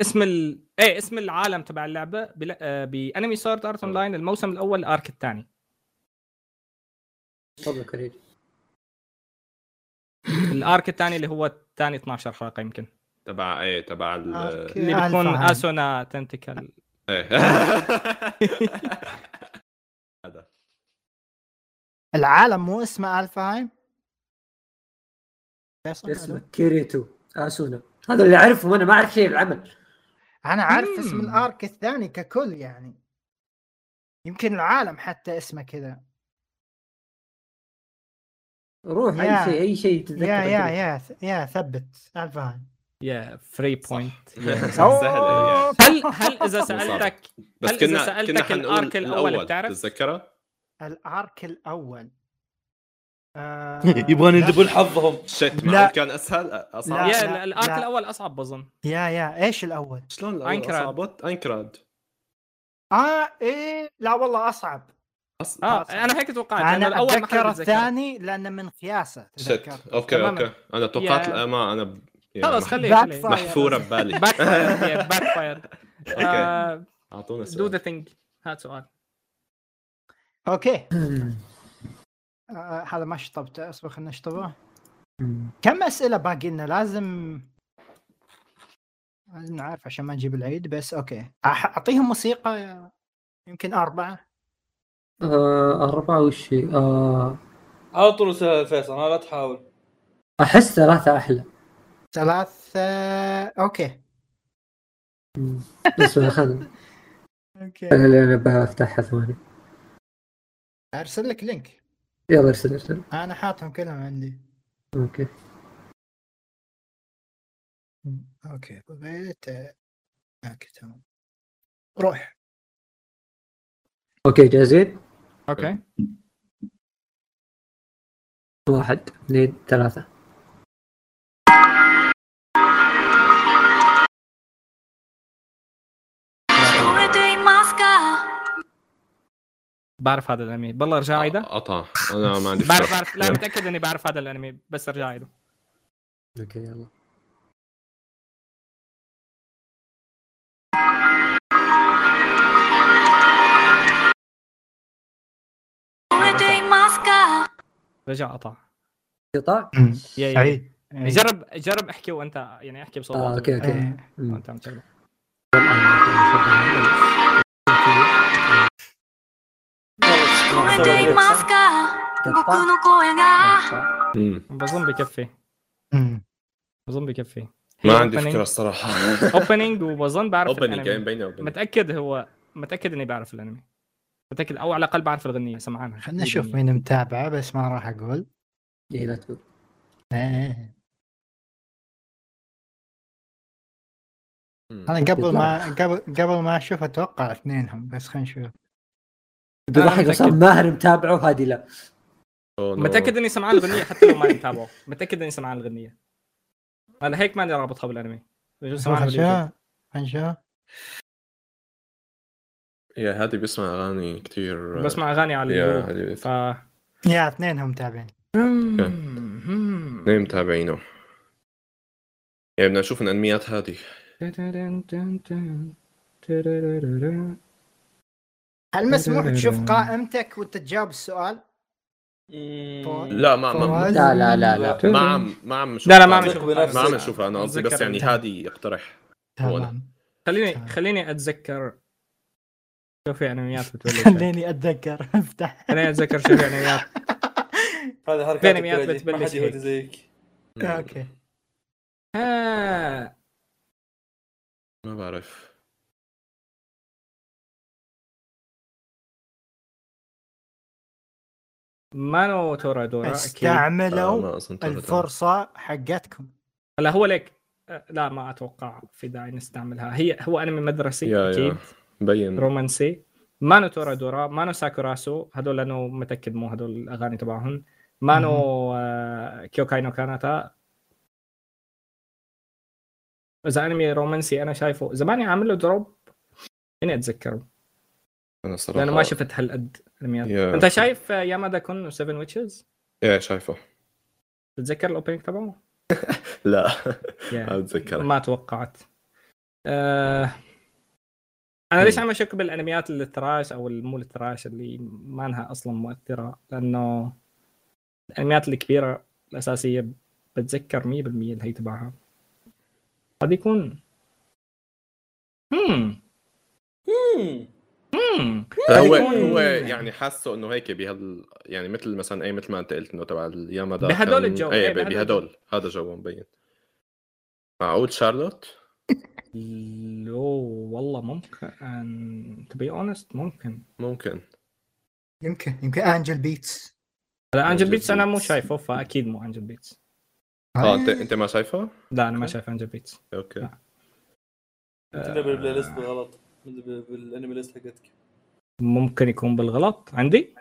Speaker 5: اسم ال ايه اسم العالم تبع اللعبه بل... آه، بانمي سورد ارت اون لاين الموسم الاول الارك الثاني
Speaker 3: تفضل كريجي
Speaker 5: الارك الثاني اللي هو ثاني 12 حلقه يمكن
Speaker 4: تبع ايه تبع ال
Speaker 2: أوكي.
Speaker 5: اللي
Speaker 2: ألف
Speaker 5: بتكون
Speaker 2: عام.
Speaker 5: اسونا تنتكل
Speaker 4: إيه. هذا
Speaker 2: العالم مو اسمه الفهايم فيصل؟
Speaker 3: اسمه كيريتو اسونا هذا اللي اعرفه وانا ما اعرف شيء العمل
Speaker 2: انا عارف اسم
Speaker 5: مم.
Speaker 2: الارك الثاني ككل يعني يمكن العالم حتى اسمه كذا
Speaker 3: روح
Speaker 2: يا.
Speaker 3: اي شيء اي شيء تتذكر
Speaker 2: يا يا يا يا ثبت الفهايم
Speaker 5: يا فري بوينت
Speaker 4: سهلة يعني.
Speaker 5: هل هل اذا
Speaker 4: مصارعة.
Speaker 5: سالتك
Speaker 4: بس
Speaker 5: هل إذا
Speaker 4: كنا
Speaker 5: سألتك
Speaker 4: كنا حنقول
Speaker 5: الآرك الأول، بتعرف؟
Speaker 4: تتذكره؟
Speaker 2: الارك الاول آه،
Speaker 7: يبغون
Speaker 2: لا.
Speaker 7: يندبون حظهم
Speaker 4: شيت
Speaker 2: لا.
Speaker 4: معقول كان اسهل
Speaker 2: لا،
Speaker 4: اصعب
Speaker 5: يا
Speaker 2: لا،
Speaker 5: ال- الارك
Speaker 2: لا.
Speaker 5: الاول اصعب بظن
Speaker 2: يا يا ايش الاول؟
Speaker 4: شلون
Speaker 5: أينكراد.
Speaker 4: اصابت اينكراد
Speaker 2: اه ايه لا والله اصعب
Speaker 4: أص-
Speaker 5: اه
Speaker 2: آه، صح.
Speaker 5: انا هيك توقعت لأنه
Speaker 2: انا
Speaker 5: الأول ما حد
Speaker 2: اتذكر
Speaker 5: بيتذكر.
Speaker 2: الثاني لانه من قياسه
Speaker 4: شت
Speaker 2: تذكرت
Speaker 4: اوكي
Speaker 5: تماماً.
Speaker 4: اوكي انا توقعت
Speaker 5: يا.
Speaker 4: الآن ما انا ب- يعني
Speaker 5: خلاص
Speaker 4: مح-
Speaker 5: خليه
Speaker 2: Backfire.
Speaker 5: خليه
Speaker 4: محفوره ببالي
Speaker 5: باك فاير باك
Speaker 4: اوكي
Speaker 5: فاير دو ذا
Speaker 4: اعطونا سؤال
Speaker 5: ثينج هات سؤال
Speaker 2: اوكي آه، هذا ما شطبته اصبر خلنا نشطبه كم اسئله باقي لنا لازم لازم نعرف عشان ما نجيب العيد بس اوكي أح- اعطيهم موسيقى يا- يمكن اربعه
Speaker 3: آه أربعة وش هي؟ آه
Speaker 7: على طول سهل فيصل أنا لا تحاول
Speaker 3: أحس ثلاثة أحلى
Speaker 2: ثلاثه اوكي
Speaker 3: بس خلنا
Speaker 2: اوكي
Speaker 3: أنا بفتحها ثواني
Speaker 2: ارسل لك لينك
Speaker 3: يلا ارسل ارسل
Speaker 2: انا حاطهم كلهم عندي
Speaker 3: اوكي
Speaker 2: اوكي بغيت اوكي تمام روح
Speaker 3: اوكي جاهزين؟
Speaker 5: اوكي
Speaker 3: واحد اثنين ثلاثة
Speaker 5: بعرف هذا الانمي بالله ارجع عيده
Speaker 4: قطع انا ما عندي
Speaker 5: بعرف
Speaker 4: فكرة.
Speaker 5: بعرف لا متاكد اني بعرف هذا الانمي بس ارجع عيده
Speaker 3: اوكي يلا
Speaker 5: رجع قطع
Speaker 3: قطع؟
Speaker 5: يا إيه. يا
Speaker 2: عيد
Speaker 5: جرب جرب احكي وانت يعني احكي بصوت
Speaker 3: آه،
Speaker 5: واطي.
Speaker 3: أوكي، أوكي.
Speaker 2: إيه.
Speaker 3: أمم.
Speaker 5: وانت عم تشغله
Speaker 3: قطع.
Speaker 4: مم.
Speaker 5: بظن بكفي
Speaker 2: أمم.
Speaker 5: بظن بكفي
Speaker 4: ما عندي
Speaker 5: opening.
Speaker 4: فكره الصراحه
Speaker 5: اوبننج وبظن بعرف
Speaker 4: اوبننج
Speaker 5: الانمي
Speaker 4: جيم بيني وبينك
Speaker 5: متاكد هو متاكد اني بعرف الانمي متاكد او على الاقل بعرف الغنيه سمعانها
Speaker 2: خلنا نشوف
Speaker 5: إيه.
Speaker 2: مين متابعه بس ما راح اقول
Speaker 3: إيه لا تقول
Speaker 2: إيه. انا قبل ما قبل قبل ما اشوف اتوقع اثنينهم بس خلينا نشوف
Speaker 3: بضحك
Speaker 5: متأكد.
Speaker 3: عصام ماهر متابعه وهادي لا
Speaker 4: أوه، Oh, no.
Speaker 5: متاكد اني سمعان الغنيه حتى لو ما متابعه متاكد اني سمعان الغنيه انا هيك ماني رابطها بالانمي بجوز سمعان
Speaker 2: خلينا
Speaker 5: باليوتيوب.
Speaker 2: نشوف خلينا نشوف
Speaker 4: يا هذه بيسمع اغاني كثير
Speaker 5: بسمع اغاني على
Speaker 4: يا
Speaker 5: اليوتيوب
Speaker 4: هذه
Speaker 5: ف
Speaker 2: يا اثنينهم متابعين
Speaker 4: اثنين متابعينه يعني بدنا نشوف الانميات هذه
Speaker 2: هل مسموح تشوف قائمتك وانت تجاوب السؤال؟
Speaker 4: لا ما ما
Speaker 2: فواز.
Speaker 3: لا لا لا لا
Speaker 4: ما عم ما عم نشوف
Speaker 5: لا لا ما عم
Speaker 4: هذا.
Speaker 5: نشوف
Speaker 4: ما عم نشوفها انا قصدي بس
Speaker 5: أتذكر
Speaker 4: يعني
Speaker 5: أنت.
Speaker 4: هادي يقترح هو أنا.
Speaker 2: تمام
Speaker 5: خليني خليني اتذكر شو في انميات بتولد خليني
Speaker 2: خليني اتذكر افتح
Speaker 5: اتذكر شو في انميات
Speaker 7: هذه حركات
Speaker 5: بين ميات
Speaker 7: الكريدي. ما
Speaker 5: بتبلش
Speaker 7: حد يهودي
Speaker 5: هيك.
Speaker 7: زيك
Speaker 2: اوكي
Speaker 5: آه،
Speaker 4: ما بعرف
Speaker 5: مانو تورادورا اكيد
Speaker 4: آه،
Speaker 2: استعملوا
Speaker 4: ما أظن ترى-
Speaker 2: الفرصه حقتكم
Speaker 5: لا هو ليك آه، لا ما اتوقع في داعي نستعملها هي هو انمي مدرسي
Speaker 4: يا- يا.
Speaker 5: اكيد
Speaker 4: مبين
Speaker 5: رومانسي مانو تورادورا مانو ساكوراسو هذول لانه متاكد مو هذول الاغاني تبعهم مانو آه، كيوكاي نو كاناتا اذا انمي رومانسي انا شايفه زماني عامل له دروب اني اتذكره
Speaker 4: انا صراحه
Speaker 5: لانه ما شفت هالقد انميات
Speaker 4: يا.
Speaker 5: انت شايف آه، يامادا كون و7 ويتشز
Speaker 4: ايه شايفه
Speaker 5: تتذكر الاوبننج تبعه؟
Speaker 4: لا
Speaker 5: يا.
Speaker 4: ما بتذكره
Speaker 5: ما توقعت آه... انا ليش
Speaker 4: مم.
Speaker 5: عم اشك بالانميات التراش او مو التراش اللي ما لها اصلا مؤثره لانه الانميات الكبيره الاساسيه بتذكر 100% الهي تبعها قد يكون مم.
Speaker 7: مم.
Speaker 5: مم.
Speaker 4: هو هو يعني حاسه انه هيك بهال يعني مثل مثلا اي مثل ما انت قلت انه تبع اليامادا
Speaker 5: بهدول
Speaker 4: كان-
Speaker 5: الجو، إيه،
Speaker 4: اي
Speaker 5: بهدول
Speaker 4: بهدول هذا جو مبين معقول شارلوت
Speaker 5: لو والله ممكن أن... to be honest ممكن
Speaker 4: ممكن
Speaker 2: يمكن يمكن انجل بيتس
Speaker 5: لا انجل
Speaker 4: أنجل
Speaker 5: بيتس انا مو
Speaker 4: بيتس.
Speaker 5: شايفه فاكيد مو انجل بيتس
Speaker 4: اه انت انت ما شايفه؟
Speaker 5: لا انا ما
Speaker 4: أوكي.
Speaker 5: شايف انجل بيتس
Speaker 4: اوكي
Speaker 5: آه، لا.
Speaker 7: تبدا بالبلاي ليست بالغلط تبدأ بال- بالانمي ليست حقتك
Speaker 5: ممكن يكون بالغلط عندي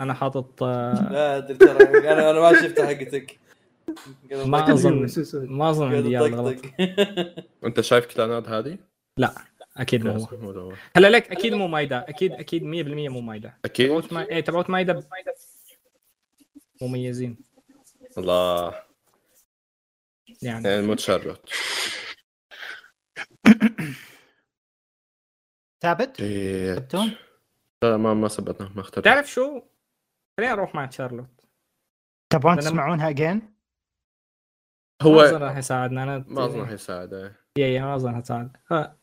Speaker 5: انا حاطط آه،
Speaker 7: لا ادري ترى انا انا ما شفتها حقتك
Speaker 5: ما اظن ما اظن
Speaker 7: قاعد
Speaker 5: عندي إياه بالغلط
Speaker 7: أطقطق.
Speaker 4: انت شايف كلانات هذه؟
Speaker 5: لا اكيد مو هو
Speaker 4: هو ده هو.
Speaker 5: هلا لك اكيد مو مايدا اكيد اكيد 100% مو مايدا
Speaker 4: اكيد
Speaker 5: تبعوت ما... إيه، تبعوت مايدا مميزين
Speaker 4: الله
Speaker 5: يعني
Speaker 4: يعني متشرط
Speaker 2: ثابت
Speaker 4: لا
Speaker 2: ثبتون
Speaker 4: ما ما ثبتنا ما اخترنا
Speaker 5: تعرف شو خلينا نروح مع شارلوت
Speaker 2: تبغون
Speaker 5: أنا-
Speaker 2: تسمعونها اجين؟
Speaker 5: هو ما
Speaker 4: هو
Speaker 5: اظن راح يساعدنا انا
Speaker 4: ما اظن راح يساعد إيه.
Speaker 5: يا يا ما اظن هتساعد ها،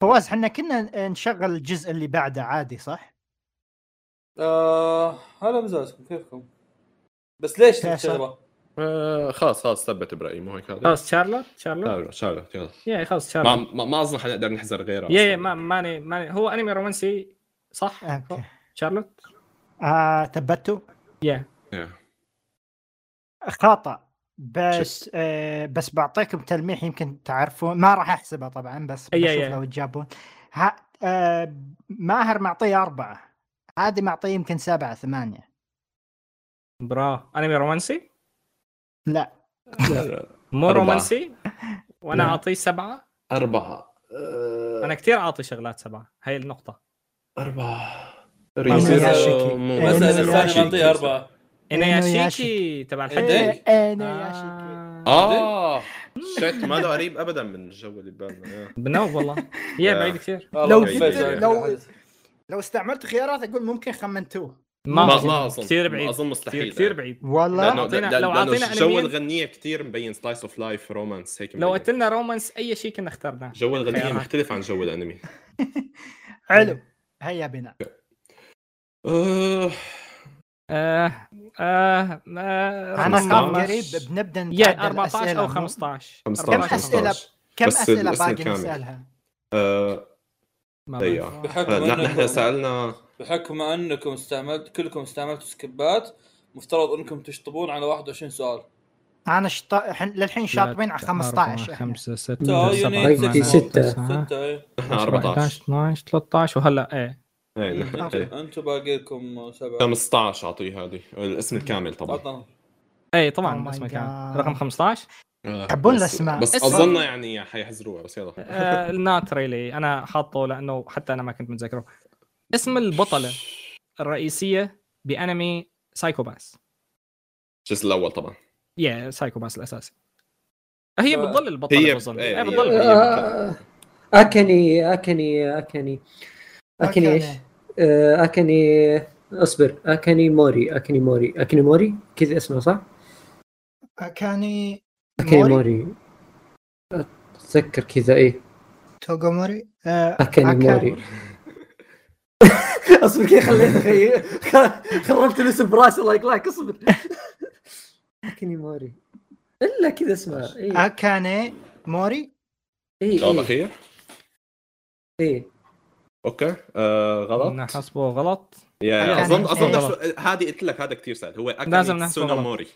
Speaker 2: فواز احنا كنا نشغل الجزء اللي بعده عادي صح؟
Speaker 7: آه، هلا مزاجكم كيفكم بس ليش
Speaker 2: فيصل.
Speaker 7: تبغى
Speaker 4: آه، خلاص خلاص ثبت برايي مو هيك هذا
Speaker 5: خلاص شارلوت شارلوت
Speaker 4: شارلوت شارلوت يلا
Speaker 5: يا خلاص
Speaker 4: ما
Speaker 5: شارلوت
Speaker 4: ما- ما اظن حنقدر نحزر غيره
Speaker 5: يا يا ما ماني ماني هو انمي رومانسي صح
Speaker 2: اوكي
Speaker 5: شارلوت
Speaker 2: آه ثبتوا؟
Speaker 5: يا
Speaker 2: خطا بس آه بس بعطيكم تلميح يمكن تعرفون ما راح احسبه طبعا بس
Speaker 5: أي-
Speaker 2: بشوف
Speaker 5: أي.
Speaker 2: لو تجابون ها آه ماهر معطيه اربعه عادي معطيه يمكن سبعه ثمانيه
Speaker 5: برا انمي رومانسي
Speaker 2: لا
Speaker 5: مو
Speaker 4: أربعة.
Speaker 5: رومانسي وانا
Speaker 4: لا.
Speaker 5: اعطيه سبعه
Speaker 4: أربعة آه،
Speaker 5: انا كثير اعطي شغلات سبعه هاي النقطه
Speaker 4: أربعة
Speaker 2: إنوياشيكي.
Speaker 4: إيه،
Speaker 7: بس
Speaker 2: إنوياشيكي.
Speaker 7: انا معطيه اربعه
Speaker 5: اناياشيكي تبع الحديد
Speaker 7: إيه.
Speaker 2: انا
Speaker 4: آه شت ما له قريب أبدا من الجو اللي آه. ببالنا يا.
Speaker 5: بنوب والله يا بعيد كثير
Speaker 7: والله
Speaker 2: لو
Speaker 7: فيصل.
Speaker 4: جبت-
Speaker 2: لو- لو استعملت خيارات اقول ممكن خمنتوه
Speaker 5: ما
Speaker 4: ما
Speaker 5: أظن.
Speaker 4: ما أظن
Speaker 5: كثير بعيد
Speaker 4: أظن
Speaker 5: كثير
Speaker 4: مستحيل
Speaker 5: كثير بعيد
Speaker 2: والله
Speaker 4: لأنه-
Speaker 5: أعطينا-
Speaker 4: لأن-
Speaker 5: لو
Speaker 4: لأنه
Speaker 5: أعطينا
Speaker 4: جو
Speaker 5: أنميين-
Speaker 4: الغنية كثير مبين سلايس اوف لايف رومانس هيك
Speaker 5: لو
Speaker 4: مبين.
Speaker 5: قلت لنا رومانس اي شيء كنا اخترناه
Speaker 4: جو الغنية
Speaker 5: خيارات.
Speaker 4: مختلف عن جو الأنمي
Speaker 2: حلو هيا بنا
Speaker 4: آه،
Speaker 5: آه آه آه،
Speaker 2: انا خاف
Speaker 4: 15.
Speaker 2: قريب بنبدا نتعدى
Speaker 5: يا 14
Speaker 2: الأسئلة.
Speaker 5: او 15
Speaker 2: كم
Speaker 4: 15
Speaker 2: اسئله
Speaker 4: 15
Speaker 2: كم
Speaker 4: بس
Speaker 2: اسئله
Speaker 4: الاسم
Speaker 2: باقي
Speaker 4: كامل.
Speaker 2: نسالها
Speaker 4: آه،
Speaker 5: ما
Speaker 4: أيوة.
Speaker 5: بعرف.
Speaker 7: بحكم
Speaker 4: آه، نحن
Speaker 7: أنكم-
Speaker 4: احنا سألنا
Speaker 7: بحكم انكم استعملت كلكم استعملتوا سكبات مفترض انكم تشطبون على 21 سؤال
Speaker 2: انا شط... حن- للحين شاطبين على 15 احنا.
Speaker 5: 6
Speaker 7: So you
Speaker 6: أيوه،
Speaker 7: need
Speaker 3: سبعة،
Speaker 7: six
Speaker 3: ستة.
Speaker 7: more. ستة إيه.
Speaker 4: نحن 14
Speaker 5: 12 13 وهلا ايه
Speaker 4: إيه، نحن-
Speaker 2: أوكي.
Speaker 4: إيه.
Speaker 7: انتم باقي لكم سبعه
Speaker 4: 15 اعطيه هذه الاسم الكامل طبعا
Speaker 7: عطنا
Speaker 5: ايه
Speaker 2: Oh
Speaker 5: طبعا
Speaker 2: my
Speaker 5: اسمه
Speaker 2: God.
Speaker 5: كان رقم 15
Speaker 4: آه،
Speaker 2: تحبون
Speaker 4: بس-
Speaker 2: الأسماء؟
Speaker 4: بس
Speaker 5: اسم.
Speaker 4: اظن يعني حيحزروها بس يلا
Speaker 5: نوت ريلي انا حاطه لانه حتى انا ما كنت متذكره اسم البطله الرئيسيه بانمي سايكو باس
Speaker 4: الجزء الاول طبعا
Speaker 5: يا سايكو باس الاساسي هي
Speaker 7: آه،
Speaker 5: بتضل البطله
Speaker 4: هي-
Speaker 5: بتضل
Speaker 4: إيه،
Speaker 5: إيه،
Speaker 4: هي-
Speaker 5: بتضل
Speaker 3: آه، اكني اكني اكني اكني ايش؟ آه، اكني اصبر اكني موري اكني موري اكني موري كذا اسمه صح؟
Speaker 2: اكاني
Speaker 3: اكني
Speaker 2: موري؟
Speaker 3: موري اتذكر كذا ايه
Speaker 2: توغوموري آه،
Speaker 3: اكني
Speaker 2: أكا-
Speaker 3: موري اصبر كذا خليت خي- خ- خربت الاسم براسي الله يقلعك اصبر اكني موري الا كذا اسمه ايه
Speaker 2: اكاني موري إيه.
Speaker 4: جواب
Speaker 3: ايه
Speaker 4: اخير
Speaker 3: ايه
Speaker 4: اوكي آه
Speaker 5: انا
Speaker 4: غلط
Speaker 5: حسبه غلط
Speaker 4: يا يا،
Speaker 2: أكاني-
Speaker 4: اظن اظن
Speaker 5: إيه.
Speaker 4: شو- هذه قلت لك هذا كثير سهل هو
Speaker 5: لازم
Speaker 4: اكاني
Speaker 5: نحسبه
Speaker 4: تسونوموري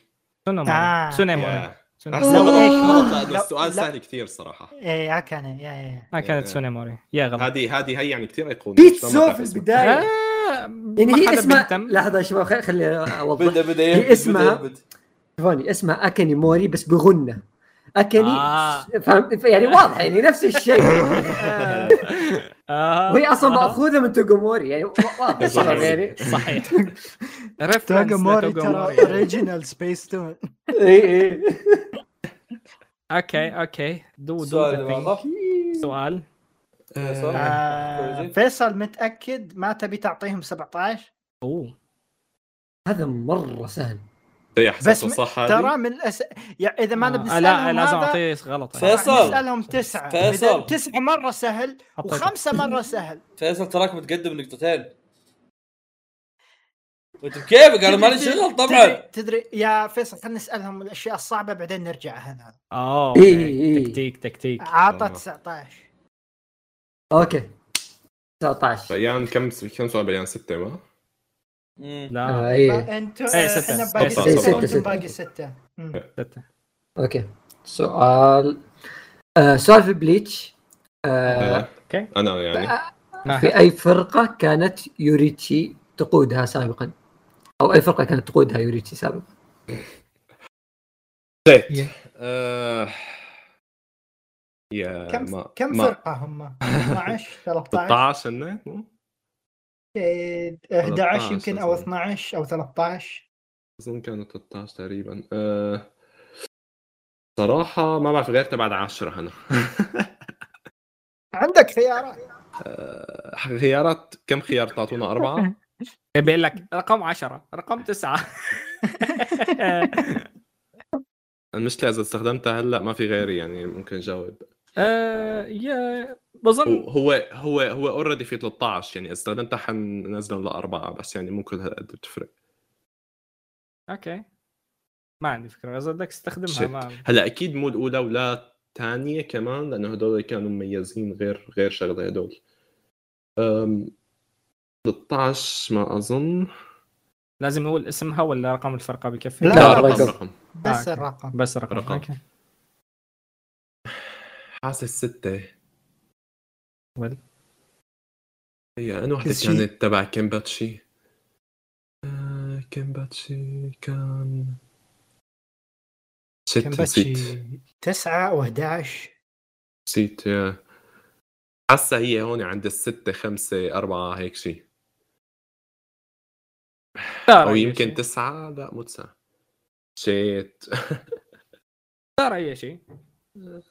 Speaker 5: سونوموري
Speaker 2: آه.
Speaker 5: سونوموري
Speaker 4: يا.
Speaker 5: سونوموري.
Speaker 4: احسن
Speaker 2: إيش؟
Speaker 4: غلط لانه
Speaker 2: آه. لا- لا.
Speaker 4: السؤال سهل كثير صراحه
Speaker 2: ايه اكاني يا يا
Speaker 5: ما كانت
Speaker 4: يا.
Speaker 5: سونوموري يا غلط
Speaker 4: هذه هذه هي يعني كثير ايقونيه
Speaker 3: بيتسو في البدايه
Speaker 5: آه،
Speaker 3: يعني
Speaker 5: ما
Speaker 3: هي
Speaker 5: حدا
Speaker 3: اسمها
Speaker 5: بيهتم.
Speaker 3: لحظه يا شباب خل- خليني
Speaker 7: بدا
Speaker 3: اوضح
Speaker 7: بدا
Speaker 3: هي
Speaker 7: يهبد،
Speaker 3: اسمها-
Speaker 7: بدا يهبد.
Speaker 3: ثواني اسمها اكني موري بس بغنه اكني
Speaker 5: آه.
Speaker 3: فاهم يعني واضح يعني نفس الشيء آه،
Speaker 5: آه،
Speaker 3: وهي اصلا
Speaker 5: آه،
Speaker 3: ماخوذه من توغوموري يعني وا- واضح الشباب يعني
Speaker 5: صحيح
Speaker 2: توغوموري
Speaker 5: ريفرنس
Speaker 2: ترى اوريجينال سبيس تون
Speaker 5: إيه،
Speaker 3: اي اي
Speaker 5: اوكي اوكي دو دو
Speaker 7: السؤال
Speaker 5: the
Speaker 7: اللي
Speaker 5: thing.
Speaker 7: بعده
Speaker 5: سؤال
Speaker 7: فيصل. كويسين.
Speaker 2: آه، فيصل متاكد ما تبي تعطيهم 17
Speaker 5: اوه
Speaker 3: هذا مره سهل
Speaker 4: بس
Speaker 2: بس م-
Speaker 4: إيه، صح
Speaker 2: ترى
Speaker 4: هذه
Speaker 2: من الأس... يعني اذا ما نبي
Speaker 5: آه، لا
Speaker 2: نسالهم
Speaker 5: لازم
Speaker 2: هذا
Speaker 5: اعطيه غلط
Speaker 7: فيصل.
Speaker 2: نسالهم تسعه
Speaker 7: فيصل.
Speaker 2: إذا تسعه مره سهل
Speaker 5: حطيته.
Speaker 2: وخمسه مره سهل
Speaker 7: فيصل تراك متقدم نقطتين
Speaker 6: وانت بكيفك انا مالي شغل طبعا
Speaker 2: تدري, تدري يا فيصل خلينا نسالهم الاشياء الصعبه بعدين نرجع هنا
Speaker 5: اه
Speaker 3: إيه،
Speaker 5: أوكي.
Speaker 3: إيه.
Speaker 5: تكتيك تكتيك
Speaker 2: عطى
Speaker 4: والله.
Speaker 2: 19
Speaker 3: اوكي
Speaker 5: طيب.
Speaker 3: 19
Speaker 4: بيان كم كم سؤال بيان سته ما؟
Speaker 6: مم.
Speaker 5: لا
Speaker 3: آه ايه
Speaker 2: انتم
Speaker 5: إيه، ستة.
Speaker 2: احنا
Speaker 5: ستة،
Speaker 2: باقي
Speaker 4: ستة،
Speaker 2: سته
Speaker 4: ستة.
Speaker 2: وانتم باقي سته مم.
Speaker 5: ستة.
Speaker 3: اوكي سؤال آه سؤال في بليتش آه
Speaker 5: اوكي
Speaker 4: انا يعني
Speaker 3: في اي فرقه كانت يوريتشي تقودها سابقا؟ او اي فرقه كانت تقودها يوريتشي سابقا؟
Speaker 4: زيت آه، يا
Speaker 2: كم
Speaker 4: آه، ما
Speaker 2: كم
Speaker 4: ما-
Speaker 2: فرقه هم 12 13
Speaker 4: 16 هن
Speaker 2: إيه، 11 يمكن او
Speaker 4: 13
Speaker 2: 12 او 13
Speaker 4: اظن كانوا 13 تقريبا أه... صراحة ما بعرف غير تبعد 10 انا
Speaker 2: عندك خيارات
Speaker 4: أه، خيارات كم خيار تعطونا اربعة؟
Speaker 5: بيقول لك رقم 10 رقم 9
Speaker 4: المشكلة اذا استخدمتها هلا ما في غيري يعني ممكن جاوب
Speaker 5: آه، يا
Speaker 4: هو
Speaker 5: بظن
Speaker 4: هو هو هو اوريدي في 13 يعني اذا استخدمتها حننزلهم لاربعة بس يعني مو كل هالقد بتفرق
Speaker 5: اوكي ما عندي فكره اذا بدك تستخدمها
Speaker 4: Shit.
Speaker 5: ما
Speaker 4: هلا اكيد مو الاولى ولا الثانيه كمان لانه هدول كانوا مميزين غير غير شغله هدول أم 13 ما اظن
Speaker 5: لازم نقول اسمها ولا رقم الفرقه بكفي
Speaker 2: لا،
Speaker 4: لا
Speaker 2: لا، بس-
Speaker 4: رقم رقم
Speaker 2: بس
Speaker 5: آه.
Speaker 2: الرقم
Speaker 5: بس رقم
Speaker 4: رقم.
Speaker 5: اوكي
Speaker 4: حاسس ستة
Speaker 5: ول.
Speaker 4: هي أنا وحدة
Speaker 2: كل شي.
Speaker 4: كانت تبع كيمباتشي آه، كيمباتشي كان ست
Speaker 2: كمباتشي
Speaker 4: نسيت
Speaker 2: تسعة و11
Speaker 4: نسيت يا. حاسة هي هون عند الستة خمسة أربعة هيك شيء
Speaker 5: اختار
Speaker 4: أو
Speaker 5: أي
Speaker 4: يمكن
Speaker 5: شيء.
Speaker 4: تسعة لا مو تسعة شيت
Speaker 5: اختار اي شيء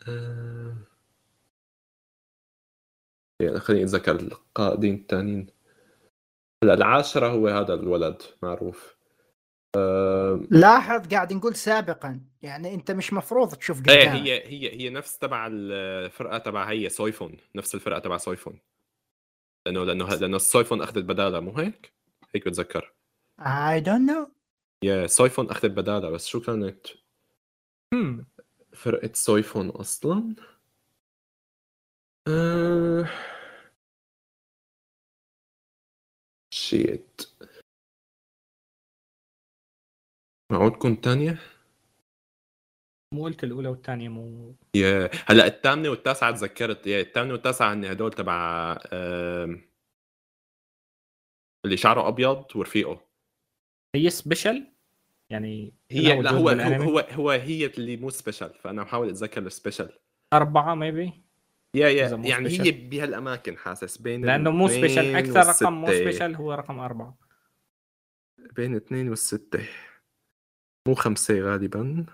Speaker 4: آه. يعني خليني اتذكر القائدين الثانيين هلا العاشرة هو هذا الولد معروف آه،
Speaker 2: لاحظ قاعد نقول سابقا يعني انت مش مفروض تشوف
Speaker 6: إيه،
Speaker 4: ايه
Speaker 2: قدام
Speaker 4: هي هي هي نفس تبع الفرقة تبع هي سويفون نفس الفرقة تبع سويفون لأنه لأنه لأنه السويفون أخذت بدالها مو هيك؟ هيك بتذكر
Speaker 2: اي دونت نو
Speaker 4: يا سويفون أخذت بدالها بس شو كانت
Speaker 5: هم
Speaker 4: فرقة سويفون أصلا آه... شيت معودكم تانية
Speaker 5: مو قلت الاولى والثانيه مو
Speaker 4: يا هلا الثامنة والتاسعة تذكرت يا الثامنة والتاسعة هن هدول تبع آم، اللي شعره أبيض ورفيقه
Speaker 5: هي سبيشل يعني لها
Speaker 4: هي
Speaker 5: وجود
Speaker 4: لا هو هو
Speaker 5: بالأنمي؟
Speaker 4: هو, هو هي اللي مو سبيشال فأنا بحاول أتذكر السبيشال
Speaker 5: اربعه ميبي
Speaker 4: يا
Speaker 5: إذا
Speaker 4: يا
Speaker 5: مو
Speaker 4: يعني
Speaker 5: سبيشال.
Speaker 4: هي بهالأماكن حاسس بين
Speaker 5: لانه مو
Speaker 4: الاثنين
Speaker 5: سبيشل اكثر رقم مو
Speaker 4: والستة.
Speaker 5: سبيشل هو رقم اربعه
Speaker 4: بين اثنين والستة مو خمسة غالبا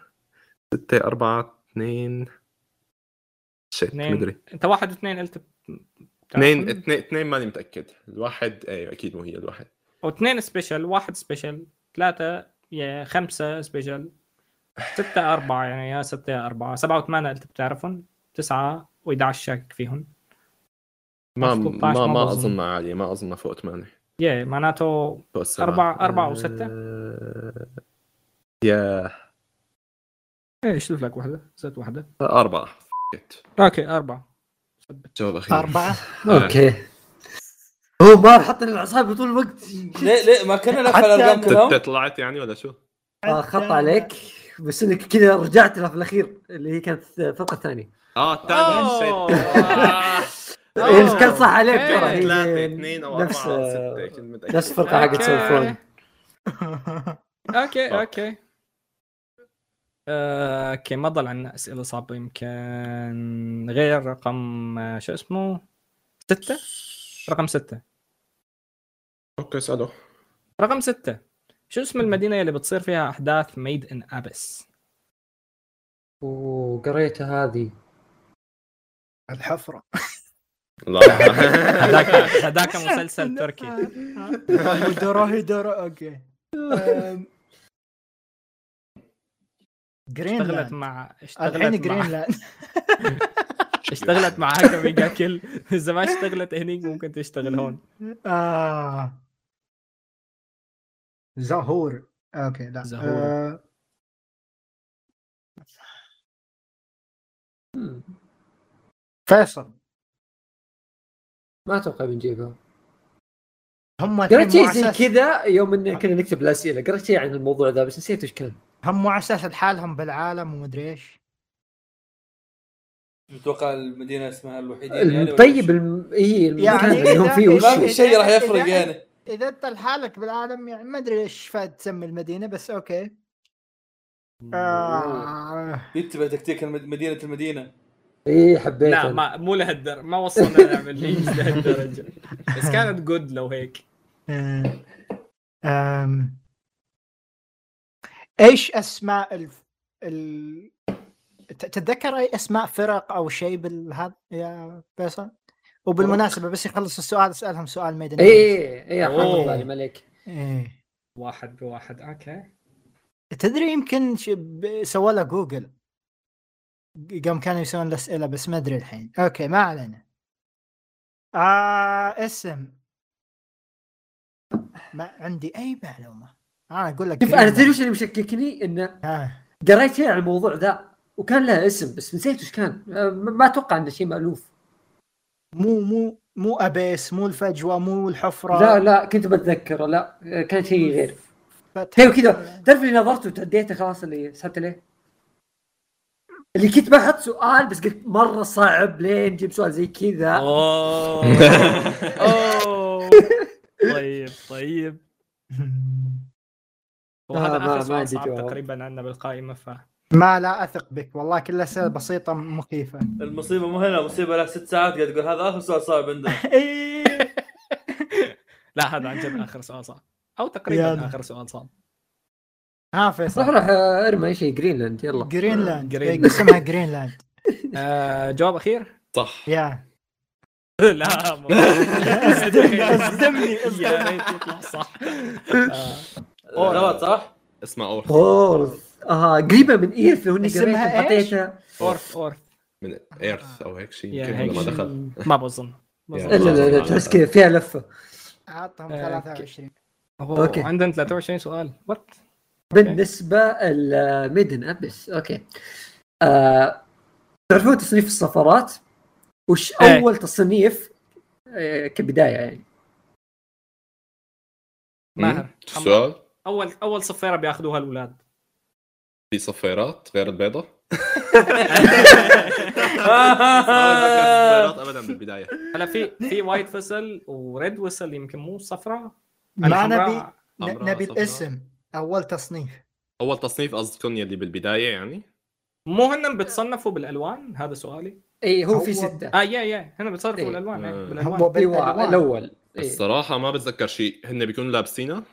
Speaker 4: ستة أربعة اثنين شيت
Speaker 5: اثنين.
Speaker 4: مدري
Speaker 5: انت واحد واثنين قلت
Speaker 4: اثنين اثنين اثنين ماني متأكد الواحد ايه أكيد مو هي الواحد
Speaker 5: واثنين سبيشل واحد سبيشل ثلاثة يا خمسة سبيشل ستة أربعة يعني يا ستة يا أربعة سبعة وثمانية أنت بتعرفهم تسعة و11 شاكك فيهم
Speaker 4: ما
Speaker 5: 13
Speaker 4: ما
Speaker 5: ما
Speaker 4: ما
Speaker 5: بظن.
Speaker 4: أظن عالية ما أظن فوق ثمانية
Speaker 5: يا معناته
Speaker 4: فوق السبعة
Speaker 5: أربعة- أربعة وستة؟
Speaker 4: آه، يا
Speaker 5: إيه شلف لك واحدة زدت واحدة
Speaker 4: أربعة F- it.
Speaker 5: أوكي أربعة
Speaker 4: جواب أخير
Speaker 2: أربعة
Speaker 3: اوكي هو ما حط الاعصاب طول الوقت
Speaker 6: ليه ليه ما كنا نفهم
Speaker 2: حتى
Speaker 6: الارقام كلهم
Speaker 4: ستة طلعت يعني ولا شو؟
Speaker 3: آه، خط عليك بس انك كذا رجعت لها في الاخير اللي هي كانت الفرقه الثانيه
Speaker 4: اه الثانية
Speaker 5: أوه.
Speaker 4: شيت
Speaker 3: إيه، كان صح عليك
Speaker 5: أوكي.
Speaker 3: ترى هي
Speaker 4: آه. ثلاثة اثنين أو
Speaker 3: نفس آه،
Speaker 4: أربعة أو ستة كنت متأكد.
Speaker 3: نفس الفرقه حقت
Speaker 5: أوكي.
Speaker 3: سيلفون
Speaker 5: أوكي
Speaker 4: صح.
Speaker 5: أوكي آه، اوكي ما ضل عندنا اسئله صعبه يمكن غير رقم آه، شو اسمه ستة رقم ستة
Speaker 4: اوكي اسأله
Speaker 5: رقم ستة شو اسم المدينة اللي بتصير فيها أحداث ميد إن أبس؟
Speaker 3: وقريتها هذه
Speaker 2: الحفرة
Speaker 4: لا
Speaker 5: هذاك هذاك مسلسل تركي
Speaker 2: ودرا هدرا اوكي
Speaker 5: اشتغلت
Speaker 2: جرينلاند
Speaker 5: مع
Speaker 2: الحين
Speaker 5: اشتغلت مع
Speaker 2: جرينلاند
Speaker 5: اشتغلت مع هكا ميجا كل إذا ما اشتغلت هنيك ممكن تشتغل هون
Speaker 2: آه. زهور اوكي لا
Speaker 5: زهور.
Speaker 2: آه،
Speaker 3: مم.
Speaker 2: فيصل
Speaker 3: ما اتوقع بنجيبها
Speaker 2: هم
Speaker 3: قريت
Speaker 2: الحين
Speaker 3: شيء
Speaker 2: مو
Speaker 3: زي
Speaker 2: أساس-
Speaker 3: كذا يوم ان كنا نكتب الاسئله قريت شيء عن الموضوع ذا بس نسيت وش كان
Speaker 2: هم مو على اساس لحالهم بالعالم ومدري ايش
Speaker 6: متوقع المدينه اسمها
Speaker 4: إيه،
Speaker 6: الوحيده يعني ولا
Speaker 3: طيب
Speaker 6: شيء؟
Speaker 3: الم... هي المكان
Speaker 2: يعني
Speaker 3: اللي هم
Speaker 2: إذا-
Speaker 3: فيه وش
Speaker 2: إذا-
Speaker 6: ما
Speaker 3: هو؟
Speaker 6: في شيء راح يفرق يعني
Speaker 2: اذا انت لحالك بالعالم يعني ما ادري ايش فاد تسمي المدينه بس اوكي آه.
Speaker 6: يتبع تكتيك المد- مدينه المدينه
Speaker 3: اي إيه، حبيت
Speaker 5: لا ما مو لهالدرجه ما وصلنا نعمل هيك لهالدرجه بس كانت جود لو هيك
Speaker 2: آه. آم. ايش اسماء ال... ال... ت- تتذكر اي اسماء فرق او شيء بالهذا يا فيصل؟ وبالمناسبه بس يخلص السؤال اسالهم سؤال
Speaker 3: إيه،
Speaker 2: ميدان
Speaker 3: اي اي حاضر
Speaker 5: أوه.
Speaker 3: بالي مالك
Speaker 2: إيه.
Speaker 5: واحد بواحد اوكي
Speaker 2: تدري يمكن ش... سوى له جوجل قام كانوا يسوون الاسئله بس ما ادري الحين اوكي ما علينا آه اسم ما عندي اي معلومه انا اقول لك
Speaker 3: شوف انا
Speaker 2: ريما.
Speaker 3: تدري وش اللي مشككني انه
Speaker 2: آه.
Speaker 3: قريت شيء عن الموضوع ذا وكان له اسم بس نسيت وش كان آه، ما ما اتوقع انه شيء مالوف
Speaker 2: مو مو مو ابيس مو الفجوه مو الحفره
Speaker 3: لا لا كنت بتذكره لا آه، كان شيء غير
Speaker 2: فتح.
Speaker 3: ايوه كذا تعرف اللي نظرت وتعديته خلاص اللي سحبت عليه اللي كنت بحط سؤال بس قلت مره صعب لين نجيب سؤال زي كذا
Speaker 5: اوه اوه طيب طيب وهذا
Speaker 3: آه، ما-
Speaker 5: اخر
Speaker 3: ما
Speaker 5: سؤال
Speaker 3: عندي
Speaker 5: صعب
Speaker 3: جواب.
Speaker 5: تقريبا عندنا بالقائمه ف
Speaker 2: ما لا اثق بك والله كلها اسئله بسيطه مخيفه
Speaker 6: المصيبه مو هنا المصيبه لها ست ساعات قاعد تقول هذا اخر سؤال صعب عندنا
Speaker 5: إيه. لا هذا عن جد اخر سؤال صعب او تقريبا
Speaker 2: يلا.
Speaker 5: اخر سؤال صعب
Speaker 2: ها
Speaker 3: راح
Speaker 2: فيصل
Speaker 3: راح آه، ارمي اي شيء جرينلاند يلا
Speaker 2: جرينلاند
Speaker 5: جرينلاند.
Speaker 2: إيه، اسمها جرينلاند
Speaker 5: آه جواب اخير؟
Speaker 4: صح
Speaker 2: يا
Speaker 5: لا مو-
Speaker 2: اصدمني، اصدمني، اصدمني.
Speaker 5: يا ريت يطلع صح آه،
Speaker 6: غلط صح؟
Speaker 4: اسمه اورث
Speaker 3: اوه اه قريبه من ايرث لو اني
Speaker 2: اسمها
Speaker 3: قريتها
Speaker 2: إيش؟
Speaker 3: حطيتها
Speaker 5: اورث اورث
Speaker 4: من ايرث او هيك شيء
Speaker 5: يا
Speaker 4: يمكن
Speaker 5: هيك
Speaker 4: هذا ما
Speaker 5: شيء.
Speaker 4: دخل
Speaker 5: ما بظن ما
Speaker 4: يا
Speaker 3: لا
Speaker 5: بظن.
Speaker 4: الله.
Speaker 3: لا لا تحس كذا فيها لفه
Speaker 2: اعطهم
Speaker 5: آه،
Speaker 2: 23
Speaker 5: أوه،
Speaker 3: أوكي.
Speaker 5: عندنا 23 سؤال وات
Speaker 3: بالنسبه لميدن ابس اوكي آه، تعرفون تصنيف السفرات وش
Speaker 5: إيه.
Speaker 3: اول تصنيف آه، كبدايه يعني
Speaker 5: ماهر
Speaker 4: السؤال
Speaker 5: اول اول صفيره بياخذوها الاولاد
Speaker 4: في صفيرات غير البيضة؟
Speaker 5: آه.
Speaker 4: صفيرات ابدا بالبداية
Speaker 5: هلا في في وايت فيسل وريد ويسل يمكن مو صفراء
Speaker 2: ما نبي
Speaker 5: الحمراء-
Speaker 2: ن-
Speaker 4: حمراء،
Speaker 2: نبي
Speaker 4: صفراء.
Speaker 2: الاسم اول تصنيف
Speaker 4: اول تصنيف قصدكم يلي بالبداية يعني؟
Speaker 5: مو هن بتصنفوا بالالوان هذا سؤالي
Speaker 3: اي إيه، هو
Speaker 2: هو-
Speaker 3: في سته
Speaker 5: اه يا يا هن بتصنفوا
Speaker 3: إيه.
Speaker 5: بالالوان إيه،
Speaker 4: آه.
Speaker 5: بالالوان
Speaker 2: هو آه،
Speaker 3: ايوه
Speaker 2: بالألوان.
Speaker 3: الاول إيه.
Speaker 4: الصراحة ما بتذكر شيء هن بيكونوا لابسينها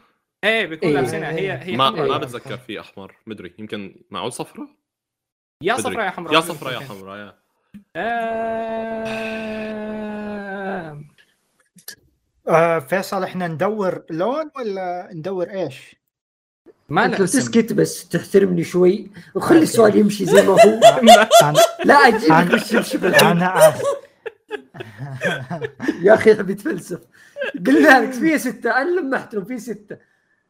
Speaker 5: ايه بيكون
Speaker 3: إيه.
Speaker 5: لابسينها هي هي
Speaker 4: ما
Speaker 5: حمراء.
Speaker 4: ما بتذكر في احمر مدري يمكن معه صفرة
Speaker 5: يا
Speaker 4: مدري.
Speaker 5: صفراء يا حمراء
Speaker 4: يا صفرة يا حمراء يا
Speaker 5: آه،
Speaker 2: آه فيصل احنا ندور لون ولا ندور ايش؟
Speaker 5: ما
Speaker 3: انت لو
Speaker 5: لها اسم.
Speaker 3: تسكت بس تحترمني شوي وخلي السؤال يمشي زي ما هو
Speaker 2: أنا-
Speaker 3: لا اجيب
Speaker 2: عن-
Speaker 3: وش يمشي بالعالم
Speaker 2: انا اسف
Speaker 3: يا اخي تبي تفلسف قلنا لك في سته انا لمحت لهم في سته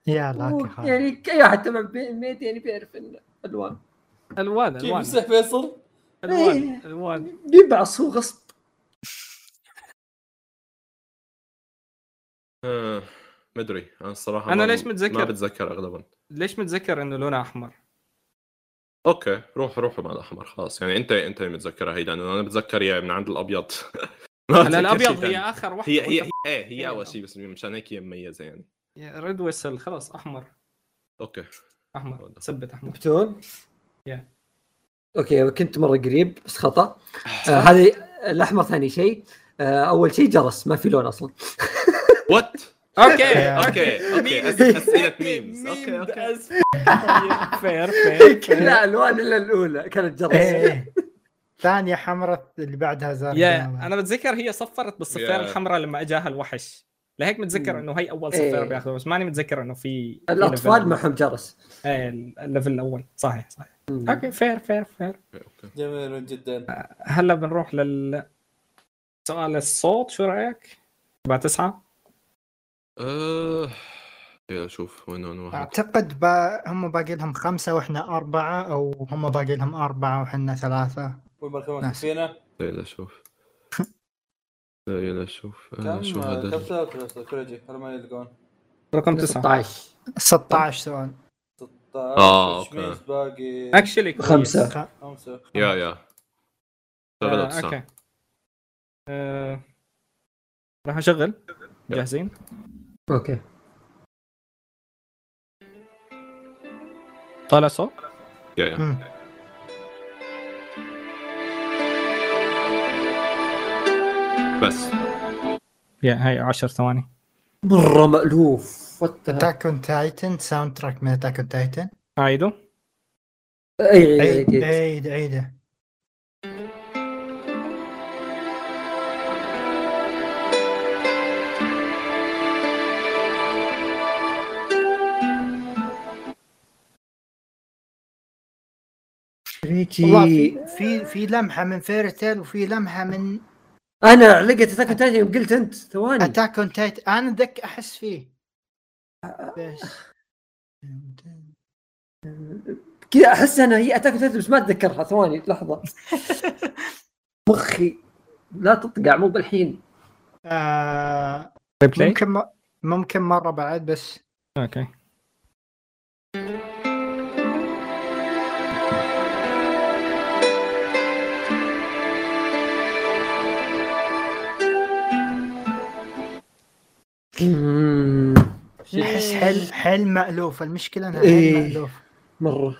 Speaker 2: يلا اوكي خلاص
Speaker 3: يعني اي احد تبع بي- ميت يعني بيعرف انه الوان
Speaker 5: الوان
Speaker 6: كيف
Speaker 5: الوان
Speaker 6: مسح فيصل؟
Speaker 3: إيه.
Speaker 5: الوان الوان
Speaker 3: يبعص هو غصب
Speaker 4: آه، مدري انا الصراحة
Speaker 5: أنا
Speaker 4: ما-
Speaker 5: ليش متذكر؟
Speaker 4: ما بتذكر اغلبا
Speaker 5: ليش متذكر انه لونها احمر؟
Speaker 4: اوكي روح روح مع الاحمر خلاص يعني انت انت اللي متذكرها هي لانه انا بتذكر يا من عند الابيض ما
Speaker 5: هلا
Speaker 4: بتذكر شيء
Speaker 5: الابيض
Speaker 4: تاني.
Speaker 5: هي اخر واحده
Speaker 4: هي هي إيه،
Speaker 5: وأنت-
Speaker 4: هي, هي اول شيء بس مشان هيك هي مميزه يعني
Speaker 5: ريد ويسل خلاص احمر
Speaker 4: اوكي
Speaker 5: احمر ثبت احمر
Speaker 3: بتون
Speaker 5: يا.
Speaker 3: اوكي كنت مره قريب بس خطا آه هذه الاحمر ثاني شيء آه اول شيء جرس ما في لون اصلا
Speaker 4: وات
Speaker 5: اوكي
Speaker 4: اوكي اوكي أس- اسئله ميمز اوكي اوكي
Speaker 5: فير فير
Speaker 3: كلها الوان الا الاولى كانت
Speaker 2: إيه،
Speaker 3: جرس
Speaker 2: إيه. ثانية حمرة اللي بعدها زرقاء
Speaker 5: يا انا بتذكر هي صفرت بالصفيره
Speaker 4: يا.
Speaker 5: الحمراء لما اجاها الوحش لهيك متذكر
Speaker 3: مم.
Speaker 5: انه هي اول
Speaker 3: إيه.
Speaker 5: صفيره بياخذوها بس ماني متذكر انه في في
Speaker 3: الاطفال
Speaker 5: ليفل.
Speaker 3: معهم جرس
Speaker 5: ايه الليفل الاول صحيح صحيح
Speaker 3: مم.
Speaker 5: اوكي فير فير فير
Speaker 6: جميل جدا
Speaker 5: هلا بنروح لل سؤال الصوت شو رايك؟ تبع تسعه
Speaker 4: آه، خليني اشوف وين انا واحد
Speaker 2: اعتقد با... هم باقي لهم خمسه واحنا اربعه او هم باقي لهم اربعه واحنا ثلاثه
Speaker 6: وين مركبنا
Speaker 2: ناس.
Speaker 6: فينا
Speaker 4: خليني اشوف خليني اشوف
Speaker 6: كم آه،
Speaker 4: انا شو
Speaker 6: كم
Speaker 4: هذا
Speaker 6: سالفه كريجي هل ما يلقون
Speaker 5: رقم تسعة
Speaker 3: 16
Speaker 2: 16 سؤال
Speaker 6: 16
Speaker 4: آه،
Speaker 6: which
Speaker 4: أوكي.
Speaker 6: means طيب، باقي
Speaker 5: اكشلي كويس.
Speaker 3: خمسة.
Speaker 2: خ-
Speaker 6: خمسه
Speaker 4: يا يا شغلة
Speaker 5: آه،
Speaker 4: تسعة
Speaker 5: اوكي آه، راح اشغل جاهزين
Speaker 3: اوكي
Speaker 5: طالع صوت
Speaker 4: يا يا
Speaker 3: Hmm.
Speaker 2: مم.
Speaker 4: بس
Speaker 5: يا هاي 10 ثواني
Speaker 3: مره مالوف وات ذا-
Speaker 2: اتاك اون تايتن ساوند تراك من اتاك اون تايتن
Speaker 5: اعيده
Speaker 3: اي اي
Speaker 2: عيد
Speaker 3: اي
Speaker 2: عيد عيده والله
Speaker 3: ريكي
Speaker 2: في- في في لمحه من فيرتيل وفي لمحه من
Speaker 3: انا علقت اتاك اون تايتن يوم قلت انت ثواني
Speaker 2: اتاك اون تايتن انا ذك احس فيه بس
Speaker 3: كذا احس انا هي اتاك اون تايتن بس ما اتذكرها ثواني لحظه مخي لا تطقع مو بالحين
Speaker 2: آه
Speaker 5: ريبلاي
Speaker 2: ممكن م- ممكن مره بعد بس
Speaker 5: اوكي
Speaker 3: مم.
Speaker 2: احس حل حل مالوف المشكله انه
Speaker 3: إيه.
Speaker 2: حل مالوف
Speaker 3: مره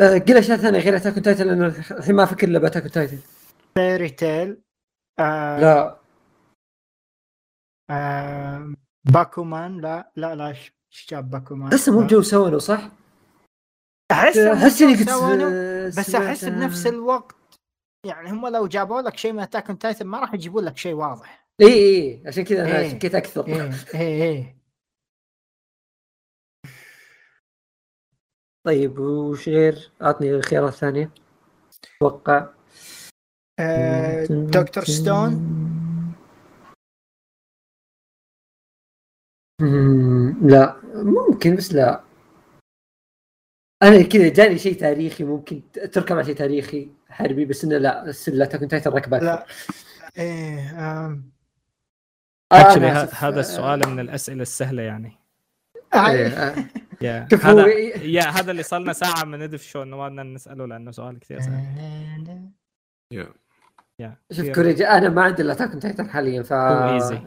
Speaker 3: آه، قل اشياء ثانيه غير اتاك اون تايتن لان الحين ما افكر الا باتاك اون تايتن
Speaker 2: فيري تيل آه
Speaker 3: لا
Speaker 2: آه باكومان لا لا لا ايش إيش جاب باكومان
Speaker 3: احس مو بجو سوانو صح؟
Speaker 2: احس
Speaker 3: احس اني كنت
Speaker 2: سوانو،
Speaker 3: آه،
Speaker 2: بس
Speaker 3: سمعت-
Speaker 2: احس بنفس الوقت يعني هم لو جابوا لك شيء من اتاك اون تايتن ما راح يجيبوا لك شيء واضح
Speaker 3: اي اي عشان كذا انا
Speaker 2: إيه.
Speaker 3: شكيت اكثر
Speaker 2: ايه ايه ايه
Speaker 3: طيب وش غير؟ اعطني خيارات ثانيه اتوقع
Speaker 2: آه، دكتور ستون
Speaker 3: مم، لا ممكن بس لا انا كذا جاني شيء تاريخي ممكن ت- تركب على شيء تاريخي حربي بس انه لا السله تكون تايتن ركبه
Speaker 2: لا ايه آم،
Speaker 5: اكشلي هذا السؤال من الاسئله السهله يعني
Speaker 3: إيه،
Speaker 2: آه،
Speaker 3: آه،
Speaker 5: يا
Speaker 3: شوف
Speaker 5: هذا
Speaker 3: هو إيه-
Speaker 5: يا هذا اللي صار لنا ساعه من ندف شو انه ما بدنا نساله لانه سؤال كثير سهل
Speaker 4: يا
Speaker 5: يا
Speaker 3: شوف كوريجي انا ما عندي الا تاكن تايتن حاليا ف
Speaker 5: ايزي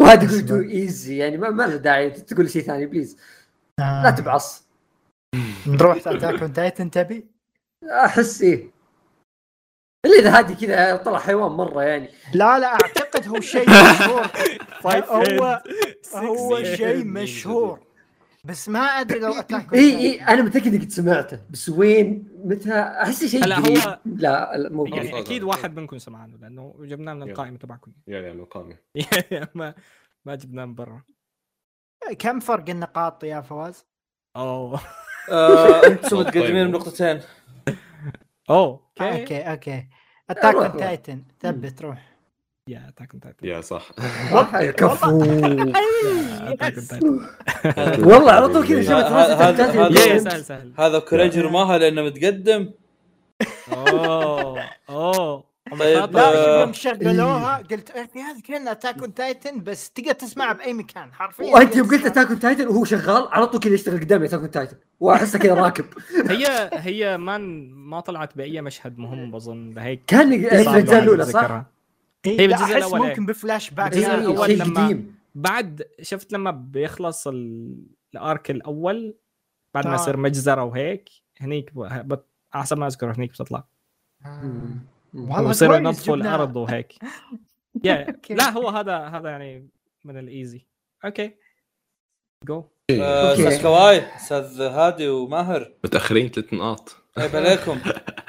Speaker 3: وهذا هو تو ايزي يعني ما, ما له داعي تقول شيء ثاني بليز
Speaker 2: آه،
Speaker 3: لا تبعص
Speaker 2: نروح اتاك اون تايتن تبي؟
Speaker 3: احس ايه الا اذا هادي كذا طلع حيوان مره يعني
Speaker 2: لا لا اعتقد هو شيء مشهور
Speaker 6: طيب،
Speaker 2: هو هو
Speaker 4: Six
Speaker 2: شيء
Speaker 4: Hand
Speaker 2: مشهور بس ما ادري لو اتاك
Speaker 3: اي اي انا متاكد اني قد سمعته بس وين متى احس شيء
Speaker 5: لا، هو-
Speaker 3: جديد. لا لا مو
Speaker 5: يعني
Speaker 4: خلاص،
Speaker 5: اكيد
Speaker 4: خلاص.
Speaker 5: واحد منكم سمعانه لانه جبناه من القائمه تبعكم
Speaker 4: يا يا من القائمة
Speaker 5: ما ما جبناه من برا
Speaker 2: كم فرق النقاط يا فواز؟
Speaker 5: اوه
Speaker 6: آه، انتم
Speaker 4: طيب.
Speaker 6: متقدمين بنقطتين
Speaker 5: اوه
Speaker 2: آه،
Speaker 5: اوكي
Speaker 2: اوكي اوكي اتاك
Speaker 3: روح،
Speaker 2: اون
Speaker 3: روح.
Speaker 2: تايتن ثبت روح
Speaker 5: يا اتاك اون تايتن
Speaker 4: يا صح
Speaker 3: والله كفو
Speaker 5: اتاك اون تايتن
Speaker 3: والله على طول كذا شفت
Speaker 6: هذا-
Speaker 3: راسي
Speaker 6: هذا- هذا-
Speaker 5: يا يا،
Speaker 3: التايتن
Speaker 5: سهل سهل
Speaker 6: هذا كوريجي رماها لانه متقدم
Speaker 5: اوه اوه هم
Speaker 6: طيب،
Speaker 5: خاطر.
Speaker 2: لا
Speaker 6: آه.
Speaker 2: يوم شغلوها قلت إيه، في هذا كان اتاك اون تايتن بس تقدر تسمعها باي مكان حرفيا
Speaker 3: وانت يوم قلت اتاك أون تايتن وهو شغال على طول كذا يشتغل قدامي اتاك أون تايتن واحسه كذا راكب
Speaker 5: هي هي ما ما طلعت باي مشهد مهم بظن لهيك
Speaker 3: كان
Speaker 5: صعب
Speaker 3: الاجزاء
Speaker 5: الواحد
Speaker 3: الاولى صح؟
Speaker 5: يتذكرها.
Speaker 2: هي
Speaker 5: بالجزء
Speaker 2: احس
Speaker 5: الأول، إيه.
Speaker 2: ممكن بفلاش باك
Speaker 5: الجزء
Speaker 3: إيه،
Speaker 2: يعني.
Speaker 5: الأول
Speaker 3: شيء
Speaker 5: لما-
Speaker 3: قديم
Speaker 5: بعد شفت لما بيخلص ال- الارك الاول بعد ما
Speaker 2: آه.
Speaker 5: يصير مجزره وهيك هنيك ب- بت- احسن ما اذكر هنيك بتطلع
Speaker 3: مم.
Speaker 2: والله
Speaker 5: ويصيروا
Speaker 2: كويس
Speaker 5: ينظفوا
Speaker 2: جبنا-
Speaker 5: الارض وهيك يا
Speaker 2: أوكي.
Speaker 5: لا هو هذا هذا يعني من الايزي اوكي جو
Speaker 4: إيه.
Speaker 6: آه،
Speaker 3: أوكي.
Speaker 6: استاذ كواي استاذ هادي وماهر
Speaker 4: متأخرين ثلاث نقاط
Speaker 6: عيب عليكم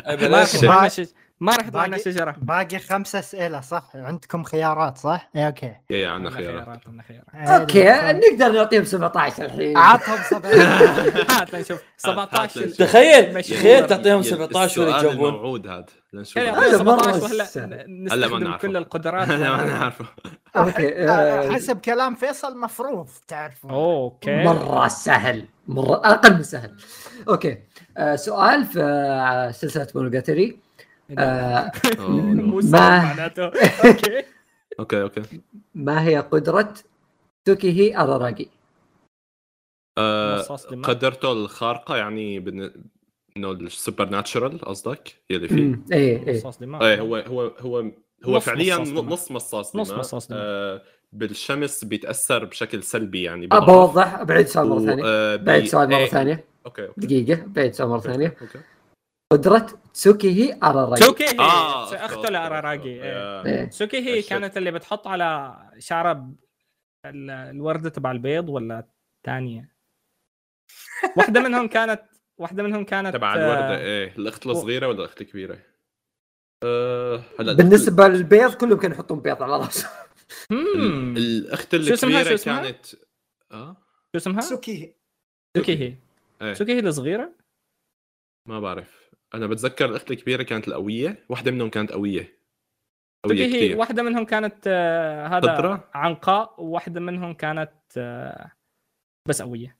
Speaker 6: عيب
Speaker 5: ما
Speaker 6: عليكم
Speaker 5: في- ما عندنا شيء ما راح يطلع
Speaker 2: باقي-
Speaker 5: لنا شجره
Speaker 2: باقي خمس اسئله صح عندكم خيارات صح؟ اي اوكي
Speaker 4: يا يا عنا
Speaker 5: عندنا
Speaker 4: خيارات
Speaker 5: خيارات عندنا خيارات
Speaker 3: اوكي نقدر نعطيهم 17 الحين
Speaker 2: عطهم 17
Speaker 5: هات لنشوف 17
Speaker 4: هات
Speaker 6: تخيل
Speaker 5: مشهور.
Speaker 6: تخيل تعطيهم
Speaker 4: يا-
Speaker 6: 17 ولا
Speaker 4: السؤال
Speaker 6: يجاوبون
Speaker 4: الموعود هذا لنشوف
Speaker 5: يعني
Speaker 4: هلا
Speaker 5: أعطينا
Speaker 3: هذا مرة
Speaker 5: 17 وهلا
Speaker 3: سهل.
Speaker 5: نستخدم
Speaker 4: نعرفه.
Speaker 5: كل القدرات
Speaker 4: ما انا عارفه
Speaker 3: اوكي آه،
Speaker 2: حسب كلام فيصل مفروض تعرفون
Speaker 5: اوكي
Speaker 3: مره سهل مره اقل من سهل اوكي آه، سؤال في آه، سلسله مونوجاتري آه،
Speaker 4: أوه، نو.
Speaker 5: مو سهل
Speaker 3: ما-
Speaker 5: معناته اوكي
Speaker 4: اوكي اوكي
Speaker 3: ما هي قدره توكيهي اراراجي
Speaker 4: آه،
Speaker 5: مصاص دماء.
Speaker 4: قدرته الخارقه يعني بن... انه السوبر ناتشرال قصدك هي اللي فيه
Speaker 3: أمم، ايه ايه
Speaker 5: مصاص دماء
Speaker 4: ايه هو هو هو هو
Speaker 5: نص
Speaker 4: فعليا
Speaker 5: مصاص دماء.
Speaker 4: نص مصاص
Speaker 5: نص
Speaker 4: دماء.
Speaker 5: مصاص دماء.
Speaker 4: آه بالشمس بيتاثر بشكل سلبي يعني بضعف.
Speaker 3: ابى اوضح بعيد سؤال مره
Speaker 4: و-
Speaker 3: ثانيه
Speaker 4: آه، بي-
Speaker 3: بعيد سؤال مره
Speaker 4: إيه،
Speaker 3: ثانيه
Speaker 4: اوكي اوكي
Speaker 3: دقيقه بعيد سؤال مره ثانيه
Speaker 4: اوكي
Speaker 5: إيه،
Speaker 3: قدره تسوكيهي اراراجي
Speaker 5: سوكي
Speaker 4: اه
Speaker 5: هي اخته
Speaker 4: أوكي،
Speaker 5: لاراراجي
Speaker 4: أوكي،
Speaker 5: إيه.
Speaker 4: آه،
Speaker 3: إيه.
Speaker 5: سوكي هي
Speaker 4: الشد.
Speaker 5: كانت اللي بتحط على شعرها ب- ال- الورده تبع البيض ولا الثانيه واحده منهم كانت واحده منهم كانت
Speaker 4: تبع
Speaker 5: آه،
Speaker 4: الوردة ايه الاخت الصغيرة ولا الاخت الكبيرة؟ أه هلا
Speaker 3: بالنسبه للبيض كلهم كانوا يحطون بيض على راسهم
Speaker 5: مم.
Speaker 4: ال- الاخت
Speaker 5: شو اسمها- شو
Speaker 4: الكبيرة
Speaker 5: اسمها؟
Speaker 4: كانت اه
Speaker 5: شو اسمها؟
Speaker 2: سوكي
Speaker 5: سوكي هي
Speaker 4: ايه
Speaker 5: سوكي هي الصغيره
Speaker 4: ما بعرف انا بتذكر الاخت الكبيرة كانت القوية واحدة منهم كانت قوية قوية
Speaker 5: سوكي هي
Speaker 4: كثير
Speaker 5: واحده منهم كانت آه، هذا
Speaker 4: قدرة
Speaker 5: عنقاء وواحده منهم كانت آه، بس قويه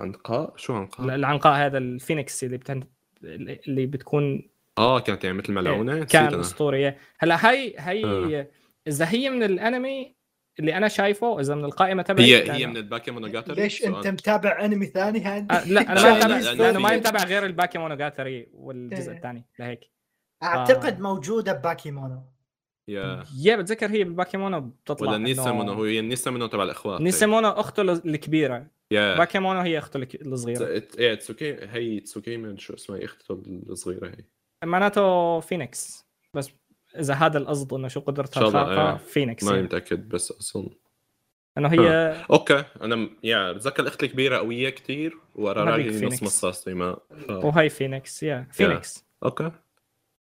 Speaker 4: عنقاء شو
Speaker 5: ال-
Speaker 4: عنقاء؟
Speaker 5: العنقاء هذا الفينيكس اللي بتن... اللي بتكون
Speaker 4: اه كانت يعني مثل ملعونة نسيت
Speaker 5: إيه، كان
Speaker 4: أنا.
Speaker 5: اسطوريه هلا هاي هاي
Speaker 4: آه.
Speaker 5: اذا هي من الانمي اللي انا شايفه اذا من القائمه تبعي
Speaker 4: هي
Speaker 5: أنا-
Speaker 4: هي من الباكي مونوجاتري
Speaker 2: ليش
Speaker 4: سؤال.
Speaker 2: انت متابع انمي ثاني هذا؟
Speaker 5: آه، لا انا
Speaker 4: لا،
Speaker 5: ما متابع
Speaker 4: لا، لأنه
Speaker 5: لانه ما
Speaker 4: في-
Speaker 5: متابع غير الباكي مونوجاتري والجزء الثاني لهيك
Speaker 2: اعتقد موجوده بباكيمونو
Speaker 4: يا
Speaker 5: يا بتذكر هي بالباكيمونو بتطلع
Speaker 4: آه. ولا
Speaker 5: إنه-
Speaker 4: نيسامونو هو هي نيسامونو تبع الاخوات هي.
Speaker 5: نيسيمونو اخته ال- الكبيره
Speaker 4: يا
Speaker 5: باكيمونو هي اخته الك- الصغيره
Speaker 4: ت- ايه تسوكي هي تسوكي من شو اسمها اخته الصغيرة هي
Speaker 5: معناته فينيكس بس اذا هذا القصد انه شو قدرتها
Speaker 4: إن شاء الله،
Speaker 5: الخارقه
Speaker 4: آه.
Speaker 5: فينيكس
Speaker 4: ماني
Speaker 5: يعني.
Speaker 4: متأكد بس اصلا
Speaker 5: انه هي
Speaker 4: اوكي انا م- يا بتذكر الاخت الكبيره قويه كثير
Speaker 5: هذيك
Speaker 4: وراراجي
Speaker 5: فينيكس.
Speaker 4: نص مصاص دماء ف...
Speaker 5: وهي فينيكس يا فينيكس
Speaker 4: اوكي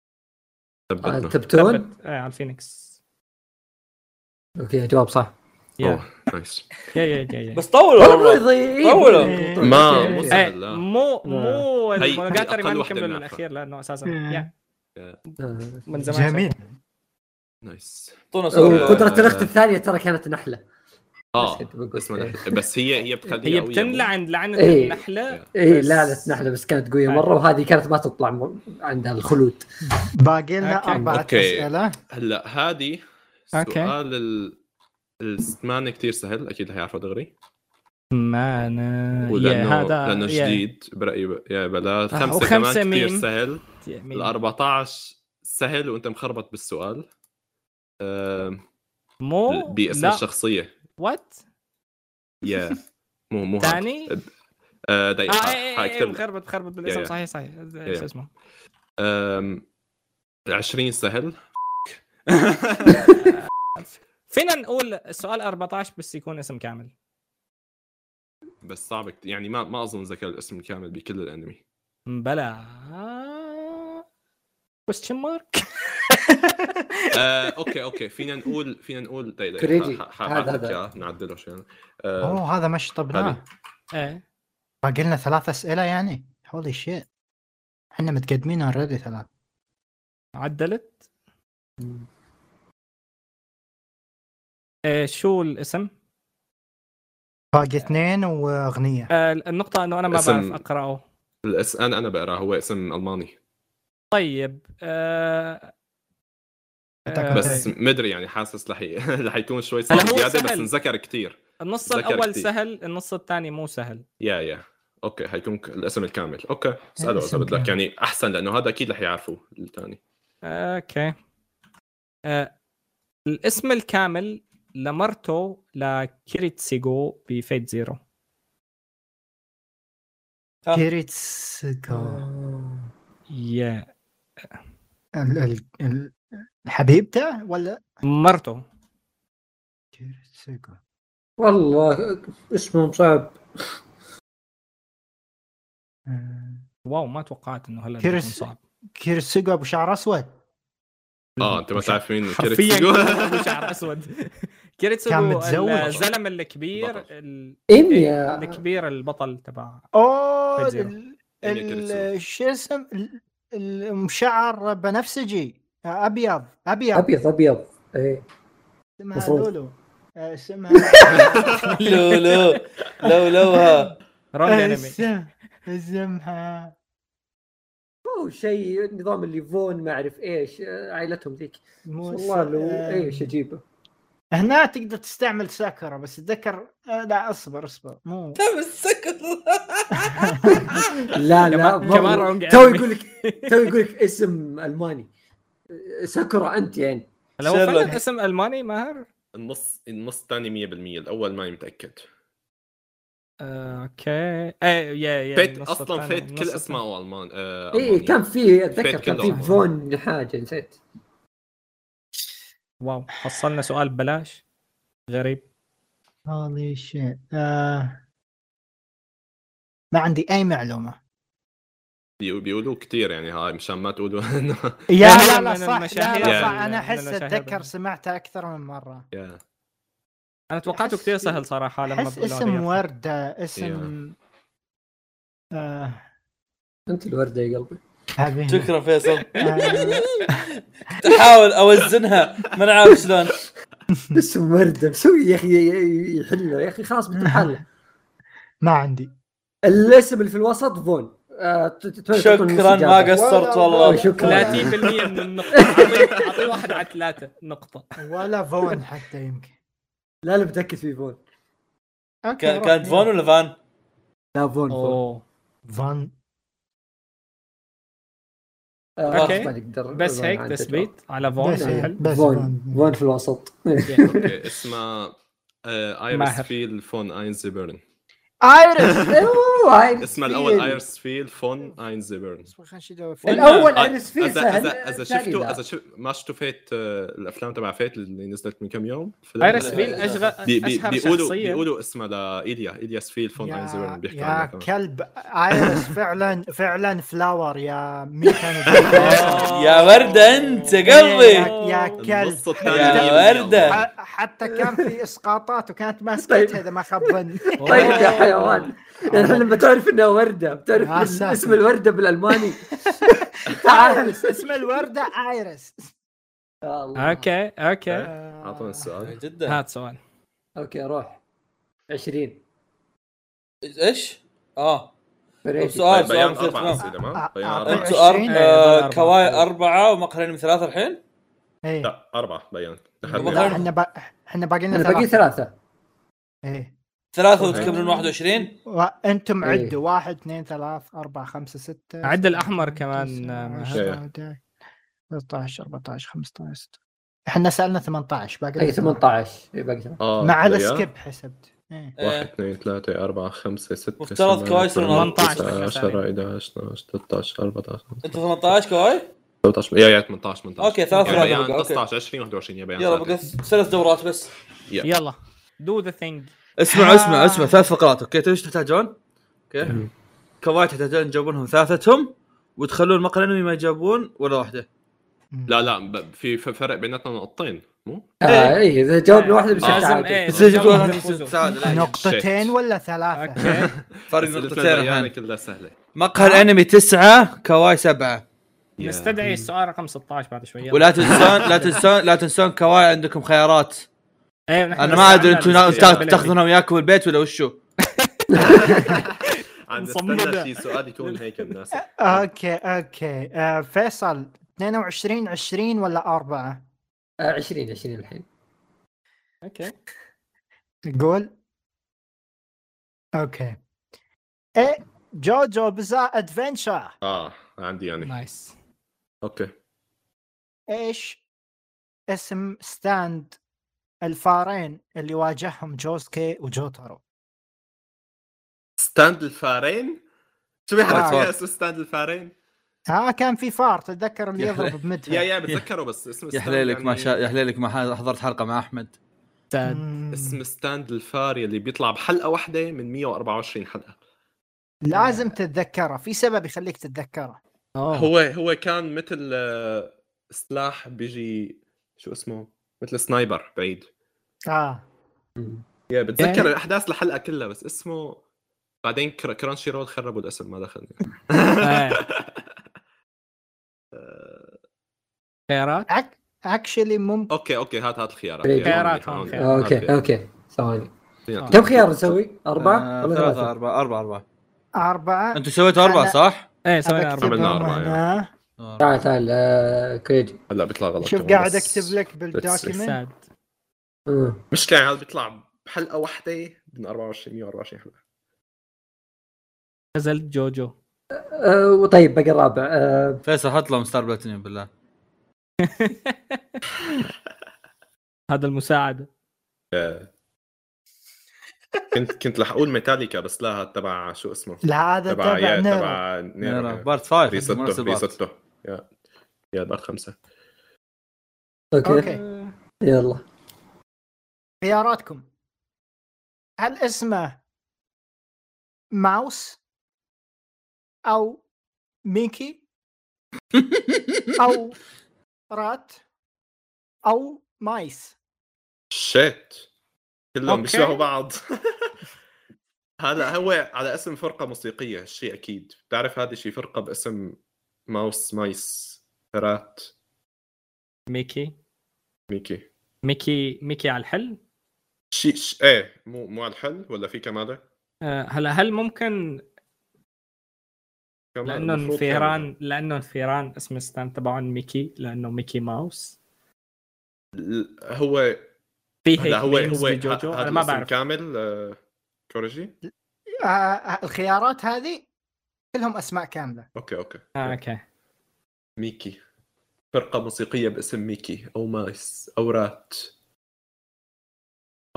Speaker 3: آه،
Speaker 4: ثبتنا
Speaker 3: تبتون
Speaker 5: ثبت، آه، على الفينيكس
Speaker 3: اوكي جواب صح
Speaker 5: يا
Speaker 4: أوه، نايس
Speaker 5: يا يا يا يا
Speaker 6: بس طولوا
Speaker 3: والله
Speaker 6: والله
Speaker 3: ضيع
Speaker 6: طولوا.
Speaker 4: ما- مو
Speaker 5: إيه،
Speaker 4: سهل، لا.
Speaker 5: مو مو
Speaker 4: هي- هي
Speaker 5: المونوجاتري ما
Speaker 4: أقل وحدة
Speaker 5: نكمله
Speaker 4: بنعرفها.
Speaker 5: للاخير لانه اساسا
Speaker 2: مم.
Speaker 5: يا،
Speaker 3: آه.
Speaker 5: من زمان
Speaker 2: جميل
Speaker 4: نايس
Speaker 6: اعطونا سؤال
Speaker 3: وقدرة الاخت الثانية ترى كانت نحلة
Speaker 4: اه
Speaker 3: بس كنت بقول
Speaker 4: اسمها
Speaker 3: إيه.
Speaker 4: نحلة. بس هي هي بتخليها
Speaker 5: هي
Speaker 4: قوية.
Speaker 5: بتنلعن لعنه
Speaker 3: إيه.
Speaker 5: النحله
Speaker 3: اي
Speaker 5: بس-
Speaker 3: لعنت نحلة بس كانت قوية
Speaker 5: آه.
Speaker 3: مرة وهذه كانت ما تطلع م- عندها الخلود
Speaker 2: باقي لنا
Speaker 5: أوكي.
Speaker 2: اربعه
Speaker 4: أوكي.
Speaker 2: اسئله
Speaker 4: هلا هادي
Speaker 5: أوكي.
Speaker 4: سؤال ال الثمان كثير سهل اكيد رح يعرفه دغري
Speaker 5: ما انا آه، يا
Speaker 4: ولانه
Speaker 5: هذا
Speaker 4: لانه
Speaker 5: يا- آه،
Speaker 4: جديد برايي ب- يا بلا خمسه
Speaker 5: وخمسة
Speaker 4: كمان كثير
Speaker 5: ميم.
Speaker 4: سهل
Speaker 5: يا مين.
Speaker 4: ال 14 سهل وانت مخربط بالسؤال آم،
Speaker 5: مو
Speaker 4: باسم
Speaker 5: لا
Speaker 4: الشخصيه
Speaker 5: وات
Speaker 4: يا مو مو هاد.
Speaker 5: ثاني
Speaker 4: آه، دقيقة
Speaker 5: اه
Speaker 4: ح-
Speaker 5: ايه ايه ايه
Speaker 4: حاكتب لك.
Speaker 5: مخربط مخربط
Speaker 4: إيه، يا-
Speaker 5: بالاسم
Speaker 4: يا.
Speaker 5: صحيح صحيح إيه،
Speaker 4: يا.
Speaker 5: شو اسمه
Speaker 4: آم، 20 سهل
Speaker 5: فينا نقول السؤال 14 بس يكون اسم كامل
Speaker 4: بس صعب كت- يعني ما ما اظن ذكر الاسم الكامل بكل الانمي
Speaker 5: بلا question mark
Speaker 4: آه، اوكي اوكي فينا نقول فينا نقول دقيقة،
Speaker 3: كريجي.
Speaker 4: دقيقة ح- ح- حاعطيك
Speaker 3: هذا- هذا.
Speaker 4: إياه، نعدله شوي آه،
Speaker 2: اوه هذا ما شطبناه
Speaker 4: هذه.
Speaker 5: ايه
Speaker 2: باقي لنا ثلاث اسئله يعني هولي شيت احنا متقدمين اوريدي ثلاث
Speaker 5: عدلت إيه شو الاسم؟
Speaker 2: باقي اثنين واغنيه
Speaker 5: آه النقطة انه انا ما
Speaker 4: اسم.
Speaker 5: بعرف اقراه
Speaker 4: الاس انا انا بقراه هو اسم الماني
Speaker 5: طيب آه آه،
Speaker 4: بس مدري يعني حاسس رح ي- رح يكون شوي
Speaker 5: هلا
Speaker 4: صعب
Speaker 5: هو
Speaker 4: زيادة بس
Speaker 5: سهل.
Speaker 4: انذكر كثير
Speaker 5: النص
Speaker 4: ذكر
Speaker 5: الاول
Speaker 4: كتير.
Speaker 5: سهل النص الثاني مو سهل
Speaker 4: يا يا اوكي حيكون ك- الاسم الكامل اوكي اساله اذا
Speaker 2: الاسم
Speaker 4: بدك
Speaker 2: الكامل.
Speaker 4: يعني احسن لانه هذا اكيد رح يعرفوه الثاني
Speaker 5: اوكي آه الاسم الكامل لمرته لكيريتسيغو بفيت زيرو آه.
Speaker 2: كيريتسكو
Speaker 5: يا
Speaker 2: ال- ال- ال- حبيبته ولا
Speaker 5: مرته
Speaker 2: كيريتسكو
Speaker 3: والله اسمهم صعب
Speaker 2: آه،
Speaker 5: واو ما توقعت انه هلا بيكون
Speaker 2: كيريس-
Speaker 5: صعب
Speaker 2: كيريتسكو ابو شعر اسود
Speaker 4: اه انت ما تعرف مين
Speaker 5: حرفيا
Speaker 4: كيريتسو.
Speaker 5: كله أبو شعر اسود كيريتسو
Speaker 2: كان
Speaker 5: هو
Speaker 2: متزوج.
Speaker 5: الزلم الكبير
Speaker 4: بطل.
Speaker 5: ال-
Speaker 3: إيه؟ إيميا.
Speaker 5: الكبير البطل تبع
Speaker 2: اوه
Speaker 5: F-Zero.
Speaker 2: آه، ال-
Speaker 4: إيميا كيريتسو.
Speaker 2: ال- شو اسم ال- المشعر بنفسجي آه، ابيض ابيض
Speaker 3: ابيض ابيض ايه
Speaker 2: اسمها
Speaker 3: مفروض.
Speaker 2: لولو آه، اسمها
Speaker 7: لو لو لو لو ها
Speaker 5: رونج
Speaker 2: أه،
Speaker 5: انمي
Speaker 2: اسم- اسمها
Speaker 3: هو شيء نظام اللي فون ما اعرف ايش آه، عائلتهم ذيك
Speaker 2: موسى
Speaker 3: والله لو
Speaker 2: آه،
Speaker 3: ايش اجيبه
Speaker 2: هنا تقدر تستعمل ساكورا بس اتذكر آه، لا اصبر اصبر مو
Speaker 7: بس سكت
Speaker 3: لا لا
Speaker 5: كمان- كمان
Speaker 3: برضو.
Speaker 5: رونج
Speaker 3: تو
Speaker 5: انمي.
Speaker 3: يقول لك تو يقول لك اسم الماني آه، ساكورا انت يعني
Speaker 5: هل هو فعلا
Speaker 7: شيرلوك.
Speaker 5: اسم الماني ماهر؟
Speaker 4: النص النص الثاني 100% الاول ماني متاكد
Speaker 5: آه، اوكي ايه يا يا
Speaker 4: فيت
Speaker 5: النص
Speaker 4: اصلا
Speaker 5: الثاني- النص
Speaker 4: فيت كل
Speaker 5: الثاني. إيه،
Speaker 4: اسماء المان آه،
Speaker 3: اي
Speaker 4: ألمانية.
Speaker 3: إيه، كان في اتذكر
Speaker 4: فيت
Speaker 3: كان
Speaker 4: كله
Speaker 3: في
Speaker 4: ألماني.
Speaker 3: فون حاجه نسيت
Speaker 5: واو حصلنا سؤال ببلاش غريب
Speaker 2: هولي شيت آه. ما عندي اي معلومه
Speaker 4: بيقو- بيقولوا كثير يعني هاي مشان ما تقولوا إنه-
Speaker 2: يا
Speaker 5: يعني
Speaker 2: لا
Speaker 5: من
Speaker 2: لا صح لا
Speaker 5: المشاهير-
Speaker 2: لا صح
Speaker 5: يعني من
Speaker 2: انا احس
Speaker 5: المشاهير.
Speaker 2: اتذكر سمعتها اكثر من مره
Speaker 4: يا
Speaker 5: انا توقعته
Speaker 2: أحس-
Speaker 5: كثير سهل صراحه لما
Speaker 2: احس
Speaker 5: بقولوا
Speaker 2: اسم
Speaker 5: هذه.
Speaker 2: ورده اسم
Speaker 7: إيه.
Speaker 2: آه،
Speaker 3: انت الورده يا قلبي
Speaker 2: هذه-
Speaker 7: شكرا فيصل
Speaker 2: آه،
Speaker 7: تحاول اوزنها ما انا عارف شلون
Speaker 3: اسم ورده مسوي يا اخي يحله يا اخي خلاص بتحل
Speaker 2: ما عندي
Speaker 3: الاسم اللي في الوسط فون آه، ت- ت- ت- تعطون
Speaker 7: شكرا
Speaker 3: نص
Speaker 7: ما
Speaker 3: إجابة. آه،
Speaker 7: قصرت والله
Speaker 3: شكرا
Speaker 5: 30% من النقطة أعطيه- أعطيه واحد على ثلاثة نقطة
Speaker 2: ولا فون حتى يمكن
Speaker 3: لا لا متاكد في فون
Speaker 2: أوكي،
Speaker 7: كا-
Speaker 2: روح.
Speaker 7: كانت فون ولا فان؟
Speaker 3: لا فون فون
Speaker 5: أوه
Speaker 2: فون
Speaker 3: آه،
Speaker 5: أوكي.
Speaker 3: ما نقدر-
Speaker 5: بس
Speaker 3: فون
Speaker 5: هيك
Speaker 3: يعني عن تجربة.
Speaker 5: تثبيت على فون
Speaker 2: بس هي-
Speaker 5: حلو
Speaker 2: بس
Speaker 3: فون فون في الوسط
Speaker 4: اوكي اسمها آه، ايرس
Speaker 5: ماهر.
Speaker 4: فيل فون اينزبيرن
Speaker 2: ايرس
Speaker 3: أيوة، أوه، عارف
Speaker 4: اسمها
Speaker 3: فيل.
Speaker 4: الاول ايرس فيل فون
Speaker 5: إيه.
Speaker 4: اينزبيرن
Speaker 2: اصبر خلنا نشيل
Speaker 3: الاول
Speaker 4: آه،
Speaker 3: عرس فيل
Speaker 4: اذا
Speaker 3: سهل
Speaker 4: اذا اذا
Speaker 3: الثاني
Speaker 4: شفتوا
Speaker 3: لا.
Speaker 4: اذا شف ما شفتوا فيت آه، الافلام تبع فيت اللي نزلت من كم يوم فيلم-
Speaker 5: ايرس فيل
Speaker 4: آه،
Speaker 5: أشغل
Speaker 4: بي بي
Speaker 5: أشهر
Speaker 4: بيقولوا
Speaker 5: شخصية
Speaker 4: بيقولوا اسمه لايليا الياس فيل فون اينزبيرن
Speaker 2: يا,
Speaker 4: بيحكوا
Speaker 2: يا
Speaker 4: عنه كمان.
Speaker 2: كلب ايرس فعلا فعلا فلاور يا ميكانيك
Speaker 7: يا وردة أنت قلبي
Speaker 2: يا, يا كلب
Speaker 4: النص الثاني
Speaker 7: يا
Speaker 4: 100%
Speaker 7: وردة.
Speaker 4: والله.
Speaker 2: ح- حتى كان في اسقاطات وكانت
Speaker 3: طيب.
Speaker 2: ماسكتها اذا ما خاب ظني
Speaker 3: طيب يا حيوان يعني احنا لما تعرف انها ورده بتعرف
Speaker 2: يا
Speaker 3: إن
Speaker 2: ساتر.
Speaker 3: اسم الورده بالالماني تعرف
Speaker 2: اسم الورده ايرس
Speaker 3: يا الله.
Speaker 5: أوكي أوكي
Speaker 4: اعطونا
Speaker 6: طيب،
Speaker 4: السؤال
Speaker 7: جدا
Speaker 5: هات سؤال
Speaker 3: اوكي روح 20
Speaker 7: ايش؟ اه طب
Speaker 3: فريدي.
Speaker 7: سؤال
Speaker 4: طيب،
Speaker 7: سؤال
Speaker 4: بيان
Speaker 7: مثير
Speaker 4: اربع
Speaker 7: اهتمام
Speaker 4: اسئله ما
Speaker 2: أ-
Speaker 4: بيان
Speaker 2: أ-
Speaker 4: اربع
Speaker 7: انتوا
Speaker 2: عشرين.
Speaker 7: أر- آه،
Speaker 5: أربعة.
Speaker 7: كواي اربعه ومقرنين ثلاثه الحين؟
Speaker 2: إيه.
Speaker 4: لا اربعه بيان
Speaker 7: طب
Speaker 2: لا
Speaker 7: غير-
Speaker 2: احنا با- احنا باقي لنا
Speaker 3: انا باقي
Speaker 2: ثلاثة
Speaker 3: ثلاثه
Speaker 2: إيه.
Speaker 7: ثلاثه
Speaker 4: أوكي.
Speaker 7: وتكملون 21
Speaker 2: وانتم
Speaker 3: إيه.
Speaker 2: عدوا واحد اثنين ثلاث اربعة خمسة ستة
Speaker 5: عد
Speaker 2: سبعة،
Speaker 5: الأحمر
Speaker 2: ثمانية،
Speaker 5: كمان،
Speaker 2: تسعة،
Speaker 5: آه،
Speaker 2: عشرة،
Speaker 4: إيه.
Speaker 2: 11 13 14 15 احنا سالنا 18 باقي لنا
Speaker 3: اي 18 اي باقي 18
Speaker 4: آه،
Speaker 2: مع
Speaker 4: بيان.
Speaker 2: السكيب حسبت إيه.
Speaker 4: واحد اثنين ثلاثة أربعة خمسة ستة
Speaker 7: آه، مفترض
Speaker 4: سبعة،
Speaker 7: كويسون
Speaker 4: ثمانية،
Speaker 5: 18
Speaker 4: تسعة،
Speaker 5: دقيقة
Speaker 4: عشرة 11 12 13 14
Speaker 7: انتوا 18 كواي؟
Speaker 4: 13 يا يا 18 18
Speaker 7: أوكي، ثلاث
Speaker 4: يا
Speaker 7: ثلاثة
Speaker 4: بيان
Speaker 7: بقى، أوكي.
Speaker 4: 19 20 21 يا بيان
Speaker 7: يلا
Speaker 4: ثلاثة.
Speaker 7: بقى ثلاث دورات بس
Speaker 5: يلا دو ذا ثينج
Speaker 1: اسمع اسمع اسمع ثلاث فقرات اوكي تدري ايش تحتاجون؟ اوكي كواي تحتاجون تجاوبونهم ثلاثتهم وتخلون مقلنمي ما يجاوبون ولا واحده
Speaker 4: لا لا ب- في ف- فرق بيناتنا نقطتين مو؟
Speaker 3: آه، اي اذا جاوبنا واحده بيصير
Speaker 4: لازم
Speaker 3: تعادل.
Speaker 5: إيه.
Speaker 1: بس يجيبون
Speaker 5: يلا،
Speaker 1: واحد
Speaker 5: يفوزون.
Speaker 1: يصير تعادل
Speaker 2: نقطتين
Speaker 4: Shit.
Speaker 2: ولا ثلاثة
Speaker 5: أوكي
Speaker 1: فرق
Speaker 4: بس الفيلم
Speaker 1: نقطتين
Speaker 4: يعني
Speaker 1: الحين
Speaker 4: كلها سهلة
Speaker 1: مقهى الانمي تسعه كواي سبعه
Speaker 4: يا.
Speaker 5: نستدعي السؤال رقم 16 بعد شوي يلا.
Speaker 1: ولا تنسون لا تنسون لا تنسون كواي عندكم خيارات
Speaker 5: إيه، نحن
Speaker 1: انا
Speaker 5: بس يعني
Speaker 1: ما ادري
Speaker 5: عندنا
Speaker 1: انتم نا- تا-
Speaker 5: responsibility.
Speaker 1: تاخذونها وياكم البيت ولا وشو
Speaker 4: عم نستنى
Speaker 5: مصممة.
Speaker 4: شي سؤال يكون هيك الناس
Speaker 2: اوكي اوكي آه، فيصل 22 20 ولا أربعة؟
Speaker 3: آه، 20 20 الحين
Speaker 5: أوكي
Speaker 2: قول اوكي ايه جوجو بزا ادفنشر
Speaker 4: اه عندي
Speaker 2: نعم.
Speaker 4: يعني
Speaker 5: نايس
Speaker 4: اوكي
Speaker 2: ايش اسم ستاند الفارين اللي واجههم جوسكي وجوترو
Speaker 4: ستاند الفارين؟ شو بيحرك
Speaker 2: آه.
Speaker 4: فيها اسمه ستاند الفارين؟
Speaker 2: ها كان في فار تتذكر اللي
Speaker 1: يا
Speaker 2: يضرب
Speaker 4: يا
Speaker 2: بمدفع
Speaker 4: يا بتذكره بس اسم
Speaker 1: يا
Speaker 4: ستاند
Speaker 1: حليلك ما
Speaker 4: يعني-
Speaker 1: شا... يا حليلك ما ح- حضرت حلقه مع احمد
Speaker 5: ساد
Speaker 2: مم.
Speaker 4: اسم ستاند الفاري اللي بيطلع بحلقه واحده من 124 حلقه
Speaker 2: لازم تتذكره في سبب يخليك تتذكره
Speaker 4: هو هو كان مثل آه، سلاح بيجي شو اسمه مثل سنايبر بعيد
Speaker 2: اه
Speaker 4: يا
Speaker 3: يعني
Speaker 4: بتذكر الاحداث الحلقه كلها بس اسمه بعدين كر- كرانشي رول خربوا الاسم ما دخلني
Speaker 5: إيه. خيارات
Speaker 2: اكشلي ممكن
Speaker 4: اوكي اوكي هات هات الخيارات
Speaker 3: خيارات،
Speaker 5: خيارات،
Speaker 4: هون،
Speaker 5: هون،
Speaker 4: هون،
Speaker 3: اوكي
Speaker 4: خيارات.
Speaker 3: اوكي ثواني
Speaker 4: يلا.
Speaker 3: طيب، كم خيار نسوي؟
Speaker 1: آه،
Speaker 3: أربعة ولا
Speaker 1: ثلاثة
Speaker 3: ثلاثة؟
Speaker 1: أربعة أربعة أربعة
Speaker 2: اربعه
Speaker 1: أنتوا سويتوا أربعة
Speaker 2: أنا-
Speaker 1: صح؟
Speaker 5: ايه سوينا
Speaker 2: أكتبهم
Speaker 5: اربعه
Speaker 4: عملنا أربعة،
Speaker 2: هنا.
Speaker 3: تعال تعال آه، كريجي
Speaker 4: هلا بيطلع غلط
Speaker 2: شوف
Speaker 4: كمان،
Speaker 2: قاعد
Speaker 4: بس
Speaker 2: اكتب لك بالدوكيمنت
Speaker 5: ساد
Speaker 3: آه.
Speaker 4: مشكلة هذا بيطلع بحلقة واحدة من 24 124 حلقة
Speaker 5: نزلت جوجو
Speaker 3: آه، وطيب باقي الرابع آه،
Speaker 1: فيصل حط لهم ستار بلاتينيوم بالله
Speaker 5: هذا المساعده
Speaker 4: كنت كنت رح اقول ميتاليكا بس لا هاد تبع شو اسمه
Speaker 2: لا هذا
Speaker 4: تبع يا-
Speaker 2: تبع نيرو
Speaker 4: تبع
Speaker 1: نيرو
Speaker 4: نيرو
Speaker 1: بارت 5 نفس
Speaker 4: ريستو
Speaker 1: البارت
Speaker 4: ريستو يا يا دار خمسة
Speaker 3: اوكي
Speaker 2: اوكي
Speaker 3: يلا
Speaker 2: خياراتكم هل اسمه ماوس او ميكي او رات او مايس
Speaker 4: شيت كلهم
Speaker 5: أوكي.
Speaker 4: بيشبهوا بعض هلا هو على اسم فرقة موسيقية هالشيء اكيد بتعرف هذا شيء فرقة باسم ماوس مايس رات
Speaker 5: ميكي
Speaker 4: ميكي
Speaker 5: ميكي ميكي على الحل
Speaker 4: شيء ش... ايه مو مو على الحل ولا في كمان
Speaker 5: آه، هلا هل ممكن
Speaker 4: كمان
Speaker 5: لانه
Speaker 4: المفروض
Speaker 5: الفيران لانه الفيران اسم الستاند تبعهم ميكي لانه ميكي ماوس
Speaker 4: كان- هو
Speaker 5: في إيه، هيك
Speaker 4: هلا هو
Speaker 5: names
Speaker 4: هو
Speaker 5: بجوجو
Speaker 4: ه-
Speaker 5: انا
Speaker 4: هذا
Speaker 5: ما
Speaker 4: الاسم
Speaker 5: بعرف
Speaker 4: كامل آه، كوريجي
Speaker 2: آه، آه، الخيارات هذه كلهم اسماء كامله
Speaker 4: اوكي اوكي
Speaker 5: آه، اوكي
Speaker 4: ميكي فرقة موسيقية باسم ميكي او مايس او رات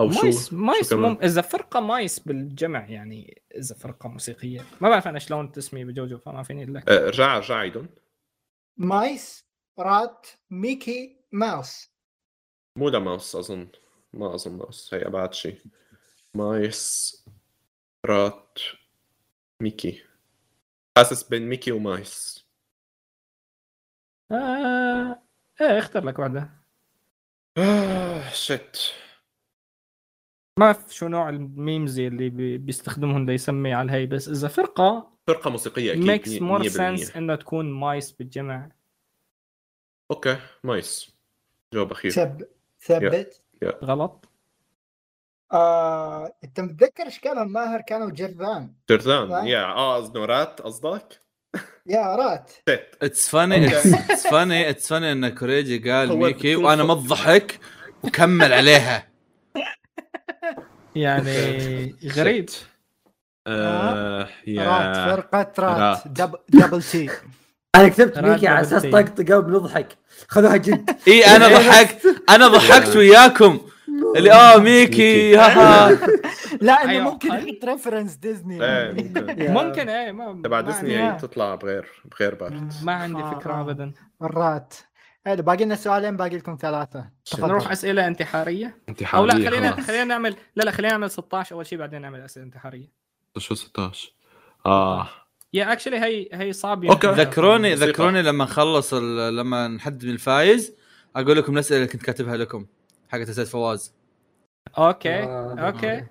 Speaker 4: او
Speaker 5: مايس
Speaker 4: شو
Speaker 5: مايس
Speaker 4: كمان؟
Speaker 5: مم... اذا فرقه مايس بالجمع يعني اذا فرقه موسيقيه ما بعرف انا شلون تسمي بجوجو فما فيني الا
Speaker 4: آه، ارجع ارجع عيدهم
Speaker 2: مايس رات ميكي ماوس
Speaker 4: مو لماوس اظن ما اظن ماوس هي ابعد شيء مايس رات ميكي حاسس بين ميكي ومايس
Speaker 5: آه... ايه اختر لك واحده
Speaker 4: آه شت
Speaker 5: ما بعرف شو نوع الميمز اللي بي... بيستخدمهم ليسمي على الهي بس اذا فرقه
Speaker 4: فرقة موسيقية اكيد
Speaker 5: ميكس
Speaker 4: مية-
Speaker 5: مور
Speaker 4: مية بالمية.
Speaker 5: سنس انه تكون مايس بالجمع
Speaker 4: اوكي مايس جواب اخير
Speaker 2: ثبت ثبت
Speaker 5: غلط
Speaker 2: آه، انت متذكر ايش كانوا ماهر كانوا جرذان
Speaker 4: جرذان
Speaker 2: صح؟
Speaker 4: يا اه اظنه رات قصدك؟
Speaker 2: يا رات
Speaker 4: شت
Speaker 1: اتس فاني اتس فاني اتس فاني ان كوريجي قال
Speaker 4: هو
Speaker 1: ميكي
Speaker 4: بتكون
Speaker 1: وانا ما
Speaker 4: صدق.
Speaker 1: ضحك وكمل عليها
Speaker 5: يعني غريب
Speaker 4: شت. آه
Speaker 2: رات
Speaker 4: يا
Speaker 2: فرقه رات
Speaker 4: رات.
Speaker 2: دب... دبل تي
Speaker 3: انا كتبت
Speaker 5: راد
Speaker 3: ميكي على اساس
Speaker 5: لعبتين.
Speaker 3: طقطقه وبنضحك خذوها جد
Speaker 1: اي انا إيه، ضحكت انا
Speaker 7: إيه.
Speaker 1: ضحكت وياكم اللي اه ميكي
Speaker 4: ميكي.
Speaker 1: ها ها
Speaker 2: لا انه
Speaker 5: أيوة.
Speaker 2: ممكن يحط ريفرنس ديزني
Speaker 4: ايه ممكن
Speaker 5: ممكن ايه ما
Speaker 4: تبع
Speaker 5: ما
Speaker 4: ديزني
Speaker 5: عندي-
Speaker 4: هي تطلع بغير بغير بارد
Speaker 5: ما عندي
Speaker 2: آه،
Speaker 5: فكره
Speaker 2: آه.
Speaker 5: ابدا
Speaker 2: مرات حلو باقي لنا سؤالين باقي لكم ثلاثه تفضل.
Speaker 5: نروح اسئله انتحاريه او لا خلينا خلينا نعمل لا لا خلينا نعمل 16 اول شيء بعدين نعمل اسئله انتحاريه
Speaker 4: شو 16 اه
Speaker 5: يا اكشلي هي هي يعني. صعبه
Speaker 4: أوكي.
Speaker 1: ذكروني
Speaker 4: موسيقى.
Speaker 1: ذكروني لما نخلص ال- لما نحدد من الفايز اقول لكم الاسئله اللي كنت كاتبها لكم حقت اسئله فواز
Speaker 3: آه،
Speaker 5: اوكي اوكي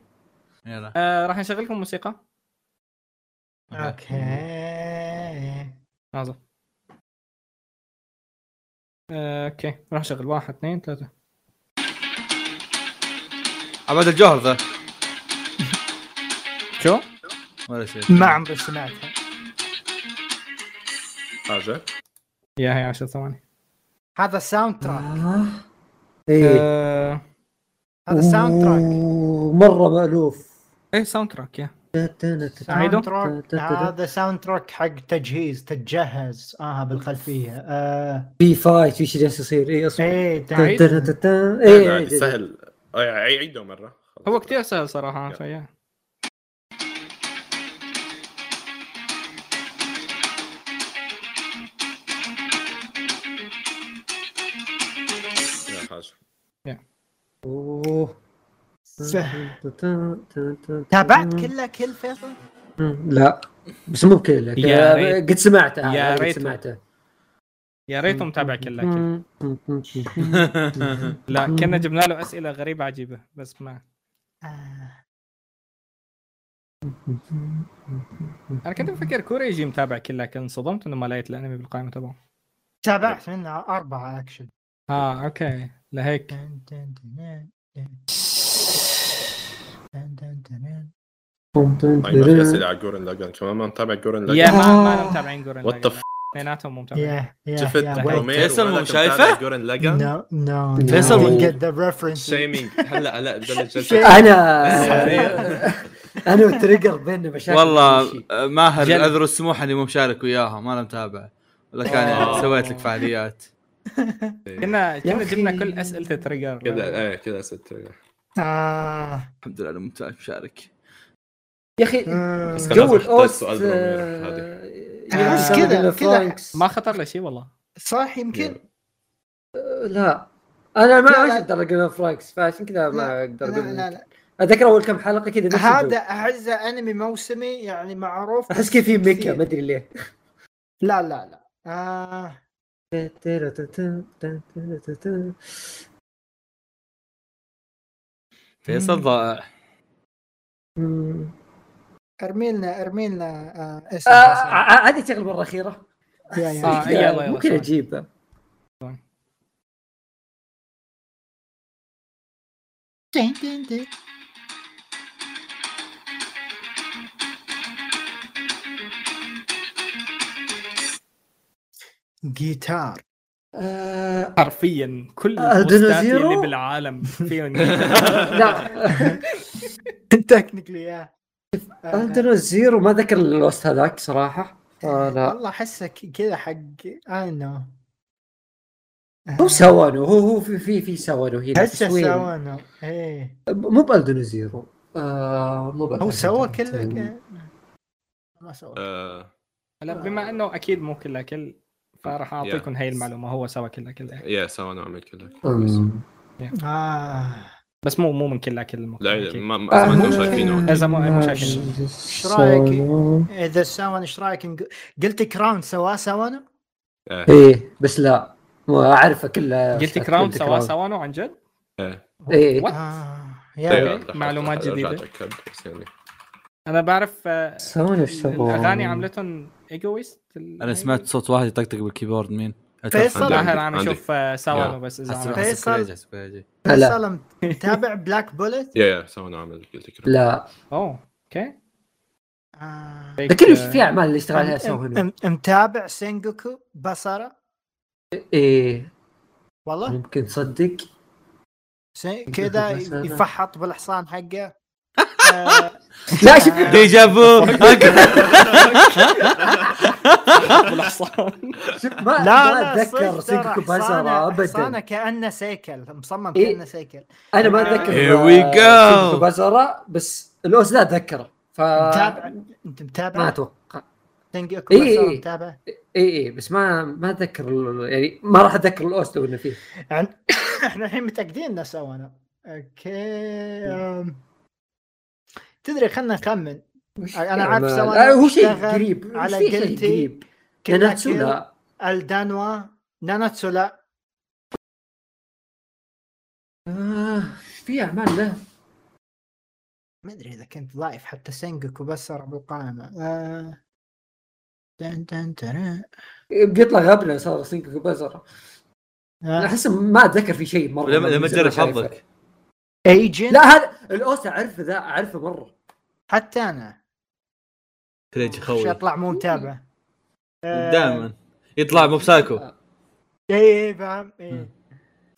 Speaker 1: يلا
Speaker 5: آه راح نشغلكم موسيقى
Speaker 2: اوكي
Speaker 5: لحظه آه، اوكي راح اشغل واحد اثنين ثلاثه
Speaker 1: عباد الجوهر ذا
Speaker 5: شو؟
Speaker 1: ولا شيء
Speaker 2: ما عمري سمعتها
Speaker 4: حاجه
Speaker 5: يا هي 10 ثواني
Speaker 2: هذا ساوند تراك
Speaker 3: ايه
Speaker 5: آه،
Speaker 2: هذا ساوند تراك
Speaker 3: أوه، مره مالوف
Speaker 5: ايه ساوند تراك يا أعيده؟
Speaker 2: ساوند تراك هذا ساوند تراك حق تجهيز تتجهز اه بالخلفيه آه،
Speaker 3: في فايت في شيء جالس يصير اي اصبر
Speaker 2: ايه
Speaker 5: تعيد.
Speaker 2: تعيد
Speaker 4: إيه
Speaker 3: اي
Speaker 4: سهل آه، عي- عيده مره
Speaker 5: هو كثير سهل صراحه فيا
Speaker 4: يا حاجه
Speaker 2: تابعت كلها كل فيصل؟
Speaker 3: لا بس مو بكل
Speaker 5: يا ريت.
Speaker 3: قد سمعته
Speaker 5: يا
Speaker 3: يا
Speaker 5: ريت.
Speaker 3: ريت سمعته
Speaker 5: يا ريته متابع كله كذا لا كنا جبنا له اسئله غريبه عجيبه بس ما
Speaker 2: آه،
Speaker 5: انا كنت مفكر كوري يجي متابع كله لكن انصدمت انه ما لقيت الانمي بالقائمه تبعه
Speaker 2: تابعت منها اربعه اكشن
Speaker 5: اه اوكي
Speaker 2: آه.
Speaker 5: لهيك
Speaker 4: طيب ما في اسئله على جورن لاجن كمان ما متابع جورن
Speaker 5: يا
Speaker 4: لاجن
Speaker 5: ما ما أنا متابعين جورن
Speaker 4: وات ذا
Speaker 5: لاجن. اثنيناتهم مو متابعين
Speaker 2: يا يا
Speaker 4: شفت
Speaker 2: يا
Speaker 4: روميرو
Speaker 6: فيصل مو
Speaker 4: ولا كان
Speaker 6: شايفه؟
Speaker 4: متابع جورن لاجن
Speaker 2: نو نو
Speaker 3: فيصل
Speaker 2: فيصل
Speaker 3: مو-
Speaker 2: get the reference
Speaker 4: شيمينج هلا هلا بدنا
Speaker 2: شيء.
Speaker 4: الجلسه
Speaker 3: انا انا وتريجر بيننا مشاكل
Speaker 6: والله
Speaker 3: كل شيء.
Speaker 6: آه، ماهر
Speaker 5: جل.
Speaker 6: اذروا السموح اللي مو مشارك وياهم انا متابع ولا كان يعني
Speaker 4: آه.
Speaker 6: سويت لك فعاليات
Speaker 5: كنا كنا
Speaker 3: أخي.
Speaker 5: جبنا كل اسئله تريجر
Speaker 4: كذا ايه كذا ست
Speaker 2: آه.
Speaker 6: الحمد لله أنا ممتاز مشارك
Speaker 3: يا اخي
Speaker 2: آه.
Speaker 4: بس كان
Speaker 3: جو
Speaker 4: لازم أختار
Speaker 3: الاوست
Speaker 4: سؤال بروميرو، هذه.
Speaker 3: آه،
Speaker 2: يعني
Speaker 3: يا
Speaker 2: بس كذا-
Speaker 3: سامي
Speaker 2: كذا.
Speaker 3: فرانكس.
Speaker 5: ما خطر له شيء والله
Speaker 2: صح يمكن
Speaker 3: لا انا ما
Speaker 2: لا، لا.
Speaker 3: اعرف ترى جيم فرايكس فعشان كذا ما
Speaker 2: لا،
Speaker 3: اقدر
Speaker 2: لا
Speaker 3: اقول
Speaker 2: لا
Speaker 3: لك.
Speaker 2: لا
Speaker 3: اتذكر اول كم حلقه كذا نفس
Speaker 2: هذا
Speaker 3: هذا
Speaker 2: احسه انمي موسمي يعني معروف
Speaker 3: احس كيف في ميكا
Speaker 2: كثير.
Speaker 3: ما ادري ليه
Speaker 2: لا لا لا آه.
Speaker 6: فيصل ضائع
Speaker 3: مم.
Speaker 2: ارمي لنا ارمي لنا آه.
Speaker 3: آه،
Speaker 2: اسم آه.
Speaker 3: آه، هذه شغله مره اخيره
Speaker 2: يا يا.
Speaker 5: آه، يلا، يلا،
Speaker 3: ممكن
Speaker 5: صح.
Speaker 3: اجيبها
Speaker 2: دين دين دين. جيتار
Speaker 3: آه،
Speaker 5: حرفيا كل
Speaker 3: ألدنو
Speaker 5: البوستات
Speaker 3: آه، زيرو؟
Speaker 5: اللي بالعالم فيهم
Speaker 3: لا
Speaker 2: تكنيكلي يا آه،
Speaker 3: اندونو آه، زيرو ما ذكر الوست هذاك صراحه آه، لا
Speaker 2: والله احسك كذا حق اي نو
Speaker 3: هو سوانو هو هو في في في سوانو هنا
Speaker 2: هسه
Speaker 3: تسويق.
Speaker 2: سوانو ايه
Speaker 3: مو باندونو زيرو آه، مو بألدنو
Speaker 2: هو سوى
Speaker 3: زيرو.
Speaker 2: كله ما سوى
Speaker 5: هلا بما انه اكيد مو كل كل فراح اعطيكم هاي المعلومه هو سوى كل كل
Speaker 4: يا سوا نعمل كذا
Speaker 3: أمم.
Speaker 2: اه
Speaker 5: بس مو مو من كل كل المقطع
Speaker 4: لا
Speaker 5: أكيد.
Speaker 4: ما ما ما انتم شايفينه
Speaker 5: إذا مو مو شايفين
Speaker 2: ايش رايك اذا سوانو ايش رايك نق- قلت كراون سواه سوانو؟
Speaker 4: إيه.
Speaker 5: إيه،
Speaker 3: ايه بس لا مو اعرفه كله
Speaker 5: قلت لك راوند سوا سوانو عن جد؟
Speaker 3: ايه
Speaker 5: What?
Speaker 2: آه
Speaker 4: طيب،
Speaker 2: يا
Speaker 5: أيوة.
Speaker 4: راح-
Speaker 5: معلومات
Speaker 4: راح أرجع
Speaker 5: جديدة.
Speaker 4: أتأكد، بس يعني.
Speaker 5: انا بعرف آه،
Speaker 3: سوانو ايش سووا؟
Speaker 5: الاغاني عملتهم ايجويست
Speaker 6: انا سمعت صوت واحد يطقطق بالكيبورد مين؟
Speaker 2: فيصل؟
Speaker 4: عندي-
Speaker 5: ماهر عم
Speaker 4: عندي.
Speaker 5: يشوف آه، سوانو بس اذا
Speaker 6: حسب-
Speaker 5: عملت.
Speaker 6: حسب
Speaker 2: فيصل.
Speaker 6: كريجي، حسب كريجي.
Speaker 3: لا
Speaker 2: سلام تابع بلاك بولت؟
Speaker 4: يا يا سوا نعمل كذا
Speaker 3: لا
Speaker 5: اوه اوكي
Speaker 2: آه.
Speaker 3: لكن ايش في اعمال اللي اشتغل عليها
Speaker 2: م-
Speaker 3: سووا هنا؟
Speaker 2: م- متابع سينجوكو بصره
Speaker 3: ايه
Speaker 2: والله
Speaker 3: ممكن تصدق
Speaker 2: سي- كذا
Speaker 3: مثلاً.
Speaker 2: يفحط بالحصان حقه آه،
Speaker 3: لا شوف
Speaker 6: ديجافو
Speaker 5: بالاحصان
Speaker 3: شوف ما
Speaker 2: لا
Speaker 3: ما
Speaker 2: لا
Speaker 3: اتذكر سينكو بازارا
Speaker 2: انا
Speaker 3: ابدا
Speaker 2: كانه سيكل مصمم
Speaker 3: إيه.
Speaker 2: كانه سيكل
Speaker 3: انا ما اتذكر
Speaker 6: Here we go.
Speaker 3: سينكو بازارا بس الاوس لا اتذكره ف
Speaker 2: متابع انت
Speaker 3: ما
Speaker 2: متابع
Speaker 3: اتوقع
Speaker 2: سينجوكو
Speaker 3: آه. إيه،
Speaker 2: بصره
Speaker 3: إيه.
Speaker 2: متابع
Speaker 3: اي اي بس ما ما اتذكر ال- يعني ما راح اتذكر الاوس لو انه فيه
Speaker 2: عن- احنا الحين متاكدين انه سوينا اوكي أم. تدري خلنا نخمن
Speaker 3: وش
Speaker 2: أنا عارف
Speaker 3: يعني ما-
Speaker 2: سواء
Speaker 3: لا، هو شيء
Speaker 2: اشتغل
Speaker 3: قريب
Speaker 2: على
Speaker 3: على شيء
Speaker 2: قلتي.
Speaker 3: قريب
Speaker 2: كنا
Speaker 3: ناناتسو
Speaker 2: كيل
Speaker 3: لا
Speaker 2: الدانوا ناناتسو لا
Speaker 3: آه، في اعمال له
Speaker 2: ما ادري اذا كنت ضايف حتى سينجوكو بس صار بالقائمه آه. دن دن دن.
Speaker 3: بيطلع غبنه صار سينكو بازارا
Speaker 2: آه.
Speaker 3: احس ما اتذكر في شيء مره
Speaker 6: لما لما
Speaker 3: من زمان
Speaker 6: تجرب
Speaker 3: شايفه.
Speaker 6: حظك
Speaker 2: ايجنت
Speaker 3: لا هذا الاوس اعرفه ذا اعرفه مره
Speaker 2: حتى انا
Speaker 6: كريجي
Speaker 2: عشان
Speaker 6: خوي
Speaker 2: اطلع مو متابع
Speaker 6: دائما يطلع مو بسايكو
Speaker 2: اي اي فاهم إيه.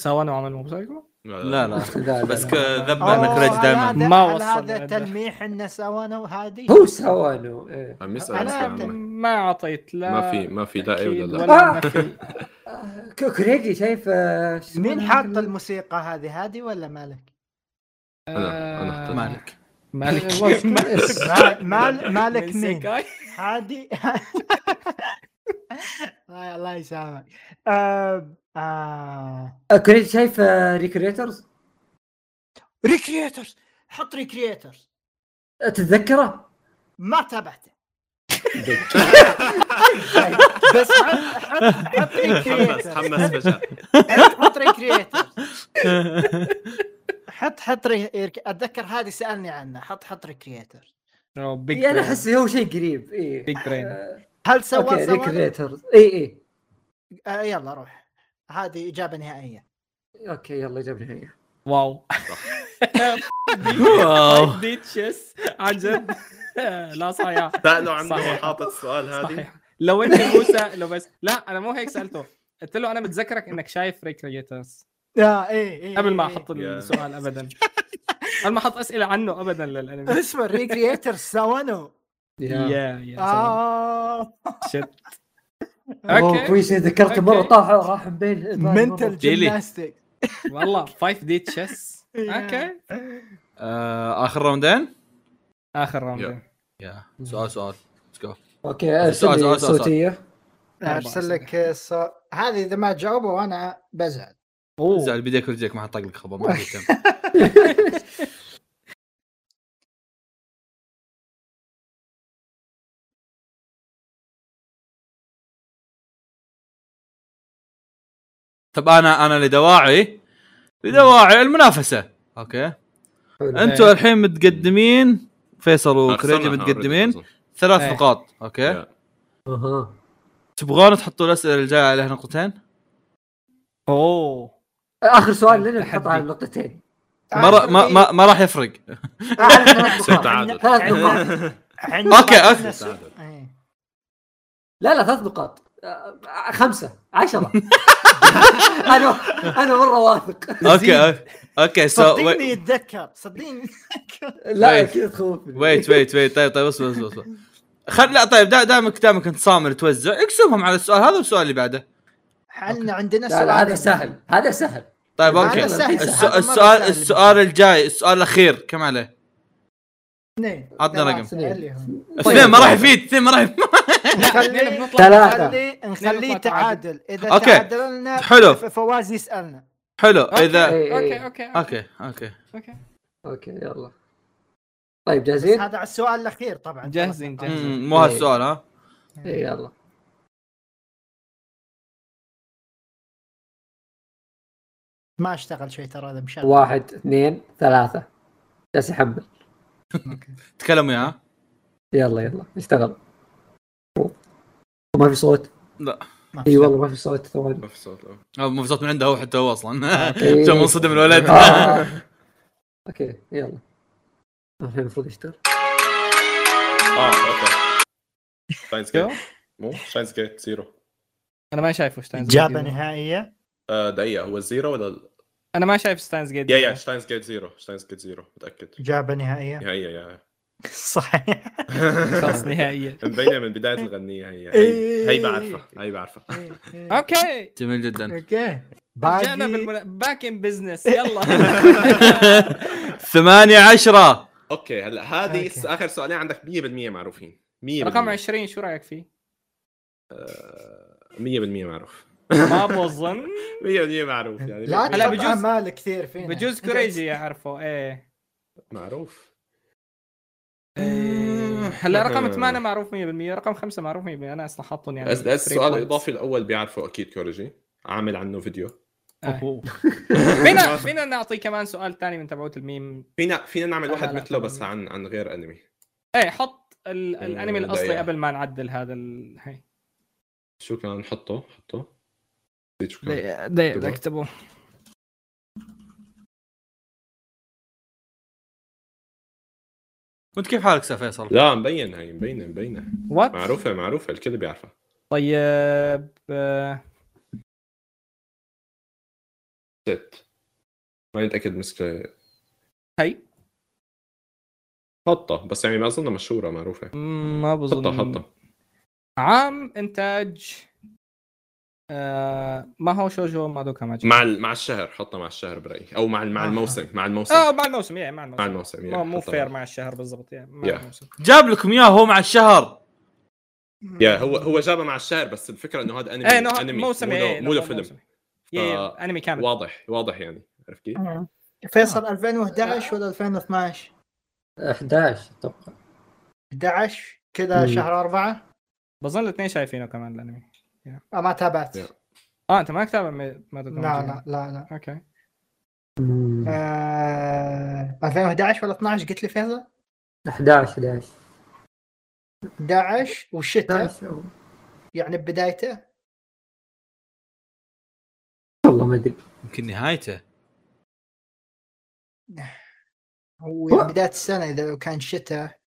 Speaker 5: سوانو عمل موسيقى
Speaker 6: لا لا
Speaker 3: لا، لا،
Speaker 6: بس
Speaker 3: لا.
Speaker 6: ك- ذب عنا
Speaker 2: أوه،
Speaker 6: كريجي
Speaker 2: هل
Speaker 6: دائما
Speaker 2: هذا-
Speaker 5: ما
Speaker 2: هل
Speaker 5: وصل
Speaker 2: هذا
Speaker 5: لهذا.
Speaker 2: تلميح انه سوانا وهادي
Speaker 3: هو سوانو إيه.
Speaker 4: عم يسال
Speaker 2: أنا
Speaker 4: اسئله عامة.
Speaker 5: ما اعطيت لا
Speaker 4: ما في ما في داعي
Speaker 5: أكيد
Speaker 4: ولا لا
Speaker 5: ولا
Speaker 3: آه.
Speaker 5: نفي.
Speaker 3: ك- كريجي شايف آه، شو اسمه؟
Speaker 2: مين حاط الموسيقى هذه هادي ولا مالك؟
Speaker 4: انا انا اخترت.
Speaker 6: مالك
Speaker 5: مالك
Speaker 3: والله،
Speaker 2: مال- مال مالك مين؟
Speaker 5: سيكاي.
Speaker 2: هادي الله الله يسامحك آم، آه.
Speaker 3: آه، كريجي شايف آه، ريكريترز
Speaker 2: ريكريترز حط ريكريترز
Speaker 3: آه، تتذكره
Speaker 2: ما تابعته بس حط- حط حط
Speaker 4: تحمس
Speaker 2: recreator.
Speaker 4: تحمس فجاه
Speaker 2: حط ريكريتر حط حط ري... ريك- اتذكر هذه سالني عنها حط حط ريكريتر
Speaker 5: بيج
Speaker 3: يعني احس هو شيء قريب إيه. اي
Speaker 5: بيج برين
Speaker 2: هل سوى
Speaker 3: اوكي
Speaker 2: سوى
Speaker 3: ريكريتر اي اي
Speaker 2: آه يلا روح هذه اجابه نهائيه
Speaker 3: اوكي يلا جاب نهايه
Speaker 5: واو
Speaker 8: واو
Speaker 5: ديتشس عن جد لا صحيح
Speaker 4: سالوا عنه
Speaker 5: صحيح.
Speaker 4: وحاطط السؤال هذا
Speaker 5: صحيح لو انت موسى لو بس لا انا مو هيك سالته قلت له انا متذكرك انك شايف ريكريترز
Speaker 2: اه اي اي
Speaker 5: قبل ما احط
Speaker 4: يا.
Speaker 5: السؤال ابدا قبل ما احط اسئله عنه ابدا للانمي
Speaker 2: اسمه ريكريتر سوانو
Speaker 3: يا
Speaker 5: يا يا
Speaker 2: اه
Speaker 5: شت
Speaker 3: اوه
Speaker 5: اوكي
Speaker 3: كويس إني ذكرت مره
Speaker 5: أوكي.
Speaker 3: طاح راح من بين
Speaker 2: منتل
Speaker 8: ديلي.
Speaker 2: جيمناستيك
Speaker 5: والله 5 دي تشيس اوكي
Speaker 1: آه، اخر راوندين
Speaker 5: اخر راوند
Speaker 1: يا سؤال سؤال ليتس جو
Speaker 3: اوكي ارسل
Speaker 1: سؤال-
Speaker 3: لي
Speaker 1: سؤال- سؤال.
Speaker 3: صوتيه
Speaker 2: ارسل لك الص- هذه اذا ما تجاوبه وانا بزعل
Speaker 5: اوه
Speaker 1: زعل بيديك ورجليك ما حطق لك خبر ما في كم. طب انا انا لدواعي لدواعي المنافسه اوكي
Speaker 3: حلو.
Speaker 1: انتم الحين متقدمين فيصل
Speaker 4: أرسلنا
Speaker 1: وكريجي
Speaker 4: إحنا
Speaker 1: متقدمين
Speaker 4: already أظن.
Speaker 1: ثلاث
Speaker 5: إيه.
Speaker 1: نقاط اوكي
Speaker 4: يا.
Speaker 3: اها
Speaker 1: تبغون تحطوا الاسئله اللي جايه عليها نقطتين؟
Speaker 5: اوه
Speaker 3: اخر سؤال لنا نحط
Speaker 5: تحدي.
Speaker 3: على النقطتين
Speaker 1: ما
Speaker 2: آه،
Speaker 1: را- ما ما, ما راح يفرق
Speaker 3: أعرف ثلاث
Speaker 4: يصير
Speaker 3: نقاط.
Speaker 4: تعادل
Speaker 3: ثلاث
Speaker 1: يعني
Speaker 2: عندنا
Speaker 3: نقاط
Speaker 1: أوكي،
Speaker 2: بعد
Speaker 1: أوكي.
Speaker 2: الناس-
Speaker 4: تعادل.
Speaker 2: إيه.
Speaker 3: لا لا ثلاث نقاط آه، خمسه عشرة انا انا مره واثق
Speaker 1: اوكي أوكي. اوكي سو
Speaker 2: صدقني يتذكر صدقني يتذكر
Speaker 3: لا
Speaker 1: طيب.
Speaker 3: اكيد تخوفني
Speaker 1: ويت ويت ويت طيب طيب اصبر اصبر اصبر خل لا طيب دا- دامك دامك انت صامر توزع اقسمهم على السؤال هذا والسؤال اللي بعده
Speaker 2: حلنا عندنا
Speaker 3: لا
Speaker 2: سؤال
Speaker 3: لا هذا سهل هذا سهل
Speaker 1: طيب
Speaker 2: هذا
Speaker 1: اوكي
Speaker 2: سهل،
Speaker 1: السؤال
Speaker 2: هذا مرة
Speaker 1: السؤال,
Speaker 2: سهل.
Speaker 1: السؤال الجاي السؤال الاخير كم عليه؟
Speaker 2: اثنين
Speaker 1: عطنا
Speaker 2: ثلاثة،
Speaker 1: رقم.
Speaker 2: اللي هم.
Speaker 1: اثنين ما راح يفيد اثنين ما راح يفيد
Speaker 5: اثنين
Speaker 2: نخليه
Speaker 5: بنطلع
Speaker 3: ثلاثة
Speaker 2: نخليه نخليه
Speaker 5: نطلع تعادل.
Speaker 2: تعادل اذا
Speaker 1: أوكي.
Speaker 2: تعادلنا
Speaker 1: حلو.
Speaker 2: ف- فواز يسالنا
Speaker 1: حلو اذا
Speaker 3: إيه،
Speaker 5: اوكي
Speaker 3: إيه.
Speaker 5: اوكي اوكي
Speaker 1: اوكي اوكي
Speaker 5: اوكي
Speaker 3: اوكي يلا طيب
Speaker 2: بس
Speaker 3: جاهزين؟
Speaker 2: هذا على السؤال الاخير طبعا
Speaker 5: جاهزين جاهزين
Speaker 1: أمم، مو هالسؤال ها
Speaker 3: إيه، يلا
Speaker 2: ما اشتغل شيء ترى هذا مشغل
Speaker 3: واحد اثنين ثلاثة جالس يحمل
Speaker 1: تكلموا يا ها؟
Speaker 3: يلا يلا اشتغل ما في صوت
Speaker 2: ما في شغل.
Speaker 3: اي إيه، والله ما في صوت ثواني
Speaker 4: ما في صوت أوه.
Speaker 1: أو مو بصوت من عنده هو حتى هو اصلا
Speaker 3: إيه.
Speaker 1: جو منصدم الولد
Speaker 3: آه. اوكي يلا الحين المفروض يشتغل
Speaker 4: اه اوكي شاينز جيت مو شاينز جيت زيرو
Speaker 5: انا ما شايفه ستاينز
Speaker 2: اجابه نهائيه
Speaker 4: آه، دقيقة هو الزيرو ولا ال-
Speaker 5: انا ما شايف ستاينز جيت
Speaker 4: يا يا شتاينز جيت زيرو شتاينز جيت زيرو متأكد
Speaker 2: اجابه نهائيه
Speaker 4: يا هي يا
Speaker 2: صحيح
Speaker 5: خلاص نهائيا
Speaker 4: مبينة من بداية الغنية هي
Speaker 2: إيه.
Speaker 4: هي هي بعرفها هي بعرفها
Speaker 5: اوكي
Speaker 1: جميل جدا
Speaker 2: اوكي
Speaker 5: رجعنا
Speaker 2: باقي
Speaker 5: بالمنا... باك ان بزنس يلا
Speaker 1: ثمانية عشرة
Speaker 4: اوكي هلا هذه
Speaker 2: أوكي.
Speaker 4: آخر سؤالين عندك 100% معروفين 100%
Speaker 5: رقم 20 شو رايك فيه؟
Speaker 4: 100% معروف
Speaker 5: ما بظن
Speaker 4: 100% معروف يعني
Speaker 2: لا
Speaker 5: هلا
Speaker 2: هلا
Speaker 5: بجوز-
Speaker 2: بجوز اعمال كثير فينا
Speaker 5: بجوز كوريجي يعرفه ايه
Speaker 4: معروف
Speaker 5: إيه. هلا رقم 8 معروف 100% رقم 5 معروف 100% انا اصلا حاطهم يعني
Speaker 4: أس- أس-
Speaker 5: three
Speaker 4: السؤال
Speaker 5: points.
Speaker 4: الاضافي الاول بيعرفه اكيد كوريجي عامل عنه فيديو
Speaker 5: آه. فينا فينا نعطي كمان سؤال ثاني من تبعوت الميم
Speaker 4: فينا فينا نعمل
Speaker 5: لا،
Speaker 4: واحد
Speaker 5: لا، لا،
Speaker 4: مثله بس
Speaker 5: طبعاً.
Speaker 4: عن عن غير انمي
Speaker 5: ايه حط ال... الانمي
Speaker 4: إيه،
Speaker 5: الاصلي
Speaker 4: دقيقة.
Speaker 5: قبل ما نعدل هذا ال... هي
Speaker 4: شو كان نحطه حطه نسيت شو كان
Speaker 5: دقيقة دقيقة بدي اكتبه
Speaker 1: وانت كيف حالك استاذ فيصل؟
Speaker 4: لا مبين هي مبينه مبينه
Speaker 5: وات
Speaker 4: معروفه معروفه الكل بيعرفها
Speaker 5: طيب آه،
Speaker 4: ست ماني متاكد مسكه
Speaker 5: هي
Speaker 4: حطه بس يعني ما اظنها مشهوره معروفه
Speaker 5: ما
Speaker 4: حطه
Speaker 5: بظن
Speaker 4: حطه
Speaker 5: عام انتاج آه ما هو شوجو مادوكا ماجيك
Speaker 4: مع ال- مع الشهر حطه مع الشهر برايي او مع ال- مع
Speaker 5: آه.
Speaker 4: الموسم مع الموسم
Speaker 5: اه مع الموسم يعني مع
Speaker 4: مع
Speaker 5: الموسم
Speaker 4: الموسم
Speaker 5: مو
Speaker 4: يعني
Speaker 5: مو
Speaker 4: حطه
Speaker 5: فير
Speaker 4: مع-
Speaker 5: مع الشهر بالضبط يعني مع
Speaker 4: يا.
Speaker 5: الموسم
Speaker 1: جاب لكم اياه هو مع الشهر
Speaker 4: يا هو هو جابها مع الشهر بس الفكره انه هذا انمي
Speaker 5: ايه نوع
Speaker 4: انمي
Speaker 5: موسمي
Speaker 4: مو له-
Speaker 5: ايه
Speaker 4: مو له فيلم آه،
Speaker 5: يا
Speaker 4: ف-
Speaker 5: يا انمي كامل
Speaker 4: واضح واضح يعني عرفت كيف؟
Speaker 2: فيصل 2011 ولا 2012
Speaker 3: 11 اتوقع
Speaker 2: 11 كذا
Speaker 3: مم.
Speaker 2: شهر أربعة
Speaker 5: بظن الاثنين شايفينه كمان الانمي
Speaker 2: آه، ما تابعت
Speaker 4: Yeah.
Speaker 5: اه انت ما كتاب ما
Speaker 2: لا لا لا لا
Speaker 5: اوكي
Speaker 3: مم.
Speaker 2: آه، 2011 ولا 12 قلت لي فيصل
Speaker 3: 11 11
Speaker 2: 11 والشتاء
Speaker 3: 11
Speaker 2: يعني بدايته
Speaker 3: والله ما ادري
Speaker 9: يمكن نهايته
Speaker 2: هو بداية السنة إذا لو كان شتاء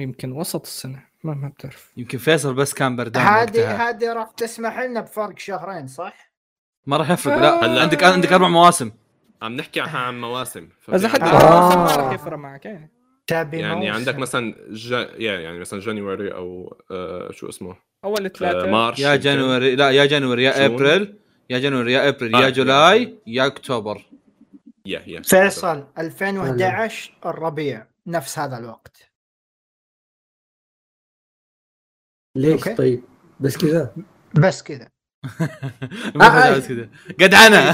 Speaker 5: يمكن وسط السنه ما ما بتعرف
Speaker 9: يمكن فيصل بس كان بردان
Speaker 2: هذه
Speaker 9: وقتها
Speaker 2: هذه راح تسمح لنا بفرق شهرين صح؟
Speaker 9: ما راح يفرق لا
Speaker 4: هلا.
Speaker 9: عندك عندك اربع مواسم
Speaker 4: عم نحكي عن عن مواسم ففي
Speaker 5: اذا آه. حد
Speaker 4: عندك-
Speaker 2: آه.
Speaker 5: موسم ما راح يفرق معك إيه.
Speaker 2: تابي
Speaker 4: يعني
Speaker 2: موسم.
Speaker 4: عندك مثلا جا... يعني مثلا جانيوري او آه شو اسمه
Speaker 5: اول
Speaker 4: آه
Speaker 5: ثلاثه
Speaker 4: مارش
Speaker 9: يا
Speaker 4: يمكن.
Speaker 9: جانوري لا يا جانوري يا
Speaker 4: شلون؟
Speaker 9: ابريل يا جانوري يا ابريل يا
Speaker 4: آه.
Speaker 9: جولاي يا اكتوبر
Speaker 4: يا يا
Speaker 2: فيصل 2011 الربيع نفس هذا الوقت
Speaker 3: ليش
Speaker 2: أوكي.
Speaker 3: طيب بس كذا
Speaker 2: بس كذا
Speaker 9: ما
Speaker 3: آه،
Speaker 9: خذ
Speaker 3: آه.
Speaker 9: عز كذا قد انا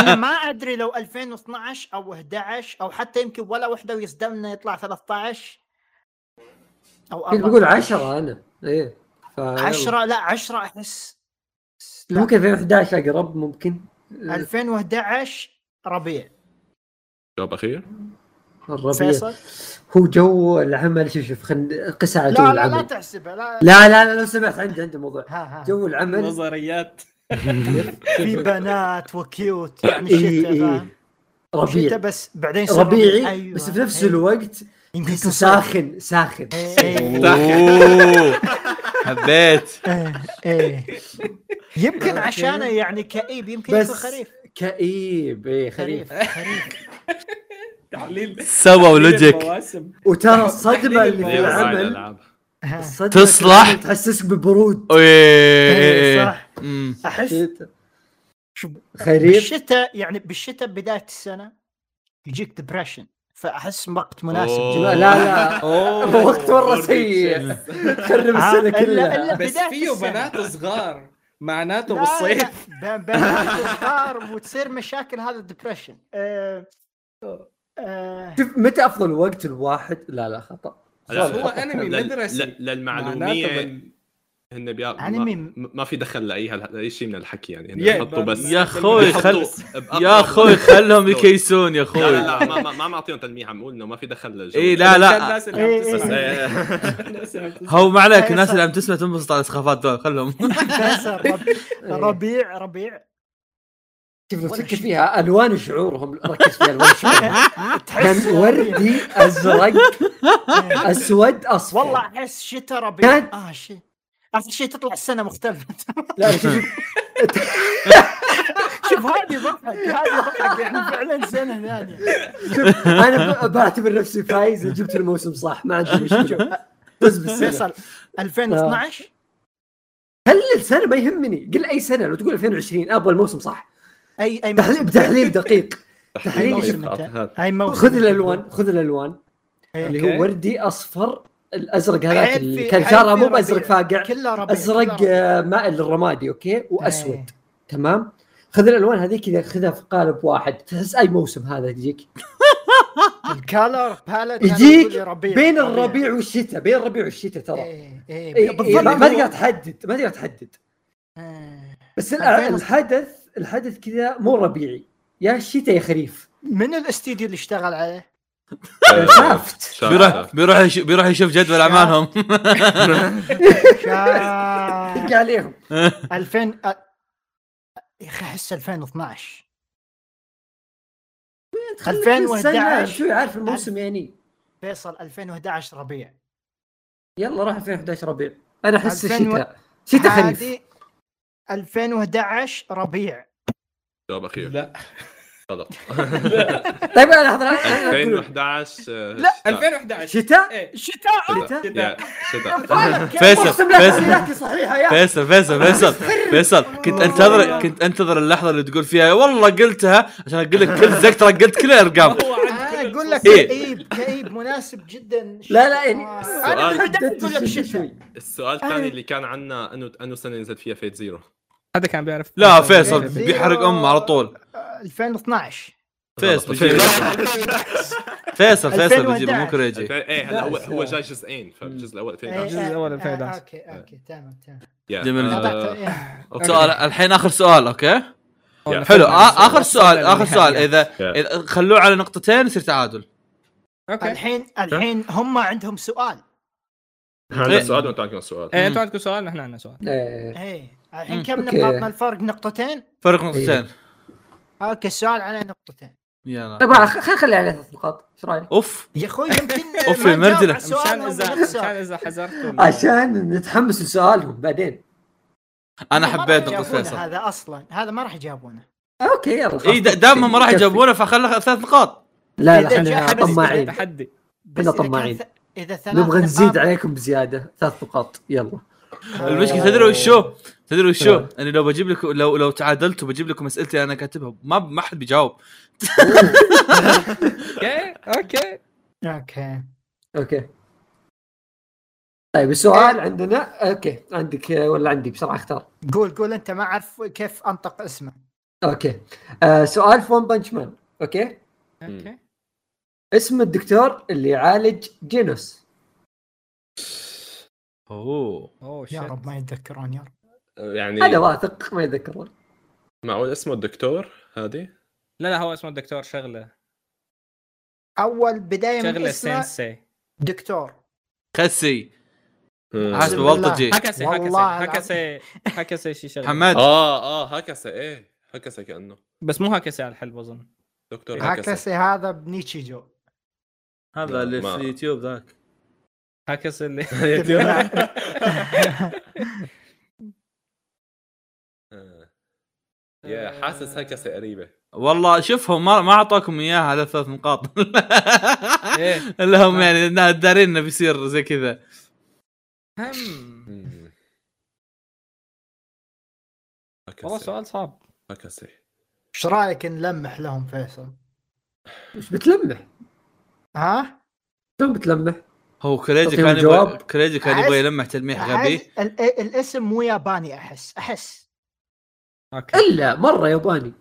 Speaker 2: انا ما ادري لو 2012 او 11 او حتى يمكن ولا وحده ويصدمنا يطلع 13 او
Speaker 3: كنت
Speaker 2: 14.
Speaker 3: بقول 10 انا ايه ف
Speaker 2: 10 لا 10 احس لا
Speaker 3: ممكن 2011 اقرب ممكن
Speaker 2: 2011 ربيع
Speaker 4: جواب اخير
Speaker 3: الربيع
Speaker 2: فيصل
Speaker 3: هو جو العمل شوف شوف خل قس على جو
Speaker 2: لا لا لا
Speaker 3: العمل
Speaker 2: تحسبها لا
Speaker 3: لا لا لا لو سمحت عندي عندي موضوع
Speaker 2: ها ها
Speaker 3: جو العمل
Speaker 5: نظريات
Speaker 2: في بنات وكيوت يعني
Speaker 3: إيه،
Speaker 2: شتاء فاهم؟ شتاء
Speaker 3: ربيع
Speaker 2: بس بعدين صار
Speaker 3: ربيعي
Speaker 2: أيوة،
Speaker 3: بس في نفس
Speaker 2: إيه.
Speaker 3: الوقت
Speaker 2: يمكن
Speaker 3: تحسه
Speaker 2: صار.
Speaker 3: ساخن ساخن
Speaker 2: إيه،
Speaker 9: أوه، حبيت
Speaker 2: إيه، إيه. يمكن عشانه يعني كئيب يمكن
Speaker 3: بس
Speaker 2: يكون خريف
Speaker 3: كئيب اي خريف
Speaker 2: خريف خريف
Speaker 5: تعليل
Speaker 9: سوا ولوجيك
Speaker 5: المواسم.
Speaker 2: إيه.
Speaker 3: وترى الصدمه اللي في
Speaker 2: أيوة،
Speaker 5: تحليل الموضوع.
Speaker 3: العمل
Speaker 9: العاب
Speaker 2: ها.
Speaker 3: الصدمة في
Speaker 9: تصلح.
Speaker 3: العمل تحسسك ببرود
Speaker 2: إيه،
Speaker 9: ايه
Speaker 2: صح
Speaker 9: أمم.
Speaker 3: إيه.
Speaker 2: احس شوف،
Speaker 3: خريف
Speaker 2: بالشتاء يعني بالشتاء بدايه السنه يجيك ديبرشن فاحس وقت مناسب
Speaker 4: أوه.
Speaker 2: جدا.
Speaker 3: لا لا
Speaker 5: اوه
Speaker 3: وقت مره سيء تخرب
Speaker 2: آه،
Speaker 3: السنه
Speaker 2: إلا-
Speaker 3: كلها
Speaker 2: إلا
Speaker 5: بس
Speaker 2: بداية
Speaker 5: فيه
Speaker 2: السنة.
Speaker 5: بنات صغار معناته
Speaker 2: لا،
Speaker 5: بالصيف
Speaker 2: لا، ب- بنات وصغار وتصير مشاكل هذا الدبرشن آه، آه،
Speaker 3: شوف متى افضل وقت الواحد لا لا خطا
Speaker 5: هو أنمي
Speaker 4: لل-
Speaker 5: مدرسي.
Speaker 4: لل-
Speaker 5: معناته
Speaker 4: للمعلوميه
Speaker 5: بال-
Speaker 4: هن بيع...
Speaker 9: يعني
Speaker 2: أنمي.
Speaker 4: ما... ما في دخل لاي هال... اي شيء من الحكي يعني هن
Speaker 5: يا-
Speaker 4: بيحطوا بس
Speaker 9: يا أخوي، خل-
Speaker 4: بيحطوا بأقرب-
Speaker 9: يا اخوي خلهم يكيسون يا
Speaker 4: لا لا
Speaker 9: اخوي
Speaker 4: لا، ما ما ما عم اعطيهم تلميح عم اقول انه ما في دخل للجو
Speaker 9: اي إيه، لا لا
Speaker 5: الناس اللي عم
Speaker 2: إيه،
Speaker 5: تسمع.
Speaker 4: إيه.
Speaker 5: الناس اللي عم تسمع.
Speaker 9: هو ما عليك الناس
Speaker 2: صح.
Speaker 9: اللي عم تسمع تنبسط على السخافات دول خلهم
Speaker 2: فيصل، رب- ربيع ربيع
Speaker 3: شوف لو
Speaker 2: ولا
Speaker 3: تفكر
Speaker 2: شيء.
Speaker 3: فيها الوان شعورهم ركز فيها الوان شعورهم
Speaker 2: تحس يعني
Speaker 3: كان
Speaker 2: ربيع.
Speaker 3: وردي ازرق اسود اصفر
Speaker 2: والله
Speaker 3: والله
Speaker 2: احس شتاء ربيع
Speaker 3: كان-
Speaker 2: اه شيء اخر شيء تطلع السنه مختلفه
Speaker 3: لا شوف-
Speaker 2: شوف هذه ضحك هذه ضحك يعني فعلا سنه ثانيه
Speaker 3: شوف، انا ب- بعتبر نفسي فايز جبت الموسم صح ما عندي مشكله بس بالسنه
Speaker 2: فيصل
Speaker 3: آه.
Speaker 2: 2012
Speaker 3: هل السنه ما يهمني قل اي سنه لو تقول 2020 ابغى الموسم صح
Speaker 2: اي اي
Speaker 3: تحليل بتحليل دقيق
Speaker 2: أي
Speaker 3: تحليل
Speaker 2: موسم
Speaker 3: دقيق.
Speaker 2: أنت؟
Speaker 4: هذا.
Speaker 2: اي موسم
Speaker 3: خذ الالوان خذ الالوان
Speaker 2: إيه.
Speaker 3: اللي هو وردي اصفر الازرق هذاك
Speaker 2: حيل
Speaker 3: اللي
Speaker 2: في-
Speaker 3: كان
Speaker 2: حيل
Speaker 3: شعره
Speaker 2: في
Speaker 3: مو
Speaker 2: ربيع.
Speaker 3: بازرق فاقع آه،
Speaker 2: كله ربيع
Speaker 3: ازرق
Speaker 2: كله ربيع.
Speaker 3: آه، مائل للرمادي اوكي
Speaker 2: إيه.
Speaker 3: واسود تمام خذ الالوان هذيك اذا خذها في قالب واحد تحس اي موسم هذا يجيك
Speaker 2: آه. الكالر باليت
Speaker 3: يجيك بين الربيع والشتاء بين الربيع والشتاء ترى
Speaker 2: ايه
Speaker 3: إيه،
Speaker 2: ايه
Speaker 3: إيه، ما ما تقدر
Speaker 2: بالضبط
Speaker 3: تحدد ما تقدر تحدد
Speaker 2: آه.
Speaker 3: بس الأ-
Speaker 2: ألفين وست-
Speaker 3: الحدث الحدث كذا مو ربيعي يا شتاء يا خريف
Speaker 2: من الاستديو اللي اشتغل عليه؟
Speaker 4: آه،
Speaker 3: شافت
Speaker 4: شاف-
Speaker 9: بيروح
Speaker 4: شاف.
Speaker 9: بيروح يش- بيروح يشوف جدول اعمالهم
Speaker 2: شا-
Speaker 3: دق عليهم
Speaker 2: 2000 أ- يا اخي احس 2012
Speaker 3: السنة
Speaker 2: 2011
Speaker 3: شو عارف الموسم يعني
Speaker 2: فيصل 2011 ربيع
Speaker 3: يلا راح 2011 ربيع انا احس
Speaker 2: 2000 و-
Speaker 3: الشتاء شتاء خريف
Speaker 2: هذه 2011 ربيع
Speaker 4: جواب اخير
Speaker 5: لا
Speaker 4: غلط
Speaker 3: طيب انا لحظه أنا- أنا أقول-
Speaker 4: 2011 آه،
Speaker 5: لا
Speaker 4: شتاء.
Speaker 5: 2011
Speaker 3: شتاء
Speaker 5: إيه.
Speaker 2: شتاء
Speaker 3: شتاء
Speaker 4: يا شتاء
Speaker 9: فيصل،
Speaker 3: أقسم لك
Speaker 9: فيصل.
Speaker 3: معلوماتي صحيحه يا
Speaker 9: فيصل فيصل فيصل فيصل كنت انتظر كنت انتظر اللحظه اللي تقول فيها والله قلتها عشان اقول لك كل زقت قلت كل الارقام
Speaker 5: هو عند كل
Speaker 2: انا اقول
Speaker 5: الفصول.
Speaker 2: آه، لك
Speaker 9: إيه.
Speaker 2: كئيب كئيب مناسب جدا
Speaker 3: لا لا يعني
Speaker 2: آه.
Speaker 4: السؤال-
Speaker 2: انا بدأت
Speaker 3: حددت
Speaker 2: اقول لك
Speaker 3: شوي-
Speaker 2: شتاء
Speaker 3: شوي.
Speaker 4: السؤال الثاني اللي كان عنا انه انه سنه نزلت فيها فيت
Speaker 9: إيه،
Speaker 4: زيرو
Speaker 5: حدا كان بيعرف إيه.
Speaker 9: لا فيصل بيحرق امه على طول
Speaker 2: 2012
Speaker 9: فيصل بيجيبه فيصل فيصل بيجيبه مو
Speaker 2: 2011.
Speaker 9: كريجي
Speaker 4: إيه،
Speaker 10: ايه هلا هو هو جاي جزئين فالجزء الاول
Speaker 2: إيه،
Speaker 10: 2011
Speaker 2: إيه،
Speaker 5: الأول
Speaker 2: آه،
Speaker 5: 2011.
Speaker 2: اوكي اوكي تمام تمام
Speaker 10: يا.
Speaker 9: جميل
Speaker 10: آه،
Speaker 2: قطعت، إيه.
Speaker 9: سؤال الحين اخر سؤال اوكي
Speaker 10: يا.
Speaker 9: حلو آ- اخر سؤال اخر سؤال اذا
Speaker 10: يا.
Speaker 9: اذا خلوه على نقطتين يصير تعادل
Speaker 5: اوكي
Speaker 2: الحين الحين هم عندهم سؤال
Speaker 10: هذا سؤال وانت عندك
Speaker 5: إيه،
Speaker 10: سؤال
Speaker 5: انتوا عندكم سؤال نحن عندنا سؤال
Speaker 3: إيه.
Speaker 2: ايه الحين كم
Speaker 3: أوكي.
Speaker 2: نقاط ما الفرق نقطتين
Speaker 9: فرق نقطتين
Speaker 2: اوكي السؤال على نقطتين
Speaker 3: طيب
Speaker 9: يلا
Speaker 3: خلينا نخلي عليه ثلاث نقاط ايش رايك؟
Speaker 9: اوف
Speaker 2: يا اخوي يمكن
Speaker 9: أوف،
Speaker 2: ما نجاوب على
Speaker 9: المرجلة.
Speaker 2: السؤال
Speaker 5: مشان
Speaker 2: ولا آه،
Speaker 5: اذا
Speaker 2: نخسر.
Speaker 5: مشان اذا حذرتوا ال-
Speaker 3: عشان نتحمس لسؤالهم بعدين
Speaker 9: انا
Speaker 2: هم ما
Speaker 9: حبيت
Speaker 2: راح
Speaker 9: نقطه
Speaker 2: يجاوبونه
Speaker 9: فيصل
Speaker 2: هذا اصلا هذا ما راح يجاوبونه
Speaker 3: اوكي يلا خلاص.
Speaker 9: اي د- دام ما راح
Speaker 3: كفي.
Speaker 9: يجاوبونه فخله ثلاث نقاط
Speaker 3: لا لا
Speaker 2: إذا
Speaker 3: احنا
Speaker 2: جاء بس-
Speaker 3: طماعين
Speaker 5: تحدي
Speaker 2: بس
Speaker 3: إحنا
Speaker 2: إذا كان
Speaker 3: طماعين.
Speaker 2: ث- اذا ثلاث
Speaker 3: نبغى
Speaker 2: نقاط-
Speaker 3: نزيد عليكم بزياده ثلاث نقاط يلا
Speaker 9: المشكله تدري وش شو؟ تدري وش شو؟ انا لو بجيب لكم لو لو تعادلت وبجيب لكم اسئلتي انا كاتبها ما ما حد بيجاوب
Speaker 5: اوكي اوكي
Speaker 2: اوكي
Speaker 3: اوكي طيب السؤال عندنا اوكي عندك آه، ولا عندي بسرعه اختار
Speaker 2: قول قول انت ما اعرف كيف انطق اسمه
Speaker 3: اوكي آه سؤال في ون بنش مان اوكي
Speaker 5: اوكي
Speaker 3: اسم الدكتور اللي يعالج جينوس
Speaker 9: اوه
Speaker 5: اوه
Speaker 2: يا
Speaker 5: شيت.
Speaker 2: رب ما يتذكرون يا رب
Speaker 4: إيه.
Speaker 3: انا
Speaker 10: يعني
Speaker 3: واثق ما يذكرون
Speaker 4: معقول اسمه الدكتور هذه
Speaker 5: لا لا هو اسمه الدكتور شغله
Speaker 2: اول بدايه من
Speaker 5: شغله
Speaker 2: إيه، اسمه
Speaker 5: سينسي
Speaker 2: دكتور
Speaker 9: خسي
Speaker 4: مم.
Speaker 9: حسب
Speaker 2: بالله.
Speaker 9: بلطجي
Speaker 5: حكسي حكسي
Speaker 2: والله العظيم.
Speaker 5: حكسي حكسي شي شغله
Speaker 9: حماد
Speaker 4: اه اه هكذا ايه هكذا كانه
Speaker 5: بس مو حكسي على الحلب اظن
Speaker 4: دكتور هكذا
Speaker 2: هاكسي هذا بنيتشيجو
Speaker 9: هذا اللي في
Speaker 4: ما-
Speaker 9: اليوتيوب ذاك
Speaker 5: حكسي اللي
Speaker 4: يا آه. حاسس هكذا قريبه
Speaker 9: والله شوفهم ما ما اعطاكم اياها هذا ثلاث نقاط
Speaker 5: ايه
Speaker 9: اللي هم يعني إنها دارين انه بيصير زي كذا
Speaker 5: هم
Speaker 4: مم. هكذا.
Speaker 5: والله سؤال صعب
Speaker 4: هكذا
Speaker 2: ايش رايك نلمح لهم فيصل؟
Speaker 3: ايش بتلمح؟
Speaker 2: ها؟
Speaker 3: شلون بتلمح؟
Speaker 9: هو كريجي
Speaker 3: أعطيهم
Speaker 9: كان يبغى
Speaker 3: جواب.
Speaker 9: كريجي كان
Speaker 2: عايز-
Speaker 9: يبغى يلمح
Speaker 5: إيه،
Speaker 9: تلميح غبي
Speaker 2: أحس- ال- إيه، الاسم مو ياباني احس احس
Speaker 5: اوكي
Speaker 3: الا مره ياباني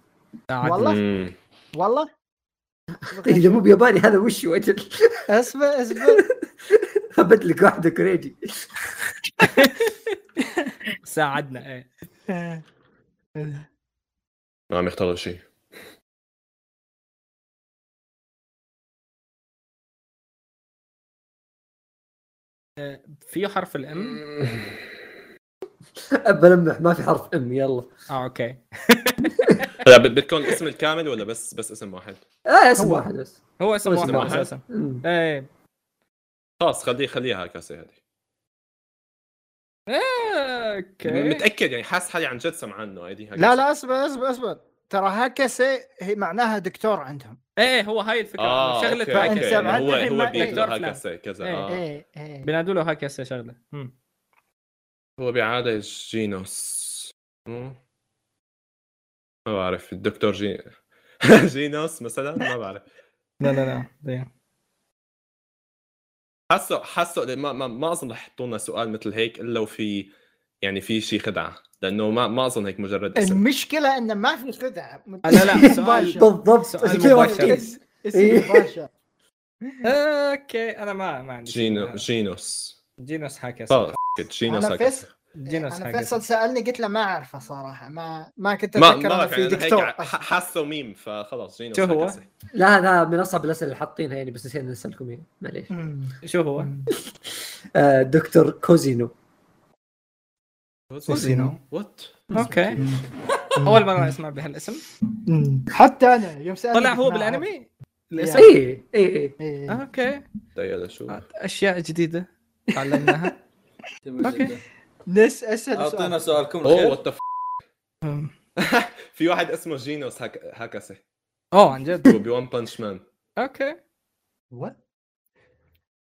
Speaker 2: والله
Speaker 4: مم.
Speaker 2: والله
Speaker 3: اذا مو بياباني هذا وش يا اجل
Speaker 2: اصبر اصبر
Speaker 3: هبت لك واحده كريجي
Speaker 5: ساعدنا ايه
Speaker 4: ما عم يختاروا شيء
Speaker 5: في حرف الام
Speaker 3: بلمح ما في حرف ام يلا
Speaker 5: اه اوكي
Speaker 4: هلا بد- بدكم الاسم الكامل ولا بس بس اسم واحد؟
Speaker 3: اه اسم
Speaker 2: هو.
Speaker 3: واحد بس
Speaker 5: هو اسم
Speaker 3: هو
Speaker 5: واحد
Speaker 3: اسم واحد.
Speaker 5: اساسا
Speaker 3: أمم.
Speaker 5: ايه
Speaker 4: خلاص خليه خليها هكذا هذه
Speaker 5: اوكي
Speaker 4: متاكد يعني حاسس حالي عن جد سمعانه هذه
Speaker 2: لا لا اصبر اصبر اصبر ترى هاكسي هي معناها دكتور عندهم
Speaker 5: ايه هو هاي الفكره
Speaker 4: اه
Speaker 5: شغله
Speaker 4: اوكي
Speaker 2: فاكهة.
Speaker 4: اوكي
Speaker 5: هاكسي
Speaker 2: أنت
Speaker 4: يعني هو
Speaker 2: عندك
Speaker 4: هو
Speaker 2: ما-
Speaker 4: بياكل
Speaker 5: دكتور
Speaker 4: هكذا كذا
Speaker 5: إيه.
Speaker 4: آه.
Speaker 2: ايه ايه
Speaker 5: بينادوا له هاكسي شغله هم.
Speaker 4: هو بيعالج جينوس مم. ما بعرف الدكتور جي... جينوس مثلا ما بعرف
Speaker 5: لا لا لا إيه. دقيقة.
Speaker 4: حاسه حاسه ما ما, ما اظن رح يحطوا لنا سؤال مثل هيك الا وفي يعني في شيء خدعه لانه ما ما اظن هيك مجرد اسم
Speaker 2: المشكله انه ما في خدعه
Speaker 5: لا لا سؤال
Speaker 3: بالضبط
Speaker 5: سؤال
Speaker 3: عشان كذا واحد
Speaker 5: مباشر.
Speaker 3: يحس.
Speaker 2: اسم مباشر
Speaker 5: اوكي انا ما ما عندي
Speaker 4: جينو جينوس
Speaker 5: جينوس هاكسي
Speaker 4: طب جينوس
Speaker 2: يعني أنا
Speaker 4: هكذا
Speaker 2: فيصل-
Speaker 5: جينوس
Speaker 2: انا فيصل
Speaker 5: هاكسي
Speaker 2: سالني قلت له ما اعرفه صراحه ما ما كنت
Speaker 4: ما
Speaker 2: اتذكر
Speaker 4: ما
Speaker 2: انه
Speaker 4: بعرف
Speaker 2: في
Speaker 4: يعني أنا هيك
Speaker 2: دكتور
Speaker 4: ع- ح- حاسه ميم فخلص جينوس
Speaker 5: شو هو؟
Speaker 4: هكذا.
Speaker 3: لا هذا من اصعب الاسئله اللي حاطينها يعني بس نسينا نسالكم اياها معليش
Speaker 2: أمم.
Speaker 5: شو هو؟
Speaker 3: آه، دكتور كوزينو
Speaker 2: كوزينو.
Speaker 4: وات
Speaker 5: اوكي اول مره اسمع بهالاسم
Speaker 2: أمم. حتى انا يوم سالني
Speaker 5: طلع
Speaker 2: قلت
Speaker 5: هو أه؟
Speaker 2: ما أعرف.
Speaker 5: بالانمي الاسم
Speaker 3: اي اي اي
Speaker 2: إيه.
Speaker 5: اوكي
Speaker 4: تخيل شو
Speaker 5: آه. اشياء جديده تعلمناها أوكي.
Speaker 6: جدا.
Speaker 2: نس اسال
Speaker 6: اعطينا
Speaker 2: سؤال
Speaker 6: سؤالكم
Speaker 4: اوه
Speaker 6: الخير
Speaker 4: وات ذا في واحد اسمه جينوس هك... هكسه
Speaker 5: اوه عن جد
Speaker 4: هو بون بانش مان
Speaker 5: اوكي
Speaker 2: What?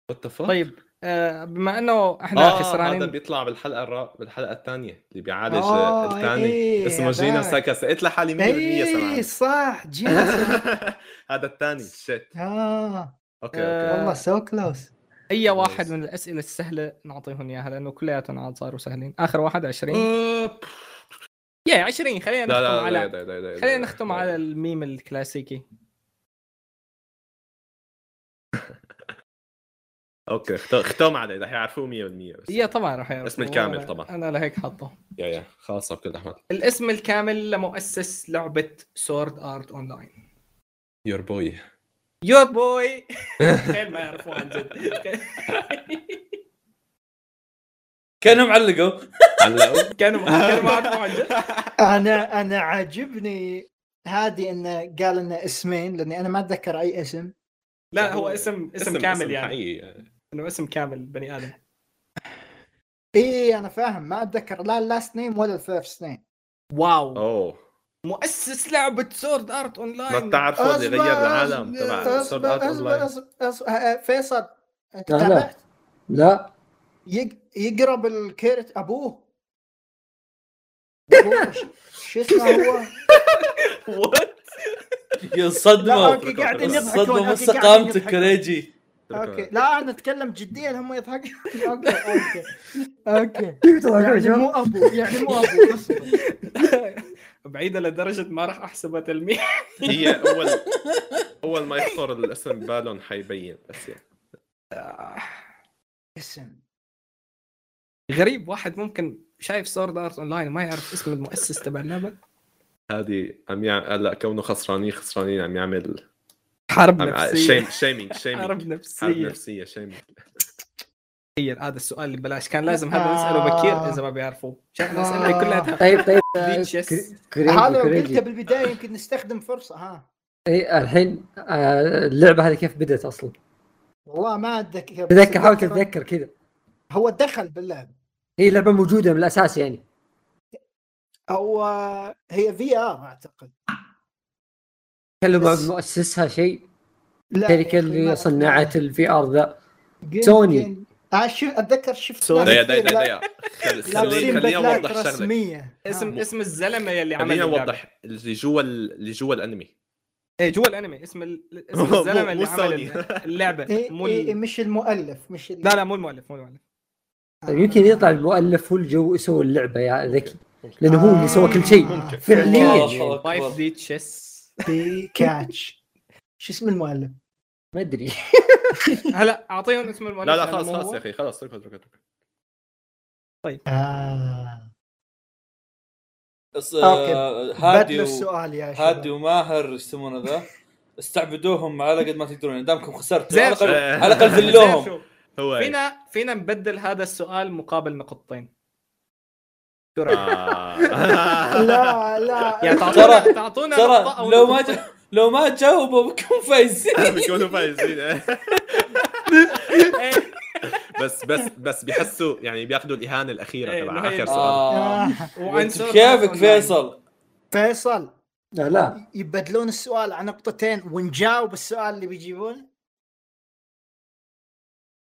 Speaker 4: وات ذا فاك
Speaker 5: طيب آه، بما انه احنا
Speaker 4: اه هذا
Speaker 5: خسرانين
Speaker 4: بيطلع بالحلقه الرا... بالحلقه الثانيه اللي بيعالج
Speaker 2: آه،
Speaker 4: الثاني
Speaker 2: إيه،
Speaker 4: اسمه جينوس
Speaker 2: هذاك.
Speaker 4: هكسه قلت لحالي 100%
Speaker 2: اي
Speaker 5: إيه،
Speaker 4: سمعان
Speaker 2: إيه، صح جينوس
Speaker 4: هذا الثاني شيت
Speaker 2: اه
Speaker 4: اوكي اوكي
Speaker 2: والله سو كلوز
Speaker 5: اي واحد من الاسئله السهله نعطيهم اياها لانه كلياتهم عاد صاروا سهلين اخر واحد 20
Speaker 4: آه، بف.
Speaker 5: يا 20 خلينا
Speaker 4: لا
Speaker 5: نختم
Speaker 4: لا لا،
Speaker 5: على
Speaker 4: لا لا لا
Speaker 5: خلينا نختم على الميم الكلاسيكي
Speaker 4: اوكي اختم اختم عليه راح يعرفوه 100% بس
Speaker 5: هي طبعا راح يعرفوا.
Speaker 4: اسم الكامل طبعاً.
Speaker 5: انا لهيك حاطه
Speaker 4: يا يا خلاص بكل احمد
Speaker 5: الاسم الكامل لمؤسس لعبه سورد ارت اونلاين
Speaker 4: يور بوي
Speaker 5: يور بوي تخيل ما يعرفوه عن جد
Speaker 7: كانهم علقوا
Speaker 5: كانوا
Speaker 4: هلا
Speaker 5: كانوا ما يعرفوه عن جد
Speaker 2: انا انا عاجبني هذه انه قال انه اسمين لاني انا ما اتذكر اي اسم
Speaker 5: لا هو اسم اسم كامل يعني
Speaker 4: حقيقي
Speaker 5: انه اسم كامل بني ادم
Speaker 2: اي انا إيه، فاهم ما اتذكر لا اللاست نيم ولا الفيرست نيم
Speaker 5: واو
Speaker 4: اوه
Speaker 5: مؤسس لعبه سورد ارت اونلاين
Speaker 4: ما تعرفوا اللي غير العالم تبع سورد ارت اونلاين
Speaker 2: أه، فيصل انت
Speaker 3: لا، لا.
Speaker 2: تابعت
Speaker 3: لا
Speaker 2: يق- يقرب الكيرت ابوه أبوه، ش- شو اسمه هو؟ لا،
Speaker 7: ينصدموا
Speaker 2: أوكي، قاعدين يضحكون،
Speaker 7: ينصدموا من
Speaker 2: أوكي، قاعدين
Speaker 7: استقامتك
Speaker 2: يضحكون.
Speaker 7: كريجي
Speaker 2: اوكي لا انا اتكلم جديا هم يضحكون اوكي اوكي اوكي يعني مو ابو يعني مو ابو اصبر.
Speaker 5: بعيده لدرجه ما راح احسبها تلميح
Speaker 4: هي اول اول ما يخطر الاسم بالهم حيبين بس يعني
Speaker 2: اسم
Speaker 5: غريب واحد ممكن شايف سورد ارت اونلاين وما يعرف اسم المؤسس تبع اللعبه
Speaker 4: هذه عم يعمل هلا كونه خسرانين خسرانين عم يعمل
Speaker 5: حرب
Speaker 4: عم
Speaker 5: نفسيه
Speaker 4: شيم شيمينج شيمينج
Speaker 5: حرب
Speaker 4: حرب
Speaker 5: نفسيه
Speaker 4: نفسيه شيمينج
Speaker 5: تخيل هذا السؤال اللي بلاش كان لازم هذا نساله بكير اذا ما بيعرفوه شايف الاسئله
Speaker 2: آه.
Speaker 5: كلها
Speaker 3: طيب طيب
Speaker 5: Glitches.
Speaker 3: كري- كريجي
Speaker 2: هذا لو
Speaker 3: كريجي
Speaker 2: قلته بالبدايه يمكن نستخدم فرصه ها
Speaker 3: اي إيه، الحين آه، اللعبه هذه كيف بدات اصلا؟
Speaker 2: والله ما اتذكر بس
Speaker 3: تذكر حاول
Speaker 2: أتذكر-
Speaker 3: تتذكر كذا
Speaker 2: هو دخل باللعب
Speaker 3: هي لعبه موجوده من الاساس يعني
Speaker 2: او آه، هي في ار اعتقد
Speaker 3: تكلم عن
Speaker 2: بس-
Speaker 3: مؤسسها شيء
Speaker 2: لا،
Speaker 3: الشركه
Speaker 2: يا أخي ما-
Speaker 3: اللي صنعت الفي ار ذا
Speaker 2: جن-
Speaker 3: سوني.
Speaker 2: جن- آه، شو- اتذكر شفت
Speaker 5: سوني.
Speaker 4: دقيقة
Speaker 2: ناس كثير
Speaker 4: دقيقة
Speaker 2: لا-
Speaker 4: دقيقة خل-
Speaker 2: لا،
Speaker 4: خليني
Speaker 2: لابسين
Speaker 4: خليني
Speaker 2: بدلات
Speaker 4: اوضح شغلة
Speaker 2: رسمية
Speaker 5: اسم
Speaker 2: اسم
Speaker 5: اسم الزلمه يلي عمل
Speaker 4: آه. خليني
Speaker 5: اللعبة.
Speaker 4: اوضح اللي جوا ال- اللي جوا الانمي
Speaker 5: ايه جوا الانمي اسم ال- اسم
Speaker 4: مو-
Speaker 5: الزلمه
Speaker 4: مو
Speaker 5: اللي
Speaker 4: سوني.
Speaker 5: عمل اللعبه
Speaker 2: إيه
Speaker 5: مو
Speaker 2: إيه
Speaker 5: ال-
Speaker 2: مش المؤلف مش ال-
Speaker 5: لا لا مو المؤلف مو المؤلف
Speaker 3: طيب، يمكن يطلع المؤلف هو اللي جو سوى اللعبه يا ذكي لانه هو اللي سوى كل شيء
Speaker 2: آه.
Speaker 3: فعليا
Speaker 7: الله
Speaker 3: يعني.
Speaker 7: أكبر.
Speaker 5: 5 دي تشيس
Speaker 2: في كاتش شو اسم المؤلف؟
Speaker 3: ما ادري
Speaker 5: هلا اعطيهم اسم المؤلف
Speaker 4: لا لا
Speaker 5: لأنه
Speaker 4: خلاص
Speaker 5: مو
Speaker 4: خلاص
Speaker 5: هو.
Speaker 4: يا اخي خلاص اترك اترك اترك
Speaker 2: آه.
Speaker 7: أص-
Speaker 2: أوكي.
Speaker 7: آه، هادي
Speaker 2: بدلوا
Speaker 7: و-
Speaker 2: السؤال يا
Speaker 7: هادي
Speaker 2: شباب
Speaker 7: وماهر ايش يسمونه ذا استعبدوهم على قد ما تقدرون يعني دامكم خسرتوا
Speaker 5: زين.
Speaker 7: على الاقل على الاقل ذلوهم
Speaker 5: شوف،
Speaker 4: هو
Speaker 5: فينا فينا نبدل هذا السؤال مقابل نقطتين شو رأيك؟
Speaker 4: آه.
Speaker 2: لا لا
Speaker 5: يعني
Speaker 7: ترى-
Speaker 5: تعطونا تعطونا نقطة
Speaker 7: ترى
Speaker 5: أو
Speaker 7: لو ما
Speaker 5: نقطتين.
Speaker 7: ج- لو ما جاوبوا بكون فايزين
Speaker 4: بيكونوا فايزين
Speaker 5: إيه،
Speaker 4: بس بس بس بيحسوا يعني بياخذوا الاهانه الاخيره
Speaker 5: إيه،
Speaker 4: تبع
Speaker 5: إنه هي-
Speaker 4: اخر سؤال
Speaker 7: آه.
Speaker 2: آه.
Speaker 5: وعن
Speaker 7: أنت
Speaker 5: سورة
Speaker 7: كيفك
Speaker 5: أونلاين.
Speaker 7: فيصل
Speaker 2: فيصل
Speaker 3: لا لا
Speaker 2: يبدلون السؤال على نقطتين ونجاوب السؤال اللي بيجيبونه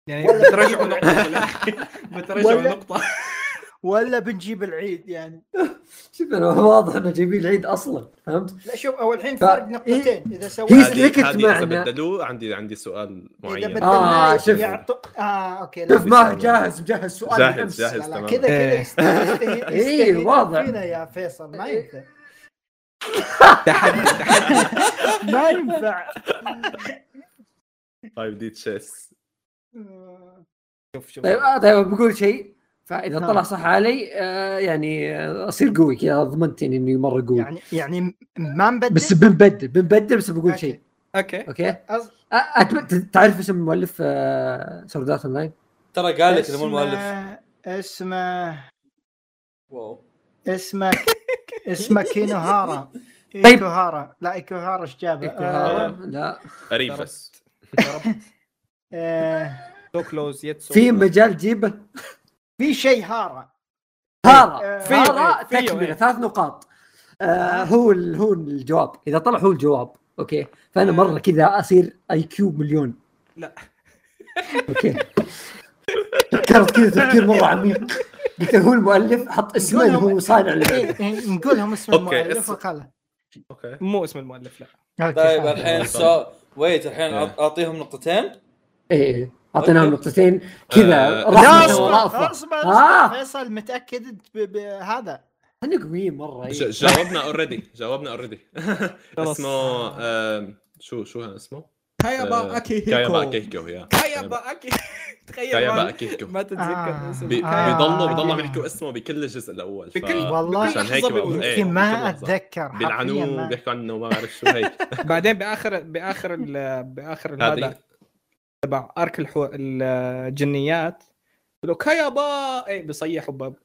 Speaker 5: يعني بترجعوا نقطة في الآخر. بترجعوا
Speaker 2: ولا-
Speaker 5: نقطة
Speaker 2: ولا بنجيب العيد يعني
Speaker 3: شوف انا واضح انه جايبين العيد اصلا فهمت؟
Speaker 2: لا شوف او الحين
Speaker 3: ف-
Speaker 2: فرق نقطتين اذا
Speaker 3: هي-
Speaker 2: سويت
Speaker 4: هذه-
Speaker 3: سلكت
Speaker 4: هذه اذا
Speaker 3: معنا.
Speaker 4: بدلوه عندي عندي سؤال
Speaker 2: اذا
Speaker 4: معين
Speaker 2: بدلنا
Speaker 3: آه، شوف.
Speaker 2: يعطو- اه اوكي لا
Speaker 3: شوف ما جاهز جاهز سؤال
Speaker 4: جاهز،
Speaker 3: من أمس.
Speaker 4: جاهز.
Speaker 2: لا لا
Speaker 4: تمام.
Speaker 2: كذا كذا
Speaker 5: إيه.
Speaker 2: يستهي- يستهي-
Speaker 3: إيه،
Speaker 2: يستهي
Speaker 3: واضح.
Speaker 2: فينا يا فيصل ما
Speaker 3: إيه.
Speaker 2: ينفع ما ينفع
Speaker 4: 5 طيب، دي تشيس
Speaker 5: شوف شوف
Speaker 3: طيب آه، طيب بقول شيء فاذا
Speaker 2: نعم.
Speaker 3: طلع صح علي آه، يعني آه، اصير قوي كذا ضمنت يعني اني مره قوي
Speaker 2: يعني يعني ما نبدل
Speaker 3: بس بنبدل بنبدل بس بقول
Speaker 2: أوكي.
Speaker 3: شيء
Speaker 5: اوكي
Speaker 3: اوكي
Speaker 2: أص-
Speaker 3: أ- أتم- تعرف اسم آه، المؤلف سردات اون لاين
Speaker 7: ترى قال لك إنه مو المؤلف
Speaker 2: اسمه- اسمه
Speaker 7: واو.
Speaker 2: اسمه اسمه كينوهارا
Speaker 3: طيب.
Speaker 2: ايكوهارا لا ايكوهارا ايش جابه؟ آه،
Speaker 3: إيه، لا
Speaker 4: قريب بس
Speaker 2: آه،
Speaker 5: سو كلوز يت سو
Speaker 3: في مجال جيبه
Speaker 2: في شيء هارا
Speaker 3: هارا
Speaker 2: فيو،
Speaker 3: هارا
Speaker 5: فيو، إيه.
Speaker 3: تكمله ثلاث نقاط آه، هو ال- هو الجواب اذا طلع هو الجواب اوكي فانا مره كذا اصير اي كيو مليون
Speaker 5: لا.
Speaker 3: اوكي فكرت كذا تفكير مره عميق قلت هو المؤلف حط اسمه اللي هو صانع اللعبة.
Speaker 2: إيه، إيه، نقولهم اسم
Speaker 4: أوكي،
Speaker 2: المؤلف
Speaker 4: اسم-
Speaker 2: وخلاص
Speaker 4: اوكي
Speaker 5: مو اسم المؤلف لا
Speaker 2: أوكي،
Speaker 7: طيب
Speaker 2: خلاص.
Speaker 7: الحين السؤال ويت الحين أع- اعطيهم نقطتين
Speaker 3: ايه اعطيناهم نقطتين كذا
Speaker 2: لا
Speaker 4: آه،
Speaker 3: رحمه
Speaker 2: اصبر
Speaker 3: ورأفة.
Speaker 2: اصبر اصبر
Speaker 3: آه.
Speaker 2: فيصل متاكد انت ب- بهذا
Speaker 3: احنا قويين مره إيه.
Speaker 4: ج- جاوبنا اوريدي جاوبنا اوريدي
Speaker 5: طيب. خلاص.
Speaker 4: اسمه آم، شو شو كان اسمه؟
Speaker 5: كايابا اكي
Speaker 4: كايابا
Speaker 5: هيكو
Speaker 4: كيكو يا
Speaker 5: كايابا اكي تخيل
Speaker 4: كايابا
Speaker 5: ما-
Speaker 4: كيكو
Speaker 5: ما تتذكر
Speaker 2: آه.
Speaker 5: اسمه
Speaker 4: بي-
Speaker 2: آه.
Speaker 4: بيضلوا بيضلوا يحكوا اسمه بكل الجزء الاول ف...
Speaker 5: بكل-
Speaker 2: والله
Speaker 4: عشان هيك
Speaker 5: لحظة
Speaker 4: بقول-
Speaker 5: بيقول-
Speaker 4: إيه،
Speaker 2: يمكن ما
Speaker 4: بكل لحظة.
Speaker 2: اتذكر حرفياً
Speaker 4: بيلعنوه
Speaker 2: ما-
Speaker 4: بيحكوا عنه وما اعرف شو هيك
Speaker 5: بعدين باخر باخر ال- باخر
Speaker 4: هذه.
Speaker 5: هذا تبع ارك الحو... الجنيات لو كايابا اي بيصيحوا باب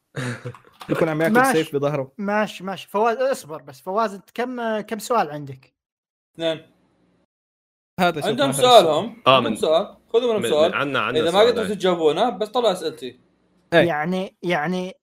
Speaker 5: يكون عم ياكل
Speaker 2: ماشي.
Speaker 5: سيف بظهره
Speaker 2: ماشي ماشي فواز اصبر بس فواز انت كم كم سؤال عندك؟
Speaker 6: اثنين
Speaker 5: هذا شوف
Speaker 6: عندهم
Speaker 5: آخر
Speaker 6: سؤالهم
Speaker 4: آه،
Speaker 6: عندهم
Speaker 4: من-
Speaker 6: سؤال خذوا منهم
Speaker 4: من-
Speaker 6: سؤال
Speaker 4: من- عنا عنا
Speaker 6: اذا ما قدرتوا
Speaker 4: سؤالين.
Speaker 6: تجاوبونه بس طلعوا اسئلتي
Speaker 5: إيه.
Speaker 2: يعني يعني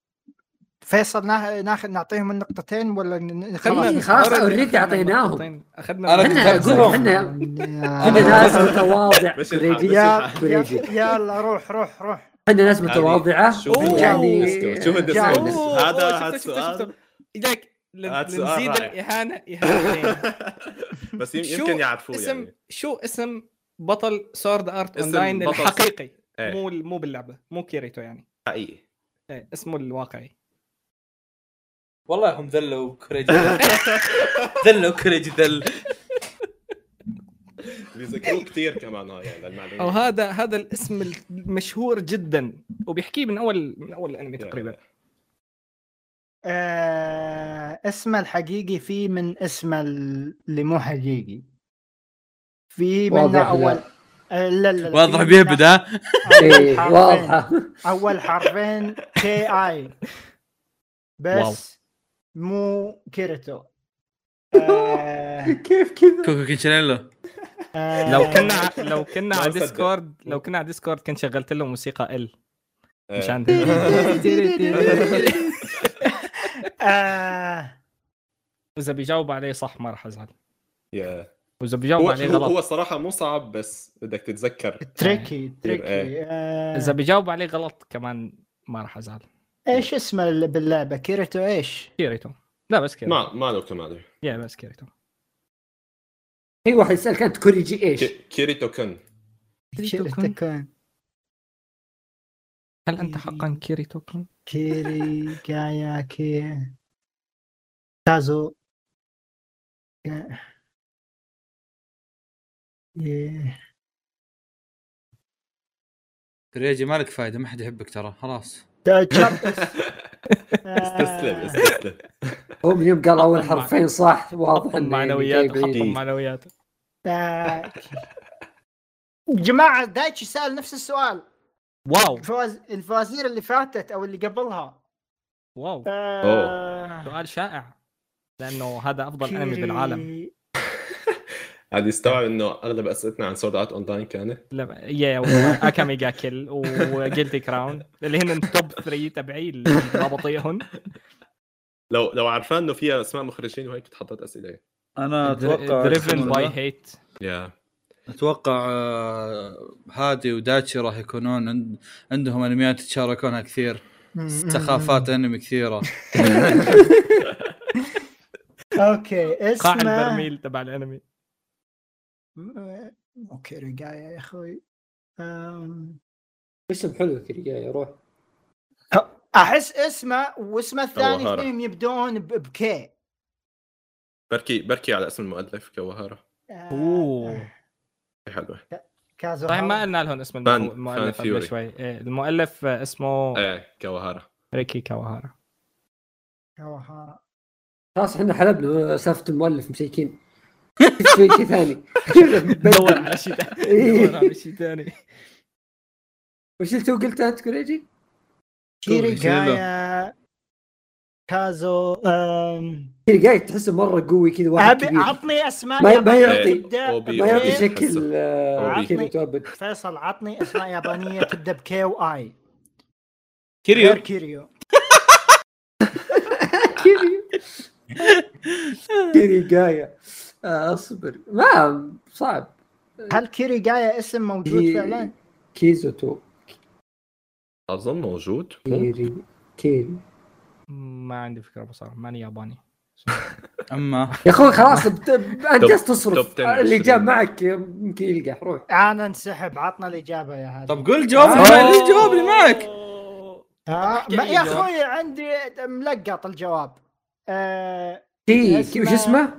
Speaker 2: فيصل نا- ناخذ نعطيهم النقطتين ولا ن-
Speaker 5: خلنا-
Speaker 2: خلاص؟
Speaker 3: إيه، خلاص،
Speaker 5: أخذنا-
Speaker 3: already أعطيناهم.
Speaker 5: أخذنا- اخذنا
Speaker 6: أنا
Speaker 3: احنا
Speaker 6: كنت
Speaker 3: اقول
Speaker 6: بقولهم.
Speaker 3: احنا احنا
Speaker 2: يا-
Speaker 3: ناس متواضع
Speaker 4: مش الحال،
Speaker 3: كريجي
Speaker 4: بس
Speaker 2: يا
Speaker 4: الحال.
Speaker 3: كريجي
Speaker 2: يلا روح روح روح
Speaker 3: احنا ناس
Speaker 4: هذه.
Speaker 3: متواضعه
Speaker 4: شوف
Speaker 5: أوه.
Speaker 3: يعني
Speaker 4: شوف الديسكورد
Speaker 5: Oh,
Speaker 2: أوه.
Speaker 4: هذا
Speaker 5: أوه، شفته-
Speaker 4: هذا
Speaker 5: شفته- شفته.
Speaker 4: سؤال
Speaker 5: إيدك ل-
Speaker 4: هذا سؤال
Speaker 5: لنزيد
Speaker 4: رائع.
Speaker 5: الاهانه اهانتين
Speaker 4: بس يم-
Speaker 5: شو
Speaker 4: يمكن يعرفوه
Speaker 5: اسم
Speaker 4: يعني
Speaker 5: شو اسم بطل سورد ارت
Speaker 4: اسم
Speaker 5: اونلاين
Speaker 4: بطل-
Speaker 5: الحقيقي
Speaker 4: إيه.
Speaker 5: مو مو باللعبه مو كيريتو يعني
Speaker 4: حقيقي
Speaker 5: إيه، اسمه الواقعي
Speaker 6: والله هم ذلوا كريجي ذلوا كريجي ذل
Speaker 4: بيذكروه كثير كمان هاي يعني
Speaker 5: او
Speaker 4: للمعلومه
Speaker 5: هذا هذا الاسم المشهور جدا وبيحكيه من اول من اول الانمي
Speaker 4: يا-
Speaker 5: تقريبا
Speaker 2: آه اسمه الحقيقي في من اسمه ال- اللي مو حقيقي في منه
Speaker 3: واضح لا.
Speaker 2: اول آه، لا لا لا،
Speaker 11: واضح
Speaker 2: في منه
Speaker 11: بيهبد ها
Speaker 2: أول
Speaker 3: إيه،
Speaker 2: حرفين-
Speaker 3: واضحه
Speaker 2: اول حرفين كي اي
Speaker 12: واو.
Speaker 2: بس مو كيريتو آه،
Speaker 3: كيف كذا
Speaker 11: كوكو كيتشينيلو
Speaker 2: آه،
Speaker 5: لو كنا ع- لو كنا على
Speaker 4: إيه. ما أصدق.
Speaker 5: ديسكورد لو كنا على ديسكورد كنت شغلت له موسيقى ال
Speaker 4: إيه.
Speaker 5: مشان
Speaker 2: آه،
Speaker 5: واذا بيجاوب عليه صح ما راح ازعل
Speaker 4: يا.
Speaker 5: واذا
Speaker 4: هو
Speaker 5: بيجاوب عليه
Speaker 4: هو هو
Speaker 5: يعني غلط
Speaker 4: الصراحه مو صعب بس بدك تتذكر
Speaker 2: تريكي تريكي
Speaker 4: إيه.
Speaker 2: آه،
Speaker 5: اذا بيجاوب عليه غلط كمان ما راح ازعل
Speaker 2: ايش اسمه اللي باللعبه كيريتو ايش؟
Speaker 5: كيريتو لا بس كيريتو
Speaker 4: ما ما له كمان
Speaker 5: يا بس كيريتو
Speaker 3: في واحد يسالك انت كوريجي ايش؟
Speaker 4: كي- كيريتو كن
Speaker 5: كيريتو كون؟
Speaker 2: كان
Speaker 5: هل انت حقا كيريتو كون؟
Speaker 2: إيه. كيري كايا كي تازو كا- إيه.
Speaker 11: كريجي مالك فايده ما حد يحبك ترى خلاص
Speaker 2: دا- تشابتس.
Speaker 4: استسلم
Speaker 2: آه،
Speaker 4: استسلم
Speaker 3: هو من يوم قال اول حرفين صح واضح
Speaker 5: حطم
Speaker 3: إنه يعني
Speaker 5: معنويات
Speaker 3: جاي بعيد.
Speaker 5: حطم معنويات
Speaker 2: دا- آه، جماعة دايتشي سأل نفس السؤال
Speaker 5: واو
Speaker 2: الفواز... الفوازير اللي فاتت او اللي قبلها
Speaker 5: واو
Speaker 2: آه...
Speaker 5: سؤال شائع لانه هذا افضل انمي بالعالم
Speaker 2: كيري-
Speaker 4: عاد يستوعب انه اغلب اسئلتنا عن سورد ارت اونلاين كانت
Speaker 5: لما- يا يا واكامي جا كيل وجلتي كراون اللي هن توب 3 تبعي اللي رابطيهم
Speaker 4: لو لو عرفان انه فيها اسماء مخرجين وهيك كنت حطيت اسئله
Speaker 2: آه،
Speaker 1: انا اتوقع
Speaker 5: دريفن باي هيت
Speaker 4: يا
Speaker 1: اتوقع آه، هادي وداتشي راح يكونون عند... عندهم انميات يتشاركونها كثير سخافات انمي كثيره
Speaker 2: اوكي
Speaker 5: قاع
Speaker 2: أمم. اسمه
Speaker 5: البرميل تبع الانمي
Speaker 2: اوكي رجاية يا اخوي أم،
Speaker 3: اسم حلو كريجي روح
Speaker 2: احس اسمه واسمه الثاني
Speaker 4: كوهارة.
Speaker 2: فيهم يبدون ب- آه، بكي
Speaker 4: بركي بركي على اسم المؤلف كوهارا
Speaker 2: آه،
Speaker 5: اوه
Speaker 4: حلوه
Speaker 2: كازو
Speaker 5: صحيح طيب، ما
Speaker 2: هارا.
Speaker 5: قلنا لهم اسم
Speaker 4: فان-
Speaker 5: المؤ- المؤلف
Speaker 4: فان
Speaker 5: قبل
Speaker 4: ثيوري.
Speaker 5: شوي إيه، المؤلف اسمه
Speaker 4: ايه كوهارا
Speaker 5: ريكي كاوهارا
Speaker 2: كازو هارا.
Speaker 3: خلاص احنا حلبنا سالفه المؤلف مساكين شيء شيء ثاني
Speaker 2: إيه.
Speaker 5: دور على شيء ثاني دور على شيء ثاني
Speaker 3: وش اللي تو قلت انت كريجي؟
Speaker 2: كيري
Speaker 1: يصير له.
Speaker 2: جايا كازو أم،
Speaker 3: كذا قاعد تحسه مره قوي كذا واحد
Speaker 2: أبي
Speaker 3: كبير
Speaker 2: عطني اسماء
Speaker 3: ما-
Speaker 2: يا
Speaker 3: ما
Speaker 2: بني
Speaker 3: يعطي-
Speaker 2: تبدأ
Speaker 4: أوبي-
Speaker 3: ما يعطي
Speaker 4: أوبي.
Speaker 2: بكي.
Speaker 3: شكل آه،
Speaker 2: أوبي.
Speaker 3: كيريتو ابد
Speaker 2: فيصل عطني اسماء يابانيه تبدا بكي واي غير
Speaker 6: كيريو
Speaker 2: كيريو
Speaker 3: كيري كيري جايا آه، اصبر ما صعب
Speaker 2: هل كيري جايا اسم موجود
Speaker 3: هي-
Speaker 2: فعلا؟
Speaker 3: كيزوتو
Speaker 4: اظن موجود
Speaker 5: إيه.
Speaker 3: كيري كيري
Speaker 5: ما عندي فكره بصراحه ماني ياباني
Speaker 1: اما
Speaker 3: يا اخوي خلاص بت- انت
Speaker 4: توب-
Speaker 3: جالس
Speaker 4: توب
Speaker 3: تصرف آه،
Speaker 4: 10
Speaker 3: اللي جاب
Speaker 4: عشرين.
Speaker 3: معك يمكن يلقح روح
Speaker 2: انا انسحب عطنا الاجابه يا هذا
Speaker 1: طب قول جواب لي ليش جواب لي معك
Speaker 2: آه،
Speaker 5: احكي
Speaker 2: ما
Speaker 5: لي
Speaker 2: يا
Speaker 5: جواب.
Speaker 2: اخوي عندي ملقط الجواب آه
Speaker 3: كي
Speaker 2: اسمه-
Speaker 3: كي- وش اسمه؟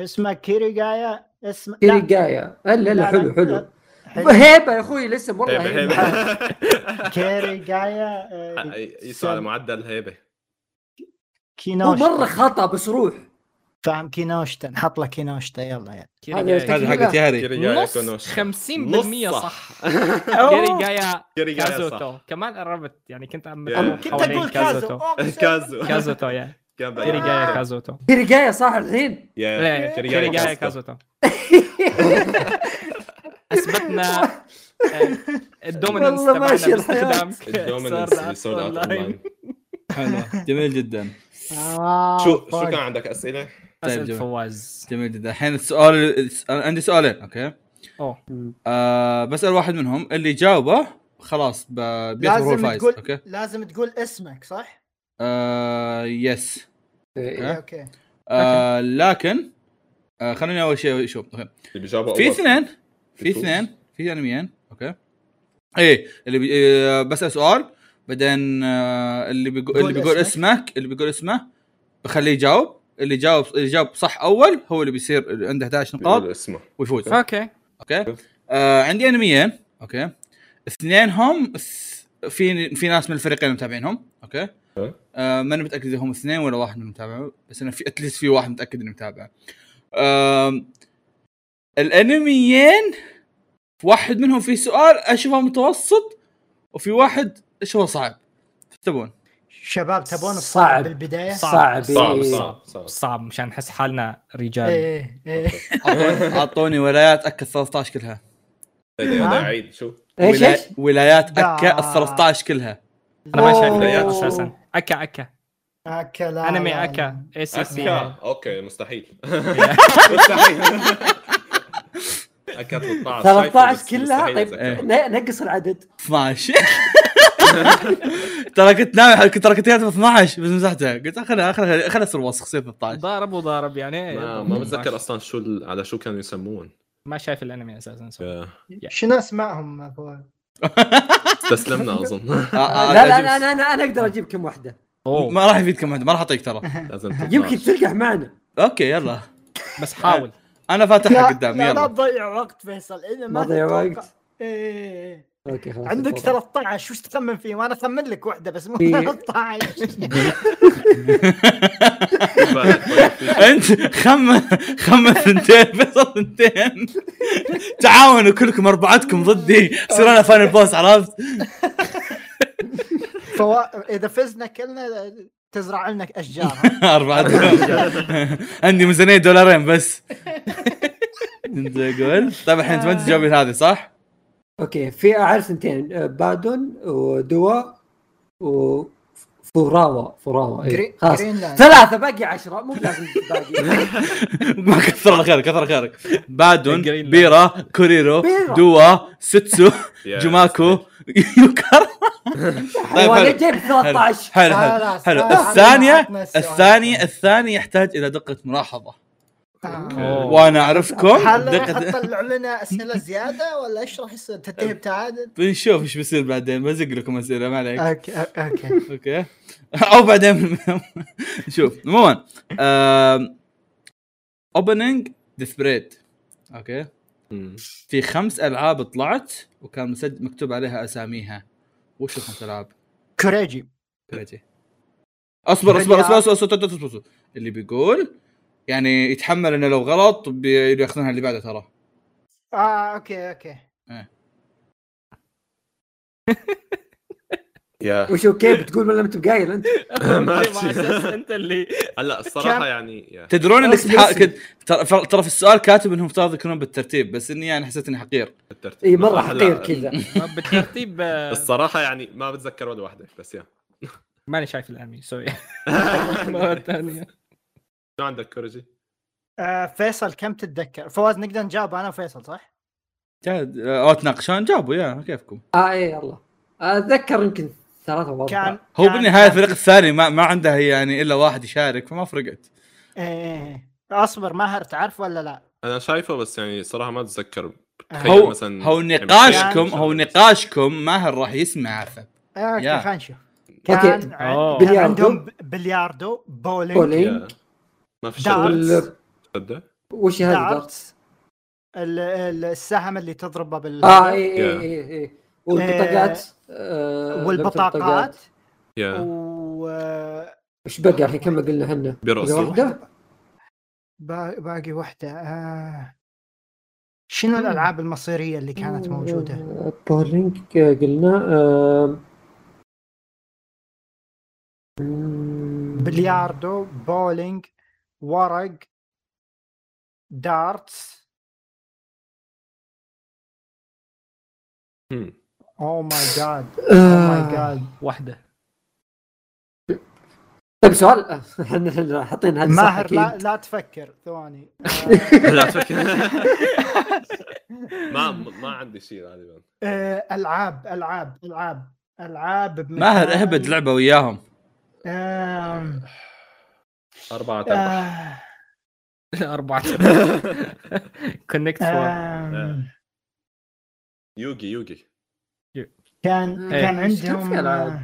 Speaker 2: اسمه كيريغايا اسم
Speaker 3: كيريجايا لا لا حلو حلو
Speaker 2: حلو.
Speaker 3: هيبه يا اخوي لسه مره
Speaker 4: هيبه
Speaker 3: هيبه
Speaker 4: هيبه
Speaker 2: كيريجايا
Speaker 4: آه، يسوى على معدل هيبه
Speaker 5: إيه.
Speaker 3: هو
Speaker 2: كينوشتا
Speaker 3: مره خطا بس روح
Speaker 2: فاهم كينوشتا نحط له كينوشتا يلا يلا
Speaker 3: هذا
Speaker 13: هذا حق تياري
Speaker 5: نص 50% صح جيري جايا
Speaker 4: جيري جايا صح.
Speaker 5: كازوتو كمان قربت يعني كنت عم
Speaker 4: يا.
Speaker 5: بتلعب
Speaker 2: كنت
Speaker 5: حوالين
Speaker 2: اقول كازو
Speaker 5: كازوتو
Speaker 2: أوه،
Speaker 4: كازو
Speaker 5: كازوتو يا
Speaker 4: كان بعد-
Speaker 5: جيري جايا كازوتو
Speaker 3: كيريجايا صح الحين
Speaker 4: يا
Speaker 5: إيه، جيري جايا
Speaker 4: كازو.
Speaker 5: كازوتو اثبتنا آه، الدوميننس
Speaker 3: والله
Speaker 5: تبعنا
Speaker 3: ماشي الحياة.
Speaker 5: باستخدام
Speaker 4: الدوميننس
Speaker 5: صار
Speaker 4: اللي سولد اوت
Speaker 5: أونلاين.
Speaker 4: اونلاين
Speaker 1: حلو جميل جدا
Speaker 2: آه،
Speaker 4: شو شو
Speaker 2: فوق.
Speaker 4: كان عندك اسئله؟
Speaker 1: طيب
Speaker 5: اسئله
Speaker 1: جميل.
Speaker 5: فواز
Speaker 1: جميل جدا الحين السؤال عندي سؤالين اوكي
Speaker 5: اوه
Speaker 1: آه بسال واحد منهم اللي جاوبه خلاص ب... بيعتبر هو
Speaker 2: لازم
Speaker 1: الفايز
Speaker 2: تقول
Speaker 1: اوكي
Speaker 2: لازم تقول اسمك صح؟
Speaker 1: آه يس
Speaker 3: إيه.
Speaker 1: أه.
Speaker 2: اوكي
Speaker 1: آه لكن آه خليني اول شيء شوف اوكي
Speaker 4: اللي بيجاوبه
Speaker 1: في
Speaker 4: أول.
Speaker 1: اثنين في
Speaker 4: بيفوز.
Speaker 1: اثنين في انميين اوكي ايه اللي بي... آه، بسال سؤال بعدين آه اللي بيقول اللي
Speaker 2: قول
Speaker 1: بيقول
Speaker 2: اسمك.
Speaker 1: اسمك اللي بيقول اسمه بخليه يجاوب اللي يجاوب اللي يجاوب صح اول هو اللي بيصير اللي عنده 11
Speaker 4: بيقول
Speaker 1: نقاط
Speaker 4: اسمه
Speaker 1: ويفوز
Speaker 5: اوكي
Speaker 1: اوكي آه عندي انميين اوكي اثنين هم س- في في ناس من الفريقين متابعينهم اوكي
Speaker 4: أوكي.
Speaker 1: آه ماني متاكد اذا هم اثنين ولا واحد من متابعه بس انا في اتليست في واحد متاكد انه متابعه آم، الانميين في واحد منهم في سؤال اشوفه متوسط وفي واحد اشوفه صعب تبون
Speaker 2: شباب تبون
Speaker 3: صعب.
Speaker 2: الصعب بالبدايه؟
Speaker 3: صعب
Speaker 4: صعب
Speaker 3: إيه.
Speaker 4: صعب صعب
Speaker 5: صعب مشان نحس حالنا رجال
Speaker 2: ايه ايه
Speaker 1: أعطوني- اعطوني ولايات اكا 13 كلها
Speaker 4: طيب،
Speaker 2: ها؟
Speaker 4: هذا عيد شو؟
Speaker 3: ايش
Speaker 1: ولا-
Speaker 3: ايش؟
Speaker 1: ولايات اكا
Speaker 2: لا.
Speaker 1: ال 13 كلها
Speaker 5: انا ما شايف
Speaker 3: أوه.
Speaker 5: رياض اساسا اكا اكا
Speaker 2: اكا لا
Speaker 5: انمي
Speaker 2: لا،
Speaker 5: اكا اس اس
Speaker 4: أكا اوكي مستحيل مستحيل أكا 13
Speaker 3: 13
Speaker 4: شايفه،
Speaker 3: كلها
Speaker 4: مستحيل
Speaker 3: طيب
Speaker 4: أتذكر.
Speaker 3: ن- نقص العدد
Speaker 1: 12 ترى كنت ناوي كنت ترى كنت كاتب 12 بس مسحتها قلت خلها خلها خلها اصير وسخ يصير 13
Speaker 5: ضارب وضارب
Speaker 1: إيه.
Speaker 5: يعني
Speaker 4: ما ما بتذكر اصلا شو ال- على شو كانوا يسمون
Speaker 5: ما شايف الانمي اساسا سوري.
Speaker 4: يا،
Speaker 2: لا. شنو اسمائهم أبوي؟
Speaker 4: استسلمنا اظن
Speaker 1: آه، آه،
Speaker 3: لا لا
Speaker 1: أجيب-
Speaker 3: انا انا انا اقدر اجيب كم واحده
Speaker 5: اوه
Speaker 1: ما راح يفيدكم واحد ما راح اعطيك ترى
Speaker 4: لازم 13.
Speaker 3: يمكن تلقح معنا
Speaker 1: اوكي يلا
Speaker 5: بس حاول
Speaker 1: انا فاتحها
Speaker 2: لا-
Speaker 1: قدامي
Speaker 2: لا لا
Speaker 1: يلا
Speaker 2: تضيع وقت فيصل اذا ما
Speaker 3: ما ضيع
Speaker 2: تتوقع.
Speaker 3: وقت.
Speaker 2: إيه، إيه، إيه.
Speaker 3: اوكي خلاص
Speaker 2: عندك
Speaker 3: تفضل. إيه.
Speaker 2: 13 وش تخمن فيه؟ وانا اخمن لك واحده بس مو
Speaker 3: في-
Speaker 2: 13
Speaker 1: انت خمن خمن ثنتين فيصل ثنتين تعاونوا كلكم اربعتكم ضدي يصير انا فاينل بوس عرفت
Speaker 2: فوا... اذا فزنا كلنا تزرع لنا اشجار ها؟
Speaker 1: اربعتكم عندي ميزانيه دولارين بس انت قول طيب الحين انت ما انت تجاوبين هذه صح؟
Speaker 3: اوكي في اعرف ثنتين آه، بادون ودوا وفوراوا فوراوا إيه.
Speaker 2: جري-
Speaker 3: خلاص
Speaker 2: جرينلاند.
Speaker 3: ثلاثة باقي عشرة مو لازم باقي
Speaker 1: ما كثر الله خيرك كثر الله خيرك بادون
Speaker 5: الجرين
Speaker 1: بيرا كوريرو
Speaker 3: بيرا.
Speaker 1: دوا سيتسو
Speaker 4: يا
Speaker 1: جوماكو يوكر طيب
Speaker 3: وانا
Speaker 1: حلو
Speaker 3: أيوة، جايب 13
Speaker 1: حلو حلو
Speaker 2: خلاص،
Speaker 1: حلو
Speaker 2: آه،
Speaker 1: الثانية
Speaker 2: عطنا السؤال.
Speaker 1: الثانية الثاني يحتاج إلى دقة ملاحظة
Speaker 2: آه.
Speaker 5: أوه.
Speaker 1: وأنا أعرفكم
Speaker 2: هل راح
Speaker 1: دقة
Speaker 2: تطلع لنا اسئله زياده ولا ايش راح يصير؟ تنتهي بتعادل؟
Speaker 1: بنشوف ايش بيصير بعدين بزق لكم أسئلة ما عليك
Speaker 2: اوكي اوكي
Speaker 1: اوكي او بعدين شوف عموما اوبننج ديث بريد اوكي
Speaker 4: مم.
Speaker 1: في خمس العاب طلعت وكان مسجل مكتوب عليها اساميها وش الخمس العاب؟
Speaker 2: كوريجي
Speaker 1: كريتي اصبر اصبر اصبر اصبر اصبر, أصبر, أصبر, أصبر. اللي بيقول يعني يتحمل انه لو غلط بي- بياخذونها اللي بعده ترى
Speaker 2: اه اوكي اوكي
Speaker 4: يا
Speaker 3: وش اوكي بتقول ولا انت قايل انت
Speaker 5: مع
Speaker 4: ماشي.
Speaker 5: أساس انت اللي
Speaker 4: هلا
Speaker 2: كم-
Speaker 4: الصراحه يعني يا.
Speaker 1: تدرون انك
Speaker 3: أصبر،
Speaker 1: تح...
Speaker 3: أصبر.
Speaker 1: كنت ترى فر- ترى في السؤال كاتب انهم افترض يكونون بالترتيب بس اني يعني حسيت اني حقير
Speaker 4: الترتيب.
Speaker 3: اي إيه، مرة
Speaker 4: هلا
Speaker 3: حقير كذا
Speaker 5: ما بالترتيب آه،
Speaker 4: الصراحه يعني ما بتذكر ولا واحده بس يا
Speaker 5: ماني شايف الانمي سوري مرة ثانية
Speaker 4: شو عندك كورجي؟
Speaker 2: آه فيصل كم تتذكر؟ فواز نقدر نجاوب انا وفيصل صح؟
Speaker 1: جاد او تناقشون آه، جابوا يا كيفكم
Speaker 3: اه اي يلا اتذكر يمكن ثلاثة او
Speaker 2: كان
Speaker 3: أربعة
Speaker 1: هو
Speaker 2: كان-
Speaker 1: بالنهايه
Speaker 2: كان-
Speaker 1: الفريق الثاني ما, ما عنده يعني الا واحد يشارك فما فرقت
Speaker 2: ايه اصبر ماهر تعرف ولا لا؟
Speaker 4: انا شايفه بس يعني صراحه ما اتذكر تخيل
Speaker 1: هو
Speaker 4: مثلا
Speaker 1: هو نقاشكم هو نقاشكم ماهر راح يسمع عفب
Speaker 2: اوكي
Speaker 1: يا.
Speaker 2: خلينا نشوف
Speaker 3: اوكي
Speaker 2: كان, عن...
Speaker 5: أوه.
Speaker 2: كان
Speaker 3: بلياردو.
Speaker 2: عندهم ب- بلياردو بولينج
Speaker 3: آه. بولينج
Speaker 4: يا. ما في
Speaker 2: دارتس.
Speaker 4: شيء
Speaker 3: وال-
Speaker 4: تصدق
Speaker 3: وش هذا
Speaker 2: دارتس
Speaker 3: دارتس
Speaker 2: ال- ال- السهم اللي تضربه بال
Speaker 3: اه اي اي اي اي إيه. والبطاقات آه،
Speaker 2: والبطاقات
Speaker 4: يا
Speaker 2: و
Speaker 3: ايش بقى الحين كم قلنا احنا؟
Speaker 4: برأسي.
Speaker 3: بقى واحدة؟
Speaker 2: با- باقي واحدة آه. شنو الألعاب المصيرية اللي كانت موجودة؟
Speaker 3: آه، بولينج آه، قلنا آه، مم،
Speaker 2: بلياردو، بولينج، ورق، دارتس،
Speaker 4: هم.
Speaker 2: أوه ماي جاد، أوه ماي
Speaker 3: آه،
Speaker 2: جاد،
Speaker 5: واحده
Speaker 3: طيب سؤال آه، احنا احنا حاطين هذا صح
Speaker 2: ماهر
Speaker 3: أكيد.
Speaker 2: لا لا تفكر ثواني آه،
Speaker 4: لا تفكر ما ما عندي شيء غالبا
Speaker 2: آه، ألعاب ألعاب ألعاب ألعاب بمكان-
Speaker 9: ماهر اهبد لعبه وياهم
Speaker 2: آم،
Speaker 4: أربعة أربعة
Speaker 2: آه،
Speaker 5: اربعه كونكت فور
Speaker 2: آم،
Speaker 4: آه. يوغي يوغي
Speaker 2: كان
Speaker 3: إيه.
Speaker 2: كان
Speaker 3: إيش كان في
Speaker 2: عندهم
Speaker 3: ألعاب؟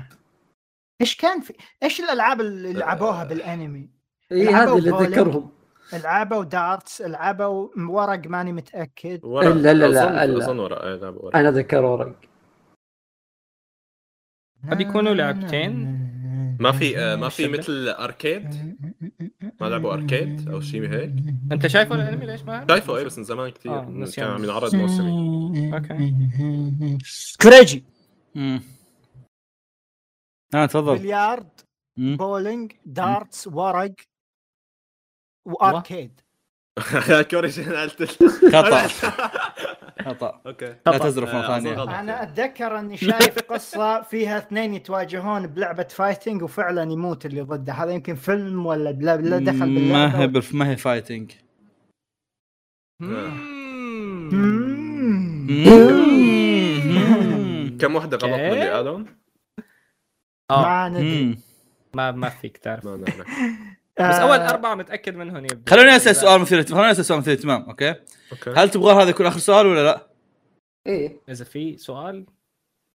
Speaker 2: ايش كان في ايش الالعاب
Speaker 4: آه.
Speaker 2: اللي لعبوها بالانمي؟
Speaker 3: اي
Speaker 2: لعبوا
Speaker 3: هذا إيه، اللي
Speaker 2: بولينج.
Speaker 3: ذكرهم
Speaker 2: لعبوا دارتس لعبوا ورق ماني متاكد
Speaker 4: ورا
Speaker 3: لا، لا، لا،
Speaker 4: أظن-
Speaker 3: لا.
Speaker 4: أظن ورا إيه، لا، ورا.
Speaker 3: انا ذكر ورق
Speaker 5: قد يكونوا لعبتين.
Speaker 4: ما في آه، ما في مثل
Speaker 2: آه.
Speaker 4: أركيد ما لعبوا أركيد أو شيء هيك
Speaker 5: انت شايفه الانمي ليش ما
Speaker 4: شايفه إيه بس من زمان كثير
Speaker 5: آه، نسيان.
Speaker 4: كان عم ينعرض موسمي
Speaker 5: اوكي
Speaker 2: كريجي
Speaker 9: امم
Speaker 1: آه،
Speaker 9: ها تفضل
Speaker 2: بليارد
Speaker 9: مم.
Speaker 2: بولينج دارتس ورق واركيد
Speaker 4: كوريش أنا قلت
Speaker 9: خطا خطا
Speaker 4: أوكي
Speaker 9: لا تزرف مره
Speaker 4: آه، أظن
Speaker 9: ثانيه
Speaker 4: غلط
Speaker 2: انا
Speaker 4: يعني.
Speaker 2: اتذكر اني شايف قصه فيها اثنين يتواجهون بلعبه فايتنج وفعلا يموت اللي ضده هذا يمكن فيلم ولا بلا, بلا دخل
Speaker 9: ما هي
Speaker 2: باللعبه
Speaker 9: بالف- ما هي فايتنج
Speaker 2: مم.
Speaker 9: مم.
Speaker 4: كم وحده غلط من اللي قالهم؟
Speaker 5: اه
Speaker 2: ما ندري
Speaker 9: مم.
Speaker 5: ما ما فيك تعرف
Speaker 4: ما نعرف
Speaker 5: بس
Speaker 2: آه،
Speaker 5: اول اربعه متاكد منهم يبدو
Speaker 9: خلوني اسال سؤال مثير خلوني اسال سؤال مثير اهتمام اوكي
Speaker 4: اوكي
Speaker 9: هل تبغى هذا يكون اخر سؤال ولا لا؟
Speaker 3: ايه
Speaker 5: اذا في سؤال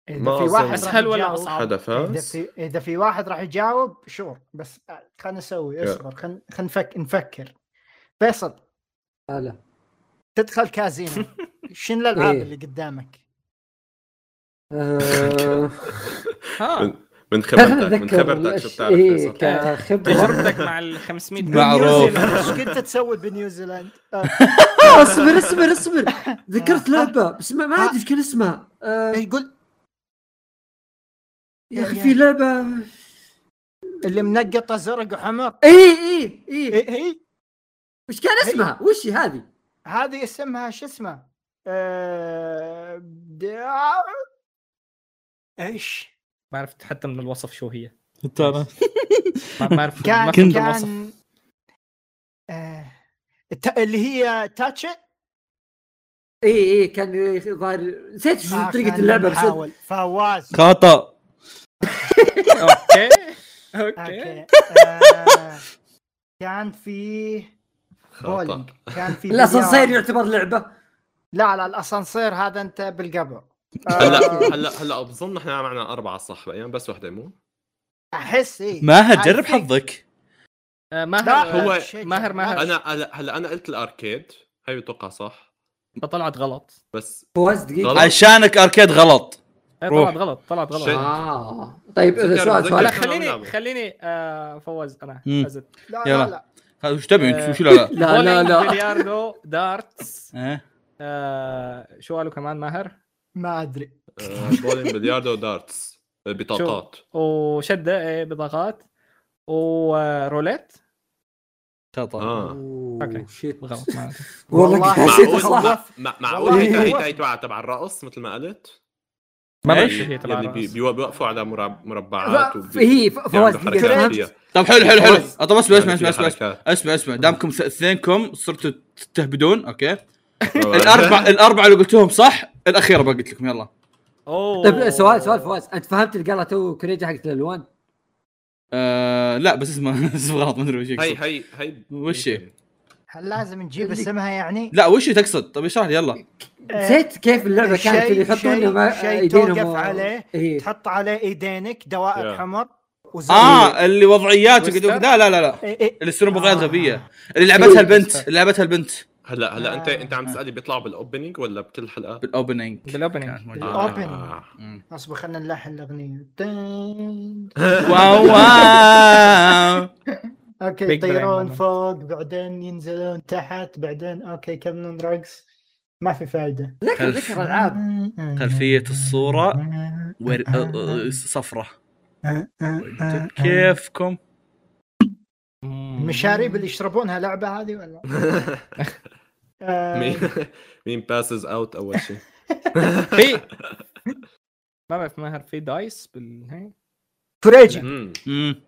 Speaker 2: اذا
Speaker 4: ما
Speaker 2: في
Speaker 4: أظن.
Speaker 2: واحد
Speaker 5: اسهل
Speaker 2: راح
Speaker 5: ولا
Speaker 2: يجاوب-
Speaker 5: اصعب؟
Speaker 4: حدا
Speaker 2: اذا
Speaker 4: فاز
Speaker 2: في اذا في واحد راح يجاوب شور بس خلينا نسوي اصبر خلينا نفك نفكر فيصل
Speaker 3: لا آه، لا
Speaker 2: تدخل كازينو شنو الالعاب
Speaker 3: إيه.
Speaker 2: اللي قدامك؟
Speaker 3: آه،
Speaker 5: ها
Speaker 4: من
Speaker 3: أنا
Speaker 4: خبرتك من
Speaker 3: أتذكر
Speaker 4: خبرتك شو
Speaker 3: الأش-
Speaker 4: بتعرف
Speaker 3: إيه
Speaker 4: فيصل؟
Speaker 3: كخبرة
Speaker 5: تجربتك مع ال 500
Speaker 9: معروف.
Speaker 2: نيوزيلند، ايش كنت تسوي بنيوزيلند؟ آه،
Speaker 3: آه، اصبر اصبر اصبر ذكرت لعبة بس ما ما ادري ايش كان اسمها آه،
Speaker 2: يقول
Speaker 3: يا
Speaker 2: إيه،
Speaker 3: اخي في لعبة
Speaker 2: اللي منقطه زرق وحمر
Speaker 3: اي اي اي
Speaker 2: إيه، هي
Speaker 3: وش كان اسمها؟ وش هي هذه؟
Speaker 2: هذه اسمها شو اسمه؟ آه، د- ايش؟
Speaker 5: ما عرفت حتى من الوصف شو هي
Speaker 9: انت انا
Speaker 5: ما ما عرفت
Speaker 2: كان
Speaker 5: ما فهمت الوصف
Speaker 2: كان آه، الت- اللي هي تاتشي
Speaker 3: اي اي إيه، كان ظاهر نسيت شو
Speaker 2: آه،
Speaker 3: طريقة
Speaker 2: كان
Speaker 3: اللعبة بس
Speaker 2: نحاول. فواز
Speaker 9: خطا
Speaker 5: اوكي
Speaker 2: اوكي
Speaker 5: اوكي
Speaker 2: آه، كان في
Speaker 4: خطا
Speaker 2: بولينج كان في
Speaker 3: الاسانسير
Speaker 2: بلياردو.
Speaker 3: يعتبر لعبة
Speaker 2: لا لا الاسانسير هذا انت بالقبر
Speaker 9: آه،
Speaker 4: هلا هلا هلا بظن احنا معنا اربعه صح بقى يعني بس وحده مو
Speaker 2: احس اي
Speaker 9: ما هتجرب حظك
Speaker 5: آه،
Speaker 2: إيه. لا
Speaker 5: ماهر
Speaker 4: هو-
Speaker 2: شيء.
Speaker 5: ماهر- ماهر.
Speaker 4: انا هلا هلا انا قلت الاركيد هي بتوقع صح
Speaker 5: آه، طلعت غلط
Speaker 4: بس
Speaker 3: فواز دقيقة
Speaker 4: غلط.
Speaker 9: عشانك اركيد غلط
Speaker 5: آه،
Speaker 9: روح.
Speaker 5: طلعت غلط طلعت غلط
Speaker 4: شيء.
Speaker 3: اه طيب إذا
Speaker 4: ذكر-
Speaker 3: سؤال
Speaker 4: ذكر.
Speaker 5: لا
Speaker 3: سؤال
Speaker 5: خليني خليني آه، فوز انا
Speaker 9: مم.
Speaker 5: فزت
Speaker 2: لا
Speaker 9: يلا.
Speaker 2: لا لا
Speaker 9: هذا وش تبي انت
Speaker 5: آه.
Speaker 9: وش لا لا
Speaker 3: لا لا
Speaker 5: بولينج،
Speaker 3: لا
Speaker 5: بلياردو دارتس
Speaker 1: إيه،
Speaker 9: ها؟
Speaker 5: آه، شو قالوا كمان ماهر
Speaker 2: ما ادري
Speaker 4: آه، بولينج بلياردو دارتس آه، بطاقات
Speaker 5: وشده إيه، بطاقات وروليت
Speaker 9: خطا
Speaker 2: آه.
Speaker 4: اه
Speaker 5: أوكي.
Speaker 3: شيت
Speaker 5: غلط ما أدري.
Speaker 3: والله
Speaker 2: والله
Speaker 3: كنت حسيت
Speaker 4: معقول
Speaker 3: صح
Speaker 4: مع- مع- معقول
Speaker 2: والله
Speaker 4: هي
Speaker 2: هو-
Speaker 4: هي- هي تبع تبع الرقص مثل ما قلت
Speaker 5: ما
Speaker 9: إيه؟
Speaker 5: بعرف شو هي تبع
Speaker 4: يعني بي-
Speaker 5: الرأس.
Speaker 4: بي- بيوقفوا على مرب- مربعات وبي-
Speaker 3: هي إيه، ف-
Speaker 4: بيعملوا
Speaker 3: فواز
Speaker 4: حركات
Speaker 3: دقيقة
Speaker 4: فيها
Speaker 9: طب حلو حلو حلو
Speaker 3: فواز.
Speaker 9: طب اسمع اسمع
Speaker 4: يعني
Speaker 9: اسمع
Speaker 4: فيها
Speaker 9: اسمع
Speaker 4: حركات.
Speaker 9: اسمع اسمع دامكم س- اثنينكم صرتوا تهبدون اوكي
Speaker 4: آه.
Speaker 9: الاربع الاربعه اللي قلتوهم صح الاخيره بقى قلت لكم يلا
Speaker 5: اوه
Speaker 3: طيب سؤال سؤال فواز انت فهمت اللي قالها تو كريجي حقت الالوان؟
Speaker 9: آه لا بس اسمه اسم غلط ما ادري وش
Speaker 4: هي
Speaker 9: يقصد
Speaker 4: هي هي
Speaker 9: وش هي؟
Speaker 2: هل لازم نجيب
Speaker 3: اللي-
Speaker 2: اسمها يعني؟
Speaker 9: لا وش هي تقصد طب اشرح لي يلا
Speaker 3: نسيت كيف اللعبه
Speaker 2: شيء-
Speaker 3: كانت اللي يحطون
Speaker 2: شيء-
Speaker 3: مع-
Speaker 2: شيء
Speaker 3: ايدينهم
Speaker 2: توقف
Speaker 3: و-
Speaker 2: عليه،
Speaker 3: إيه.
Speaker 2: تحط عليه ايدينك دوائر
Speaker 4: يا.
Speaker 2: حمر
Speaker 3: آه.
Speaker 2: وزي
Speaker 9: اه اللي وضعيات وقعدوا-
Speaker 5: وستر؟
Speaker 9: لا لا لا لا
Speaker 2: إيه، إيه.
Speaker 9: اللي يصيرون وضعيات
Speaker 2: آه.
Speaker 9: غبيه اللي لعبتها البنت اللي لعبتها البنت
Speaker 10: هلا هلا انت
Speaker 2: آه.
Speaker 10: انت عم تسالي بيطلعوا بالاوبننج ولا بكل حلقه؟
Speaker 1: بالاوبننج
Speaker 5: بالاوبننج
Speaker 2: بالأوبننج.
Speaker 10: آه.
Speaker 2: اصبر خلينا نلحن الاغنيه دين.
Speaker 1: واو واو
Speaker 2: اوكي
Speaker 14: Big
Speaker 2: يطيرون
Speaker 14: brain moment.
Speaker 2: فوق بعدين ينزلون تحت بعدين اوكي يكملون رقص ما في فائده
Speaker 3: ذكر
Speaker 1: خلف.
Speaker 3: ذكر العاب
Speaker 1: خلفية الصورة uh, ور...
Speaker 9: آه،
Speaker 1: أ- أ- صفرة
Speaker 2: آه،
Speaker 1: كيفكم
Speaker 2: المشاريب اللي يشربونها لعبه هذه ولا؟ آه،
Speaker 10: مين مين باسز اوت اول شيء
Speaker 5: في ما بعرف ماهر في دايس بالهي
Speaker 2: فريجي
Speaker 10: مم.
Speaker 1: مم.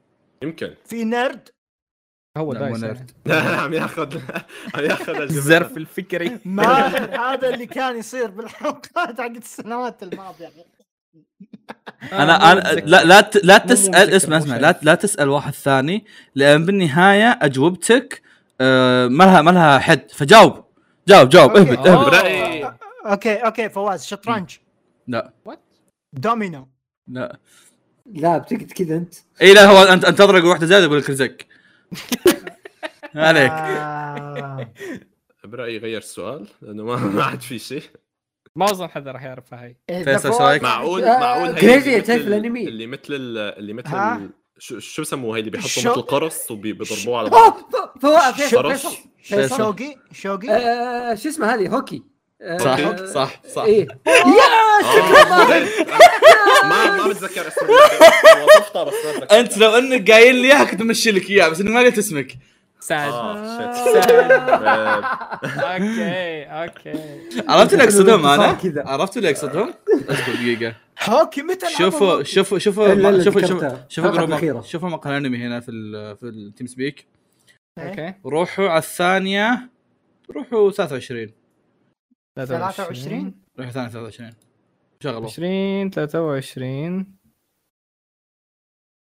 Speaker 10: يمكن
Speaker 2: في نرد
Speaker 5: هو
Speaker 1: لا، مو
Speaker 5: دايس يعني.
Speaker 1: نرد.
Speaker 10: عم ياخذ عم ياخذ
Speaker 5: الزرف الفكري
Speaker 2: ماهر هذا اللي كان يصير بالحلقات حقت السنوات الماضيه
Speaker 5: آه،
Speaker 1: انا انا لا لا ت- لا تسال اسمع اسمع لا لا تسال واحد ثاني لان بالنهايه اجوبتك آه، ما لها ما لها حد فجاوب جاوب جاوب
Speaker 2: أوكي.
Speaker 1: اهبط اهبط
Speaker 5: آه.
Speaker 10: برايي
Speaker 2: اوكي اوكي فواز شطرنج
Speaker 1: لا
Speaker 2: دومينو
Speaker 1: لا
Speaker 3: لا بتقعد كذا انت
Speaker 1: اي لا هو انت انت تضرب واحده زياده يقول لك رزق ما عليك
Speaker 2: آه،
Speaker 10: برايي غير السؤال لانه ما ما عاد في شيء
Speaker 5: ما اظن حد راح يعرفها هي
Speaker 2: إذا
Speaker 1: فيصل،
Speaker 2: فواز-
Speaker 1: شو رأيك؟
Speaker 10: معقول
Speaker 3: آه،
Speaker 10: معقول هي
Speaker 3: كريزي
Speaker 10: اللي
Speaker 3: تعرف
Speaker 10: مثل-
Speaker 3: الأنمي.
Speaker 10: اللي مثل ال- اللي مثل
Speaker 2: ها؟
Speaker 10: ال- شو شو سموه هي اللي
Speaker 2: الشو-
Speaker 10: بيحطوا مثل قرص وبيضربوه على
Speaker 3: اوه
Speaker 10: بعض
Speaker 3: ف- فواز فيصل
Speaker 10: شرش.
Speaker 3: فيصل
Speaker 1: فيصل.
Speaker 2: شوقي شوقي
Speaker 3: آه، شو اسمه هذه هوكي آه،
Speaker 1: صح صح صح
Speaker 3: ايه يا
Speaker 10: آه، بدأت. ما ما بتذكر اسمه وصفتها بس ما بتذكر.
Speaker 1: انت لو انك قايل لي اياها كنت امشي لك اياها بس اني ما قلت اسمك
Speaker 4: آه.
Speaker 5: سعد
Speaker 10: اه شيت
Speaker 5: سعد
Speaker 10: آه،
Speaker 5: اوكي اوكي
Speaker 1: عرفت اللي اقصدهم انا
Speaker 3: انتصار كذا.
Speaker 1: عرفت اللي اقصدهم اصبر دقيقه
Speaker 2: هوكي متى لعبوا
Speaker 1: شوفوا شوفوا
Speaker 3: إلا
Speaker 1: شوفوا شوفوا
Speaker 3: اللي
Speaker 1: شوفوا
Speaker 3: ذكرتها.
Speaker 1: شوفوا
Speaker 3: الحلقة
Speaker 1: جروب-
Speaker 3: الأخيرة.
Speaker 1: شوفوا مقال انمي هنا في ال في التيم سبيك
Speaker 5: اوكي
Speaker 1: روحوا على الثانية روحوا 23
Speaker 2: 23
Speaker 1: روحوا ثانية 23 شغلوا
Speaker 5: 20 23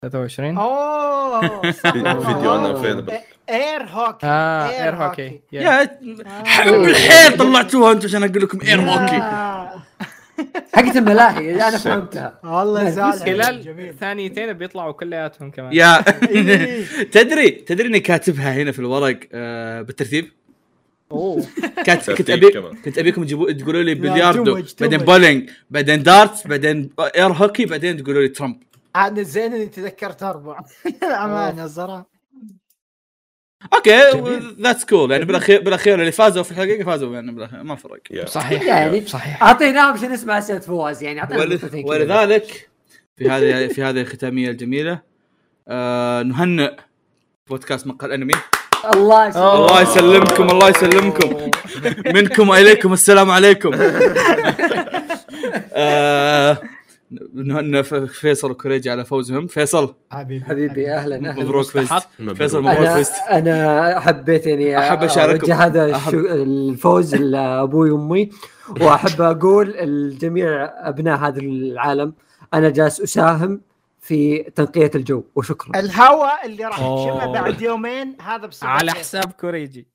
Speaker 5: 23
Speaker 2: اوه صح
Speaker 10: فيديو انا فين
Speaker 2: اير هوكي
Speaker 5: اه اير هوكي يا.
Speaker 1: يا حلم الحيل طلعتوها انتم عشان اقول لكم إيه، اير هوكي
Speaker 2: هوكي
Speaker 3: حقت الملاهي انا يعني فهمتها
Speaker 2: والله زعل
Speaker 5: خلال ثانيتين بيطلعوا كلياتهم كمان
Speaker 1: يا تدري تدري اني كاتبها هنا في الورق آه، بالترتيب
Speaker 5: اوه
Speaker 1: كانت كنت
Speaker 10: ترتيب
Speaker 1: ابي
Speaker 10: كمان.
Speaker 1: كنت ابيكم تجيبوا تقولوا لي بلياردو
Speaker 2: توج-
Speaker 1: بعدين
Speaker 2: توج.
Speaker 1: بولينج بعدين دارتس بعدين اير هوكي بعدين تقولوا لي ترامب
Speaker 2: عاد زين اني تذكرت اربع امانه الصراحه
Speaker 1: اوكي ذاتس كول يعني بالاخير بالاخير اللي فازوا في الحقيقه فازوا يعني بالاخير ما فرق
Speaker 10: يا.
Speaker 5: صحيح
Speaker 3: يعني
Speaker 5: صحيح
Speaker 3: اعطيناهم عشان نسمع اسئله فواز يعني اعطينا
Speaker 1: ول-
Speaker 3: نقطتين كذا.
Speaker 1: ولذلك في هذه في هذه الختاميه الجميله آه نهنئ بودكاست مقهى الانمي
Speaker 3: الله يسلمك
Speaker 1: الله يسلمكم الله يسلمكم منكم واليكم السلام عليكم آه نهنئ ف- فيصل وكوريجي على فوزهم فيصل
Speaker 2: حبيبي
Speaker 3: حبيبي اهلا اهلا
Speaker 1: مبروك فزت
Speaker 10: مبروك.
Speaker 1: فيصل مبروك
Speaker 3: انا
Speaker 1: فزت
Speaker 3: انا حبيت اني
Speaker 1: أحب أشارككم.
Speaker 3: اوجه يعني هذا
Speaker 1: أحب-
Speaker 3: الشو- الفوز لابوي وامي واحب اقول لجميع ابناء هذا العالم انا جالس اساهم في تنقيه الجو وشكرا
Speaker 2: الهواء اللي راح تشمه
Speaker 5: أوه.
Speaker 2: بعد يومين هذا بسبب
Speaker 5: على حساب كوريجي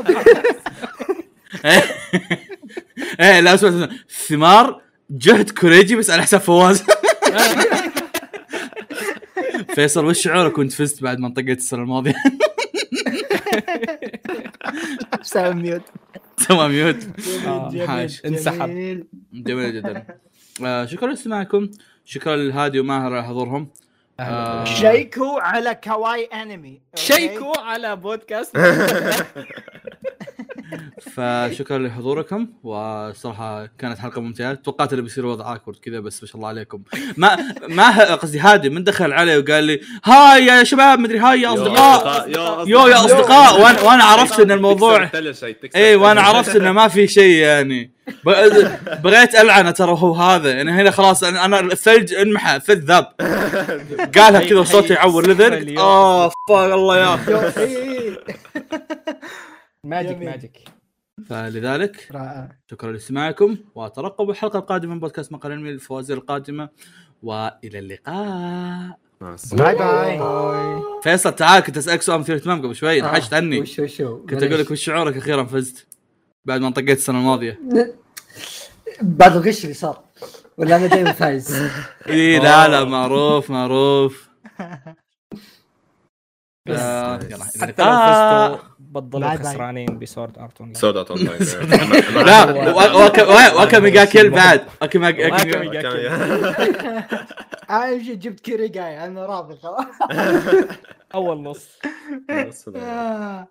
Speaker 1: ايه لا اسمع اسمع ثمار جهد كوريجي بس على حساب فواز فيصل وش شعورك وانت فزت بعد ما انطقيت السنه الماضيه؟
Speaker 2: بسبب ميوت
Speaker 1: تمام ميوت
Speaker 5: آه،
Speaker 2: جميل،
Speaker 1: حاش.
Speaker 2: جميل.
Speaker 5: انسحب.
Speaker 1: جميل جدا آه شكرا لاستماعكم شكرا لهادي وماهر على حضورهم آه
Speaker 2: شيكوا على كواي انمي أوكي؟
Speaker 5: شيكوا على بودكاست
Speaker 1: فشكرا لحضوركم وصراحه كانت حلقه ممتعه توقعت انه بيصير وضع اكورد كذا بس ما شاء الله عليكم ما ما قصدي هادي من دخل علي وقال لي هاي يا شباب مدري هاي يا اصدقاء يو يا اصدقاء وانا وانا عرفت ان الموضوع اي وانا إيه، عرفت انه ما في شيء يعني ب- بغيت العنه ترى هو هذا يعني هنا خلاص انا أنا الثلج انمحى الثلج ذاب قالها كذا وصوتي يعور لذن اه فاك الله يا أخي.
Speaker 5: ماجيك
Speaker 2: جميل.
Speaker 5: ماجيك
Speaker 1: فلذلك
Speaker 2: رائع
Speaker 1: شكرا لاستماعكم وترقبوا الحلقه القادمه من بودكاست مقال علمي الفوازير القادمه والى اللقاء
Speaker 2: باي باي
Speaker 1: فيصل تعال كنت اسالك سؤال مثير اهتمام قبل شوي انحشت عني
Speaker 3: وش آه، وش
Speaker 1: كنت اقول لك وش شعورك اخيرا فزت بعد ما طقيت السنه الماضيه
Speaker 3: بعد الغش اللي صار ولا انا دائما فايز
Speaker 1: اي إيه، لا لا معروف آه، معروف آه، يلا، إلى
Speaker 5: حتى لو
Speaker 1: اللقاء.
Speaker 5: فزتوا بتضلوا
Speaker 2: باي باي.
Speaker 5: خسرانين بسورد ارت اونلاين
Speaker 4: سورد اوت اون لاين
Speaker 1: لا واكاميجاكل بعد واكاميجاكل
Speaker 2: انا جبت كيريجاي انا راضي خلاص
Speaker 5: اول نص
Speaker 2: آه.